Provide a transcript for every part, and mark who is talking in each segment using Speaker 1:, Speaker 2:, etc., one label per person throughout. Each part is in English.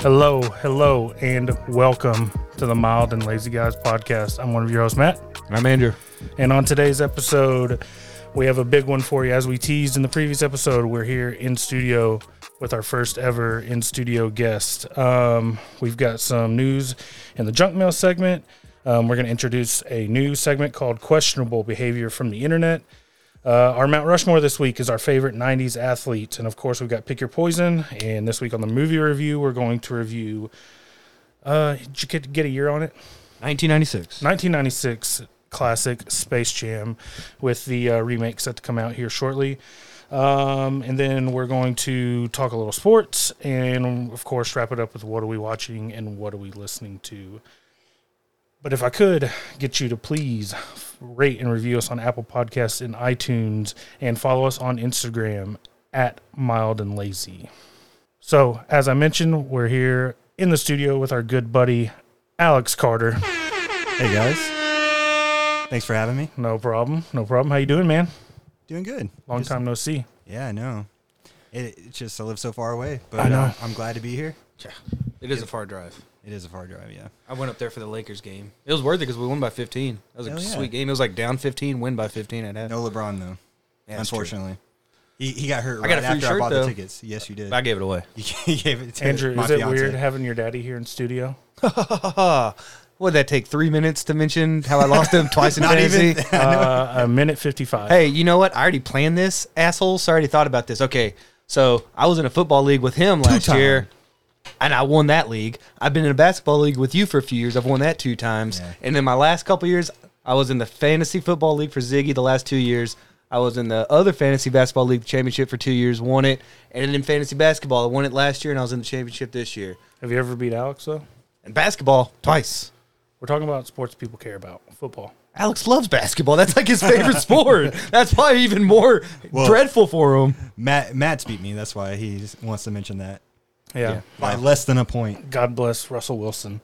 Speaker 1: Hello, hello, and welcome to the Mild and Lazy Guys podcast. I'm one of your hosts, Matt.
Speaker 2: I'm Andrew.
Speaker 1: And on today's episode, we have a big one for you. As we teased in the previous episode, we're here in studio with our first ever in studio guest. Um, we've got some news in the junk mail segment. Um, we're going to introduce a new segment called Questionable Behavior from the Internet. Uh, our Mount Rushmore this week is our favorite 90s athlete. And of course, we've got Pick Your Poison. And this week on the movie review, we're going to review. Uh, did you get, get a year on it?
Speaker 2: 1996.
Speaker 1: 1996 classic Space Jam with the uh, remake set to come out here shortly. Um, and then we're going to talk a little sports and, of course, wrap it up with what are we watching and what are we listening to. But if I could get you to please rate and review us on Apple Podcasts and iTunes and follow us on Instagram at Mild and Lazy. So, as I mentioned, we're here in the studio with our good buddy Alex Carter.
Speaker 3: Hey guys. Thanks for having me.
Speaker 1: No problem. No problem. How you doing, man?
Speaker 3: Doing good.
Speaker 1: Long
Speaker 3: Just-
Speaker 1: time no see.
Speaker 3: Yeah, I know. It, it's just I live so far away, but
Speaker 1: I know.
Speaker 3: Uh, I'm glad to be here.
Speaker 2: It is a far drive.
Speaker 3: It is a far drive, yeah.
Speaker 2: I went up there for the Lakers game. It was worth it because we won by 15. That was a
Speaker 3: Hell yeah.
Speaker 2: sweet game. It was like down 15, win by 15 at half.
Speaker 3: No LeBron though,
Speaker 2: Yeah, that's true.
Speaker 3: unfortunately. He, he got hurt
Speaker 2: I
Speaker 3: right
Speaker 2: got a free
Speaker 3: after
Speaker 2: shirt,
Speaker 3: I bought
Speaker 2: though.
Speaker 3: the tickets. Yes, you did.
Speaker 2: I gave it away.
Speaker 3: you gave it to
Speaker 1: Andrew,
Speaker 3: my
Speaker 1: is it
Speaker 3: fiance.
Speaker 1: weird having your daddy here in studio?
Speaker 2: Would that take three minutes to mention how I lost them twice in
Speaker 3: Not
Speaker 2: fantasy?
Speaker 3: even.
Speaker 1: Uh, a minute 55.
Speaker 2: hey, you know what? I already planned this, asshole. So I already thought about this. Okay, so I was in a football league with him last
Speaker 3: Two-time.
Speaker 2: year, and I won that league. I've been in a basketball league with you for a few years. I've won that two times,
Speaker 3: Yeah.
Speaker 2: and then my last couple years, I was in the fantasy football league for Ziggy. The last two years, I was in the other fantasy basketball league championship for two years, won it, and then in fantasy basketball, I won it last year, and I was in the championship this year.
Speaker 1: Have you ever beat Alex, though?
Speaker 2: And basketball twice.
Speaker 1: We're talking about sports people care about football.
Speaker 2: Alex loves basketball. That's like his favorite sport. That's probably even more
Speaker 3: Well-
Speaker 2: dreadful for him.
Speaker 3: Matt Matt's beat me. That's why he wants to mention that
Speaker 1: Yeah.
Speaker 3: by less than a point.
Speaker 1: God bless Russell Wilson.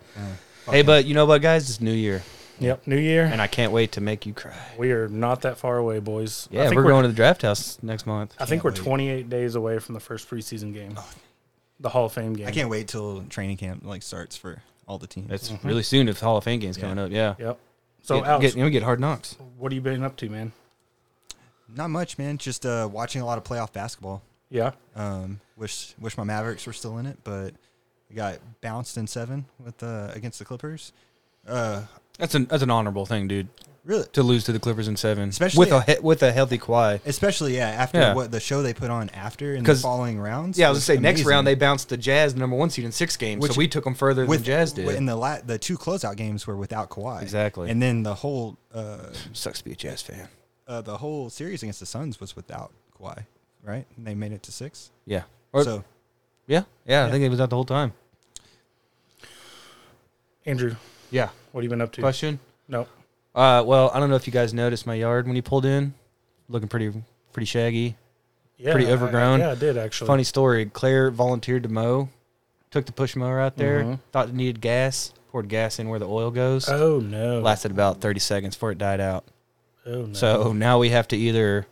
Speaker 2: Hey, but you know what, guys? It's New Year,
Speaker 1: Yep. New year.
Speaker 2: and I can't wait to make you cry.
Speaker 1: we are not that far away, boys. I
Speaker 2: Yeah,
Speaker 1: think
Speaker 2: we're going to the draft house next month.
Speaker 1: I think
Speaker 3: Can't
Speaker 1: we're
Speaker 3: wait.
Speaker 1: 28 days away from the first preseason game,
Speaker 2: Oh,
Speaker 1: the Hall of Fame game.
Speaker 3: I can't wait till training camp like starts for all the teams.
Speaker 2: That's really soon if the Hall of Fame game's coming up. Mm-hmm. Yeah.
Speaker 1: Yep. So,
Speaker 2: get,
Speaker 1: Alex,
Speaker 2: get, you know, get hard knocks.
Speaker 1: what have you been up to, man?
Speaker 3: Not much, man. Just uh, watching a lot of playoff basketball.
Speaker 1: Yeah.
Speaker 3: Um, wish wish my Mavericks were still in it, but we got bounced in seven with uh, against the Clippers. Uh,
Speaker 2: That's an that's an honorable thing, dude,
Speaker 3: really,
Speaker 2: to lose to the Clippers in seven,
Speaker 3: Especially-
Speaker 2: with a he- with a healthy Kawhi.
Speaker 3: especially yeah after
Speaker 2: Yeah.
Speaker 3: what the show they put on after in the
Speaker 2: 'Cause-
Speaker 3: following rounds.
Speaker 2: Yeah, I was gonna say next
Speaker 3: amazing.
Speaker 2: round they bounced the Jazz number one seed in six games,
Speaker 3: Which-
Speaker 2: so we took them further
Speaker 3: with
Speaker 2: than Jazz did.
Speaker 3: in the la- the two closeout games were without Kawhi
Speaker 2: Exactly.
Speaker 3: and then the whole uh,
Speaker 2: Sucks to be a Jazz fan.
Speaker 3: uh, the whole series against the Suns was without Kawhi, right? And they made it to six.
Speaker 2: Yeah. Or,
Speaker 3: so
Speaker 2: yeah, yeah. I think it was out the whole time.
Speaker 1: Andrew,
Speaker 2: Yeah.
Speaker 1: what have you been up to?
Speaker 2: Question.
Speaker 1: No.
Speaker 2: Uh, well, I don't know if you guys noticed my yard when you pulled in, looking pretty pretty shaggy.
Speaker 1: Yeah,
Speaker 2: Pretty
Speaker 1: I- I-
Speaker 2: overgrown.
Speaker 1: yeah, I did actually.
Speaker 2: Funny story. Claire volunteered to mow, took the push mower out there,
Speaker 1: Mhm.
Speaker 2: thought it needed gas, poured gas in where the oil goes.
Speaker 1: Oh no.
Speaker 2: Lasted about 30 seconds before it died out.
Speaker 1: oh no.
Speaker 2: So now we have to either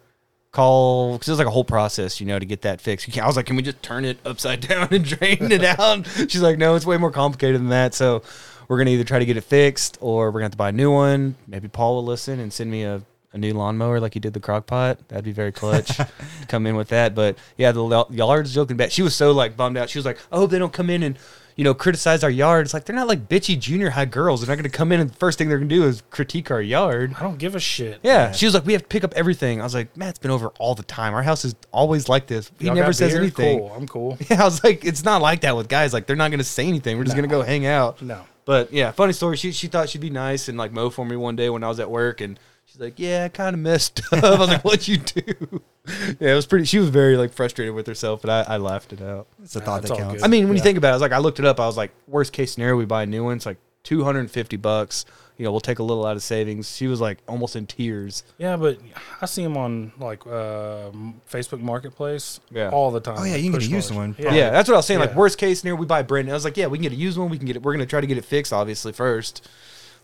Speaker 2: call, because it's like a whole process, you know, to get that fixed. You can't- I was like, can we just turn it upside down and drain it out? She's like, no, it's way more complicated than that. So we're going to either try to get it fixed or we're going to have to buy a new one. Maybe Paul will listen and send me a. A new lawnmower like he did the crock pot. That'd be very clutch to come in with that. But yeah, the lo- yard's joking back. She was so like bummed out. She was like, I hope they don't come in and, you know, criticize our yard. It's like they're not like bitchy junior high girls. They're not going to come in and the first thing they're going to do is critique our yard.
Speaker 1: I don't give a shit.
Speaker 2: Yeah. She was like, we have to pick up everything. I was like, Matt's been over all the time. Our house is always like this. He
Speaker 1: Y'all
Speaker 2: never
Speaker 1: got
Speaker 2: says
Speaker 1: beer?
Speaker 2: anything.
Speaker 1: Cool. I'm cool.
Speaker 2: Yeah, I was like, it's not like that with guys. Like, they're not going to say anything. We're just going to go hang out.
Speaker 1: No.
Speaker 2: But yeah, funny story. She, she thought she'd be nice and like mow for me one day when I was at work. And she's like, yeah, I kind of messed up. I was like, what'd you do? yeah, it was pretty, she was very like frustrated with herself, but I, I laughed it out.
Speaker 3: it's a thought
Speaker 1: that's
Speaker 3: that
Speaker 1: all
Speaker 3: counts.
Speaker 1: good.
Speaker 2: I mean, when
Speaker 1: Yeah.
Speaker 2: you think about it, I was like, I looked it up. I was like, worst case scenario, we buy a new one. It's like 250 bucks. You know, we'll take a little out of savings. She was like almost in tears.
Speaker 1: Yeah, but I see them on like uh, Facebook Marketplace
Speaker 2: Yeah.
Speaker 1: all the time.
Speaker 3: Oh, yeah,
Speaker 1: like
Speaker 3: you can
Speaker 1: push
Speaker 3: get a used
Speaker 1: cars.
Speaker 3: one.
Speaker 1: Yeah.
Speaker 2: Yeah, that's what I was saying. Like
Speaker 1: Yeah.
Speaker 2: worst case scenario, we buy brand. new. I was like, yeah, we can get a used one. We can get it. We're gonna try to get it fixed, obviously first.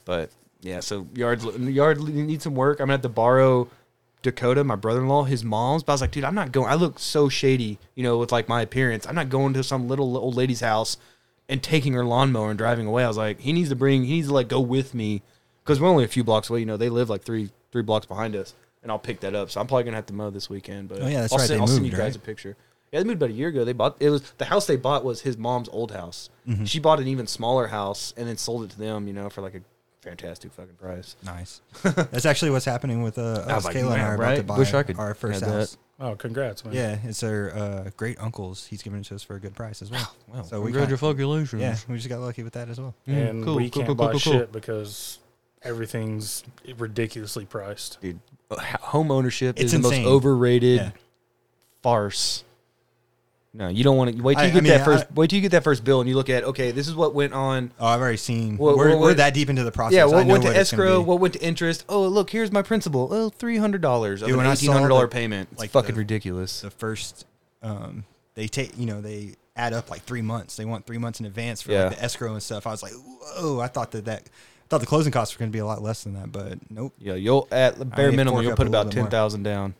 Speaker 2: But yeah, so yard yard needs some work. I'm gonna have to borrow Dakota, my brother-in-law, his mom's. But I was like, dude, I'm not going. I look so shady, you know, with like my appearance. I'm not going to some little old lady's house and taking her lawnmower and driving away. I was like, he needs to bring. He needs to like go with me because we're only a few blocks away. You know, they live like three three blocks behind us. And I'll pick that up. So I'm probably gonna have to mow this weekend. But
Speaker 3: Oh, yeah, that's
Speaker 2: I'll
Speaker 3: right,
Speaker 2: Send,
Speaker 3: they
Speaker 2: I'll send
Speaker 3: moved,
Speaker 2: you guys
Speaker 3: right?
Speaker 2: a picture. Yeah, they moved about a year ago. They bought it was the house they bought was his mom's old house.
Speaker 3: Mm-hmm.
Speaker 2: She bought an even smaller house and then sold it to them, you know, for like a fantastic fucking price.
Speaker 3: Nice. That's actually what's happening with uh, us.
Speaker 2: was like,
Speaker 3: Kayla and I
Speaker 2: man,
Speaker 3: are
Speaker 2: right?
Speaker 3: about to buy
Speaker 2: Wish I could
Speaker 3: our first
Speaker 2: have that.
Speaker 3: house.
Speaker 1: Oh, congrats, man.
Speaker 3: Yeah, it's our uh, great uncle's. He's giving it to us for a good price as well.
Speaker 2: Wow.
Speaker 3: So we got,
Speaker 2: Congratulations.
Speaker 3: yeah, we just got lucky with that as well.
Speaker 2: Mm,
Speaker 1: And
Speaker 2: cool,
Speaker 1: we
Speaker 2: cool,
Speaker 1: can't
Speaker 2: cool, cool,
Speaker 1: buy
Speaker 2: cool, cool.
Speaker 1: shit because everything's ridiculously priced.
Speaker 2: Dude, h- home ownership
Speaker 3: It's
Speaker 2: is the
Speaker 3: insane.
Speaker 2: most overrated
Speaker 3: Yeah.
Speaker 2: farce. No, you don't want to wait till
Speaker 3: I-
Speaker 2: you get
Speaker 3: I mean,
Speaker 2: that first
Speaker 3: I-
Speaker 2: wait till you get that first bill and you look at okay, this is what went on
Speaker 3: Oh, I've already seen.
Speaker 2: Well,
Speaker 3: we're,
Speaker 2: well,
Speaker 3: we're
Speaker 2: what-
Speaker 3: that deep into the process.
Speaker 2: Yeah,
Speaker 3: I
Speaker 2: what
Speaker 3: know
Speaker 2: went to
Speaker 3: what it's gonna
Speaker 2: escrow?
Speaker 3: be.
Speaker 2: What went to interest? Oh, look, here's my principal. Oh, three hundred dollars of
Speaker 3: Dude,
Speaker 2: an
Speaker 3: when I
Speaker 2: eighteen
Speaker 3: saw
Speaker 2: hundred dollar
Speaker 3: that,
Speaker 2: payment. It's
Speaker 3: like,
Speaker 2: fucking
Speaker 3: the-
Speaker 2: ridiculous.
Speaker 3: the first um they take you know they add up like three months they want three months in advance for
Speaker 2: Yeah.
Speaker 3: like, the escrow and stuff i was like whoa i thought that that I thought the closing costs were going to be a lot less than that but nope
Speaker 2: Yeah, you'll at the bare
Speaker 3: need to
Speaker 2: minimum
Speaker 3: fork
Speaker 2: you'll
Speaker 3: up
Speaker 2: put
Speaker 3: a little
Speaker 2: about
Speaker 3: bit more.
Speaker 2: ten thousand down.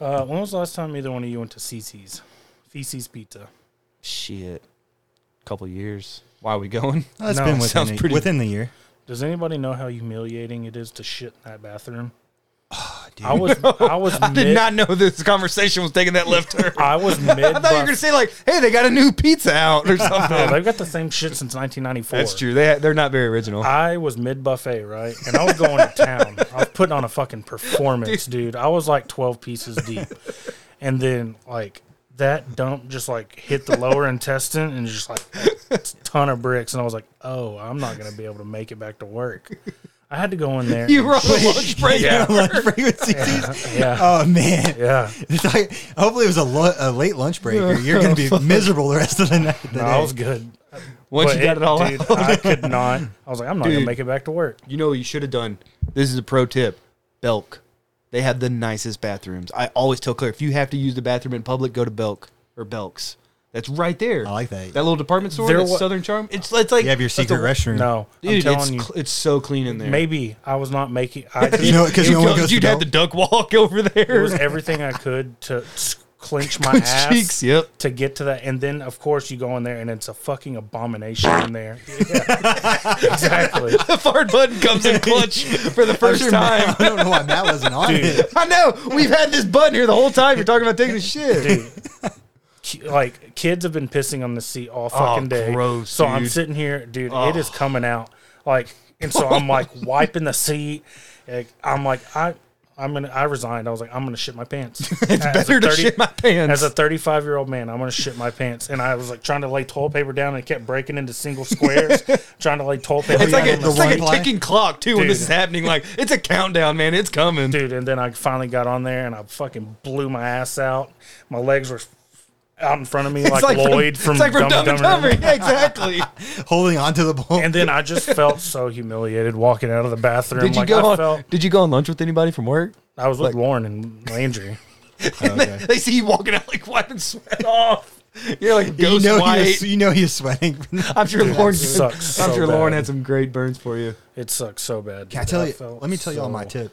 Speaker 1: Uh, when was the last time either one of you went to CC's? Feces Pizza.
Speaker 2: Shit, couple years. Why are we going?
Speaker 3: That's
Speaker 1: No,
Speaker 3: been
Speaker 2: sounds
Speaker 3: within, the,
Speaker 2: pretty-
Speaker 3: within the year
Speaker 1: Does anybody know how humiliating it is to shit in that bathroom?
Speaker 3: dude.
Speaker 1: I was, I was,
Speaker 2: I
Speaker 1: mid,
Speaker 2: did not know this conversation was taking that left turn.
Speaker 1: I was mid.
Speaker 2: I thought you were gonna say like, "Hey, they got a new pizza out" or
Speaker 1: Oh, no,
Speaker 2: something.
Speaker 1: they've got the same shit since 1994.
Speaker 2: That's true. They they're not very original.
Speaker 1: I was mid buffet, right? And I was going to town. I was putting on a fucking performance, dude. I was like 12 pieces deep. And then, like, that dump just like hit the lower intestine and just like a ton of bricks. And I was like, oh, I'm not going to be able to make it back to work. I had to go in there.
Speaker 2: you
Speaker 1: and-
Speaker 2: were on a lunch break.
Speaker 1: Yeah.
Speaker 3: Lunch break with CC's?
Speaker 1: Yeah.
Speaker 3: oh man
Speaker 1: Yeah.
Speaker 3: It's like- hopefully it was a, lu- a late lunch break or you're going to be miserable the rest of the night the
Speaker 1: No, I
Speaker 3: day.
Speaker 1: was good.
Speaker 2: Once you
Speaker 1: But
Speaker 2: got it all
Speaker 1: dude,
Speaker 2: out,
Speaker 1: I could not. I was like, I'm not going
Speaker 2: Dude.
Speaker 1: to make it back to work.
Speaker 2: You know what you should have done? This is a pro tip. Belk. They have the nicest bathrooms. I always tell Claire, if you have to use the bathroom in public, go to Belk or Belk's. That's right there.
Speaker 3: I like that.
Speaker 2: That little department store,
Speaker 1: There
Speaker 2: that
Speaker 1: wa-
Speaker 2: Southern Charm. It's, it's like
Speaker 3: you have your
Speaker 2: that's
Speaker 3: secret
Speaker 2: a-
Speaker 3: restroom
Speaker 1: No. I'm
Speaker 2: Dude, it's,
Speaker 1: telling you.
Speaker 2: cl- it's so clean in there.
Speaker 1: Maybe I was not making. I
Speaker 3: you know because
Speaker 2: You
Speaker 3: no one
Speaker 2: don't-
Speaker 3: goes
Speaker 2: you'd
Speaker 3: to
Speaker 2: have the
Speaker 3: Bell.
Speaker 2: duck walk over
Speaker 1: it was
Speaker 2: there.
Speaker 1: everything I could to s- clench my
Speaker 2: Clench
Speaker 1: ass
Speaker 2: cheeks, yep.
Speaker 1: to get to that. And then, of course, you go in there and it's a fucking abomination in there. Yeah. exactly.
Speaker 2: the fart button comes in clutch for the
Speaker 3: I'm
Speaker 2: first
Speaker 3: sure
Speaker 2: time.
Speaker 3: Matt- I don't know why Matt wasn't on it.
Speaker 2: I know. We've had this button here the whole time. You're talking about taking a shit.
Speaker 1: Dude. Ki- Like kids have been pissing on the seat all fucking day.
Speaker 2: Oh, gross,
Speaker 1: so I'm
Speaker 2: dude. Oh.
Speaker 1: sitting here, dude. It is coming out. Like, and so I'm like wiping the seat. Like, I'm like, I, I'm gonna. I resigned. I was like, I'm gonna shit my pants. it's
Speaker 2: Better to shit my pants.
Speaker 1: As a 35 year old man, I'm gonna shit my pants, and I was like trying to lay toilet paper down, and it kept breaking into single squares, trying to lay toilet paper.
Speaker 2: It's
Speaker 1: down
Speaker 2: like a,
Speaker 1: on the
Speaker 2: it's like a
Speaker 3: one ply?
Speaker 2: ticking clock too. When this
Speaker 1: Dude.
Speaker 2: is happening, like it's a countdown, man. It's coming.
Speaker 1: dude. And then I finally got on there, and I fucking blew my ass out. My legs were out in front of me
Speaker 2: it's
Speaker 1: like, Lloyd from,
Speaker 2: it's like from Dumb, and
Speaker 1: Dumber.
Speaker 2: Dumber. Yeah, exactly.
Speaker 3: Holding on to the bowl.
Speaker 1: And then I just felt so humiliated walking out of the bathroom.
Speaker 2: did you
Speaker 1: like
Speaker 2: go
Speaker 1: I
Speaker 2: on?
Speaker 1: felt
Speaker 2: Did you go on lunch with anybody from work?
Speaker 1: I was with Lauren and Landry. Oh,
Speaker 2: They, they see you walking out like wiping sweat off. You're like
Speaker 3: you
Speaker 2: ghost
Speaker 3: know,
Speaker 2: white.
Speaker 3: He is, you know he's sweating.
Speaker 2: I'm sure Lauren.
Speaker 1: sucks
Speaker 2: I'm
Speaker 1: so
Speaker 2: sure Lauren
Speaker 1: bad.
Speaker 2: had some great burns for you.
Speaker 1: It sucks so bad.
Speaker 3: Can I
Speaker 1: dude.
Speaker 3: tell you?
Speaker 1: felt
Speaker 3: Let me tell you all my
Speaker 1: so-
Speaker 3: tip.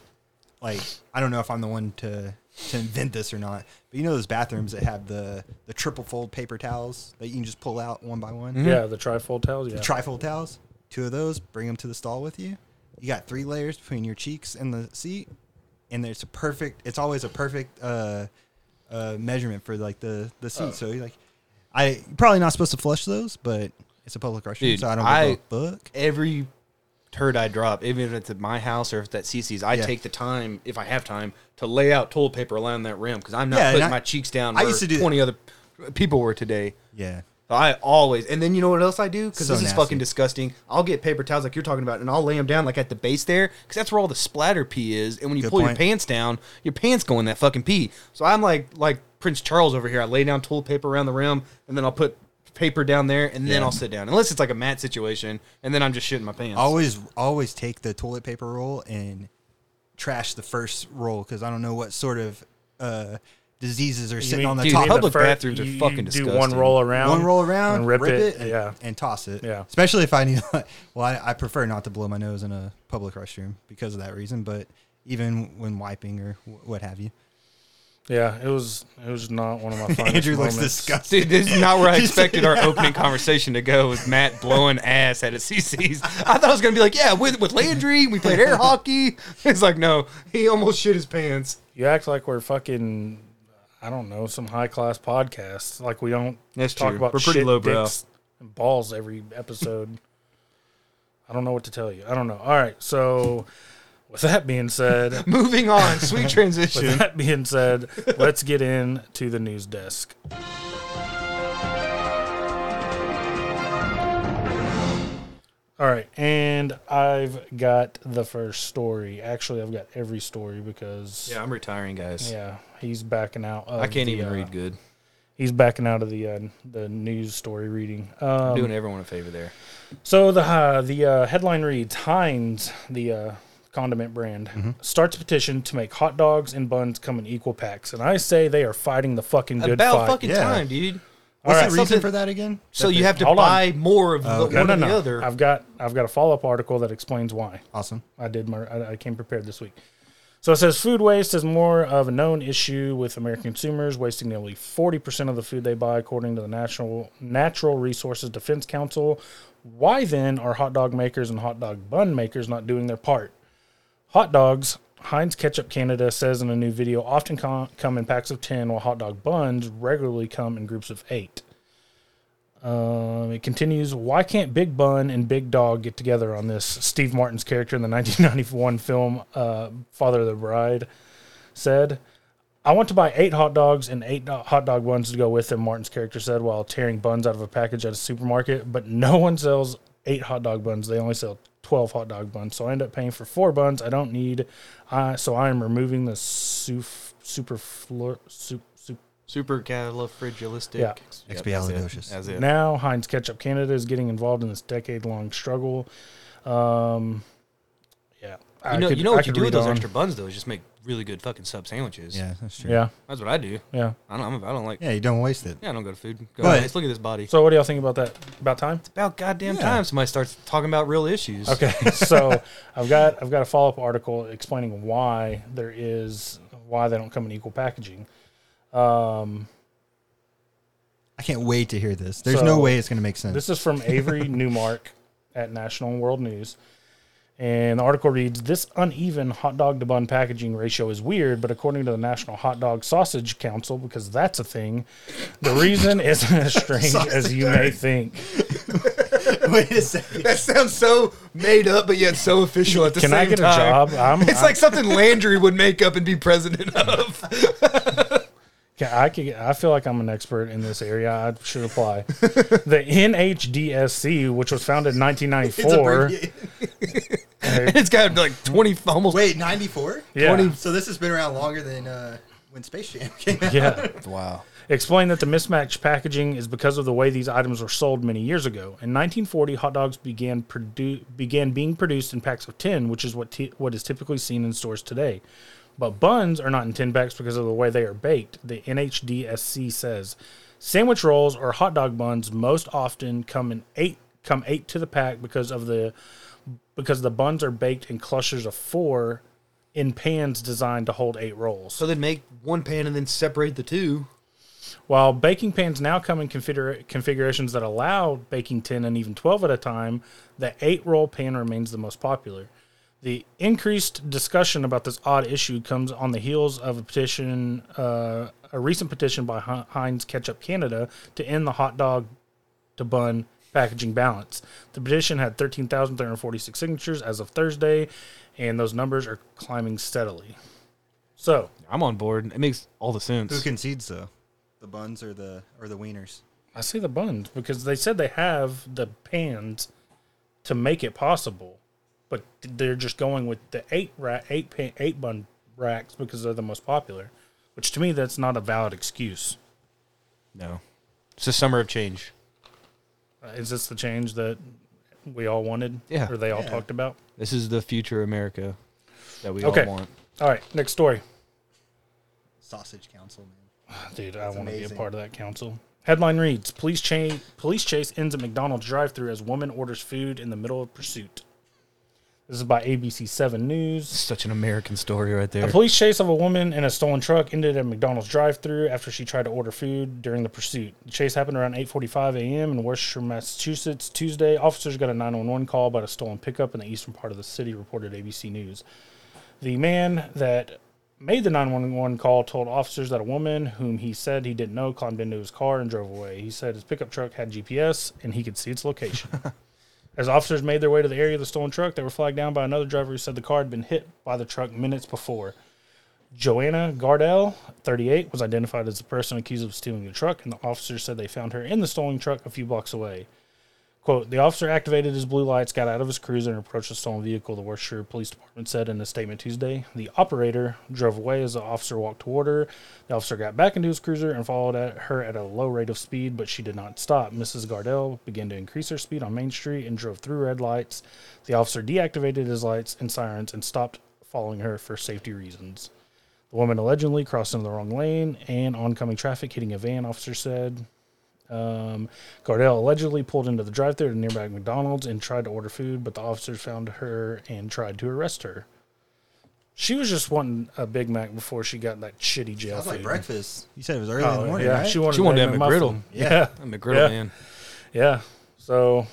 Speaker 3: Like, I don't know if I'm the one to to invent this or not, but you know those bathrooms that have the the triple fold paper towels that you can just pull out one by one.
Speaker 1: Yeah, the trifold towels. Yeah,
Speaker 3: Trifold towels, two of those. Bring them to the stall with you. You got three layers between your cheeks and the seat, and there's a perfect. It's always a perfect uh, uh, measurement for like the the seat. So you're like, I you're probably not supposed to flush those, but it's a public restroom,
Speaker 2: Dude,
Speaker 3: so I
Speaker 2: I-
Speaker 3: don't give a fuck.
Speaker 2: every turd I drop, even if it's at my house or if that's CC's, I
Speaker 3: Yeah.
Speaker 2: take the time, if I have time, to lay out toilet paper around that rim because I'm not
Speaker 3: Yeah, and
Speaker 2: putting
Speaker 3: I-
Speaker 2: my cheeks down.
Speaker 3: I
Speaker 2: where
Speaker 3: used to do that.
Speaker 2: 20 other people were today.
Speaker 3: Yeah.
Speaker 2: So I always, and then you know what else I do? Because
Speaker 3: So
Speaker 2: this is
Speaker 3: nasty.
Speaker 2: fucking disgusting. I'll get paper towels like you're talking about, and I'll lay them down like at the base there, because that's where all the splatter pee is. And when you
Speaker 3: Good
Speaker 2: pull your
Speaker 3: point.
Speaker 2: pants down, your pants go in that fucking pee. So I'm like like Prince Charles over here. I lay down toilet paper around the rim, and then I'll put paper down there, and then
Speaker 4: Yeah.
Speaker 2: I'll sit down. Unless it's like a mat situation, and then I'm just shitting my pants.
Speaker 3: Always, always take the toilet paper roll and trash the first roll because I don't know what sort of uh, diseases are sitting
Speaker 1: mean-
Speaker 3: on the
Speaker 1: dude,
Speaker 3: top.
Speaker 1: in the
Speaker 2: Public
Speaker 1: fir-
Speaker 2: bathrooms are
Speaker 1: you- you
Speaker 2: fucking
Speaker 1: Do one
Speaker 2: disgusting.
Speaker 1: roll around,
Speaker 3: One roll around,
Speaker 1: and rip, it.
Speaker 3: and,
Speaker 1: Yeah,
Speaker 3: and toss it.
Speaker 1: Yeah.
Speaker 3: Especially if I need, well, I, I prefer not to blow my nose in a public restroom because of that reason. But even when wiping or wh- what have you,
Speaker 1: yeah. It was it was not one of my finest
Speaker 3: Andrew looks
Speaker 1: moments.
Speaker 3: disgusted.
Speaker 2: Dude, this is not where I expected our opening conversation to go. Was Matt blowing ass at a CC's? I thought it was gonna be like, yeah, with with Landry, we played air hockey. It's like, no, he almost shit his pants.
Speaker 1: You act like we're fucking, I don't know, some high class podcast. Like we don't
Speaker 2: That's
Speaker 1: talk
Speaker 2: true.
Speaker 1: about
Speaker 2: We're pretty
Speaker 1: shit,
Speaker 2: lowbrow.
Speaker 1: dicks, and balls every episode. I don't know what to tell you. I don't know. All right, so with that being said,
Speaker 2: Moving on, sweet
Speaker 1: with
Speaker 2: transition.
Speaker 1: that being said, let's get in to the news desk. All right, and I've got the first story. Actually, I've got every story because
Speaker 2: Yeah, I'm retiring, guys.
Speaker 1: yeah, he's backing out. Of
Speaker 2: I can't
Speaker 1: the,
Speaker 2: even
Speaker 1: uh,
Speaker 2: read good.
Speaker 1: He's backing out of the uh, the news story reading. Um,
Speaker 2: I'm doing everyone a favor there.
Speaker 1: so the uh, the uh, headline reads: Heinz, the uh, condiment brand, starts petition to make hot dogs and buns come in equal packs. And I say they are fighting the fucking good
Speaker 2: About
Speaker 1: fight.
Speaker 2: fucking
Speaker 3: Yeah.
Speaker 2: time, dude.
Speaker 3: What's
Speaker 1: right.
Speaker 3: the reason
Speaker 2: Something-
Speaker 3: for that again?
Speaker 2: So
Speaker 3: That
Speaker 2: you
Speaker 3: they-
Speaker 2: have to
Speaker 1: Hold on.
Speaker 2: buy more of the
Speaker 1: no,
Speaker 2: one
Speaker 1: no,
Speaker 2: or the
Speaker 1: no.
Speaker 2: other.
Speaker 1: I've got I've got a follow up article that explains why.
Speaker 3: awesome.
Speaker 1: I did my I, I came prepared this week. So it says food waste is more of a known issue with American consumers wasting nearly 40% of the food they buy according to the National Natural Resources Defense Council. Why then are hot dog makers and hot dog bun makers not doing their part? Hot dogs, Heinz Ketchup Canada says in a new video, often com- come in packs of 10 while hot dog buns regularly come in groups of 8. Um, it continues. Why can't Big Bun and Big Dog get together on this? Steve Martin's character in the 1991 film uh, Father of the Bride said, "I want to buy eight hot dogs and eight do- hot dog buns to go with them." Martin's character said while tearing buns out of a package at a supermarket. But no one sells eight hot dog buns. They only sell twelve hot dog buns. So I end up paying for four buns. I don't need. I so I am removing the suf, super floor soup. soup
Speaker 2: Supercalifragilistic.
Speaker 1: Yeah.
Speaker 2: Yep,
Speaker 3: Expialidocious.
Speaker 2: That's it. That's it.
Speaker 1: Now Heinz Ketchup Canada is getting involved in this decade-long struggle. Um, yeah, I
Speaker 2: You know,
Speaker 1: could-
Speaker 2: you know
Speaker 1: I
Speaker 2: what you
Speaker 1: could
Speaker 2: do with
Speaker 1: read
Speaker 2: those
Speaker 1: on.
Speaker 2: extra buns though is just make really good fucking sub sandwiches.
Speaker 3: Yeah, that's true.
Speaker 1: Yeah,
Speaker 2: That's what I do.
Speaker 1: yeah.
Speaker 2: I don't. I'm, I don't like. Yeah.
Speaker 3: Yeah, you don't waste it.
Speaker 2: I don't go to food. Go
Speaker 3: But-
Speaker 2: to Look at this body.
Speaker 1: So what do y'all think about that? About time?
Speaker 2: about goddamn
Speaker 3: Yeah.
Speaker 2: time somebody starts talking about real issues.
Speaker 1: Okay, so I've got I've got a follow-up article explaining why there is why they don't come in equal packaging.
Speaker 3: I can't wait to hear this. There's
Speaker 1: So-
Speaker 3: no way it's going to make sense.
Speaker 1: This is from Avery Newmark at National and World News. And the article reads This uneven hot dog to bun packaging ratio is weird, but according to the National Hot Dog Sausage Council, because that's a thing, the reason isn't as strange as you may think.
Speaker 3: Wait a second.
Speaker 2: That sounds so made up, but yet so official at the
Speaker 1: Can
Speaker 2: same
Speaker 1: I
Speaker 2: time.
Speaker 1: get a job? I'm-
Speaker 2: it's
Speaker 1: I'm-
Speaker 2: like something Landry would make up and be president of.
Speaker 1: Yeah, I could, I feel like I'm an expert in this area. I should apply. the NHDSC, which was founded in 1994,
Speaker 2: it's got like twenty almost.
Speaker 3: Wait, 94?
Speaker 1: Yeah. 20
Speaker 3: So this has been around longer than uh, when Space Jam came out.
Speaker 1: yeah,
Speaker 2: Wow.
Speaker 1: explained that the mismatched packaging is because of the way these items were sold many years ago. In 1940, hot dogs began produ- began being produced in packs of 10, which is what ti what is typically seen in stores today. But buns are not in 10 packs because of the way they are baked. The NHDSC says sandwich rolls or hot dog buns most often come in 8 come 8 to the pack because of the because the buns are baked in clusters of 4 in pans designed to hold 8 rolls.
Speaker 2: So they'd make one pan and then separate the two.
Speaker 1: While baking pans now come in configura- configurations that allow baking 10 and even 12 at a time, the 8 roll pan remains the most popular. The increased discussion about this odd issue comes on the heels of a petition, uh, a recent petition by Hi- Heinz Ketchup Canada to end the hot dog to bun packaging balance. The petition had 13,346 signatures as of Thursday, and those numbers are climbing steadily. So,
Speaker 2: I'm on board. It makes all the
Speaker 3: Who
Speaker 2: sense.
Speaker 3: concedes though? The buns or the or the wieners?
Speaker 1: I say the buns because they said they have the pans to make it possible, but they're just going with the eight ra- eight pan, eight bun racks because they're the most popular. Which to me, that's not a valid excuse.
Speaker 2: no, it's a summer of change.
Speaker 1: Uh, is this the change that we all wanted?
Speaker 2: Yeah.
Speaker 1: Or they all
Speaker 3: Yeah.
Speaker 1: talked about?
Speaker 2: This is the future America that we
Speaker 1: Okay.
Speaker 2: all want.
Speaker 1: All right, next story.
Speaker 3: Sausage Council, man.
Speaker 1: Dude,
Speaker 3: That's
Speaker 1: I want to be a
Speaker 3: amazing.
Speaker 1: part of that council. Headline reads: Police chase police chase ends at McDonald's drive-through as woman orders food in the middle of pursuit. This is by ABC Seven News.
Speaker 2: Such an American story right there.
Speaker 1: A police chase of a woman in a stolen truck ended at a McDonald's drive-thru after she tried to order food during the pursuit. The chase happened around 8:45 a.m. in Worcester, Massachusetts, Tuesday. Officers got a 911 call about a stolen pickup in the eastern part of the city, reported ABC News. The man that made the 911 call told officers that a woman whom he said he didn't know climbed into his car and drove away. He said his pickup truck had GPS and he could see its location. As officers made their way to the area of the stolen truck, they were flagged down by another driver who said the car had been hit by the truck minutes before. Joanna Gardell, 38, was identified as the person accused of stealing the truck, and the officers said they found her in the stolen truck a few blocks away. Quote, the officer activated his blue lights, got out of his cruiser, and approached the stolen vehicle, the Worcester Police Department said in a statement Tuesday. The operator drove away as the officer walked toward her. The officer got back into his cruiser and followed at her at a low rate of speed, but she did not stop. Mrs. Gardell began to increase her speed on Main Street and drove through red lights. The officer deactivated his lights and sirens and stopped following her for safety reasons. The woman allegedly crossed into the wrong lane and oncoming traffic, hitting a van, officer said. Um, Gardell allegedly pulled into the drive thru at a nearby McDonald's and tried to order food, but the officers found her and tried to arrest her. She was just wanting a Big Mac before she got that shitty jail
Speaker 3: That's
Speaker 1: food.
Speaker 3: like breakfast. You said it was early in
Speaker 1: Oh,
Speaker 3: the morning,
Speaker 1: yeah,
Speaker 3: right?
Speaker 1: she wanted,
Speaker 2: She wanted
Speaker 1: a
Speaker 2: that
Speaker 1: McMuffin.
Speaker 2: McGriddle.
Speaker 1: Yeah,
Speaker 2: I'm a grill
Speaker 1: Yeah.
Speaker 2: man.
Speaker 1: yeah. So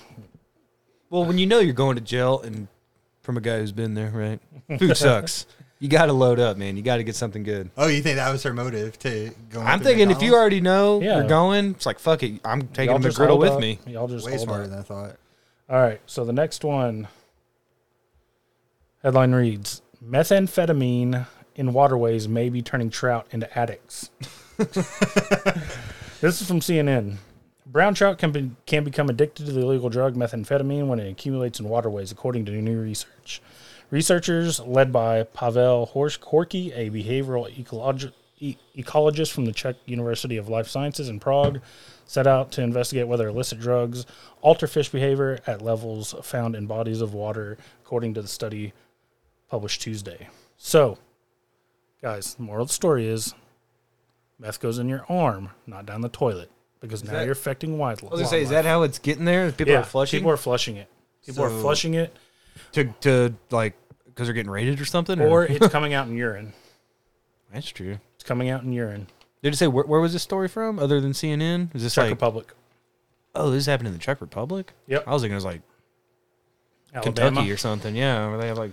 Speaker 2: Well, when you know you're going to jail and from a guy who's been there, right? Food sucks. You got to load up, man. You got to get something good.
Speaker 3: oh, you think that was her motive to go?
Speaker 2: I'm thinking if you already know
Speaker 1: Yeah.
Speaker 2: you're going, it's like fuck it. I'm taking
Speaker 1: y'all
Speaker 2: a
Speaker 1: just
Speaker 2: McGriddle
Speaker 1: hold
Speaker 2: with
Speaker 1: up.
Speaker 2: me.
Speaker 1: Y'all just
Speaker 3: way
Speaker 1: hold
Speaker 3: smarter
Speaker 1: up.
Speaker 3: than I thought.
Speaker 1: All right, so the next one headline reads Methamphetamine in waterways may be turning trout into addicts. this is from CNN. Brown trout can, be, can become addicted to the illegal drug methamphetamine when it accumulates in waterways, according to new research. Researchers, led by Pavel Horsh Korky, a behavioral ecolog- e- ecologist from the Czech University of Life Sciences in Prague, set out to investigate whether illicit drugs alter fish behavior at levels found in bodies of water, according to the study published Tuesday. So, guys, the moral of the story is meth goes in your arm, not down the toilet, because now
Speaker 2: that-
Speaker 1: you're affecting wildlife.
Speaker 2: I was gonna say, is that how it's getting there? People
Speaker 1: yeah,
Speaker 2: are flushing
Speaker 1: People are flushing it. People are
Speaker 3: So-
Speaker 1: flushing it,
Speaker 2: to to like because they're getting raided or something.
Speaker 1: or it's coming out in urine.
Speaker 2: that's true.
Speaker 1: It's coming out in urine.
Speaker 2: Did it say where, where was this story from? Other than CNN, is this
Speaker 1: Czech
Speaker 2: like
Speaker 1: Republic,
Speaker 2: oh this happened in the Czech Republic?
Speaker 1: Yep.
Speaker 2: I was thinking it was like
Speaker 1: Alabama.
Speaker 2: Kentucky or something. Yeah, where they have like.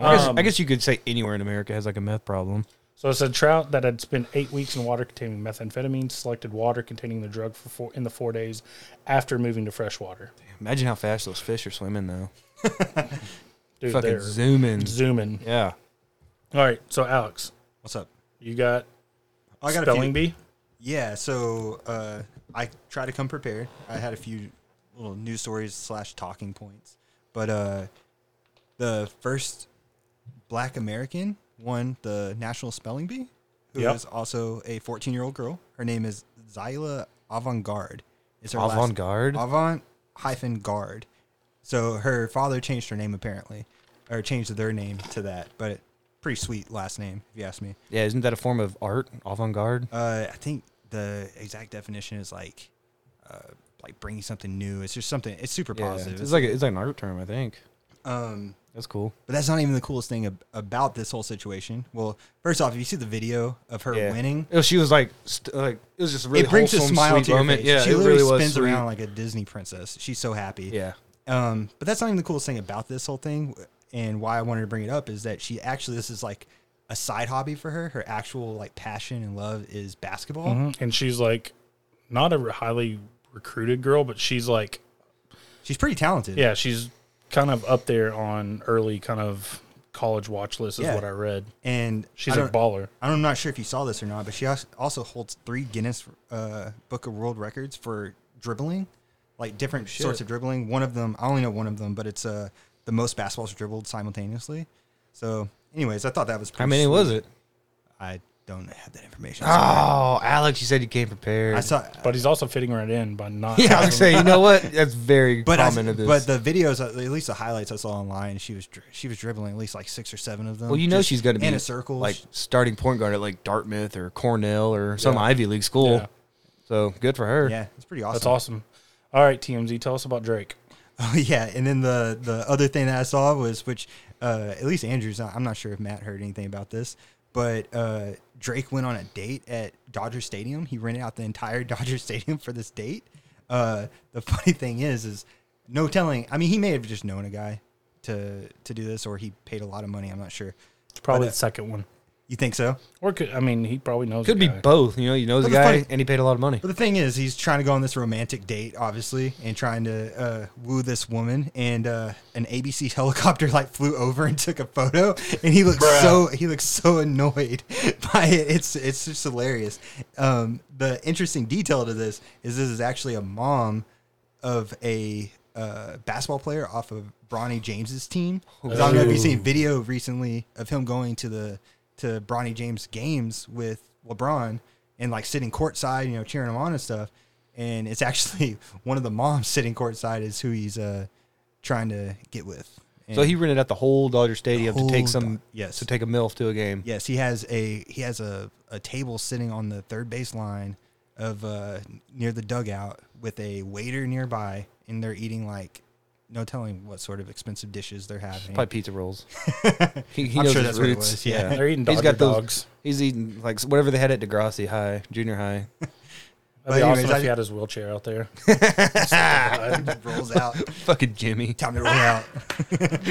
Speaker 2: I guess,
Speaker 1: Um,
Speaker 2: I guess you could say anywhere in America has like a meth problem.
Speaker 1: So it said trout that had spent eight weeks in water containing methamphetamine selected water containing the drug for four, in the four days after moving to freshwater.
Speaker 2: Imagine how fast those fish are swimming though.
Speaker 1: Dude,
Speaker 2: Fucking
Speaker 1: they're
Speaker 2: zooming.
Speaker 1: zooming.
Speaker 2: Yeah.
Speaker 1: All right, so Alex,
Speaker 3: What's up?
Speaker 1: you got
Speaker 3: Oh, I got a few,
Speaker 1: spelling bee.
Speaker 3: Yeah, so uh, I try to come prepared. I had a few little news stories slash talking points, but uh, the first Black American won the National Spelling Bee, who is
Speaker 1: Yep.
Speaker 3: also a 14 year old girl. Her name is Zyla Avantgarde. Is her
Speaker 2: Avantgarde?
Speaker 3: Avant hyphen guard. So her father changed her name apparently, or changed their name to that. But pretty sweet last name, if you ask me.
Speaker 2: Yeah, isn't that a form of art? Avant garde?
Speaker 3: Uh, I think the exact definition is like, uh, like bringing something new. It's just something. It's super positive.
Speaker 2: It's like it's like an art term, I think.
Speaker 3: um,
Speaker 2: That's cool.
Speaker 3: but that's not even the coolest thing ab- about this whole situation. Well, first off, if you see the video of her winning,
Speaker 2: Oh, she was like, st- like it was just a really
Speaker 3: it brings a
Speaker 2: wholesome,
Speaker 3: smile
Speaker 2: sweet
Speaker 3: to your
Speaker 2: moment.
Speaker 3: face.
Speaker 2: Yeah,
Speaker 3: she
Speaker 2: it
Speaker 3: literally
Speaker 2: really was
Speaker 3: spins
Speaker 2: sweet.
Speaker 3: around like a Disney princess. She's so happy.
Speaker 2: yeah,
Speaker 3: Um, but that's not even the coolest thing about this whole thing, and why I wanted to bring it up is that she actually this is like a side hobby for her. Her actual like passion and love is basketball.
Speaker 2: Mm-hmm.
Speaker 1: And she's like not a highly recruited girl, but she's like,
Speaker 3: She's pretty talented.
Speaker 1: yeah, she's kind of up there on early kind of college watch list, is
Speaker 3: Yeah.
Speaker 1: what I read.
Speaker 3: and
Speaker 1: She's a
Speaker 3: I don't-
Speaker 1: baller.
Speaker 3: I'm not sure if you saw this or not, but she als- also holds three Guinness uh, Book of World Records for dribbling, like different sorts of dribbling. One of them, I only know one of them, but it's uh, the most basketballs dribbled simultaneously. So, anyways, I thought that was pretty
Speaker 2: how many was
Speaker 3: sweet.
Speaker 2: it?
Speaker 3: I don't have that information.
Speaker 2: Oh, Alex, you said you came prepared.
Speaker 3: I saw,
Speaker 1: But he's also fitting right in by not.
Speaker 2: yeah, I was saying, you know what? That's very
Speaker 3: but I,
Speaker 2: common of this.
Speaker 3: but the videos, uh, at least the highlights I saw online, she was dri- she was dribbling at least like six or seven of them.
Speaker 2: well, you know
Speaker 3: just
Speaker 2: she's going to be
Speaker 3: in a circle,
Speaker 2: like
Speaker 3: She-
Speaker 2: starting point guard at like Dartmouth or Cornell or some Ivy League school.
Speaker 1: Yeah.
Speaker 2: So good for her.
Speaker 3: yeah, it's pretty awesome.
Speaker 1: That's awesome. All right, TMZ, tell us about Drake.
Speaker 3: Oh yeah, and then the the other thing that I saw was which uh, at least Andrews, I'm not sure if Matt heard anything about this, but uh, Drake went on a date at Dodger Stadium. He rented out the entire Dodger Stadium for this date. Uh, the funny thing is, is no telling. I mean, he may have just known a guy to to do this, or he paid a lot of money. I'm not sure.
Speaker 1: It's probably
Speaker 3: But, uh,
Speaker 1: the second one.
Speaker 3: You think so?
Speaker 1: Or could I mean he probably knows.
Speaker 2: Could
Speaker 1: the
Speaker 2: be
Speaker 1: guy.
Speaker 2: both. You know, you know the
Speaker 3: But the
Speaker 2: guy,
Speaker 3: funny-
Speaker 2: and he paid a lot of money.
Speaker 3: But the thing is, he's trying to go on this romantic date, obviously, and trying to uh, woo this woman. And uh, an ABC helicopter like flew over and took a photo, and he looks so he looks so annoyed by it. It's it's just hilarious. Um, the interesting detail to this is this is actually a mom of a uh, basketball player off of Bronny James's team. 'Cause I don't know if you've seen video recently of him going to the to Bronny James games with LeBron and like sitting courtside, you know, cheering him on and stuff. And it's actually one of the moms sitting courtside is who he's uh, trying to get with. And
Speaker 2: So he rented out the whole Dodger Stadium to
Speaker 3: whole
Speaker 2: take some
Speaker 3: Dod- yes.
Speaker 2: to take a milf to a game.
Speaker 3: yes, he has a he has a, a table sitting on the third base line of uh, near the dugout with a waiter nearby, and they're eating like no telling what sort of expensive dishes they're having.
Speaker 2: Probably pizza rolls. he, he
Speaker 3: I'm
Speaker 2: knows
Speaker 3: sure
Speaker 2: his
Speaker 3: that's what it
Speaker 2: roots.
Speaker 3: was, yeah.
Speaker 1: They're eating
Speaker 2: He's
Speaker 1: Dodger
Speaker 2: got those-
Speaker 1: dogs.
Speaker 2: He's eating like whatever they had at Degrassi High, junior high.
Speaker 1: That'd be
Speaker 3: But anyways,
Speaker 1: awesome
Speaker 3: I-
Speaker 1: if he had his wheelchair out there.
Speaker 3: Just rolls out.
Speaker 2: Fucking Jimmy.
Speaker 3: Time to roll out. but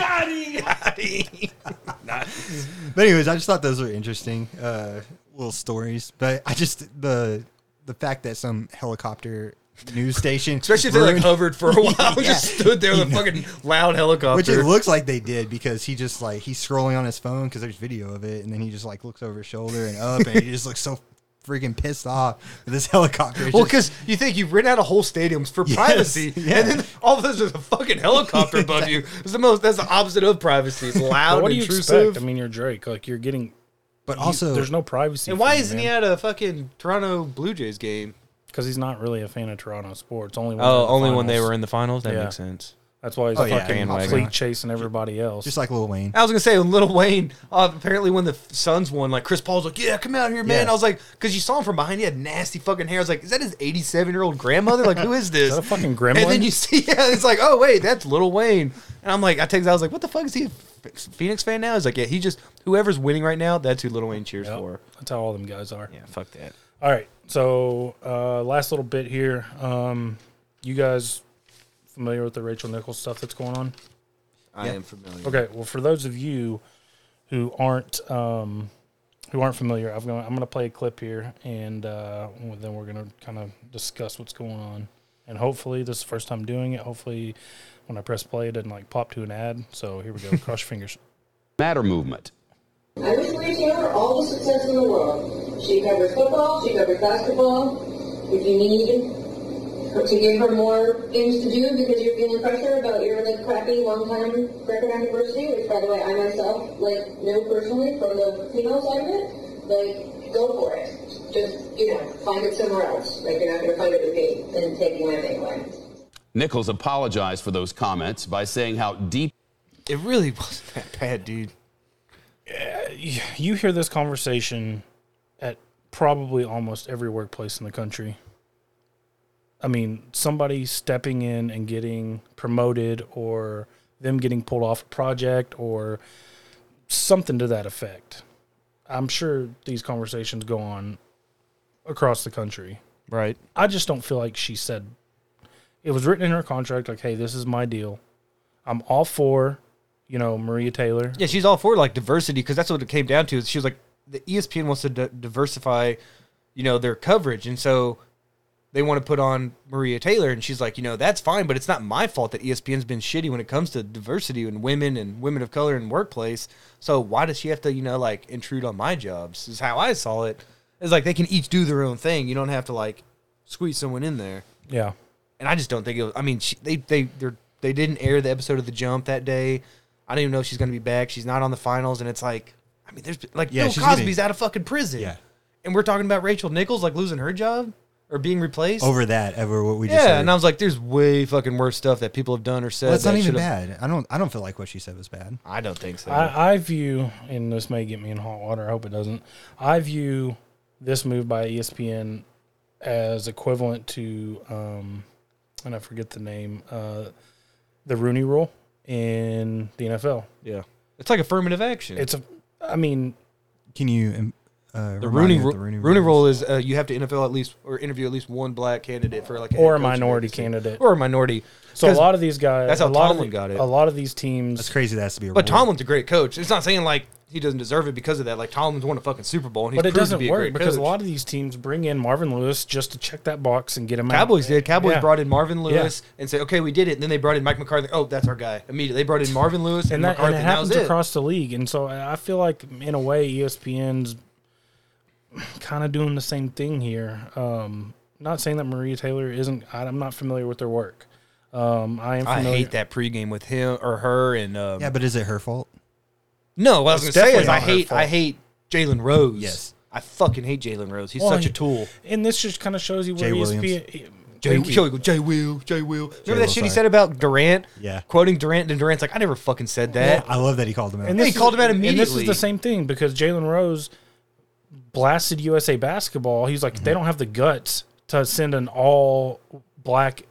Speaker 3: anyways, I just thought those were interesting uh, little stories. But I just the the fact that some helicopter news station,
Speaker 2: Especially if they like
Speaker 3: ruined-
Speaker 2: hovered for a while, just stood there with a
Speaker 3: You know.
Speaker 2: fucking loud helicopter.
Speaker 3: which it looks like they did because he just like he's scrolling on his phone because there's video of it, and then he just like looks over his shoulder and up, and he just looks so freaking pissed off that this helicopter. is
Speaker 2: well,
Speaker 3: just-
Speaker 2: because you think you've rent out a whole stadium for
Speaker 3: Yes,
Speaker 2: privacy,
Speaker 3: yeah.
Speaker 2: and then all of a sudden there's a fucking helicopter above you. It's the most. That's the opposite of privacy. It's
Speaker 1: But
Speaker 2: loud,
Speaker 1: what do you
Speaker 2: intrusive.
Speaker 1: expect? I mean, you're Drake. Like you're getting.
Speaker 3: but also
Speaker 1: there's no privacy.
Speaker 2: and why isn't he at a fucking Toronto Blue Jays game?
Speaker 1: Because he's not really a fan of Toronto sports. Only when they're
Speaker 2: Oh,
Speaker 1: in the
Speaker 2: only when they
Speaker 1: finals.
Speaker 2: were in the finals. That
Speaker 1: Yeah.
Speaker 2: makes sense.
Speaker 1: That's why he's
Speaker 3: Oh, yeah,
Speaker 1: fucking
Speaker 2: bandwagon.
Speaker 1: fleet chasing everybody else.
Speaker 3: just like Lil Wayne.
Speaker 2: I was gonna say, when Little Wayne uh, apparently when the Suns won, like Chris Paul's like, "Yeah, come out here, man."
Speaker 3: Yeah.
Speaker 2: I was like, because you saw him from behind, he had nasty fucking hair. I was like, "Is that his eighty-seven-year-old grandmother? Like, who is this?"
Speaker 1: that a fucking gremlin?
Speaker 2: And then you see, yeah, it's like, "Oh wait, that's Little Wayne." And I'm like, I text, I was like, "What the fuck is he a Ph- Phoenix fan now?" He's like, "Yeah, he just whoever's winning right now, that's who Little Wayne cheers
Speaker 1: Yep.
Speaker 2: for."
Speaker 1: That's how all them guys are.
Speaker 2: Yeah, fuck that.
Speaker 1: All right. So uh, last little bit here. Um, you guys familiar with the Rachel Nichols stuff that's going on?
Speaker 2: I
Speaker 3: Yeah.
Speaker 2: am familiar.
Speaker 1: Okay. Well, for those of you who aren't um, who aren't familiar, I'm going to I'm going to play a clip here, and uh, well, then we're going to kind of discuss what's going on. And hopefully, this is the first time doing it. Hopefully, when I press play, it doesn't like pop to an ad. So here we go. Cross your fingers.
Speaker 4: Matter movement.
Speaker 5: I wish Rachel all the success in the world. She covers football, she covers basketball. If you need her to give her more things to do because you're feeling pressure about your like crappy long-time record anniversary, which by the way I myself like know personally from the female side of it, like go for it. Just you know, find it somewhere else. Like you're not gonna find it with me and taking my thing away.
Speaker 4: Nichols apologized for those comments by saying how deep
Speaker 2: It really wasn't that bad, dude.
Speaker 1: you hear this conversation at probably almost every workplace in the country. I mean, somebody stepping in and getting promoted or them getting pulled off a project or something to that effect. I'm sure these conversations go on across the country.
Speaker 2: Right.
Speaker 1: I just don't feel like she said it was written in her contract like, hey, this is my deal. I'm all for, you know, Maria Taylor.
Speaker 2: Yeah, she's all for like diversity because that's what it came down to. Is she was like the E ESPN wants to d- diversify, you know, their coverage, and so they want to put on Maria Taylor, and she's like, you know, that's fine, but it's not my fault that E ESPN's been shitty when it comes to diversity and women and women of color in workplace. So why does she have to, you know, like intrude on my jobs? Is how I saw it. It's like they can each do their own thing. You don't have to like squeeze someone in there
Speaker 1: Yeah.
Speaker 2: and I just don't think it was. I mean, she, they they they're, they didn't air the episode of the jump that day. I don't even know if she's going to be back. She's not on the finals, and it's like, I mean, there's like
Speaker 3: Yeah,
Speaker 2: Bill
Speaker 3: she's
Speaker 2: Cosby's
Speaker 3: getting-
Speaker 2: out of fucking prison.
Speaker 3: Yeah.
Speaker 2: and we're talking about Rachel Nichols like losing her job or being replaced
Speaker 3: over that over what we just
Speaker 2: Yeah,
Speaker 3: said.
Speaker 2: and I was like, there's way fucking worse stuff that people have done or said.
Speaker 3: that's not
Speaker 2: that
Speaker 3: even
Speaker 2: should've-
Speaker 3: bad. I don't I don't feel like what she said was bad.
Speaker 2: I don't think so.
Speaker 1: I, I view, and this may get me in hot water. I hope it doesn't. I view this move by E ESPN as equivalent to, um, and I forget the name, uh, the Rooney Rule in the NFL.
Speaker 2: yeah, it's like affirmative action.
Speaker 1: It's a, I mean,
Speaker 3: Can you um, uh,
Speaker 2: the
Speaker 3: remind
Speaker 2: Rooney,
Speaker 3: me
Speaker 2: Ru-
Speaker 3: what
Speaker 2: Rooney,
Speaker 3: is?
Speaker 2: rule is uh, you have to NFL at least or interview at least one black candidate for like a head
Speaker 1: or a
Speaker 2: coaching
Speaker 1: minority
Speaker 2: vacancy.
Speaker 1: candidate.
Speaker 2: or a minority.
Speaker 1: So a
Speaker 2: 'Cause-
Speaker 1: lot of these guys,
Speaker 2: that's how
Speaker 1: a lot
Speaker 2: Tomlin
Speaker 1: of the-
Speaker 2: got it.
Speaker 1: A lot of these
Speaker 3: That's
Speaker 1: teams,
Speaker 3: crazy. That has to be a
Speaker 2: but
Speaker 3: rule.
Speaker 2: Tomlin's a great coach. It's not saying like he doesn't deserve it because of that. Like Tomlin's won a fucking Super Bowl, and he's
Speaker 1: but it
Speaker 2: proved to
Speaker 1: doesn't
Speaker 2: be a
Speaker 1: work
Speaker 2: great
Speaker 1: because a
Speaker 2: coach.
Speaker 1: lot of these teams bring in Marvin Lewis just to check that box and get him
Speaker 2: Cowboys
Speaker 1: out.
Speaker 2: did. Cowboys
Speaker 1: Yeah.
Speaker 2: brought in Marvin Lewis and said, "Okay, we did it." And then they brought in Mike McCarthy. Oh, that's our guy. Immediately, they brought in Marvin Lewis and,
Speaker 1: and that, and
Speaker 2: McCarthy.
Speaker 1: it
Speaker 2: And that was
Speaker 1: happens
Speaker 2: it.
Speaker 1: across the league. And so I I feel like, in a way, E ESPN's kind of doing the same thing here. Um, not saying that Maria Taylor isn't. I, I'm not familiar with their work. Um, I am.
Speaker 2: I
Speaker 1: Familiar.
Speaker 2: hate that pregame with him or her. And um,
Speaker 3: yeah, but is it her fault?
Speaker 2: no, what I was going
Speaker 1: It's
Speaker 2: to say is
Speaker 1: definitely
Speaker 2: I
Speaker 1: not her
Speaker 2: hate
Speaker 1: fault.
Speaker 2: I hate Jalen Rose.
Speaker 3: Yes.
Speaker 2: I fucking hate Jalen Rose. He's
Speaker 1: Well,
Speaker 2: such
Speaker 1: he-
Speaker 2: a tool.
Speaker 1: And this just kind of shows you where
Speaker 3: Jay Williams.
Speaker 1: ESPN.
Speaker 2: Jay,
Speaker 1: Thank you.
Speaker 2: Jay, Jay Will, Jay Will. Remember that
Speaker 3: Will,
Speaker 2: shit he
Speaker 3: sorry.
Speaker 2: said about Durant?
Speaker 3: Yeah.
Speaker 2: Quoting Durant, and Durant's like, I never fucking said that.
Speaker 3: Oh, I love that he called him out.
Speaker 1: And
Speaker 2: Yeah,
Speaker 1: this
Speaker 2: he called him out
Speaker 1: And this is
Speaker 2: immediately.
Speaker 1: the same thing because Jalen Rose blasted USA basketball. He's
Speaker 2: Mm-hmm.
Speaker 1: like, they don't have the guts to send an all black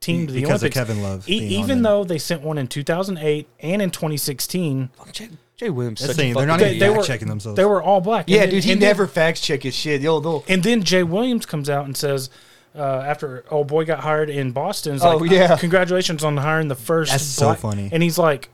Speaker 1: team to the
Speaker 3: Because of
Speaker 1: Olympics.
Speaker 3: Kevin Love
Speaker 1: E-
Speaker 3: being on
Speaker 1: even
Speaker 3: them.
Speaker 1: though they sent one in 2008 and in 2016.
Speaker 2: Jay, Jay Williams, such
Speaker 3: That's the
Speaker 2: a
Speaker 3: thing,
Speaker 2: fucking
Speaker 3: they're not
Speaker 1: They,
Speaker 2: idiot.
Speaker 3: even
Speaker 1: they were
Speaker 3: fact-checking themselves.
Speaker 1: They were all black. And
Speaker 2: yeah,
Speaker 1: then-
Speaker 2: dude, he
Speaker 1: and then-
Speaker 2: never fact check his shit. Yo, they'll-
Speaker 1: and then Jay Williams comes out and says, uh, after old boy got hired in Boston, he's
Speaker 2: Oh,
Speaker 1: like,
Speaker 2: yeah.
Speaker 1: congratulations on hiring the first.
Speaker 3: That's so
Speaker 1: black-"
Speaker 3: funny.
Speaker 1: And he's like,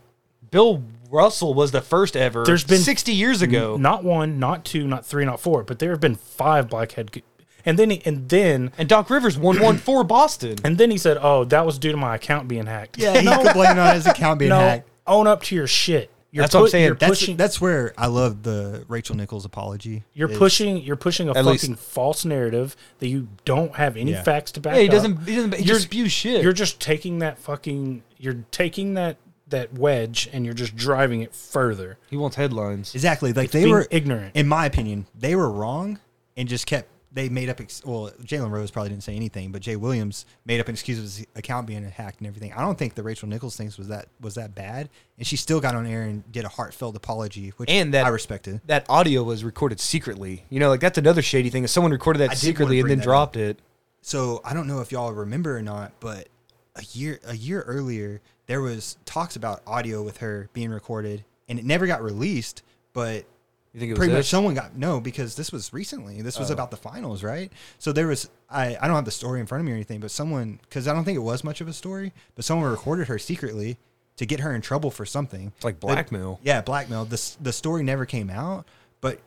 Speaker 2: Bill Russell was the first ever.
Speaker 1: There's been-
Speaker 2: sixty years ago.
Speaker 1: not one, not two, not three, not four, but there have been five blackhead. co- And then he, and then
Speaker 2: and Doc Rivers won one for Boston.
Speaker 1: and then he said, "Oh, that was due to my account being hacked."
Speaker 3: yeah, he complained on his account being
Speaker 1: no,
Speaker 3: hacked.
Speaker 1: own up to your shit. You're
Speaker 2: That's what I'm saying.
Speaker 1: You're
Speaker 3: That's
Speaker 1: pushing.
Speaker 3: that's where I love the Rachel Nichols apology.
Speaker 1: you're
Speaker 3: is-
Speaker 1: pushing. You're pushing a
Speaker 2: At
Speaker 1: fucking
Speaker 2: least-
Speaker 1: false narrative that you don't have any
Speaker 3: Yeah.
Speaker 1: facts to back.
Speaker 2: yeah, he
Speaker 1: up.
Speaker 2: doesn't. He doesn't. He
Speaker 1: You're-
Speaker 2: just spews shit.
Speaker 1: You're just taking that fucking. You're taking that that wedge and you're just driving it further.
Speaker 2: he wants headlines.
Speaker 3: Exactly. Like they
Speaker 1: being
Speaker 3: were
Speaker 1: ignorant.
Speaker 3: In my opinion, they were wrong and just kept. They made up. Ex- well, Jalen Rose probably didn't say anything, but Jay Williams made up an excuse of his account being hacked and everything. I don't think the Rachel Nichols things was that was that bad, and she still got on air and did a heartfelt apology, which
Speaker 2: And that
Speaker 3: I respected.
Speaker 2: That audio was recorded secretly. You know, like that's another shady thing. Is someone recorded that
Speaker 3: I did wanna
Speaker 2: secretly and
Speaker 3: bring
Speaker 2: then
Speaker 3: that
Speaker 2: dropped it?
Speaker 3: So I don't know if y'all remember or not, but a year a year earlier there was talks about audio with her being recorded, and it never got released, but
Speaker 2: You think it was
Speaker 3: pretty much
Speaker 2: this? Oh.
Speaker 3: someone got no because this was recently this was about the finals right so there was I, I don't have the story in front of me or anything but someone because i don't think it was much of a story but someone recorded her secretly to get her in trouble for something
Speaker 2: It's like
Speaker 3: The-
Speaker 2: blackmail.
Speaker 3: yeah blackmail this the story never came out but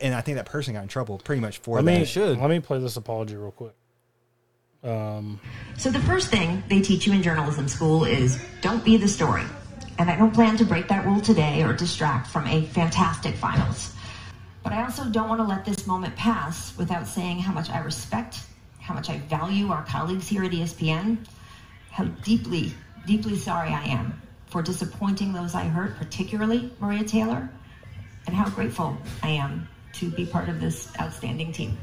Speaker 3: and i think that person got in trouble pretty much for
Speaker 1: Let
Speaker 3: that
Speaker 1: me
Speaker 2: should.
Speaker 1: let me play this apology real quick.
Speaker 6: So the first thing they teach you in journalism school is don't be the story. And I don't plan to break that rule today or distract from a fantastic finals. But I also don't want to let this moment pass without saying how much I respect, how much I value our colleagues here at E ESPN, how deeply, deeply sorry I am for disappointing those I hurt, particularly Maria Taylor, and how grateful I am to be part of this outstanding team.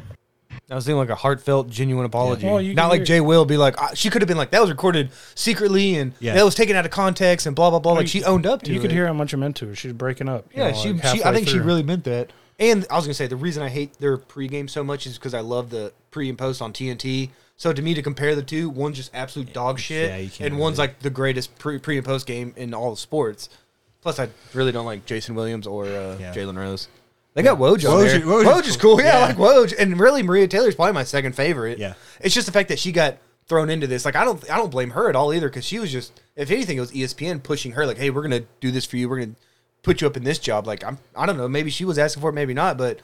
Speaker 2: I was doing like a heartfelt, genuine apology.
Speaker 1: Well, you
Speaker 2: Not
Speaker 1: can
Speaker 2: like
Speaker 1: hear-
Speaker 2: Jay Will be like, ah, she could have been like, that was recorded secretly and
Speaker 3: Yeah.
Speaker 2: that was taken out of context and blah, blah, blah. Like she owned up to
Speaker 1: You
Speaker 2: it.
Speaker 1: could hear how much it meant to her. She's breaking up. you
Speaker 2: Yeah,
Speaker 1: know,
Speaker 2: she,
Speaker 1: like
Speaker 2: she, I
Speaker 1: halfway
Speaker 2: think she
Speaker 1: through.
Speaker 2: really meant that. And I was going to say, the reason I hate their pregame so much is because I love the pre and post on TNT. So to me, to compare the two, one's just absolute dog shit,
Speaker 3: Yeah, you can't
Speaker 2: and
Speaker 3: do
Speaker 2: one's
Speaker 3: that.
Speaker 2: like the greatest pre, pre and post game in all the sports. Plus, I really don't like Jason Williams or uh,
Speaker 3: Yeah.
Speaker 2: Jalen Rose. They got Woj on
Speaker 3: Woj-
Speaker 2: there.
Speaker 3: Woj
Speaker 2: Woj,
Speaker 3: is
Speaker 2: is
Speaker 3: cool.
Speaker 2: cool. Yeah, I
Speaker 3: Yeah.
Speaker 2: like Woj. And really, Maria Taylor's probably my second favorite.
Speaker 3: Yeah.
Speaker 2: It's just the fact that she got thrown into this. Like I don't I don't blame her at all either because she was just if anything it was E ESPN pushing her like hey we're gonna do this for you we're gonna put you up in this job like I'm I don't know maybe she was asking for it maybe not but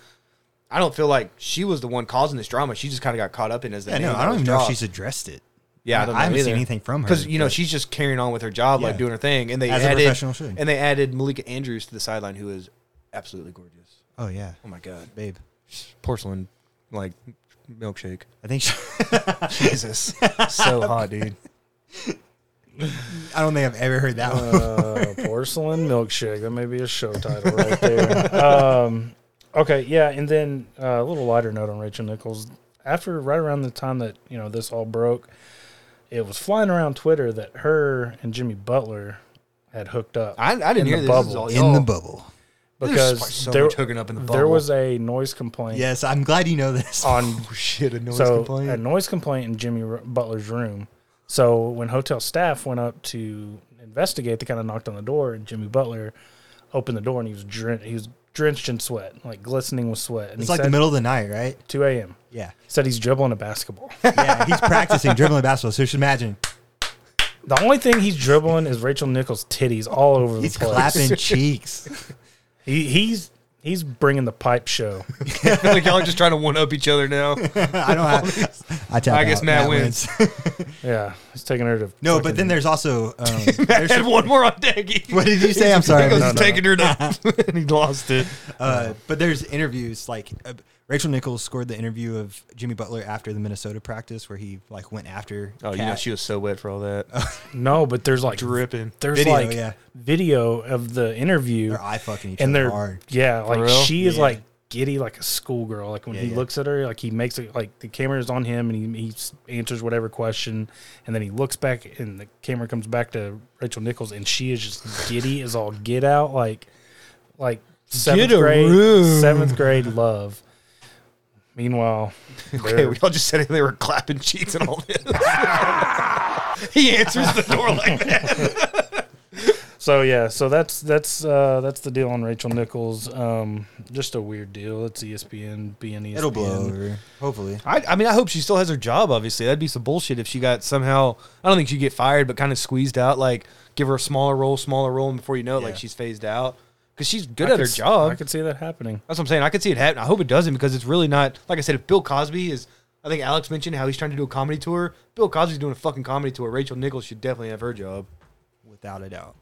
Speaker 2: I don't feel like she was the one causing this drama she just kind of got caught up in it as the
Speaker 3: yeah,
Speaker 2: name
Speaker 3: no
Speaker 2: that
Speaker 3: i don't
Speaker 2: was
Speaker 3: even know if
Speaker 2: dropped.
Speaker 3: she's addressed it
Speaker 2: yeah I, don't know
Speaker 3: haven't seen
Speaker 2: either.
Speaker 3: anything from her
Speaker 2: because you know
Speaker 3: but-
Speaker 2: she's just carrying on with her job like
Speaker 3: Yeah.
Speaker 2: doing her thing and they
Speaker 3: As a
Speaker 2: added
Speaker 3: professional should.
Speaker 2: and they added Malika Andrews to the sideline who is absolutely gorgeous
Speaker 3: oh yeah
Speaker 2: oh my god
Speaker 3: babe
Speaker 2: porcelain like milkshake
Speaker 3: i think she,
Speaker 2: Jesus so hot dude
Speaker 3: i don't think i've ever heard that one
Speaker 1: Uh, porcelain milkshake. That may be a show title right there. Um, Okay, yeah, and then uh, a little lighter note on Rachel Nichols. After right around the time that you know this all broke, it was flying around Twitter that her and Jimmy Butler had hooked up.
Speaker 2: I, I didn't
Speaker 1: in
Speaker 2: hear
Speaker 1: the
Speaker 2: this.
Speaker 1: bubble
Speaker 2: This is all
Speaker 3: in
Speaker 2: y'all.
Speaker 3: the bubble.
Speaker 1: because
Speaker 2: like so
Speaker 1: there,
Speaker 2: much hooking up in the
Speaker 1: there
Speaker 2: bubble.
Speaker 1: was a noise complaint
Speaker 3: Yes, I'm glad you know this.
Speaker 1: on
Speaker 2: Oh, shit, a noise
Speaker 1: so
Speaker 2: complaint.
Speaker 1: a noise complaint in Jimmy R- Butler's room. So when hotel staff went up to investigate, they kind of knocked on the door, and Jimmy Butler opened the door, and he was dren- he was drenched in sweat, like glistening with sweat. And
Speaker 3: It's
Speaker 1: he
Speaker 3: like
Speaker 1: said,
Speaker 3: the middle of the night, right?
Speaker 1: two a.m.
Speaker 3: Yeah.
Speaker 1: Said he's dribbling a basketball.
Speaker 3: Yeah, he's practicing dribbling basketball. So you should imagine
Speaker 1: the only thing he's dribbling is Rachel Nichols' titties all over
Speaker 3: he's
Speaker 1: the place.
Speaker 3: clapping cheeks.
Speaker 1: He, he's he's bringing the pipe show.
Speaker 2: like y'all are just trying to one up each other now.
Speaker 3: I don't have. I, tap
Speaker 2: I guess
Speaker 3: out.
Speaker 2: Matt wins.
Speaker 1: Yeah, he's taking her to
Speaker 3: no,
Speaker 1: fucking-
Speaker 3: but then there's also. Um, there's,
Speaker 2: Had one more on Deggy.
Speaker 3: what did you say? I'm sorry. I
Speaker 2: Nichols
Speaker 3: missed
Speaker 2: is
Speaker 3: that.
Speaker 2: taking her down, and he lost it.
Speaker 3: Uh, but there's interviews like uh, Rachel Nichols scored the interview of Jimmy Butler after the Minnesota practice where he like went after.
Speaker 2: Oh, you know
Speaker 3: Kat.
Speaker 2: she was so wet for all that.
Speaker 1: no, but there's like
Speaker 2: Dripping.
Speaker 1: There's
Speaker 3: Video,
Speaker 1: like
Speaker 3: yeah.
Speaker 1: video of the interview.
Speaker 3: They're eye fucking each
Speaker 1: and
Speaker 3: other
Speaker 1: they're
Speaker 3: hard.
Speaker 1: yeah, like
Speaker 2: real?
Speaker 1: she is
Speaker 3: Yeah.
Speaker 1: like giddy like a schoolgirl. Like when
Speaker 3: Yeah,
Speaker 1: he
Speaker 3: yeah.
Speaker 1: looks at her, like he makes it like the camera is on him and he, he s- answers whatever question, and then he looks back and the camera comes back to Rachel Nichols and she is just giddy as all get out like like seventh
Speaker 2: a
Speaker 1: grade
Speaker 2: room.
Speaker 1: seventh grade love. Meanwhile,
Speaker 2: Okay, we all just said they were clapping cheeks and all this. he answers the door like that.
Speaker 1: So yeah, so that's that's uh, that's the deal on Rachel Nichols. Um, just a weird deal. E It's ESPN being ESPN.
Speaker 3: It'll blow over. Hopefully.
Speaker 2: I, I mean, I hope she still has her job. Obviously, that'd be some bullshit if she got somehow. I don't think she'd get fired, but kind of squeezed out. Like, give her a smaller role, smaller role, and before you know it, like
Speaker 3: Yeah.
Speaker 2: she's phased out because she's good
Speaker 1: I
Speaker 2: at
Speaker 1: could
Speaker 2: her
Speaker 1: s-
Speaker 2: job.
Speaker 1: I could see that happening.
Speaker 2: That's what I'm saying. I could see it happen. I hope it doesn't because it's really not. Like I said, if Bill Cosby is, I think Alex mentioned how he's trying to do a comedy tour. Bill Cosby's doing a fucking comedy tour. Rachel Nichols should definitely have her job.
Speaker 3: Without a doubt.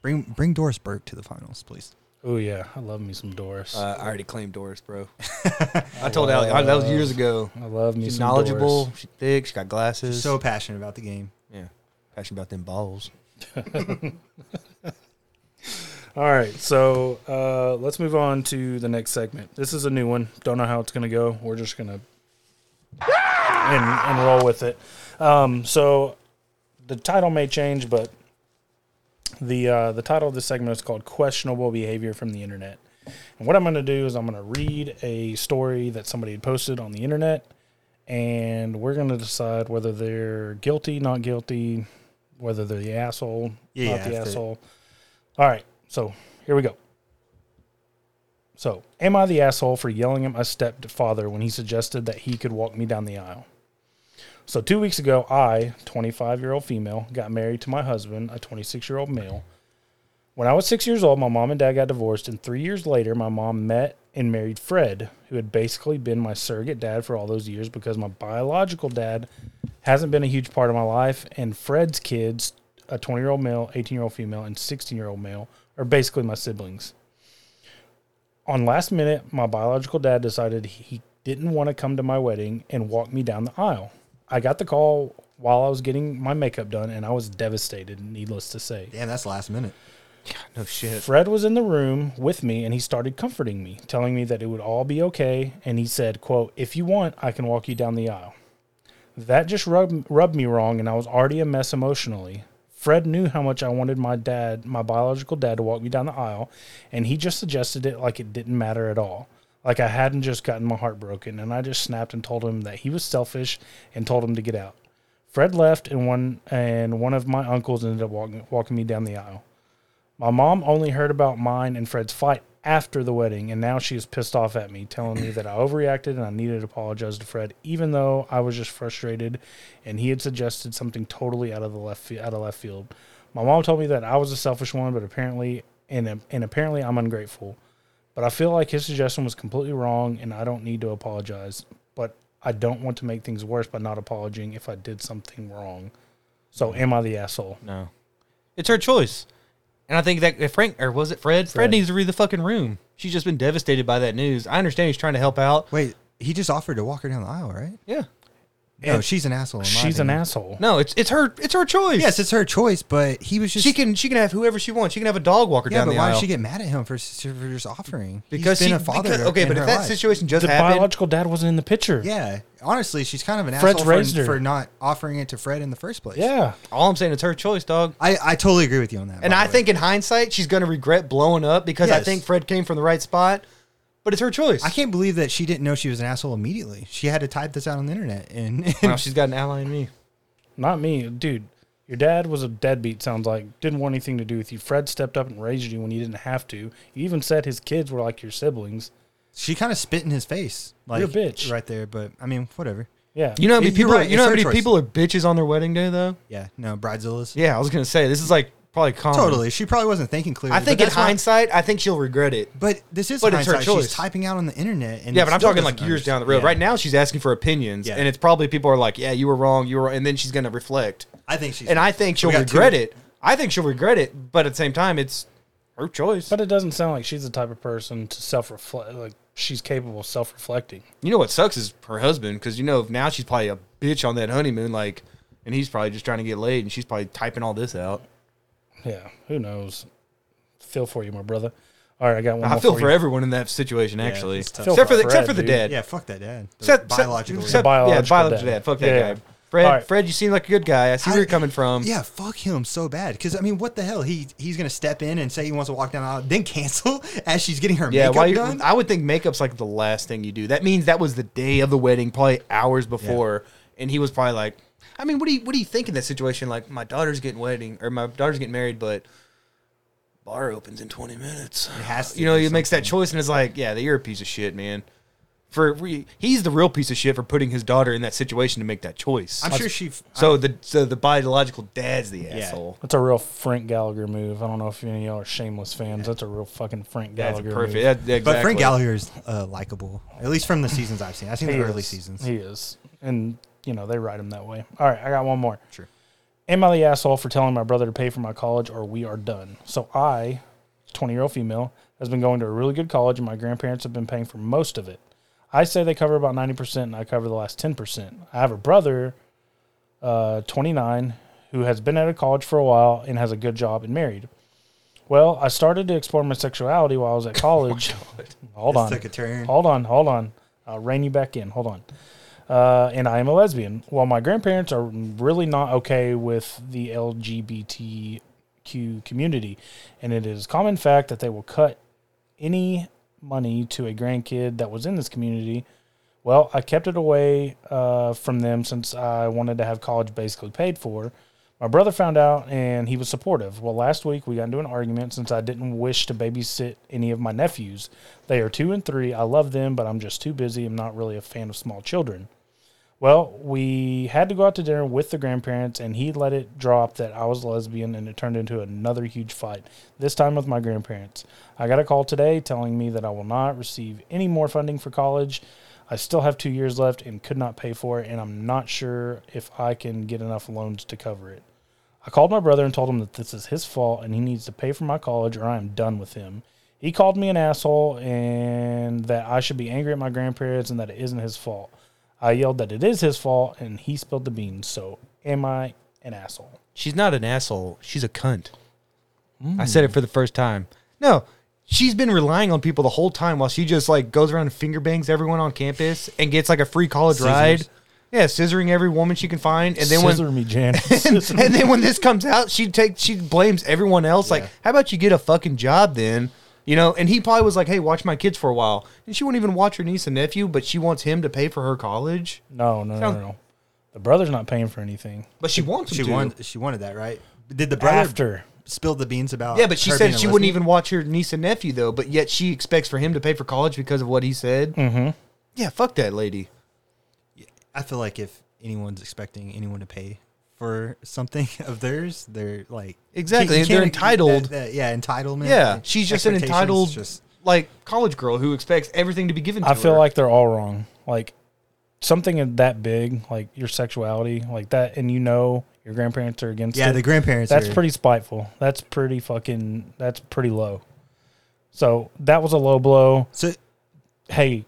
Speaker 3: Bring bring Doris Burke to the finals, please.
Speaker 1: Oh yeah, I love me some Doris.
Speaker 2: Uh, I already claimed Doris, bro. I told Alex I, that was years ago.
Speaker 1: I love me
Speaker 2: She's
Speaker 1: some
Speaker 2: knowledgeable.
Speaker 1: Doris.
Speaker 2: She's thick. She got glasses.
Speaker 3: So passionate about the game.
Speaker 2: yeah, passionate about them balls.
Speaker 1: All right, so uh, let's move on to the next segment. This is a new one. Don't know how it's gonna go. We're just gonna and, and roll with it. Um, so the title may change, but the uh, the title of this segment is called "Questionable Behavior from the Internet." And what I'm going to do is I'm going to read a story that somebody had posted on the internet, and we're going to decide whether they're guilty, not guilty, whether they're the asshole, not
Speaker 3: Yeah, yeah,
Speaker 1: the
Speaker 3: that's it.
Speaker 1: asshole. All right, so here we go. So, am I the asshole for yelling at my stepfather when he suggested that he could walk me down the aisle? So, two weeks ago, I, 25 year old female, got married to my husband, a 26 year old male. When I was six years old, my mom and dad got divorced, and three years later, my mom met and married Fred, who had basically been my surrogate dad for all those years because my biological dad hasn't been a huge part of my life, and Fred's kids, a 20 year old male, 18 year old female, and 16 year old male, are basically my siblings on last minute, my biological dad decided he didn't want to come to my wedding and walk me down the aisle. I got the call while I was getting my makeup done, and I was devastated, needless to say.
Speaker 3: Damn, that's last minute.
Speaker 2: No shit.
Speaker 1: Fred was in the room with me and he started comforting me, telling me that it would all be okay. And he said, quote, if you want, I can walk you down the aisle. That just rubbed, rubbed me wrong and I was already a mess emotionally. Fred knew how much I wanted my dad, my biological dad, to walk me down the aisle, and he just suggested it like it didn't matter at all. Like I hadn't just gotten my heart broken, and I just snapped and told him that he was selfish and told him to get out. Fred left, and one and one of my uncles ended up walking, walking me down the aisle. My mom only heard about mine and Fred's fight after the wedding, and now she is pissed off at me, telling me that I overreacted and I needed to apologize to Fred, even though I was just frustrated, and he had suggested something totally out of the left fi- out of left field. My mom told me that I was a selfish one, but apparently, and and apparently, I'm ungrateful. But I feel like his suggestion was completely wrong, and I don't need to apologize. But I don't want to make things worse by not apologizing if I did something wrong. So, am I the asshole?
Speaker 2: No, it's her choice. And I think that if Frank or was it Fred? Fred, needs to read the fucking room. She's just been devastated by that news. I understand he's trying to help out.
Speaker 3: Wait, he just offered to walk her down the aisle, right?
Speaker 2: Yeah.
Speaker 3: No, she's an asshole. in my
Speaker 1: She's an
Speaker 3: opinion.
Speaker 1: asshole.
Speaker 2: No, it's it's her it's her choice.
Speaker 3: Yes, it's her choice, but he was just.
Speaker 2: she can she can have whoever she wants. She can have a dog walker
Speaker 3: Yeah,
Speaker 2: down
Speaker 3: but
Speaker 2: the
Speaker 3: why
Speaker 2: aisle.
Speaker 3: did she get mad at him for, s- for just offering? He's
Speaker 2: because
Speaker 3: been
Speaker 2: she,
Speaker 3: a father.
Speaker 2: because- okay,
Speaker 3: in
Speaker 2: but
Speaker 3: her
Speaker 2: if that
Speaker 3: life.
Speaker 2: situation just
Speaker 1: The
Speaker 2: happened,
Speaker 1: biological dad wasn't in the picture.
Speaker 3: Yeah, honestly, she's kind of an
Speaker 1: Fred's raised
Speaker 3: asshole
Speaker 1: her.
Speaker 3: for, for not offering it to Fred in the first place.
Speaker 1: Yeah.
Speaker 2: all I'm saying it's her choice, dog.
Speaker 3: I, I totally agree with you on that.
Speaker 2: And
Speaker 3: by
Speaker 2: I
Speaker 3: the way.
Speaker 2: think in hindsight, she's going to regret blowing up because I
Speaker 3: Yes.
Speaker 2: think Fred came from the right spot. But it's her choice.
Speaker 3: I can't believe that she didn't know she was an asshole immediately. She had to type this out on the internet, and,
Speaker 2: Wow, she's got an ally in me.
Speaker 1: Not me, dude. Your dad was a deadbeat. Sounds like didn't want anything to do with you. Fred stepped up and raised you when you didn't have to. You even said his kids were like your siblings.
Speaker 3: she kind of spit in his face. Like,
Speaker 1: You're a bitch.
Speaker 3: right there. But I mean, whatever.
Speaker 1: Yeah.
Speaker 2: You know how many
Speaker 3: You're
Speaker 2: people?
Speaker 3: right,
Speaker 2: you know
Speaker 3: it's
Speaker 2: how
Speaker 3: her
Speaker 2: many
Speaker 3: choice.
Speaker 2: people are bitches on their wedding day though.
Speaker 3: Yeah, no, bridezilla's.
Speaker 2: Yeah, I was gonna say this is like probably common.
Speaker 3: totally. She probably wasn't thinking clearly.
Speaker 2: I think
Speaker 3: but
Speaker 2: in
Speaker 3: that's why-
Speaker 2: hindsight, I think she'll regret it.
Speaker 3: but this is
Speaker 2: but it's her
Speaker 3: hindsight.
Speaker 2: choice.
Speaker 3: She's typing out on the internet, and
Speaker 2: Yeah,
Speaker 3: it
Speaker 2: but I'm
Speaker 3: still
Speaker 2: talking like
Speaker 3: doesn't
Speaker 2: years
Speaker 3: underst-
Speaker 2: down the road.
Speaker 3: Yeah.
Speaker 2: Right now, she's asking for opinions,
Speaker 3: Yeah.
Speaker 2: and it's probably people are like, "Yeah, you were wrong. You were," and then she's gonna reflect.
Speaker 3: I think she's
Speaker 2: and I think she'll
Speaker 3: We got two.
Speaker 2: regret it. I think she'll regret it, but at the same time, it's her choice.
Speaker 1: But it doesn't sound like she's the type of person to self reflect. Like she's capable of self reflecting.
Speaker 2: You know what sucks is her husband, because you know now she's probably a bitch on that honeymoon, like, and he's probably just trying to get laid, and she's probably typing all this out.
Speaker 1: Yeah. Who knows? Feel for you, my brother. All right, I got one.
Speaker 2: I
Speaker 1: more
Speaker 2: feel
Speaker 1: for
Speaker 2: for
Speaker 1: you.
Speaker 2: everyone in that situation, actually,
Speaker 3: it's tough.
Speaker 2: except
Speaker 1: Feel
Speaker 2: for the,
Speaker 1: for
Speaker 2: except
Speaker 1: Fred,
Speaker 2: for the
Speaker 1: dude.
Speaker 2: dad.
Speaker 3: Yeah, fuck that dad. The
Speaker 2: Except,
Speaker 3: biological.
Speaker 2: except,
Speaker 1: dad.
Speaker 2: yeah, biological
Speaker 1: Biological
Speaker 2: dad.
Speaker 1: dad.
Speaker 2: Fuck that
Speaker 1: Yeah.
Speaker 2: guy. Fred,
Speaker 1: All right.
Speaker 2: Fred, you seem like a good guy. I see where you're coming from.
Speaker 3: Yeah, fuck him so bad. Because I mean, what the hell? He he's gonna step in and say he wants to walk down the aisle, then cancel as she's getting her
Speaker 2: Yeah,
Speaker 3: makeup
Speaker 2: why you,
Speaker 3: done.
Speaker 2: I would think makeup's like the last thing you do. That means that was the day of the wedding, probably hours before, and he was probably like, I mean, what do you what do you think in that situation? Like, my daughter's getting wedding or my daughter's getting married, but bar opens in twenty minutes. It
Speaker 3: has to
Speaker 2: you know,
Speaker 3: do
Speaker 2: he makes that choice and it's like, yeah, you're a piece of shit, man. For we, he's the real piece of shit for putting his daughter in that situation to make that choice.
Speaker 3: I'm sure she.
Speaker 2: so the so the biological dad's the asshole.
Speaker 1: That's a real Frank Gallagher move. I don't know if any of y'all are shameless fans. That's a real fucking Frank
Speaker 2: That's
Speaker 1: Gallagher.
Speaker 2: perfect.
Speaker 1: Move.
Speaker 2: That- that-
Speaker 3: but Frank
Speaker 2: exactly.
Speaker 3: Gallagher is uh, likable, at least from the seasons I've seen. I've seen
Speaker 1: He
Speaker 3: the early
Speaker 1: is.
Speaker 3: seasons.
Speaker 1: He is, and you know they write him that way. All right, I got one more.
Speaker 3: Sure.
Speaker 1: Am I the asshole for telling my brother to pay for my college, or we are done? So I, twenty-year-old female, has been going to a really good college, and my grandparents have been paying for most of it. I say they cover about ninety percent, and I cover the last ten percent. I have a brother, uh, twenty-nine, who has been out of college for a while and has a good job and married. Well, I started to explore my sexuality while I was at college. hold
Speaker 3: This
Speaker 1: on,
Speaker 3: took a turn.
Speaker 1: hold on, hold on. I'll rein you back in. Hold on. Uh, and I am a lesbian. While my grandparents are really not okay with the LGBTQ community, and it is common fact that they will cut any money to a grandkid that was in this community. Well, I kept it away uh, from them since I wanted to have college basically paid for. My brother found out and he was supportive. Well, last week we got into an argument since I didn't wish to babysit any of my nephews. They are two and three. I love them, but I'm just too busy. I'm not really a fan of small children. Well, we had to go out to dinner with the grandparents, and he let it drop that I was lesbian, and it turned into another huge fight, this time with my grandparents. I got a call today telling me that I will not receive any more funding for college. I still have two years left and could not pay for it, and I'm not sure if I can get enough loans to cover it. I called my brother and told him that this is his fault and he needs to pay for my college or I am done with him. He called me an asshole and that I should be angry at my grandparents and that it isn't his fault. I yelled that it is his fault and he spilled the beans. So am I an asshole?
Speaker 2: She's not an asshole. She's a cunt. I said it for the first time. No, she's been relying on people the whole time while she just like goes around and finger bangs everyone on campus and gets like a free college ride. Yeah, scissoring every woman she can find, and then
Speaker 1: Scissor
Speaker 2: when
Speaker 1: me, Jan.
Speaker 2: and then when this comes out, she takes she blames everyone else. Like, how about you get a fucking job then? You know, and he probably was like, "Hey, watch my kids for a while," and she won't even watch her niece and nephew, but she wants him to pay for her college.
Speaker 1: no, no, no, no. The brother's not paying for anything.
Speaker 2: But she wants him
Speaker 3: She
Speaker 2: to.
Speaker 3: wanted. She wanted that, right? Did the brother
Speaker 1: After.
Speaker 3: spill the
Speaker 1: Uh,
Speaker 3: beans about?
Speaker 2: Yeah, but she
Speaker 3: her
Speaker 2: said
Speaker 3: being a
Speaker 2: she wouldn't
Speaker 3: lesbian?
Speaker 2: even watch her niece and nephew though. But yet she expects for him to pay for college because of what he said. Mm-hmm. Yeah, fuck that lady.
Speaker 3: I feel like if anyone's expecting anyone to pay for something of theirs, they're like
Speaker 2: Exactly,
Speaker 3: you
Speaker 2: they're
Speaker 3: can't-
Speaker 2: entitled.
Speaker 3: that- that- yeah, entitlement.
Speaker 2: Yeah, she's just an
Speaker 3: expectations,
Speaker 2: entitled
Speaker 3: just-
Speaker 2: like college girl who expects everything to be given. to
Speaker 1: I feel
Speaker 2: her.
Speaker 1: like they're all wrong. Like something that big, like your sexuality, like that, and you know your grandparents are against
Speaker 3: yeah,
Speaker 1: it.
Speaker 3: the grandparents.
Speaker 1: That's
Speaker 3: are-
Speaker 1: pretty spiteful. That's pretty fucking. That's pretty low. So that was a low blow.
Speaker 3: So
Speaker 1: Hey,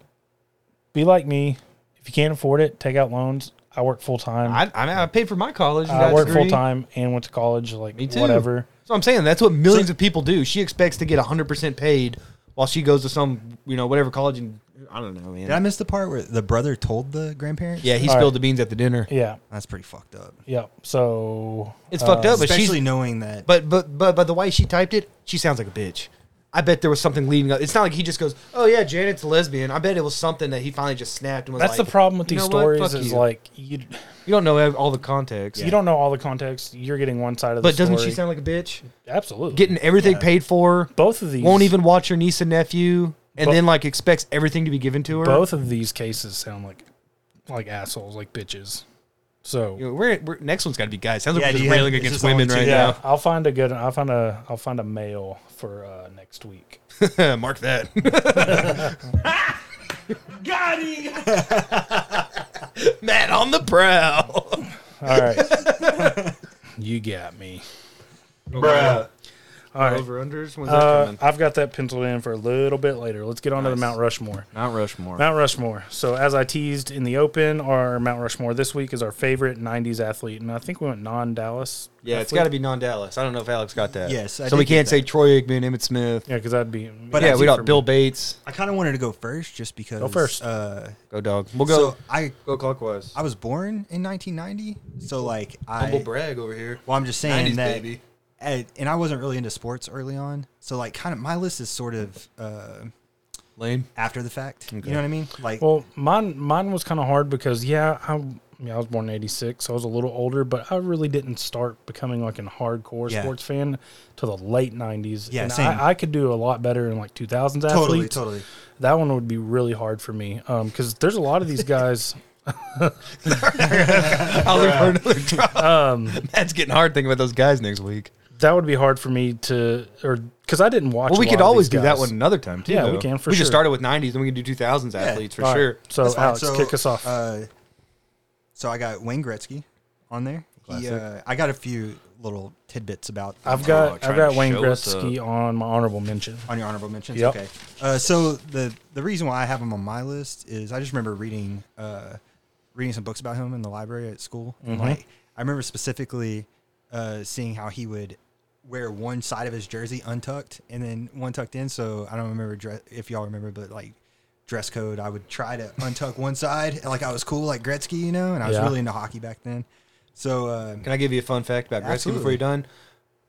Speaker 1: be like me. If you can't afford it, take out loans. I work full time.
Speaker 2: I, I, mean, I paid for my college. and
Speaker 1: I
Speaker 2: got a
Speaker 1: worked
Speaker 2: degree.
Speaker 1: full time and went to college, like
Speaker 2: Me too.
Speaker 1: whatever.
Speaker 2: So I'm saying that's what millions of people do. She expects to get 100 percent paid while she goes to some, you know, whatever college. And I don't know, man.
Speaker 3: Did I miss the part where the brother told the grandparents?
Speaker 2: yeah, he
Speaker 1: All
Speaker 2: spilled
Speaker 1: right.
Speaker 2: the beans at the dinner.
Speaker 1: Yeah,
Speaker 3: That's pretty fucked up.
Speaker 1: yeah. So
Speaker 2: It's fucked
Speaker 1: uh,
Speaker 2: up, but she's
Speaker 3: Especially knowing that.
Speaker 2: But but but by the way she typed it, she sounds like a bitch. I bet there was something leading up. It's not like he just goes, "Oh yeah, Janet's a lesbian." I bet it was something that he finally just snapped and was
Speaker 1: that's
Speaker 2: like,
Speaker 1: the problem with
Speaker 2: "You
Speaker 1: these
Speaker 2: know what?
Speaker 1: stories
Speaker 2: Fuck
Speaker 1: is
Speaker 2: you."
Speaker 1: like you
Speaker 2: you don't know ev- all the context.
Speaker 1: you don't know all the context. You're getting one side of the
Speaker 2: But doesn't
Speaker 1: story.
Speaker 2: she sound like a bitch?
Speaker 1: absolutely
Speaker 2: Getting everything paid for,
Speaker 1: both of these?
Speaker 2: won't even watch her niece and nephew, and
Speaker 1: Bo-
Speaker 2: then like expects everything to be given to her.
Speaker 1: both of these cases sound like like assholes, like bitches. So
Speaker 2: You know, we're, we're, next one's got to be guys. Sounds like
Speaker 3: Yeah,
Speaker 2: we're
Speaker 3: do
Speaker 2: just
Speaker 3: you have-
Speaker 2: railing
Speaker 3: it's
Speaker 2: against
Speaker 3: just only
Speaker 2: women
Speaker 3: two-
Speaker 2: right
Speaker 1: yeah, I'll find a good. I'll find a. I'll find a male for uh, next week.
Speaker 2: now. Mark that. got him. Matt on the prowl.
Speaker 1: All right, you got me.
Speaker 2: Bruh.
Speaker 1: All right,
Speaker 2: Over unders. When's that
Speaker 1: uh,
Speaker 2: coming?
Speaker 1: I've got that penciled in for a little bit later. Let's get on to the Mount Rushmore.
Speaker 2: Mount Rushmore.
Speaker 1: Mount Rushmore. So as I teased in the open, our Mount Rushmore this week is our favorite '90s athlete, and I think we went non-Dallas.
Speaker 2: yeah, it's got to be non-Dallas. I don't know if Alex got that.
Speaker 3: Yes, I
Speaker 2: so we
Speaker 3: did get
Speaker 2: can't say
Speaker 3: that.
Speaker 2: Troy Aikman, Emmett Smith.
Speaker 1: Yeah, because that'd be.
Speaker 3: But
Speaker 2: yeah,
Speaker 3: I
Speaker 2: we
Speaker 3: do
Speaker 2: got
Speaker 3: for
Speaker 2: Bill
Speaker 3: me.
Speaker 2: Bates.
Speaker 3: I kind of wanted to go first just because.
Speaker 1: Go first.
Speaker 3: Uh,
Speaker 2: Go dog. We'll go.
Speaker 3: so I
Speaker 2: go clockwise.
Speaker 3: I was born in 1990, so like I.
Speaker 2: Humble brag over here.
Speaker 3: Well, I'm just saying
Speaker 2: 90s
Speaker 3: that,
Speaker 2: baby.
Speaker 3: And, and I wasn't really into sports early on, so like kind of my list is sort of uh,
Speaker 2: Lane.
Speaker 3: after the fact. You know what I mean? Like,
Speaker 1: well, mine mine was kind of hard because yeah, I, yeah, I was born in '86, so I was a little older, but I really didn't start becoming like a hardcore
Speaker 3: Yeah.
Speaker 1: sports fan till the late '90s.
Speaker 3: Yeah,
Speaker 1: and
Speaker 3: same.
Speaker 1: I, I could do a lot better in like 2000s athletes.
Speaker 3: totally, totally.
Speaker 1: That one would be really hard for me because there's a lot of these guys.
Speaker 2: I'll look for another drop.
Speaker 1: Um,
Speaker 2: Matt's getting hard thinking about those guys next week.
Speaker 1: that would be hard for me to, or because I didn't watch.
Speaker 2: Well, we
Speaker 1: a
Speaker 2: could
Speaker 1: lot of
Speaker 2: always
Speaker 1: these
Speaker 2: do that
Speaker 1: guys.
Speaker 2: one another time too.
Speaker 1: Yeah, we
Speaker 2: though.
Speaker 1: can, for
Speaker 2: we
Speaker 1: sure.
Speaker 2: just started with '90s, then we can do 2000s athletes for
Speaker 1: All right.
Speaker 2: sure.
Speaker 1: So
Speaker 3: That's fine.
Speaker 1: Alex,
Speaker 3: So,
Speaker 1: kick us off.
Speaker 3: Uh, so I got Wayne Gretzky on there. He, uh, I got a few little tidbits about.
Speaker 1: I've got
Speaker 2: trying
Speaker 1: I've got
Speaker 2: to
Speaker 1: Wayne
Speaker 2: show us
Speaker 3: uh,
Speaker 1: Gretzky on my honorable mention.
Speaker 3: on your honorable mentions.
Speaker 1: Yep.
Speaker 3: Okay. Uh, so the the reason why I have him on my list is I just remember reading uh, reading some books about him in the library at school. And
Speaker 1: Mm-hmm.
Speaker 3: like I remember specifically uh, seeing how he would wear one side of his jersey untucked and then one tucked in. So I don't remember dre- if y'all remember, but like dress code, I would try to untuck one side. and, Like I was cool, like Gretzky, you know, and I was
Speaker 1: Yeah.
Speaker 3: really into hockey back then. So uh,
Speaker 2: Can I give you a fun fact about Gretzky before
Speaker 3: Absolutely.
Speaker 2: you're done?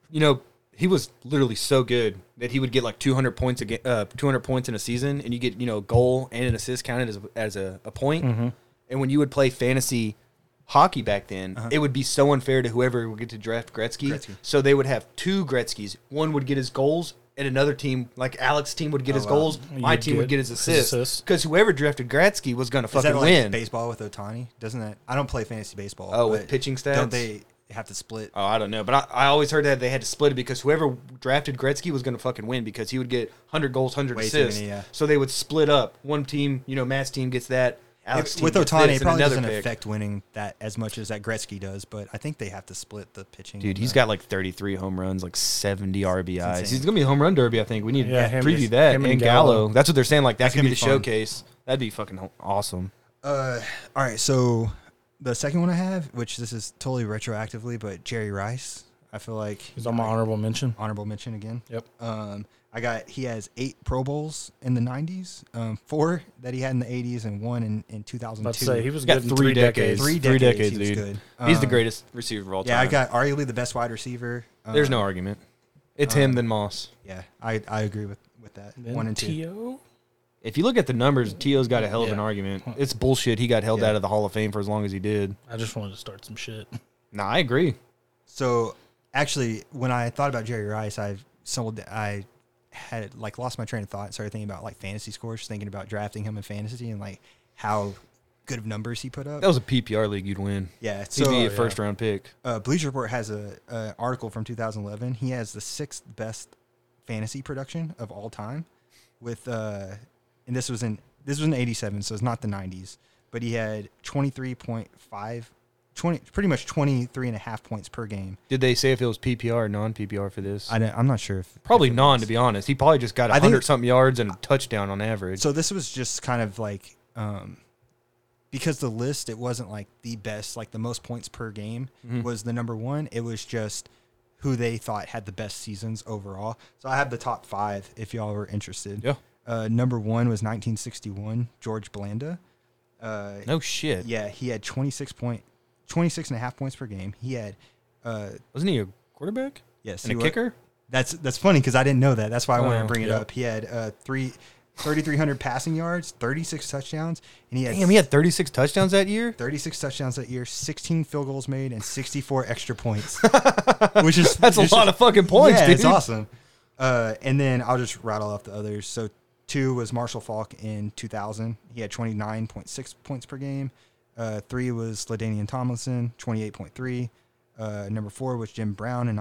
Speaker 2: You know, he was literally so good that he would get like 200 points a ga- uh, 200 points in a season, and you get you know a goal and an assist counted as as a, a point.
Speaker 3: Mm-hmm.
Speaker 2: And when you would play fantasy hockey back then, it would be so unfair to whoever would get to draft Gretzky.
Speaker 3: Uh-huh. Gretzky.
Speaker 2: So they would have two Gretzky's. One would get his goals. And another team, like Alex's team,
Speaker 3: Oh,
Speaker 2: would get his goals. My
Speaker 1: You'd
Speaker 2: team would
Speaker 1: get
Speaker 2: get his
Speaker 1: his
Speaker 2: assists
Speaker 1: assists.
Speaker 2: because whoever drafted Gretzky was going to
Speaker 3: Is
Speaker 2: fucking
Speaker 3: that like
Speaker 2: win.
Speaker 3: baseball with Otani? Doesn't that? I don't play fantasy baseball.
Speaker 2: Oh, with
Speaker 3: but
Speaker 2: pitching stats?
Speaker 3: Don't they have to split?
Speaker 2: Oh, I don't know, but I, I always heard that they had to split it because whoever drafted Gretzky was going to fucking win because he would get 100 goals, 100
Speaker 3: Way too
Speaker 2: assists.
Speaker 3: many, yeah.
Speaker 2: So they would split up. One team, you know, Matt's team gets that. Alex
Speaker 3: If- with
Speaker 2: team gets
Speaker 3: Otani,
Speaker 2: this,
Speaker 3: it
Speaker 2: and
Speaker 3: probably
Speaker 2: another
Speaker 3: doesn't
Speaker 2: pick.
Speaker 3: affect winning that as much as that Gretzky does, but I think they have to split the pitching.
Speaker 2: Dude,
Speaker 3: and
Speaker 2: he's
Speaker 3: the-
Speaker 2: got like 33 home runs, like 70 RBIs.
Speaker 3: insane.
Speaker 2: He's going to be a home run derby, I think. We need
Speaker 1: Yeah,
Speaker 2: to
Speaker 1: him-
Speaker 2: preview that.
Speaker 1: him
Speaker 2: And,
Speaker 1: and
Speaker 2: Gallo.
Speaker 1: Gallo.
Speaker 2: That's what they're saying. Like, that's going to
Speaker 3: gonna
Speaker 2: be the
Speaker 3: be fun.
Speaker 2: showcase. That'd be fucking ho- awesome.
Speaker 3: Uh, all right, so the second one I have, which this is totally retroactively, but Jerry Rice, I feel like
Speaker 1: He's on my honorable mention.
Speaker 3: honorable mention again.
Speaker 1: Yep.
Speaker 3: Um, I got he has eight Pro Bowls in the '90s, um, four that he had in the '80s, and one in in 2002.
Speaker 1: Let's say he was
Speaker 2: He's
Speaker 1: good
Speaker 2: got
Speaker 1: in
Speaker 2: three, decades.
Speaker 3: Three decades, he was
Speaker 2: dude.
Speaker 3: good.
Speaker 2: He's the
Speaker 3: Um,
Speaker 2: greatest receiver of all time.
Speaker 3: yeah, I got arguably the best wide receiver. Um,
Speaker 2: There's no argument. It's
Speaker 3: uh,
Speaker 2: him, then Moss.
Speaker 3: Yeah, I, I agree with with that.
Speaker 1: Then
Speaker 3: One and two.
Speaker 1: T.O.?
Speaker 2: If you look at the numbers, Tio's got a hell of an
Speaker 1: Yeah.
Speaker 2: argument. It's bullshit. He got held out of the Hall of Fame for as long as he did.
Speaker 1: I just wanted to start some shit.
Speaker 2: Nah, I agree.
Speaker 3: So actually, when I thought about Jerry Rice, I sold. I had like lost my train of thought and started thinking about like fantasy scores, thinking about drafting him in fantasy and like how good of numbers he put up.
Speaker 2: That was a PPR league you'd win.
Speaker 3: yeah.
Speaker 2: He'd be
Speaker 3: So
Speaker 2: a first round pick.
Speaker 3: uh, Bleacher Report has a, a article from 2011. He has the sixth best fantasy production of all time, with uh, and this was in this was in '87, so it's not the '90s, but he had 23.5, 20, pretty much 23 and a half points per game.
Speaker 2: Did they say if it was PPR or non PPR for this?
Speaker 3: I don't, I'm not sure if
Speaker 2: probably non, to be honest. He probably just got
Speaker 3: I think-
Speaker 2: hundred something yards and a touchdown on average.
Speaker 3: So this was just kind of like um, because the list it wasn't like the best, like the most points per game was the number one. It was just who they thought had the best seasons overall. So I have the top five if y'all were interested.
Speaker 2: Yeah.
Speaker 3: Uh, number one was 1961, George Blanda.
Speaker 2: No shit.
Speaker 3: Yeah, he had 26 point, 26 and a half points per game. He had, uh,
Speaker 2: Wasn't he a quarterback?
Speaker 3: Yes,
Speaker 2: And
Speaker 3: he
Speaker 2: a
Speaker 3: wa-
Speaker 2: kicker?
Speaker 3: That's that's funny because I didn't know that. That's why I wanted
Speaker 2: Oh,
Speaker 3: to bring it
Speaker 2: yeah.
Speaker 3: up. He had uh, three, 3,300 passing yards, 36 touchdowns, and he had,
Speaker 2: Damn, he had 36 touchdowns that year?
Speaker 3: 36 touchdowns that year, 16 field goals made, and 64 extra points, which is
Speaker 2: That's a
Speaker 3: which
Speaker 2: lot
Speaker 3: is-
Speaker 2: of fucking points,
Speaker 3: Yeah,
Speaker 2: dude.
Speaker 3: it's awesome. Uh, and then I'll just rattle off the others. So two was Marshall Falk in 2000. He had 29.6 points per game. Uh, three was Ladanian Tomlinson, 28.3. Uh, number four was Jim Brown in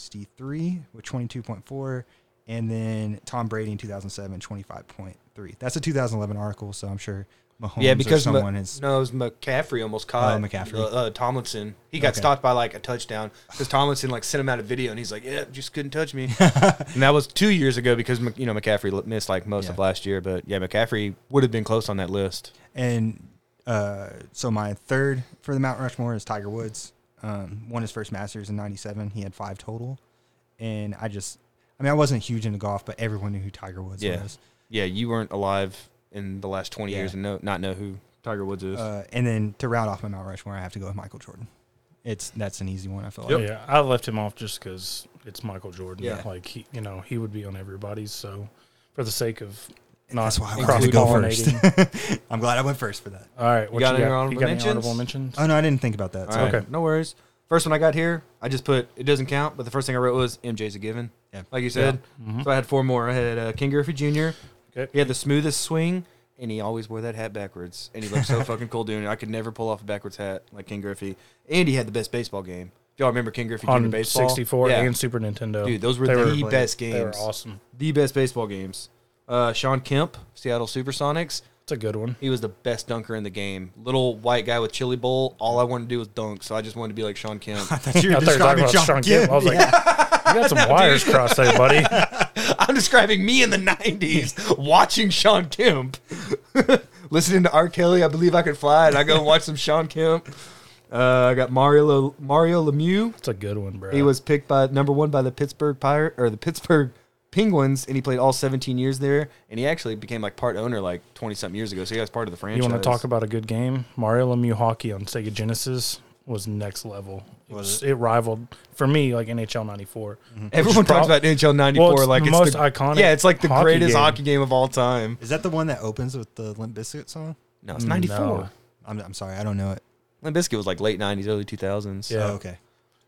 Speaker 3: 1963 with 22.4. And then Tom Brady in 2007, 25.3. That's a 2011 article, so I'm sure Mahomes
Speaker 2: Yeah, because
Speaker 3: or someone
Speaker 2: Ma-
Speaker 3: is. Oh,
Speaker 2: no, it was McCaffrey almost caught
Speaker 3: McCaffrey.
Speaker 2: uh, uh, Tomlinson. He got
Speaker 3: Okay.
Speaker 2: stopped by like a touchdown because Tomlinson like sent him out a video, and he's like, "Yeah, just couldn't touch me." and that was two years ago because Mc- you know McCaffrey li- missed like most of
Speaker 3: Yeah.
Speaker 2: last year, but yeah, McCaffrey would have been close on that list.
Speaker 3: And uh, so my third for the Mount Rushmore is Tiger Woods. Um, won his first Masters in '97. He had five total, and I just, I mean, I wasn't huge into golf, but everyone knew who Tiger Woods
Speaker 2: Yeah,
Speaker 3: was.
Speaker 2: yeah, you weren't alive in the last twenty years
Speaker 3: Yeah.
Speaker 2: and no, not know who Tiger Woods is.
Speaker 3: Uh, and then to round off my Mount Rushmore, I have to go with Michael Jordan. It's that's an easy one. I feel like.
Speaker 1: Yeah, I left him off just because it's Michael Jordan.
Speaker 2: Yeah.
Speaker 1: like he, you know, he would be on everybody's. So, for the sake of not
Speaker 3: That's why I wanted to
Speaker 1: cross
Speaker 3: go first.
Speaker 1: pollinating,
Speaker 3: I'm glad I went first for that.
Speaker 1: all right, what you
Speaker 2: got
Speaker 1: got?
Speaker 2: any
Speaker 1: You got, any
Speaker 2: honorable mentions?
Speaker 1: honorable mentions?
Speaker 3: Oh no, I didn't think about that. So.
Speaker 2: All right,
Speaker 1: okay.
Speaker 2: no worries. First one I got here, I just put it doesn't count, but the first thing I wrote was MJ's a given.
Speaker 3: Yeah.
Speaker 2: like you said. So I had four more. I had uh, King Griffey Jr.
Speaker 1: Mm-hmm. Okay.
Speaker 2: He had the smoothest swing, and he always wore that hat backwards, and he looked so fucking cool doing it. I could never pull off a backwards hat like King Griffey, and he had the best baseball game. Y'all remember King Griffey Jr.
Speaker 1: on
Speaker 2: baseball?
Speaker 1: 64
Speaker 2: Yeah.
Speaker 1: and Super Nintendo.
Speaker 2: Dude, those were
Speaker 1: They
Speaker 2: the best
Speaker 1: They were
Speaker 2: games.
Speaker 1: awesome.
Speaker 2: the best baseball games. Uh, Sean Kemp, Seattle SuperSonics.
Speaker 1: It's a good one.
Speaker 2: He was the best dunker in the game. Little white guy with chili bowl. All I wanted to do was dunk, so I just wanted to be like Sean Kemp.
Speaker 3: You're
Speaker 1: I thought you were talking
Speaker 3: describing
Speaker 1: about
Speaker 3: John
Speaker 1: Sean
Speaker 3: Gibb.
Speaker 1: Gibb. I was like, you got some wires crossed there, buddy.
Speaker 2: I'm describing me in the 90s watching Sean Kemp, listening to R. Kelly, I Believe I Could Fly, and I go and watch some Sean Kemp. Uh, I got Mario, Mario Lemieux.
Speaker 1: It's a good one, bro.
Speaker 2: He was picked by number one by the Pittsburgh Pirate or the Pittsburgh Penguins, and he played all 17 years there. And he actually became like part owner like 20 something years ago. So he was part of the
Speaker 1: You
Speaker 2: franchise.
Speaker 1: want to talk about a good game? Mario Lemieux hockey on Sega Genesis was next level. It, was, it rivaled for me like NHL '94.
Speaker 2: Mm-hmm. Everyone
Speaker 1: Which is
Speaker 2: talks
Speaker 1: prob-
Speaker 2: about NHL '94
Speaker 1: Well, it's
Speaker 2: like
Speaker 1: the
Speaker 2: it's
Speaker 1: most
Speaker 2: the,
Speaker 1: iconic.
Speaker 2: Yeah, it's like the
Speaker 1: hockey
Speaker 2: greatest
Speaker 1: game.
Speaker 2: hockey game of all time.
Speaker 3: Is that the one that opens with the Limp Bizkit song?
Speaker 2: No, it's '94.
Speaker 1: Mm, No.
Speaker 3: I'm, I'm sorry, I don't know it.
Speaker 2: Limp Bizkit was like late '90s, early 2000s.
Speaker 1: Yeah.
Speaker 3: Oh, okay.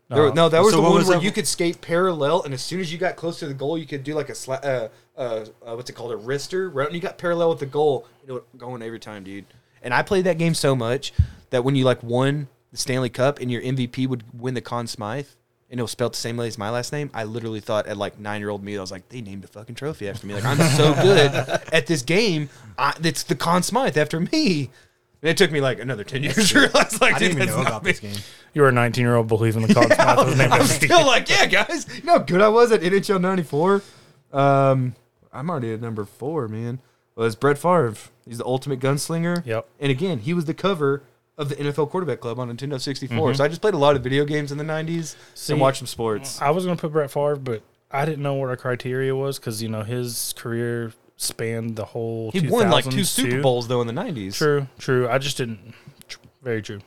Speaker 2: There- no, that was
Speaker 3: Uh-huh. So
Speaker 2: the
Speaker 3: what
Speaker 2: one
Speaker 3: was
Speaker 2: where
Speaker 3: that-
Speaker 2: you could skate parallel, and as soon as you got close to the goal, you could do like a sla- uh, uh, uh, what's it called, a wrister, right? And you got parallel with the goal, and it would go in every time, dude. And I played that game so much that when you like won the Stanley Cup and your MVP would win the Conn Smythe, and it was spelled the same way as my last name, I literally thought at like nine year old me, I was like, they named a fucking trophy after me. Like I'm so good at this game, I, it's the Conn Smythe after me. And it took me like another ten years to realize, like,
Speaker 3: I didn't
Speaker 2: dude,
Speaker 3: even
Speaker 2: that's
Speaker 3: know
Speaker 2: not
Speaker 3: about
Speaker 2: me.
Speaker 3: this game.
Speaker 1: You were a 19 year old believing the cause.
Speaker 2: Yeah,
Speaker 1: Smythe was named
Speaker 2: I'm
Speaker 1: after you.
Speaker 2: still like, yeah, guys. You know how good I was at NHL '94. Um, I'm already at number four, man. Was Brett Favre? He's the ultimate gunslinger.
Speaker 1: Yep.
Speaker 2: And again, he was the cover of the NFL Quarterback Club on Nintendo 64. So I just played a lot of video games in the '90s
Speaker 1: Mm-hmm. See,
Speaker 2: and watched some sports.
Speaker 1: I was going to put Brett Favre, but I didn't know what our criteria was because you know his career spanned the whole.
Speaker 2: He won like two
Speaker 1: 2000s,
Speaker 2: Super
Speaker 1: too.
Speaker 2: Bowls though in the '90s.
Speaker 1: True, true. I just didn't. tr- Very true.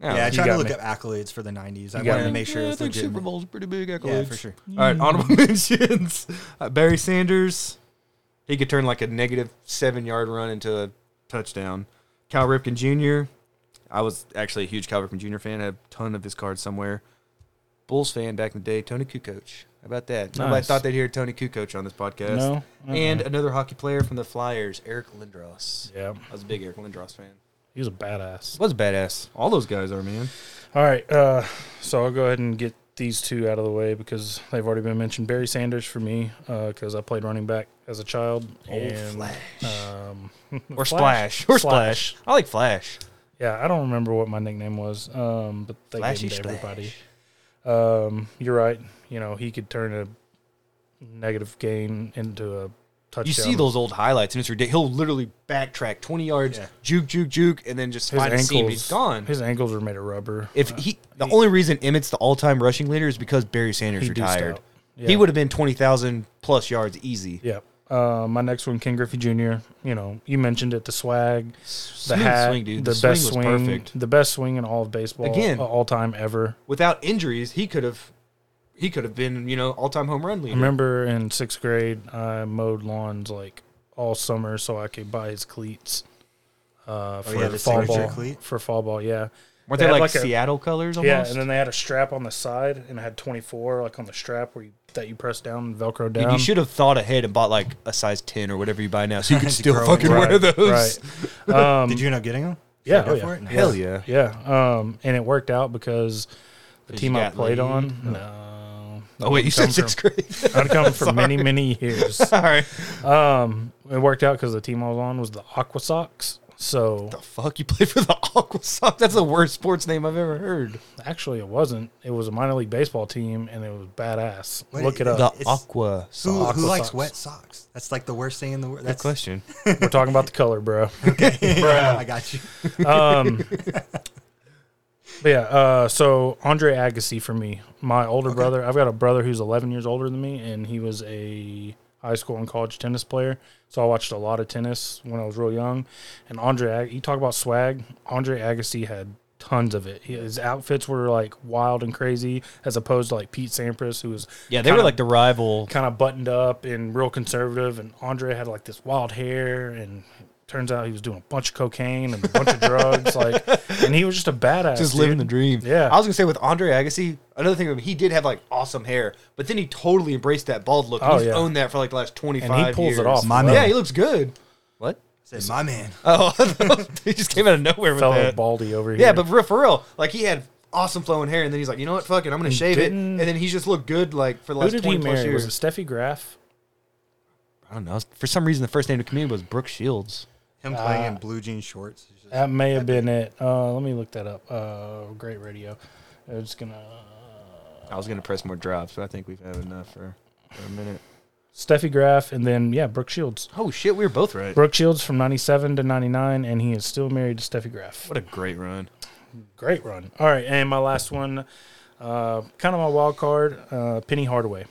Speaker 3: Yeah, I
Speaker 1: you
Speaker 3: tried
Speaker 1: got
Speaker 3: to look
Speaker 1: me.
Speaker 3: up accolades for the '90s. I
Speaker 1: got
Speaker 3: wanted to
Speaker 1: me.
Speaker 3: make
Speaker 2: Yeah,
Speaker 3: sure
Speaker 2: I
Speaker 3: it was
Speaker 2: think
Speaker 3: legitimate.
Speaker 2: Super Bowl's pretty big accolades.
Speaker 3: Yeah, for sure.
Speaker 2: All right,
Speaker 1: Hmm.
Speaker 2: honorable mentions. Uh, Barry Sanders. He could turn like a negative seven yard run into a touchdown. Cal Ripken Jr. I was actually a huge Cal Ripken Jr. fan. I have a ton of his cards somewhere. Bulls fan back in the day, Tony Kukoc. How about that? Nobody
Speaker 1: Nice.
Speaker 2: thought they'd hear Tony Kukoc on this podcast.
Speaker 1: No?
Speaker 2: And another hockey player from the Flyers, Eric Lindros.
Speaker 1: Yeah.
Speaker 2: I was a big Eric Lindros fan.
Speaker 1: He was a badass.
Speaker 2: Was badass. All those guys are, man.
Speaker 1: All right, uh, so I'll go ahead and get these two out of the way because they've already been mentioned. Barry Sanders for me because I played running back as a child. and, Um,
Speaker 2: Or
Speaker 1: Flash.
Speaker 2: Splash. Or Splash.
Speaker 1: Splash.
Speaker 2: I like Flash.
Speaker 1: yeah, I don't remember what my nickname was, um, but they
Speaker 2: Flashy
Speaker 1: gave it to
Speaker 2: Splash.
Speaker 1: everybody. Um, you're right. You know, he could turn a negative gain into a touchdown.
Speaker 2: You see those old highlights, and it's ridiculous. He'll literally backtrack twenty yards,
Speaker 3: Yeah.
Speaker 2: juke, juke, juke, and then just
Speaker 1: his
Speaker 2: find a seam.
Speaker 1: ankles.
Speaker 2: He's gone.
Speaker 1: His uh, ankles are made of rubber.
Speaker 2: if he, the only reason Emmett's the all-time rushing leader is because Barry Sanders
Speaker 1: He deuced
Speaker 2: retired.
Speaker 1: out. Yeah.
Speaker 2: He would have been twenty thousand plus yards easy.
Speaker 1: yeah. Uh, my next one, Ken Griffey Jr. You know, you mentioned it. The swag, the
Speaker 2: Smooth
Speaker 1: hat,
Speaker 2: swing, dude.
Speaker 1: the,
Speaker 2: The
Speaker 1: best
Speaker 2: swing
Speaker 1: swing,
Speaker 2: was perfect.
Speaker 1: the best swing in all of baseball
Speaker 2: Again.
Speaker 1: uh, all time ever.
Speaker 2: Without injuries, he could have, he could have been you know all-time home run
Speaker 1: I
Speaker 2: leader.
Speaker 1: remember in sixth grade, I mowed lawns like all summer so I could buy his cleats
Speaker 2: Oh,
Speaker 1: uh, for
Speaker 3: yeah, the
Speaker 1: fall
Speaker 3: signature
Speaker 1: ball.
Speaker 3: cleat?
Speaker 1: For fall ball, yeah.
Speaker 2: Weren't
Speaker 1: They
Speaker 2: they,
Speaker 1: had
Speaker 2: like,
Speaker 1: like a-
Speaker 2: Seattle colors? Almost?
Speaker 1: Yeah, and then they had a strap on the side, and I had 24 like on the strap where you, that you press down and Velcro
Speaker 2: Dude,
Speaker 1: down.
Speaker 2: you should have thought ahead and bought like a size ten or whatever you buy now, so you could
Speaker 3: To
Speaker 2: still
Speaker 3: grow
Speaker 2: fucking
Speaker 3: it.
Speaker 2: wear those.
Speaker 1: Right. Um,
Speaker 3: Did you end up getting them?
Speaker 1: yeah,
Speaker 3: go
Speaker 1: oh,
Speaker 3: for
Speaker 1: yeah,
Speaker 3: it?
Speaker 2: Hell yeah.
Speaker 1: yeah. Um, and it worked out because the
Speaker 2: 'Cause
Speaker 1: team
Speaker 2: you
Speaker 1: I
Speaker 2: got
Speaker 1: played
Speaker 2: laid?
Speaker 1: on. No.
Speaker 2: Oh wait, you said
Speaker 1: Come from-
Speaker 2: sixth grade.
Speaker 1: I'd come for many, many years.
Speaker 2: All right.
Speaker 1: Um, it worked out because the team I was on was the Aqua Sox. So
Speaker 2: The fuck you played for the Aqua Sox? That's the worst sports name I've ever heard.
Speaker 1: actually, it wasn't. It was a minor league baseball team, and it was badass.
Speaker 3: Wait,
Speaker 1: Look it
Speaker 3: the-
Speaker 1: up.
Speaker 2: The
Speaker 3: It's-
Speaker 2: Aqua Sox.
Speaker 3: Who, who
Speaker 1: Aqua
Speaker 3: likes
Speaker 1: socks.
Speaker 3: wet socks? That's like the worst thing in the world.
Speaker 2: Good
Speaker 3: That's
Speaker 2: question.
Speaker 1: We're talking about the color, bro.
Speaker 3: I got you.
Speaker 1: Um, but yeah, uh, so Andre Agassi for me, my older brother. I've got a brother who's 11 years older than me, and he was a high school and college tennis player. So I watched a lot of tennis when I was real young. And Andre, Ag- you talk about swag. Andre Agassi had tons of it. His outfits were like wild and crazy, as opposed to like Pete Sampras, who was
Speaker 2: Yeah, they
Speaker 1: kinda-
Speaker 2: were like the rival.
Speaker 1: kind of buttoned up and real conservative. And Andre had like this wild hair, and turns out he was doing a bunch of cocaine and a bunch of drugs. Like, and he was just a badass,
Speaker 2: Just
Speaker 1: dude.
Speaker 2: living the dream.
Speaker 1: Yeah.
Speaker 2: I was gonna say with Andre Agassi, another thing of him, he did have like awesome hair, but then he totally embraced that bald look.
Speaker 1: Oh,
Speaker 2: he's
Speaker 1: yeah.
Speaker 2: owned that for like the last twenty five.
Speaker 1: pulls it off.
Speaker 3: My
Speaker 2: yeah,
Speaker 3: man.
Speaker 2: he looks good. What?
Speaker 3: Said my man.
Speaker 2: Oh, he just came out of nowhere with
Speaker 1: Fellow
Speaker 2: that.
Speaker 1: Baldy over here.
Speaker 2: Yeah, but for, for real, like he had awesome flowing hair, and then he's like, you know what, fuck it, I'm gonna shave it, and
Speaker 1: didn't-
Speaker 2: then he's just looked good like for the
Speaker 1: who
Speaker 2: last
Speaker 1: did he
Speaker 2: twenty plus
Speaker 1: marry? Was
Speaker 2: years.
Speaker 1: it Steffi Graf?
Speaker 2: I don't know. For some reason, the first name to come in was Brooke Shields.
Speaker 3: Him playing in blue jean shorts. It's just-
Speaker 1: That may have been it. Uh, let me look that up. Uh, great radio. It's gonna
Speaker 2: I was gonna press more drops, but I think we've had enough for, for a minute.
Speaker 1: Steffi Graf, and then yeah, Brooke Shields.
Speaker 2: Oh shit, we were both right.
Speaker 1: Brooke Shields from '97 to '99, and he is still married to Steffi Graf.
Speaker 2: What a great run!
Speaker 1: Great run. All right, and my last one, uh, kind of my wild card, uh, Penny Hardaway.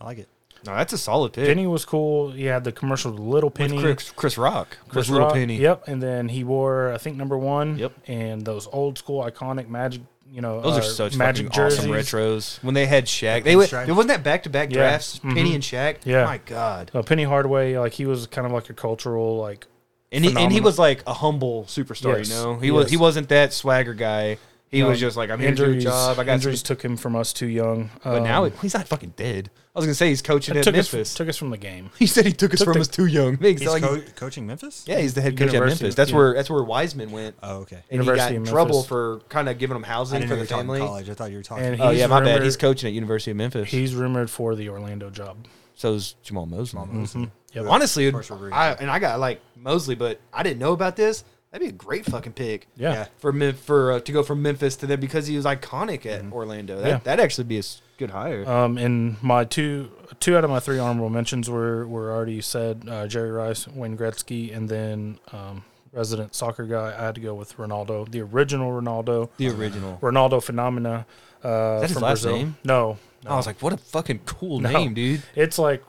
Speaker 3: I like it.
Speaker 2: No, that's a solid pick.
Speaker 1: Penny was cool. He had the commercial with Little Penny.
Speaker 2: Chris, Chris Rock,
Speaker 1: Chris
Speaker 2: Chris Little
Speaker 1: Rock.
Speaker 2: Penny.
Speaker 1: Yep. And then he wore, I think, number one.
Speaker 2: Yep.
Speaker 1: And those old school iconic magic, you know,
Speaker 2: Those
Speaker 1: uh,
Speaker 2: are such
Speaker 1: magic
Speaker 2: magic
Speaker 1: jerseys.
Speaker 2: awesome retros. When they had Shaq, they went.
Speaker 3: pinstripes.
Speaker 2: It wasn't that back to back
Speaker 1: Yeah.
Speaker 2: drafts.
Speaker 1: Mhm.
Speaker 2: Penny and Shaq.
Speaker 1: Yeah.
Speaker 2: my god.
Speaker 1: So Uh, Penny Hardaway, like he was kind of like a cultural, like
Speaker 2: and he, and he
Speaker 1: phenomenal.
Speaker 2: was like a humble superstar.
Speaker 1: Yes.
Speaker 2: You know, he was
Speaker 1: Yes.
Speaker 2: he wasn't that swagger guy. He
Speaker 1: you know,
Speaker 2: was just like I'm here to do a job. I got
Speaker 1: injuries
Speaker 2: some-
Speaker 1: took him from us too young.
Speaker 2: but
Speaker 1: Um,
Speaker 2: now it- he's not fucking dead. I was gonna say he's coaching
Speaker 1: it
Speaker 2: at
Speaker 1: took us,
Speaker 2: Memphis.
Speaker 1: took us from the game.
Speaker 2: he said he took us
Speaker 1: took
Speaker 2: from
Speaker 1: the-
Speaker 2: us too young. Makes
Speaker 3: He's
Speaker 2: like-
Speaker 3: co- coaching Memphis.
Speaker 2: yeah, he's the head coach at
Speaker 1: University of-
Speaker 2: Memphis. That's
Speaker 1: yeah.
Speaker 2: where that's where Wiseman went.
Speaker 3: Oh, okay.
Speaker 2: and he
Speaker 1: University
Speaker 2: got
Speaker 1: of
Speaker 2: in
Speaker 1: Memphis.
Speaker 2: trouble for kind of giving him
Speaker 3: I
Speaker 2: housing
Speaker 3: didn't
Speaker 2: for
Speaker 3: know you
Speaker 2: the
Speaker 3: were talking
Speaker 2: family.
Speaker 3: college. I thought you were talking.
Speaker 1: And
Speaker 2: Oh
Speaker 1: He's
Speaker 2: yeah, my bad.
Speaker 1: rumored-
Speaker 2: He's coaching at University of Memphis.
Speaker 1: He's rumored for the Orlando job.
Speaker 2: So's Jamal Mosley. Mm-hmm.
Speaker 1: Yep.
Speaker 2: Honestly, dude,
Speaker 3: Partial reason.
Speaker 2: I, and I got like Mosley, but I didn't know about this. That'd be a great fucking pick.
Speaker 1: Yeah.
Speaker 3: Yeah.
Speaker 2: for Mem- for uh, to go from Memphis to there because he was iconic at Orlando. That
Speaker 1: Yeah.
Speaker 2: that actually be a s- good hire.
Speaker 1: Um, and my two two out of my three honorable mentions were were already said: uh, Jerry Rice, Wayne Gretzky, and then um, resident soccer guy. I had to go with Ronaldo, the original Ronaldo,
Speaker 2: the original.
Speaker 1: Ronaldo phenomena. Uh,
Speaker 2: Is that his
Speaker 1: from
Speaker 2: last
Speaker 1: Brazil.
Speaker 2: name?
Speaker 1: No,
Speaker 2: I was like, what a fucking cool
Speaker 1: no.
Speaker 2: name, dude.
Speaker 1: It's like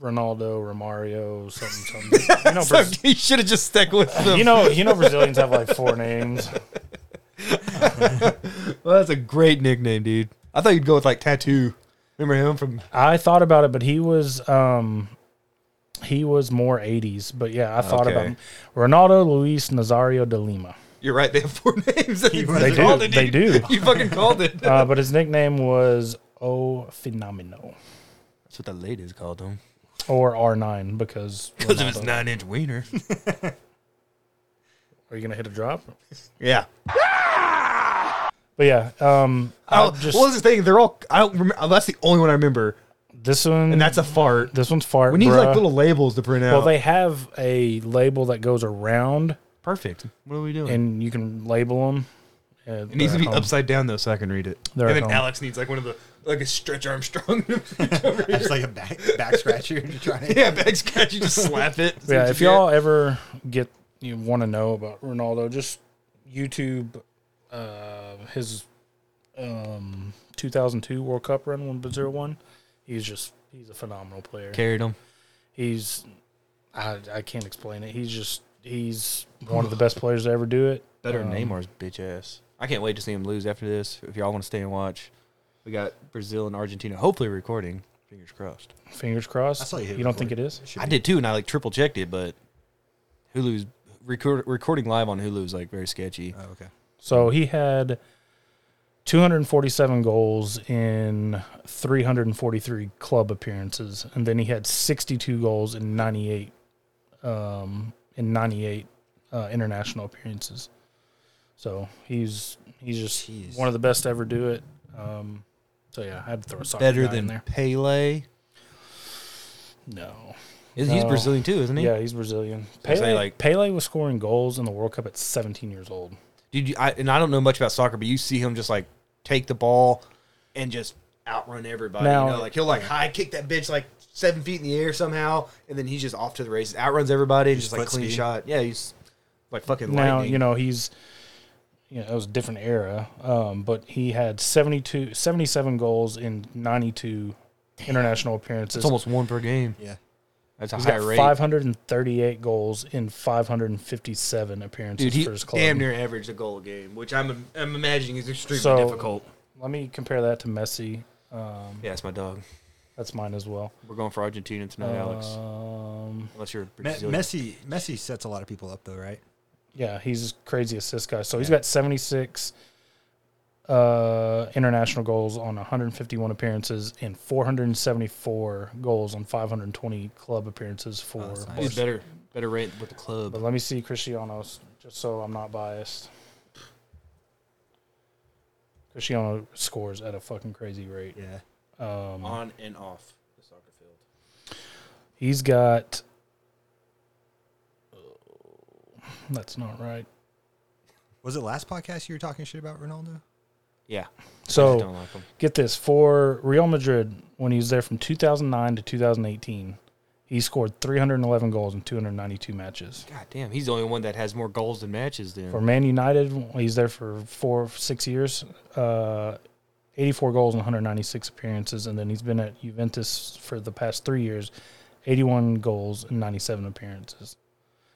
Speaker 1: Ronaldo, Romario, something, something. You know,
Speaker 2: So
Speaker 1: Braz-
Speaker 2: you should have just stuck with them.
Speaker 1: you know, you know, Brazilians have like four names.
Speaker 2: well, that's a great nickname, dude. I thought you'd go with like tattoo. Remember him from?
Speaker 1: I thought about it, but he was um he was more 80s. But yeah, I thought
Speaker 2: Okay.
Speaker 1: about him. Ronaldo Luis Nazario de Lima.
Speaker 2: You're right. They have four names. They
Speaker 1: They do. They do.
Speaker 2: You fucking called it.
Speaker 1: Uh, but his nickname was O Fenomeno
Speaker 2: That's what the ladies called him
Speaker 1: or R9 because
Speaker 2: because of his
Speaker 1: Ronaldo.
Speaker 2: nine-inch wiener.
Speaker 1: Are you gonna hit a drop?
Speaker 2: yeah.
Speaker 1: But yeah, um, I
Speaker 2: Oh,
Speaker 1: just
Speaker 2: well, that's the thing. They're all. I don't remember. oh, That's the only one I remember,
Speaker 1: this one
Speaker 2: and that's a fart.
Speaker 1: this one's fart.
Speaker 2: We need like
Speaker 1: bruh.
Speaker 2: little labels to print out.
Speaker 1: Well, they have a label that goes around
Speaker 2: perfect. What are we doing?
Speaker 1: and you can label them. Uh,
Speaker 2: It needs
Speaker 1: they're
Speaker 2: to be
Speaker 1: at home.
Speaker 2: upside down though, so I can read it.
Speaker 1: They're
Speaker 2: and
Speaker 1: at
Speaker 2: then
Speaker 1: home.
Speaker 2: Alex needs like one of the like a stretch Armstrong. over here.
Speaker 3: It's like a back back scratcher to try to.
Speaker 2: yeah, back scratch. You just slap it. That's
Speaker 1: Yeah,
Speaker 2: what
Speaker 1: if
Speaker 2: you get.
Speaker 1: y'all ever get you want to know about Ronaldo, just YouTube uh, his um, 2002 World Cup run when Brazil won. He's just he's a phenomenal player.
Speaker 2: carried him.
Speaker 1: He's I I can't explain it. He's just he's one of the best players to ever do it. Um,
Speaker 2: Better than Neymar's bitch ass. I can't wait to see him lose after this. If y'all want to stay and watch, we got Brazil and Argentina hopefully recording. Fingers crossed.
Speaker 1: Fingers crossed.
Speaker 3: I saw you hit
Speaker 1: you don't think it
Speaker 3: record.
Speaker 1: is?
Speaker 3: Should
Speaker 2: I
Speaker 3: be.
Speaker 2: did too, and I like triple checked it, but Hulu's record, recording live on Hulu is like very sketchy.
Speaker 1: Uh,
Speaker 3: Oh, okay.
Speaker 1: So he had 247 goals in 343 club appearances, and then he had 62 goals in 98 um, in 98 uh, international appearances. So he's he's just
Speaker 3: Jeez.
Speaker 1: one of the best to ever do it. Um, so yeah, I had to throw a soccer
Speaker 2: Better
Speaker 1: guy in
Speaker 2: than
Speaker 1: there.
Speaker 2: Pele.
Speaker 1: No.
Speaker 2: Is- He's
Speaker 1: No.
Speaker 2: Brazilian too, isn't he?
Speaker 1: Yeah, he's Brazilian.
Speaker 2: gonna
Speaker 1: Pele,
Speaker 2: say, like-
Speaker 1: Pele was scoring goals in the World Cup at 17 years old.
Speaker 2: Dude, you- I, and I don't know much about soccer, but you see him just like take the ball and just outrun everybody.
Speaker 1: Now-
Speaker 2: you know, like he'll like high kick that bitch like seven feet in the air somehow, and then he's just off to the races, outruns everybody, and just like
Speaker 3: foot
Speaker 2: clean
Speaker 3: speed.
Speaker 2: shot. Yeah, he's like fucking
Speaker 1: now
Speaker 2: lightning.
Speaker 1: you know he's you know it was a different era um, but he had 72 77 goals in 92 international appearances
Speaker 2: it's almost one per game.
Speaker 3: Yeah.
Speaker 2: That's a
Speaker 1: He's
Speaker 2: high
Speaker 1: got
Speaker 2: rate.
Speaker 1: 538 goals in 557 appearances
Speaker 2: Dude, he
Speaker 1: for his club
Speaker 2: damn near averaged a goal a game, which I'm I'm imagining is extremely
Speaker 1: So-
Speaker 2: difficult.
Speaker 1: let me compare that to messi um,
Speaker 2: Yeah, it's my dog.
Speaker 1: that's mine as well
Speaker 2: We're going for Argentina tonight, Alex.
Speaker 1: um,
Speaker 2: Unless you're
Speaker 3: Me-
Speaker 2: Brazilian.
Speaker 3: Messi Messi sets a lot of people up though, right?
Speaker 1: yeah he's a crazy assist guy so he's got 76 uh, international goals on 151 appearances and 474 goals on 520 club appearances for.
Speaker 3: that's nice.
Speaker 2: He's
Speaker 1: Barca.
Speaker 2: better better rate with the club.
Speaker 1: But let me see Cristiano's just so I'm not biased. Cristiano scores at a fucking crazy rate.
Speaker 3: Yeah.
Speaker 1: Oh,
Speaker 2: on and off the soccer field.
Speaker 1: He's got. oh, That's not right.
Speaker 3: Was it last podcast you were talking shit about Ronaldo?
Speaker 2: Yeah.
Speaker 1: So
Speaker 2: don't like him.
Speaker 1: get this for Real Madrid when he was there from 2009 to 2018, he scored 311 goals in 292 matches.
Speaker 2: God damn, he's the only one that has more goals than matches. Then
Speaker 1: For Man United, he's there for four, six years, uh, 84 goals and 196 appearances, and then he's been at Juventus for the past three years, 81 goals and 97 appearances.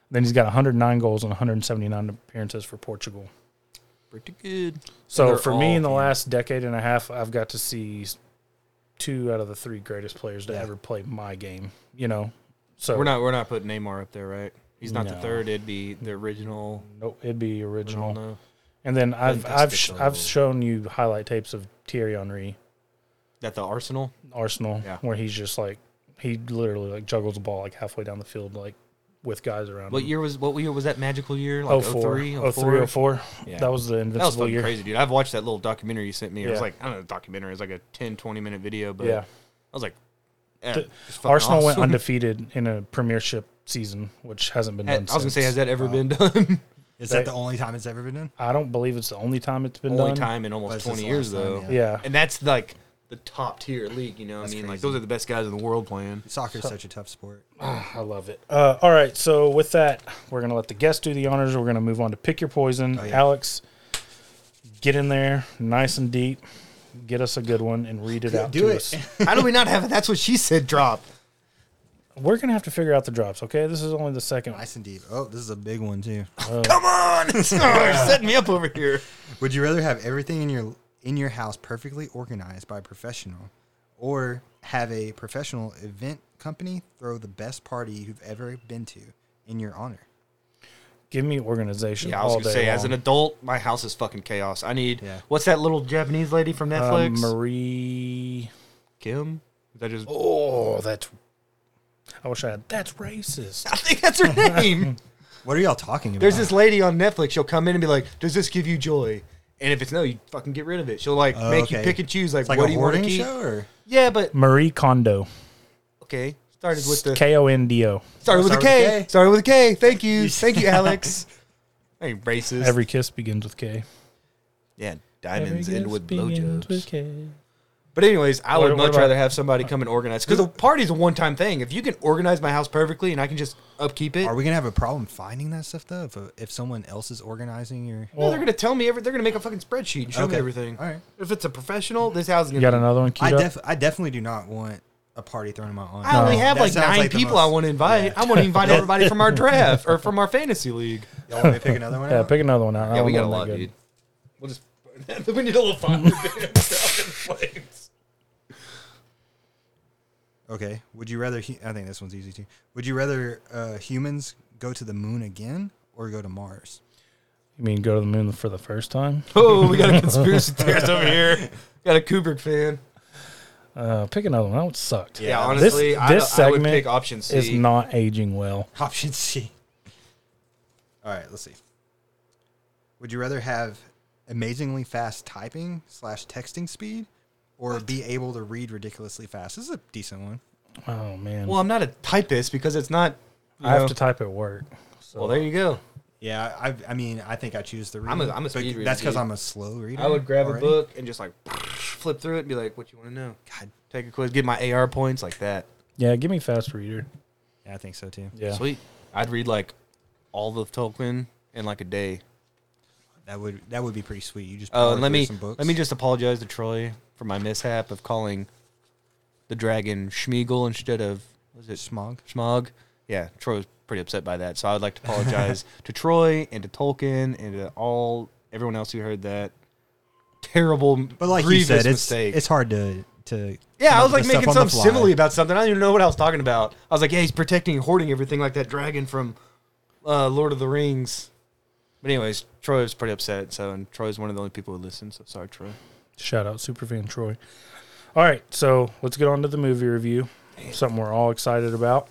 Speaker 1: Then he's got 109 goals and 179 appearances for Portugal.
Speaker 2: pretty good.
Speaker 1: So
Speaker 2: They're
Speaker 1: for me,
Speaker 2: all
Speaker 1: in the
Speaker 2: in.
Speaker 1: last decade and a half, I've got to see two out of the three greatest players to
Speaker 3: Yeah.
Speaker 1: ever play my game. You know, so
Speaker 2: We're not we're not putting Neymar up there, right? He's not the
Speaker 1: No.
Speaker 2: third. It'd be the original.
Speaker 1: Nope, it'd be original.
Speaker 2: Ronaldo.
Speaker 1: And then I've
Speaker 2: that's
Speaker 1: I've
Speaker 2: the
Speaker 1: sh-
Speaker 2: goal.
Speaker 1: I've shown you highlight tapes of Thierry Henry.
Speaker 2: That the Arsenal.
Speaker 1: Arsenal,
Speaker 2: Yeah.
Speaker 1: where he's just like he literally like juggles the ball like halfway down the field, like with guys around.
Speaker 2: What
Speaker 1: him.
Speaker 2: year was what year was that magical year?
Speaker 1: Oh
Speaker 2: Like
Speaker 1: four,
Speaker 2: 03,
Speaker 1: oh three, oh
Speaker 2: 04?
Speaker 1: four.
Speaker 2: Yeah.
Speaker 1: That was the
Speaker 2: That was
Speaker 1: invincible
Speaker 2: fucking
Speaker 1: year.
Speaker 2: crazy, dude. I've watched that little documentary you sent me. It was
Speaker 1: Yeah.
Speaker 2: like I don't know, documentary. It was like a 10, 20 minute video, but
Speaker 1: Yeah.
Speaker 2: I was like, eh,
Speaker 1: The-
Speaker 2: it's fucking
Speaker 1: Arsenal went
Speaker 2: awesome.
Speaker 1: undefeated in a premiership season, which hasn't been
Speaker 2: I
Speaker 1: done.
Speaker 2: was gonna say,
Speaker 1: since.
Speaker 2: has that ever been done?
Speaker 3: Is
Speaker 1: They-
Speaker 3: that the only time it's ever been done?
Speaker 1: I don't believe it's the only time it's been
Speaker 2: Only
Speaker 1: done.
Speaker 2: time in
Speaker 3: But
Speaker 2: almost
Speaker 3: it's just
Speaker 2: twenty
Speaker 3: the
Speaker 2: years
Speaker 3: last time,
Speaker 2: though.
Speaker 3: yeah.
Speaker 1: Yeah,
Speaker 2: and that's like the top tier league. You know, what I
Speaker 3: That's
Speaker 2: mean, like
Speaker 3: crazy.
Speaker 2: those are the best guys in the world playing.
Speaker 3: Soccer is such a tough sport.
Speaker 1: I love it. Uh, all right, so with that, we're gonna let the guests do the honors. We're gonna move on to pick your poison,
Speaker 2: Oh,
Speaker 3: yeah.
Speaker 1: Alex. Get in there, nice and deep. Get us a good one and read it out
Speaker 3: do
Speaker 1: to
Speaker 3: it.
Speaker 1: us.
Speaker 2: How do we not have? That's what she said. Drop.
Speaker 1: We're gonna have to figure out the drops. Okay, this is only the second.
Speaker 3: Nice and deep. Oh, this is a big one too.
Speaker 2: Come on, oh, you're setting me up over here.
Speaker 3: Would you rather have everything in your in your house perfectly organized by a professional, or have a professional event company throw the best party you've ever been to in your honor?
Speaker 1: Give me organization.
Speaker 2: Yeah, I was
Speaker 1: all
Speaker 2: gonna
Speaker 1: day
Speaker 2: say, as
Speaker 1: long.
Speaker 2: an adult, my house is fucking chaos. I need.
Speaker 3: Yeah.
Speaker 2: What's that little Japanese lady from
Speaker 1: Uh,
Speaker 2: Netflix?
Speaker 1: Marie.
Speaker 2: Kim. Is that just?
Speaker 1: Oh, that's. I wish I had. That's racist.
Speaker 2: I think that's her name.
Speaker 3: What are y'all talking about?
Speaker 2: There's this lady on Netflix. She'll come in and be like, "Does this give you joy?" And if it's no, you fucking get rid of it. She'll like
Speaker 3: Oh,
Speaker 2: make you
Speaker 3: okay.
Speaker 2: pick and choose. Like,
Speaker 3: It's like
Speaker 2: what
Speaker 3: a
Speaker 2: do you want to
Speaker 3: hoarding
Speaker 2: keep?
Speaker 3: show, or
Speaker 2: Yeah, but
Speaker 1: Marie Kondo.
Speaker 2: okay. Started with the
Speaker 1: K O N D O.
Speaker 2: Started with a
Speaker 3: Started with
Speaker 2: K.
Speaker 3: K.
Speaker 2: Started with a K. Thank you. Thank you, Alex. hey, racist.
Speaker 1: Every kiss begins with K.
Speaker 2: Yeah, diamonds end with
Speaker 1: Begins with
Speaker 2: blowjobs.
Speaker 1: K.
Speaker 2: But anyways, I
Speaker 1: What-
Speaker 2: would
Speaker 1: what
Speaker 2: much
Speaker 1: about-
Speaker 2: rather have somebody come and organize because a party's a one-time thing. If you can organize my house perfectly and I can just upkeep it,
Speaker 3: Are we gonna have a problem finding that stuff though? If, if someone else is organizing your
Speaker 2: no, they're gonna tell me every. They're gonna make a fucking spreadsheet and show me
Speaker 3: Okay.
Speaker 2: everything.
Speaker 3: All right.
Speaker 2: If it's a professional, this house is
Speaker 1: You
Speaker 2: gonna.
Speaker 1: got
Speaker 2: be-
Speaker 1: another one
Speaker 3: I
Speaker 1: queued up?
Speaker 3: def- I definitely do not want a party thrown in my honor.
Speaker 2: I only have
Speaker 3: That
Speaker 2: like
Speaker 3: sounds
Speaker 2: nine
Speaker 3: like the
Speaker 2: people
Speaker 3: most-
Speaker 2: I want to invite. I want to invite everybody from our draft or from our fantasy league.
Speaker 3: Y'all want me to pick another one?
Speaker 1: Yeah,
Speaker 3: out?
Speaker 1: pick another one out. I
Speaker 2: Yeah, we
Speaker 1: don't
Speaker 2: got a
Speaker 1: know
Speaker 2: lot,
Speaker 1: that
Speaker 2: dude.
Speaker 1: good.
Speaker 2: We'll just we need a little fire.
Speaker 3: Okay. Would you rather? Hu- I think this one's easy too. Would you rather uh, humans go to the moon again or go to Mars?
Speaker 1: You mean go to the moon for the first time?
Speaker 2: oh, we got a conspiracy theorist over here. Got a Kubrick fan.
Speaker 1: Uh, pick another one. That one sucked.
Speaker 2: Yeah, honestly, I, I would pick option C.
Speaker 1: is not aging well.
Speaker 3: Option C. All right. Let's see. Would you rather have amazingly fast typing slash texting speed, or be able to read ridiculously fast? This is a decent one.
Speaker 1: Oh man,
Speaker 2: well, I'm not a typist because it's not. you
Speaker 1: I have
Speaker 2: know-
Speaker 1: to type at work. So
Speaker 2: Well, there you go.
Speaker 3: Yeah, I, I mean, I think I choose the read.
Speaker 2: I'm a- I'm a speed reader,
Speaker 3: That's because
Speaker 2: dude.
Speaker 3: I'm a slow reader.
Speaker 2: I would grab
Speaker 3: already.
Speaker 2: a book and just like flip through it and be like, "What you want to know?" God, take a quiz, get my AR points like that.
Speaker 1: yeah, give me fast reader.
Speaker 3: Yeah, I think so too.
Speaker 1: Yeah,
Speaker 2: Sweet. I'd read like all of Tolkien in like a day.
Speaker 3: That would that would be pretty sweet. You just
Speaker 2: Oh,
Speaker 3: power
Speaker 2: and let
Speaker 3: through
Speaker 2: me
Speaker 3: some books.
Speaker 2: let me just apologize to Troy for my mishap of calling the dragon Schmeagol instead of was it
Speaker 3: Smog.
Speaker 2: Schmog? Yeah, Troy was pretty upset by that, so I would like to apologize to Troy and to Tolkien and to all everyone else who heard that terrible,
Speaker 3: But like you
Speaker 2: grievous
Speaker 3: said, it's
Speaker 2: mistake.
Speaker 3: it's hard to to
Speaker 2: yeah, I
Speaker 3: come
Speaker 2: was
Speaker 3: up with
Speaker 2: like
Speaker 3: stuff
Speaker 2: making
Speaker 3: on
Speaker 2: some
Speaker 3: the fly.
Speaker 2: simile about something. I don't even know what I was talking about. I was like, yeah, he's protecting, and hoarding everything like that dragon from uh, Lord of the Rings. But anyways, Troy was pretty upset. So, and Troy's one of the only people who listened. So sorry, Troy.
Speaker 1: shout out Superfan Troy. All right, so let's get on to the movie review. Something we're all excited about.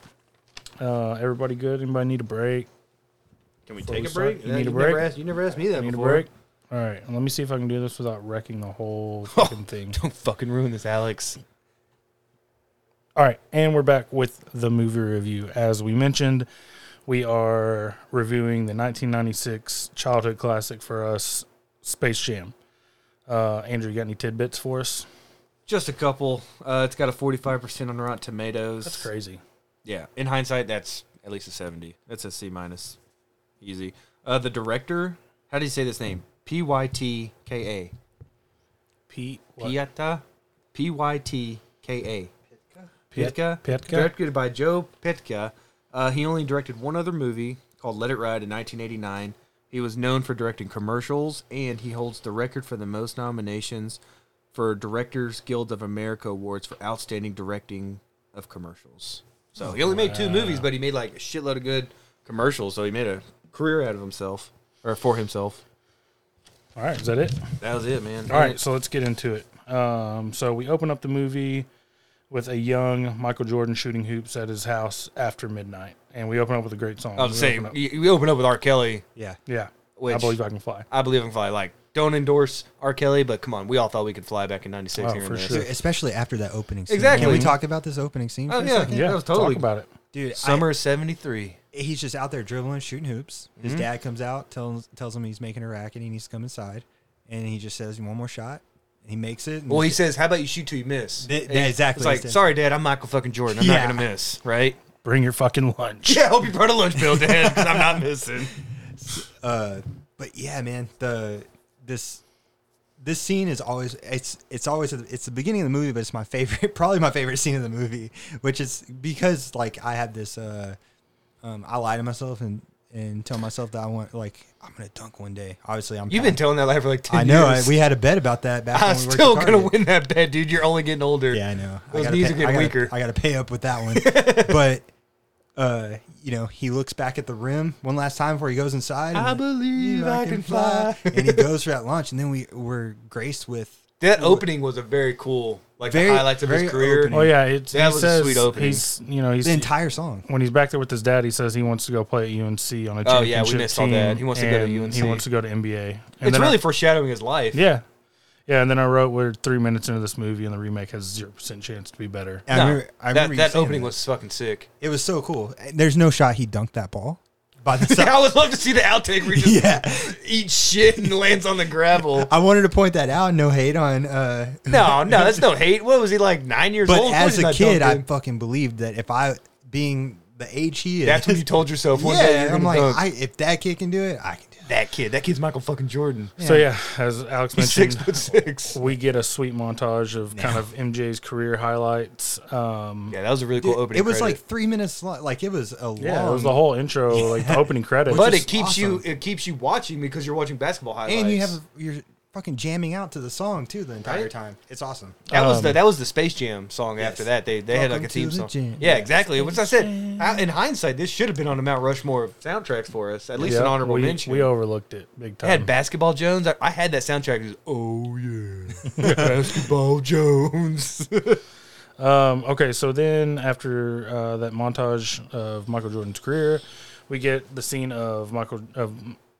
Speaker 1: Uh, everybody good? Anybody need a break?
Speaker 2: Can we
Speaker 1: Before take we a break? start, you need a break?
Speaker 2: Never asked, you never asked me that
Speaker 1: Need a
Speaker 2: before.
Speaker 1: break? All right, let me see if I can do this without wrecking the whole fucking thing.
Speaker 2: Don't fucking ruin this, Alex.
Speaker 1: All right, and we're back with the movie review. As we mentioned, we are reviewing the 1996 childhood classic for us, Space Jam. Uh, Andrew, you got any tidbits for us?
Speaker 2: Just a couple. Uh, it's got a forty-five percent on Rotten Tomatoes.
Speaker 1: That's crazy.
Speaker 2: Yeah. In hindsight, that's at least a seventy. That's a C minus. Easy. Uh, the director. How do you say this name? P Y T K A.
Speaker 1: Pete,
Speaker 2: Pieta, P Y T K A.
Speaker 1: Pit-
Speaker 2: Pitka.
Speaker 1: Pitka?
Speaker 2: Directed by Joe Pitka. Uh, he only directed one other movie called Let It Ride in 1989. He was known for directing commercials, and he holds the record for the most nominations for Directors Guild of America awards for outstanding directing of commercials. So he only made two movies, but he made like a shitload of good commercials. So he made a career out of himself or for himself.
Speaker 1: All right, is that it?
Speaker 2: That was it, man.
Speaker 1: All right, so let's get into it. Um, so we open up the movie with a young Michael Jordan shooting hoops at his house after midnight, and we open up with a great song.
Speaker 2: I was
Speaker 1: We
Speaker 2: saying,
Speaker 1: open up-
Speaker 2: you, you open up with R. Kelly.
Speaker 3: Yeah,
Speaker 1: yeah, I
Speaker 2: Which-
Speaker 1: believe I can fly.
Speaker 2: I believe in fly. Like, don't endorse R. Kelly, but come on, we all thought we could fly back in '96.
Speaker 1: Oh,
Speaker 2: here
Speaker 1: for
Speaker 2: in
Speaker 1: sure.
Speaker 3: Dude, especially after that opening. scene.
Speaker 2: Exactly.
Speaker 3: Can we talk about this opening scene?
Speaker 2: Oh
Speaker 3: for a
Speaker 2: yeah,
Speaker 3: second?
Speaker 1: Yeah,
Speaker 2: that was totally
Speaker 1: talk about it.
Speaker 3: dude.
Speaker 2: Summer
Speaker 3: Summer.
Speaker 2: '73.
Speaker 3: he's just out there dribbling, shooting hoops.
Speaker 2: Mhm.
Speaker 3: His dad comes out, tells tells him he's making a racket. He needs to come inside, and he just says, "One more shot." And he makes it. and
Speaker 2: Well, he
Speaker 3: th-
Speaker 2: says, "How about you shoot till you miss?"
Speaker 3: Th-
Speaker 2: And
Speaker 3: yeah, exactly
Speaker 2: It's
Speaker 3: what
Speaker 2: like,
Speaker 3: he said.
Speaker 2: sorry, Dad, I'm Michael fucking Jordan. I'm
Speaker 3: Yeah.
Speaker 2: not gonna miss, right?
Speaker 1: Bring your fucking lunch.
Speaker 2: Yeah, I hope you brought a lunch bill, Dad, because I'm not missing.
Speaker 3: uh, but yeah, man, the this this scene is always it's it's always it's the beginning of the movie, but it's my favorite, probably my favorite scene of the movie, which is because like I have this, uh, um, I lie to myself and and tell myself that I want like I'm gonna dunk one day. Obviously, I'm
Speaker 2: You've been telling that lie for like ten
Speaker 3: I know. I,
Speaker 2: years.
Speaker 3: we had a bet about that back.
Speaker 2: I'm
Speaker 3: when we worked at
Speaker 2: still gonna
Speaker 3: Target.
Speaker 2: win that bet, dude. You're only getting older.
Speaker 3: Yeah, I know.
Speaker 2: Those
Speaker 3: I gotta
Speaker 2: knees are
Speaker 3: pay-
Speaker 2: getting
Speaker 3: I gotta-
Speaker 2: weaker.
Speaker 3: I got to pay up with that one. but uh, you know, he looks back at the rim one last time before he goes inside.
Speaker 2: I
Speaker 3: and-
Speaker 2: believe I can fly.
Speaker 3: and he goes for that launch, and then we were graced with.
Speaker 2: That opening was a very cool, like
Speaker 3: Very-
Speaker 2: the highlights of his
Speaker 3: very
Speaker 2: career.
Speaker 3: opening.
Speaker 1: Oh yeah, it's
Speaker 2: That
Speaker 1: he
Speaker 2: was a
Speaker 1: says
Speaker 2: sweet opening.
Speaker 1: He's you know he's
Speaker 3: The entire song.
Speaker 1: when he's back there with his dad. He says he wants to go play at UNC on a championship
Speaker 2: Oh, yeah, we missed all
Speaker 1: team.
Speaker 2: that. He wants to go to
Speaker 1: and
Speaker 2: UNC.
Speaker 1: He wants to go to NBA. And
Speaker 2: It's
Speaker 1: then I-
Speaker 2: really foreshadowing his life.
Speaker 1: yeah, yeah. And then I wrote we're three minutes into this movie, and the remake has zero percent chance to be better.
Speaker 3: And
Speaker 2: No,
Speaker 3: I remember, I
Speaker 2: that
Speaker 3: remember you
Speaker 2: that
Speaker 3: saying
Speaker 2: opening was fucking sick.
Speaker 3: It was so cool. There's no shot he dunked that ball. by the side.
Speaker 2: I would love to see the outtake where he just
Speaker 3: yeah,
Speaker 2: eats shit and lands on the gravel.
Speaker 3: I wanted to point that out. No hate on. Uh,
Speaker 2: No, no, that's no hate. What was he like nine years
Speaker 3: but
Speaker 2: old? Of course
Speaker 3: as
Speaker 2: he's
Speaker 3: a
Speaker 2: not
Speaker 3: kid,
Speaker 2: dumb,
Speaker 3: I
Speaker 2: dude.
Speaker 3: fucking believed that if I, being the age he is,
Speaker 2: that's what you told yourself one day.
Speaker 3: yeah,
Speaker 2: you're
Speaker 3: I'm
Speaker 2: gonna dunk.
Speaker 3: like, I, if that kid can do it, I can do it.
Speaker 2: that kid. That kid's Michael fucking Jordan.
Speaker 1: So yeah, as Alex
Speaker 2: He's six
Speaker 1: mentioned,
Speaker 2: foot six.
Speaker 3: Oh,
Speaker 1: we get a sweet montage of kind of MJ's career highlights. Um,
Speaker 2: Yeah, that was a really cool opening.
Speaker 3: it was
Speaker 2: credit.
Speaker 3: like three minutes long. Like it was a long.
Speaker 1: yeah, it was the whole intro, like the opening credits.
Speaker 2: um, but
Speaker 3: just
Speaker 2: it keeps you
Speaker 3: awesome.
Speaker 2: it keeps you watching because you're watching basketball highlights.
Speaker 3: and you have you're fucking jamming out to the song too the entire
Speaker 2: Right?
Speaker 3: time. It's awesome.
Speaker 2: that was
Speaker 1: Um,
Speaker 2: the that was the Space Jam song. After that, they they had like
Speaker 3: Welcome
Speaker 2: a
Speaker 3: to
Speaker 2: theme
Speaker 3: the
Speaker 2: song.
Speaker 3: jam.
Speaker 2: Yeah, exactly. Which I said I, in hindsight, this should have been on the Mount Rushmore of soundtracks for us. At least
Speaker 1: Yep,
Speaker 2: an honorable
Speaker 1: we,
Speaker 2: mention.
Speaker 1: We um, overlooked it big
Speaker 2: I had
Speaker 1: time.
Speaker 2: Basketball Jones. I, I had that soundtrack. It was, oh yeah, Basketball Jones.
Speaker 1: Um, okay, so then after uh, that montage of Michael Jordan's career, we get the scene of Michael of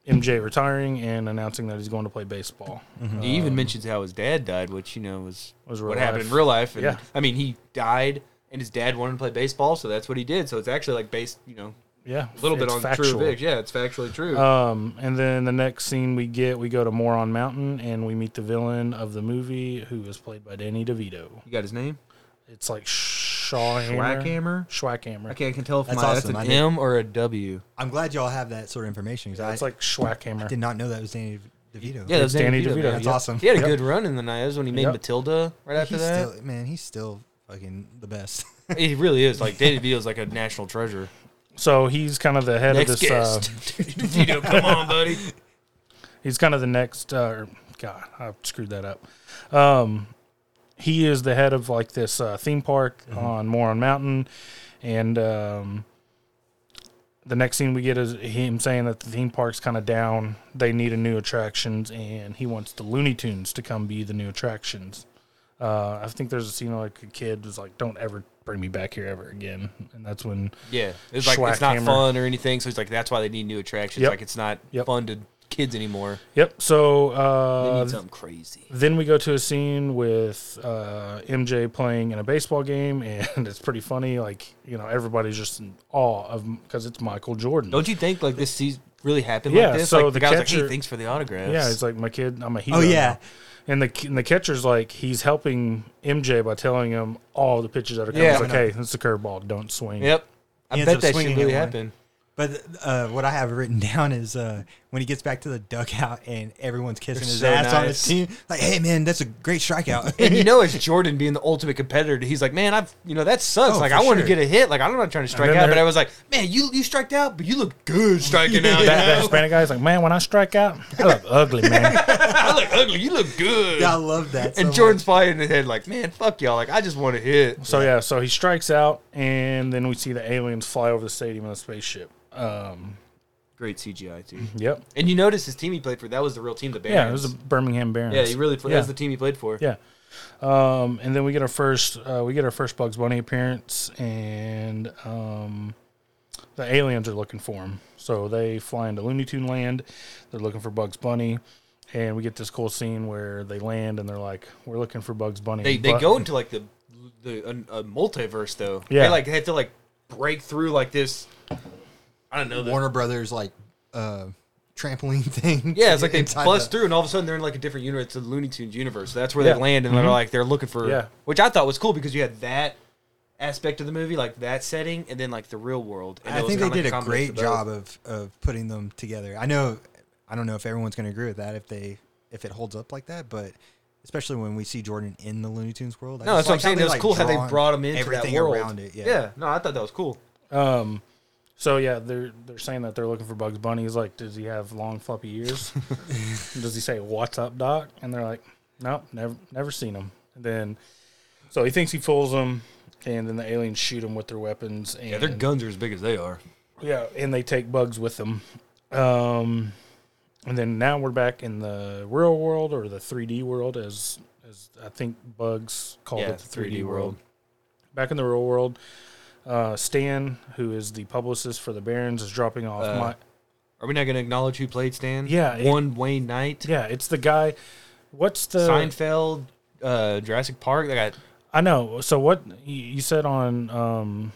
Speaker 1: MJ retiring and announcing that he's going to play baseball.
Speaker 2: oh, He even mentions how his dad died, which you know was,
Speaker 1: Um, Was real
Speaker 2: what happened in
Speaker 1: life.
Speaker 2: real life. And,
Speaker 1: Yeah.
Speaker 2: I mean, he died, and his dad wanted to play baseball, so that's what he did. So it's actually like based, you know,
Speaker 1: Yeah,
Speaker 2: a little bit
Speaker 1: it's
Speaker 2: on
Speaker 1: factual.
Speaker 2: true Vic. Yeah, it's factually true.
Speaker 1: Um, and then the next scene we get, we go to Moron Mountain and we meet the villain of the movie, who is played by Danny DeVito.
Speaker 2: you got his name?
Speaker 1: It's like Shawhammer.
Speaker 2: Schwackhammer.
Speaker 1: Schwackhammer.
Speaker 2: I can't, I can tell if my,
Speaker 3: That's awesome. I
Speaker 2: that's an
Speaker 3: did-
Speaker 2: M or a W.
Speaker 3: I'm glad y'all have that sort of information because I
Speaker 1: It's like Schwackhammer.
Speaker 3: did not know that was Danny DeVito.
Speaker 2: Yeah, that was
Speaker 1: It's Danny DeVito.
Speaker 2: man.
Speaker 3: that's
Speaker 1: yep.
Speaker 3: awesome.
Speaker 2: He had a
Speaker 1: Yep.
Speaker 2: good run in the night. That was when he made
Speaker 1: Yep.
Speaker 2: Matilda right after
Speaker 3: he's
Speaker 2: that.
Speaker 3: still man, he's still fucking the best.
Speaker 2: he really is. Like, Danny DeVito's like a national treasure.
Speaker 1: So he's kind of the head
Speaker 2: Next
Speaker 1: of this. Uh,
Speaker 2: guest. Danny DeVito, come on, buddy.
Speaker 1: he's kind of the next. Uh, God, I screwed that up. Um, he is the head of like this uh, theme park
Speaker 2: Mm-hmm.
Speaker 1: on Moron Mountain, and um, the next scene we get is him saying that the theme park's kind of down. They need a new attractions, and he wants the Looney Tunes to come be the new attractions. Uh, I think there's a scene like a kid was like, "Don't ever bring me back here ever again," and that's when
Speaker 2: Yeah, it's like it's not
Speaker 1: Schwackhammer.
Speaker 2: fun or anything. So he's like, that's why they need new attractions.
Speaker 1: Yep.
Speaker 2: Like it's not
Speaker 1: Yep.
Speaker 2: fun to kids anymore.
Speaker 1: Yep. So
Speaker 2: They
Speaker 1: uh,
Speaker 2: need something crazy.
Speaker 1: then we go to a scene with uh, MJ playing in a baseball game, and it's pretty funny. Like you know, everybody's just in awe of because it's Michael Jordan.
Speaker 2: Don't you think like this season really happened
Speaker 1: Yeah,
Speaker 2: like this?
Speaker 1: so
Speaker 2: like, the,
Speaker 1: the
Speaker 2: guy's like,
Speaker 1: catcher-
Speaker 2: hey, thanks for the autographs.
Speaker 1: yeah, it's like my kid. I'm a hero.
Speaker 3: Oh, yeah.
Speaker 1: now. And the and the catcher's like he's helping MJ by telling him all the pitches that are coming.
Speaker 2: Yeah.
Speaker 1: He's like, hey, it's a curveball. Don't swing.
Speaker 2: yep. I
Speaker 3: ends
Speaker 2: bet
Speaker 3: up
Speaker 2: that
Speaker 3: swinging
Speaker 2: shit
Speaker 3: at
Speaker 2: really
Speaker 3: one.
Speaker 2: happened.
Speaker 3: But uh, what I have written down is uh, when he gets back to the dugout and everyone's kissing
Speaker 2: They're
Speaker 3: his
Speaker 2: so
Speaker 3: ass on
Speaker 2: nice.
Speaker 3: his team, like, "Hey man, that's a great strikeout."
Speaker 2: And you know, as Jordan being the ultimate competitor, he's like, "Man, I've you know that sucks.
Speaker 3: Oh,
Speaker 2: like,
Speaker 3: for
Speaker 2: I wanted to
Speaker 3: sure.
Speaker 2: get a hit. Like, I'm not trying to strike
Speaker 1: then
Speaker 2: out,
Speaker 1: there-
Speaker 2: but I was like, man, you you striked out, but you look good striking out.
Speaker 1: That, that
Speaker 2: you know?
Speaker 1: Hispanic guy's like, man, when I strike out, I look ugly, man.
Speaker 2: I look ugly. You look good."
Speaker 3: I love that. so
Speaker 2: and
Speaker 3: much.
Speaker 2: Jordan's probably in his head like, "Man, fuck y'all. Like, I just want to hit."
Speaker 1: So yeah, so he strikes out, and then we see the aliens fly over the stadium in a spaceship. Um,
Speaker 2: Great CGI too.
Speaker 1: yep.
Speaker 2: And you notice his team he played for. That was the real team, the Barons.
Speaker 1: Mm-hmm. Yeah, it was the Birmingham Barons.
Speaker 2: yeah, he really played.
Speaker 1: Yeah.
Speaker 2: That was the team he played for.
Speaker 1: Yeah. Um, and then we get our first uh, we get our first Bugs Bunny appearance, and um, the aliens are looking for him. So they fly into Looney Tune Land. They're looking for Bugs Bunny, and we get this cool scene where they land and they're like, "We're looking for Bugs Bunny."
Speaker 2: They they
Speaker 1: But-
Speaker 2: go into like the the a, a multiverse though.
Speaker 1: Yeah.
Speaker 2: They like have to like break through like this. I don't know. the-
Speaker 3: Warner Brothers like uh, trampoline thing.
Speaker 2: yeah, it's like they
Speaker 3: inside
Speaker 2: bust
Speaker 3: the-
Speaker 2: through, and all of a sudden they're in like a different universe, it's the Looney Tunes universe. That's where
Speaker 1: Yeah.
Speaker 2: they land, and they're
Speaker 3: Mm-hmm.
Speaker 2: like they're looking for.
Speaker 1: Yeah.
Speaker 2: Which I thought was cool because you had that aspect of the movie, like that setting, and then like the real world. And
Speaker 3: I
Speaker 2: it was
Speaker 3: think they
Speaker 2: kinda like
Speaker 3: did a
Speaker 2: combination
Speaker 3: great
Speaker 2: of both.
Speaker 3: job of, of putting them together. I know, I don't know if everyone's going to agree with that if they if it holds up like that, but especially when we see Jordan in the Looney Tunes world. I
Speaker 2: No, that's what I'm
Speaker 3: just like how
Speaker 2: saying.
Speaker 3: they,
Speaker 2: It was
Speaker 3: like,
Speaker 2: cool how
Speaker 3: drawn
Speaker 2: they brought him into
Speaker 3: everything
Speaker 2: that world.
Speaker 3: around it. Yeah,
Speaker 2: yeah. No, I thought that was cool.
Speaker 1: Um, so yeah, they're they're saying that they're looking for Bugs Bunny. He's like, "Does he have long floppy ears?" Does he say, "What's up, Doc?" And they're like, "Nope, never never seen him." And then, so he thinks he fools them, and then the aliens shoot him with their weapons. And, yeah,
Speaker 2: guns are as big as they are.
Speaker 1: Yeah, and they take Bugs with them. Um, and then now we're back in the real world or the 3D world, as as I think Bugs called
Speaker 2: Yeah,
Speaker 1: it, the 3D,
Speaker 2: 3D
Speaker 1: world.
Speaker 2: world.
Speaker 1: Back in the real world, uh, Stan, who is the publicist for the Barons, is dropping off.
Speaker 2: Uh.
Speaker 1: my,
Speaker 2: Are we not going to acknowledge who played Stan?
Speaker 1: Yeah, it-
Speaker 2: one Wayne Knight,
Speaker 1: yeah, it's the guy. What's the?
Speaker 2: Seinfeld, uh, Jurassic Park. They got
Speaker 1: I know. So what you you said on um,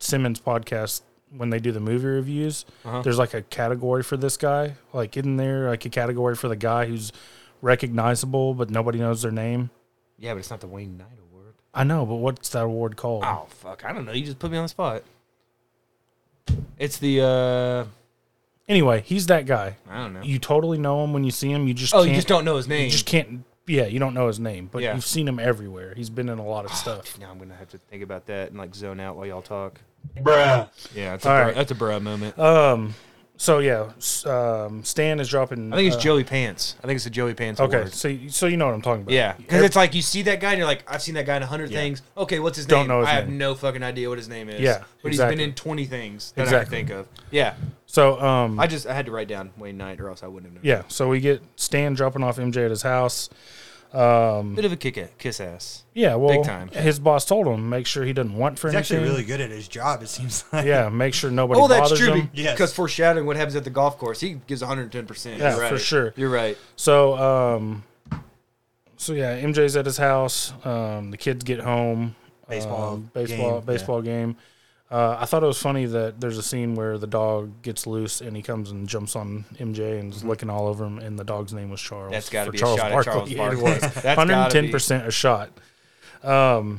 Speaker 1: Simmons podcast when they do the movie reviews,
Speaker 2: Uh-huh.
Speaker 1: there's like a category for this guy, like in there, like a category for the guy who's recognizable but nobody knows their name.
Speaker 2: Yeah, but it's not the Wayne Knight Award.
Speaker 1: I know, but what's that award called?
Speaker 2: Oh fuck, I don't know. You just put me on the spot. It's the uh
Speaker 1: Anyway, he's that guy.
Speaker 2: I don't know.
Speaker 1: You totally know him when you see him. You just
Speaker 2: oh,
Speaker 1: can't,
Speaker 2: you just don't know his name.
Speaker 1: you just can't. Yeah, you don't know his name, but
Speaker 2: Yeah.
Speaker 1: you've seen him everywhere. He's been in a lot of stuff.
Speaker 2: Now I'm gonna have to think about that and like zone out while y'all talk.
Speaker 7: Bruh.
Speaker 2: Yeah, that's a,
Speaker 1: All
Speaker 2: bruh,
Speaker 1: right. Uh,
Speaker 2: that's a bruh moment.
Speaker 1: So yeah, s- um, Stan is dropping.
Speaker 2: I think it's
Speaker 1: uh,
Speaker 2: Joey Pants. I think it's the Joey Pants.
Speaker 1: Okay,
Speaker 2: award.
Speaker 1: so y- so you know what I'm talking about.
Speaker 2: Yeah, because it's like you see that guy and you're like, I've seen that guy in a hundred things. Okay, what's his
Speaker 1: Don't
Speaker 2: name?
Speaker 1: know his
Speaker 2: I have
Speaker 1: name.
Speaker 2: no fucking idea what his name is.
Speaker 1: Yeah,
Speaker 2: but he's
Speaker 1: exactly.
Speaker 2: been in twenty things that
Speaker 1: Exactly.
Speaker 2: I can think of. Yeah,
Speaker 1: So um,
Speaker 2: I just I had to write down Wayne Knight or else I wouldn't have known.
Speaker 1: yeah, so we get Stan dropping off MJ at his house.
Speaker 2: bit of a kick at, kiss ass.
Speaker 1: Yeah, well,
Speaker 2: time.
Speaker 1: His boss told him make sure he doesn't want for
Speaker 3: He's
Speaker 1: anything.
Speaker 3: actually really good at his job. It seems like.
Speaker 1: yeah, make sure nobody
Speaker 2: Oh, that's
Speaker 1: bothers
Speaker 2: true.
Speaker 1: him.
Speaker 2: Because
Speaker 3: Yes.
Speaker 2: foreshadowing what happens at the golf course, he gives 110. percent
Speaker 1: Yeah, for sure.
Speaker 2: You're right.
Speaker 1: So um, so yeah, MJ's at his house. Um, the kids get home.
Speaker 3: Baseball
Speaker 1: um, baseball,
Speaker 3: game,
Speaker 1: baseball game. Uh, I thought it was funny that there's a scene where the dog gets loose and he comes and jumps on MJ and is licking all over him, and the dog's name was Charles.
Speaker 2: Mm-hmm. That's got
Speaker 1: for
Speaker 2: to be a shot at Charles Barkley.
Speaker 1: Yeah, it was.
Speaker 2: That's gotta be-
Speaker 1: 110% a shot. Um,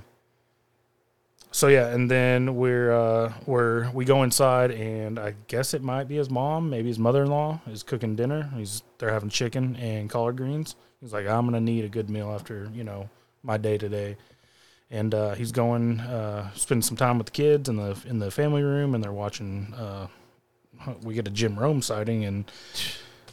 Speaker 1: so yeah, and then we're uh, we're we go inside, and I guess it might be his mom, maybe his mother-in-law is cooking dinner. He's they're having chicken and collard greens. He's like, I'm gonna need a good meal after you know my day today, and uh, he's going uh, spending some time with the kids in the in the family room, and they're watching. Uh, we get a Jim Rome sighting, and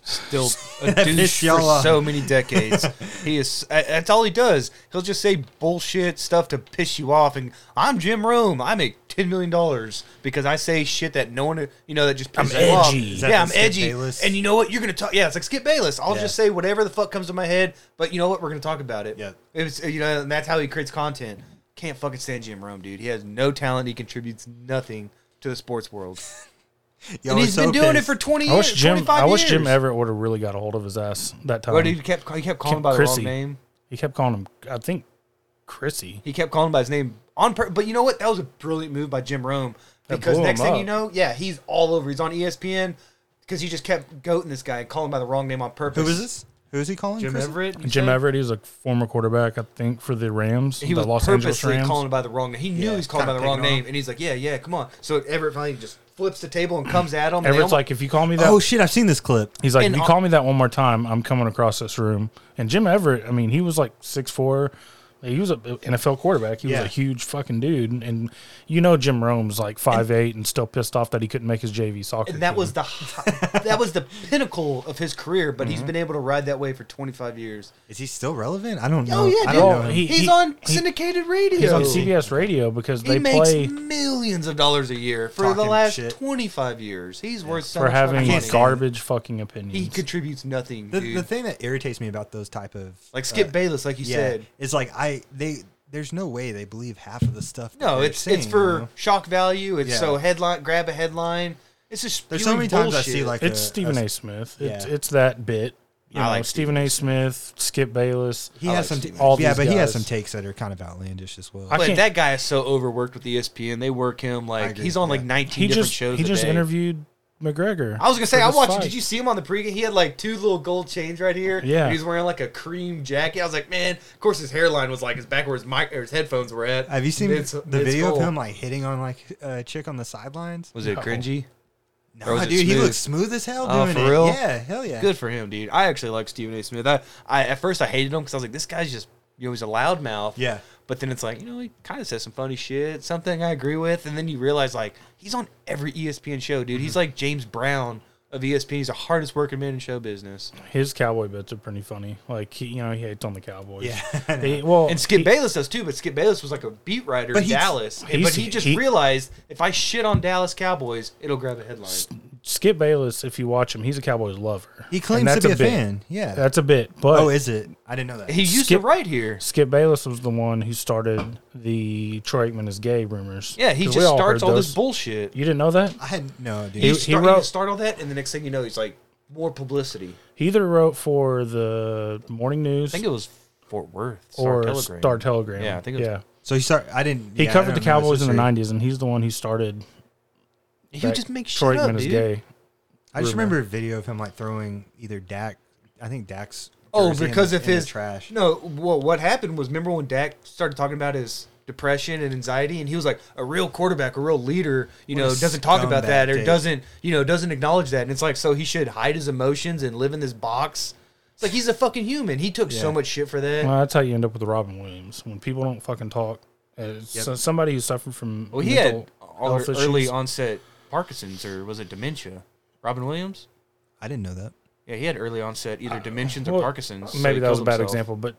Speaker 2: Still a douche
Speaker 3: Pissed
Speaker 2: for
Speaker 3: y'all off.
Speaker 2: so many decades. he is. uh, That's all he does. He'll just say bullshit stuff to piss you off. And I'm Jim Rome. I make ten million dollars because I say shit that no one, you know, that just pisses
Speaker 1: I'm
Speaker 2: you off.
Speaker 1: edgy. Is
Speaker 3: that
Speaker 2: Yeah,
Speaker 3: the
Speaker 2: I'm
Speaker 3: Skip
Speaker 2: edgy.
Speaker 3: Bayless?
Speaker 2: And you know what? You're gonna talk. Yeah, it's like Skip Bayless. I'll
Speaker 3: Yeah.
Speaker 2: just say whatever the fuck comes to my head. But you know what? We're gonna talk about it.
Speaker 3: Yeah.
Speaker 2: It was, you know, and that's how he creates content. Can't fucking stand Jim Rome, dude. He has no talent. He contributes nothing to the sports world.
Speaker 3: Y'all
Speaker 2: And
Speaker 3: were
Speaker 2: he's
Speaker 3: so
Speaker 2: been doing it
Speaker 3: pissed.
Speaker 2: for 20
Speaker 1: I
Speaker 2: years,
Speaker 1: wish Jim
Speaker 2: 25
Speaker 1: I wish Jim
Speaker 2: years.
Speaker 1: Everett would have really got a hold of his ass that time.
Speaker 2: But he kept he kept calling him by the
Speaker 1: Um, Chrissy.
Speaker 2: wrong name.
Speaker 1: He kept calling him, I think, Chrissy.
Speaker 2: He kept calling him by his name on per- but you know what? That was a brilliant move by Jim Rome
Speaker 1: That
Speaker 2: because
Speaker 1: blew
Speaker 2: next
Speaker 1: him
Speaker 2: thing
Speaker 1: up.
Speaker 2: you know, yeah, he's all over. He's on E ESPN because he just kept goating this guy and calling him by the wrong name on purpose.
Speaker 3: Who is this? Who is he calling?
Speaker 7: Jim
Speaker 3: Chris?
Speaker 7: Everett. you
Speaker 1: Jim
Speaker 7: said?
Speaker 1: Everett, he's a former quarterback, I think, for the Rams,
Speaker 2: He
Speaker 1: the
Speaker 2: was
Speaker 1: Los Angeles
Speaker 2: purposely
Speaker 1: Rams.
Speaker 2: calling him by the wrong name. He knew he was calling him by
Speaker 3: kinda
Speaker 2: the wrong
Speaker 3: picking on
Speaker 2: name, and he's like, "Yeah, yeah, come on." So Everett finally just flips the table and comes at him. and they
Speaker 1: Everett's
Speaker 2: almost-
Speaker 1: like, if you call me that,
Speaker 3: Oh shit! I've seen this clip.
Speaker 1: he's like,
Speaker 2: and
Speaker 1: if you
Speaker 2: on-
Speaker 1: call me that one more time, I'm coming across this room. And Jim Everett, I mean, he was like six four. He was an NFL quarterback. He
Speaker 3: Yeah.
Speaker 1: was a huge fucking dude, and you know Jim Rome's like five eight and still pissed off that he couldn't make his JV soccer.
Speaker 2: and that
Speaker 1: team.
Speaker 2: was the hi- that was the pinnacle of his career, but
Speaker 1: Mm-hmm.
Speaker 2: he's been able to ride that way for 25 years.
Speaker 3: Is he still relevant? I don't know.
Speaker 2: Oh yeah,
Speaker 3: I
Speaker 2: dude.
Speaker 3: don't
Speaker 1: know.
Speaker 2: he's
Speaker 1: He- he-
Speaker 2: on
Speaker 1: he-
Speaker 2: syndicated radio.
Speaker 1: he's on CBS radio because
Speaker 2: He
Speaker 1: they
Speaker 2: makes
Speaker 1: play
Speaker 2: millions of dollars a year for the
Speaker 3: Talking
Speaker 2: last
Speaker 3: shit.
Speaker 2: 25 years. He's worth so
Speaker 1: for
Speaker 2: much fucking
Speaker 1: having
Speaker 2: money.
Speaker 1: garbage fucking opinions.
Speaker 2: He contributes nothing,
Speaker 3: The,
Speaker 2: dude.
Speaker 3: the thing that irritates me about those type of
Speaker 2: like Skip
Speaker 3: uh,
Speaker 2: Bayless, like you
Speaker 3: yeah,
Speaker 2: said.
Speaker 3: it's like I they there's no way they believe half of the stuff. that
Speaker 2: No,
Speaker 3: they're
Speaker 2: it's it's
Speaker 3: saying,
Speaker 2: for
Speaker 3: you know?
Speaker 2: shock value. It's
Speaker 3: Yeah.
Speaker 2: so headline, grab a headline. It's just
Speaker 3: There's so many
Speaker 2: spewing
Speaker 3: times I
Speaker 2: bullshit.
Speaker 3: see like
Speaker 1: It's
Speaker 3: a-
Speaker 1: Stephen
Speaker 3: a-
Speaker 1: A. Smith. It's
Speaker 3: yeah.
Speaker 1: it's that bit. You
Speaker 2: I
Speaker 1: know,
Speaker 2: like
Speaker 1: Stephen A. Smith, Skip Bayless.
Speaker 3: He
Speaker 2: I
Speaker 3: has
Speaker 2: like
Speaker 3: some,
Speaker 2: Stephen A.
Speaker 1: All
Speaker 3: yeah,
Speaker 1: these
Speaker 3: but he has
Speaker 1: guys.
Speaker 3: some takes that are kind of outlandish as well.
Speaker 1: I
Speaker 2: But
Speaker 1: can't-
Speaker 2: that guy is so overworked with E ESPN. They work him like
Speaker 3: agree,
Speaker 2: he's on like
Speaker 3: yeah.
Speaker 2: 19
Speaker 1: He
Speaker 2: different
Speaker 1: just
Speaker 2: shows.
Speaker 1: he
Speaker 2: a
Speaker 1: just
Speaker 2: day.
Speaker 1: interviewed McGregor.
Speaker 2: I was gonna say
Speaker 1: for
Speaker 2: I
Speaker 1: this
Speaker 2: watched.
Speaker 1: fight.
Speaker 2: Did you see him on the pregame? He had like two little gold chains right here.
Speaker 1: Yeah.
Speaker 2: and he was wearing like a cream jacket. I was like, man. Of course, his hairline was like his back where his mic or his headphones were at.
Speaker 3: Have you seen
Speaker 2: Vince-
Speaker 3: the
Speaker 2: Vince
Speaker 3: video
Speaker 2: Cole.
Speaker 3: of him like hitting on like a chick on the sidelines?
Speaker 2: Was it cringy? Or
Speaker 3: No,
Speaker 2: was it
Speaker 3: dude, he
Speaker 2: smooth?
Speaker 3: looks smooth as hell
Speaker 2: Oh,
Speaker 3: doing
Speaker 2: for
Speaker 3: it.
Speaker 2: real?
Speaker 3: Yeah, hell yeah.
Speaker 2: Good for him, dude. I actually like Stephen A. Smith. I, I at first I hated him because I was like, this guy's just you know he's a loudmouth.
Speaker 3: Yeah.
Speaker 2: But then it's like you know he kind of says some funny shit, something I agree with, and then you realize like he's on every E ESPN show, dude.
Speaker 3: Mm-hmm.
Speaker 2: He's like James Brown of E ESPN. He's the hardest working man in show business.
Speaker 1: his cowboy bits are pretty funny. Like he, you know, he hates on the Cowboys.
Speaker 3: Yeah.
Speaker 1: He- well,
Speaker 2: And Skip
Speaker 1: he-
Speaker 2: Bayless does too, but Skip Bayless was like a beat writer
Speaker 3: But
Speaker 2: in
Speaker 3: he's-
Speaker 2: Dallas. And,
Speaker 1: he's-
Speaker 2: but he just
Speaker 1: he-
Speaker 2: realized if I shit on Dallas Cowboys, it'll grab a headline.
Speaker 1: Skip Bayless, if you watch him, he's a Cowboys lover.
Speaker 3: He
Speaker 1: And
Speaker 3: claims to
Speaker 1: that's
Speaker 3: be a,
Speaker 1: bit.
Speaker 3: fan. Yeah.
Speaker 1: That's a bit, but
Speaker 3: oh, is it? I didn't know that.
Speaker 2: He used
Speaker 1: Skip-
Speaker 2: to write here.
Speaker 1: Skip Bayless was the one who started the Troy Aikman is gay rumors.
Speaker 2: Yeah, he
Speaker 1: 'Cause we
Speaker 2: just starts
Speaker 1: heard
Speaker 2: all this
Speaker 1: those.
Speaker 2: bullshit.
Speaker 1: You didn't know that?
Speaker 3: I had no, dude.
Speaker 1: He-
Speaker 2: You
Speaker 1: he
Speaker 2: start, you
Speaker 1: wrote-
Speaker 2: start all that, and the next thing you know, he's like more publicity.
Speaker 1: He either wrote for the morning news
Speaker 2: I think it was Fort Worth Star
Speaker 1: or
Speaker 2: Telegram.
Speaker 1: Star Telegram.
Speaker 2: Yeah, I think it was-
Speaker 1: yeah.
Speaker 3: so he started. I didn't.
Speaker 1: He
Speaker 3: yeah, I
Speaker 1: covered the
Speaker 3: don't know,
Speaker 1: Cowboys
Speaker 3: this
Speaker 1: in the
Speaker 3: is true.
Speaker 1: '90s, and he's the one who started
Speaker 2: You
Speaker 1: that
Speaker 2: just make shit
Speaker 1: Troy
Speaker 2: up,
Speaker 1: Aikman is
Speaker 2: dude.
Speaker 1: gay.
Speaker 3: I just
Speaker 1: Rumor.
Speaker 3: remember a video of him like throwing either Dak. I think Dak's.
Speaker 2: Oh,
Speaker 3: jersey in
Speaker 2: because
Speaker 3: the-
Speaker 2: of
Speaker 3: in the
Speaker 2: his
Speaker 3: trash.
Speaker 2: No, well, what happened was remember when Dak started talking about his depression and anxiety, and he was like a real quarterback, a real leader. You
Speaker 3: What
Speaker 2: know,
Speaker 3: a
Speaker 2: doesn't talk about
Speaker 3: scumbag
Speaker 2: that or
Speaker 3: dude.
Speaker 2: doesn't you know doesn't acknowledge that, and it's like so he should hide his emotions and live in this box. It's like he's a fucking human. He took so
Speaker 3: Yeah.
Speaker 2: much shit for that.
Speaker 1: Well, that's how you end up with Robin Williams when people don't fucking talk. It's so- somebody who suffered from
Speaker 2: well, he
Speaker 1: mental
Speaker 2: had all
Speaker 1: health
Speaker 2: early
Speaker 1: issues.
Speaker 2: onset Parkinson's or was it dementia? Robin Williams.
Speaker 3: I didn't know that.
Speaker 2: Yeah, he had early onset either dementia or
Speaker 1: Well,
Speaker 2: Parkinson's. so
Speaker 1: Maybe
Speaker 2: he
Speaker 1: that was a
Speaker 2: killed
Speaker 1: bad
Speaker 2: himself.
Speaker 1: example, but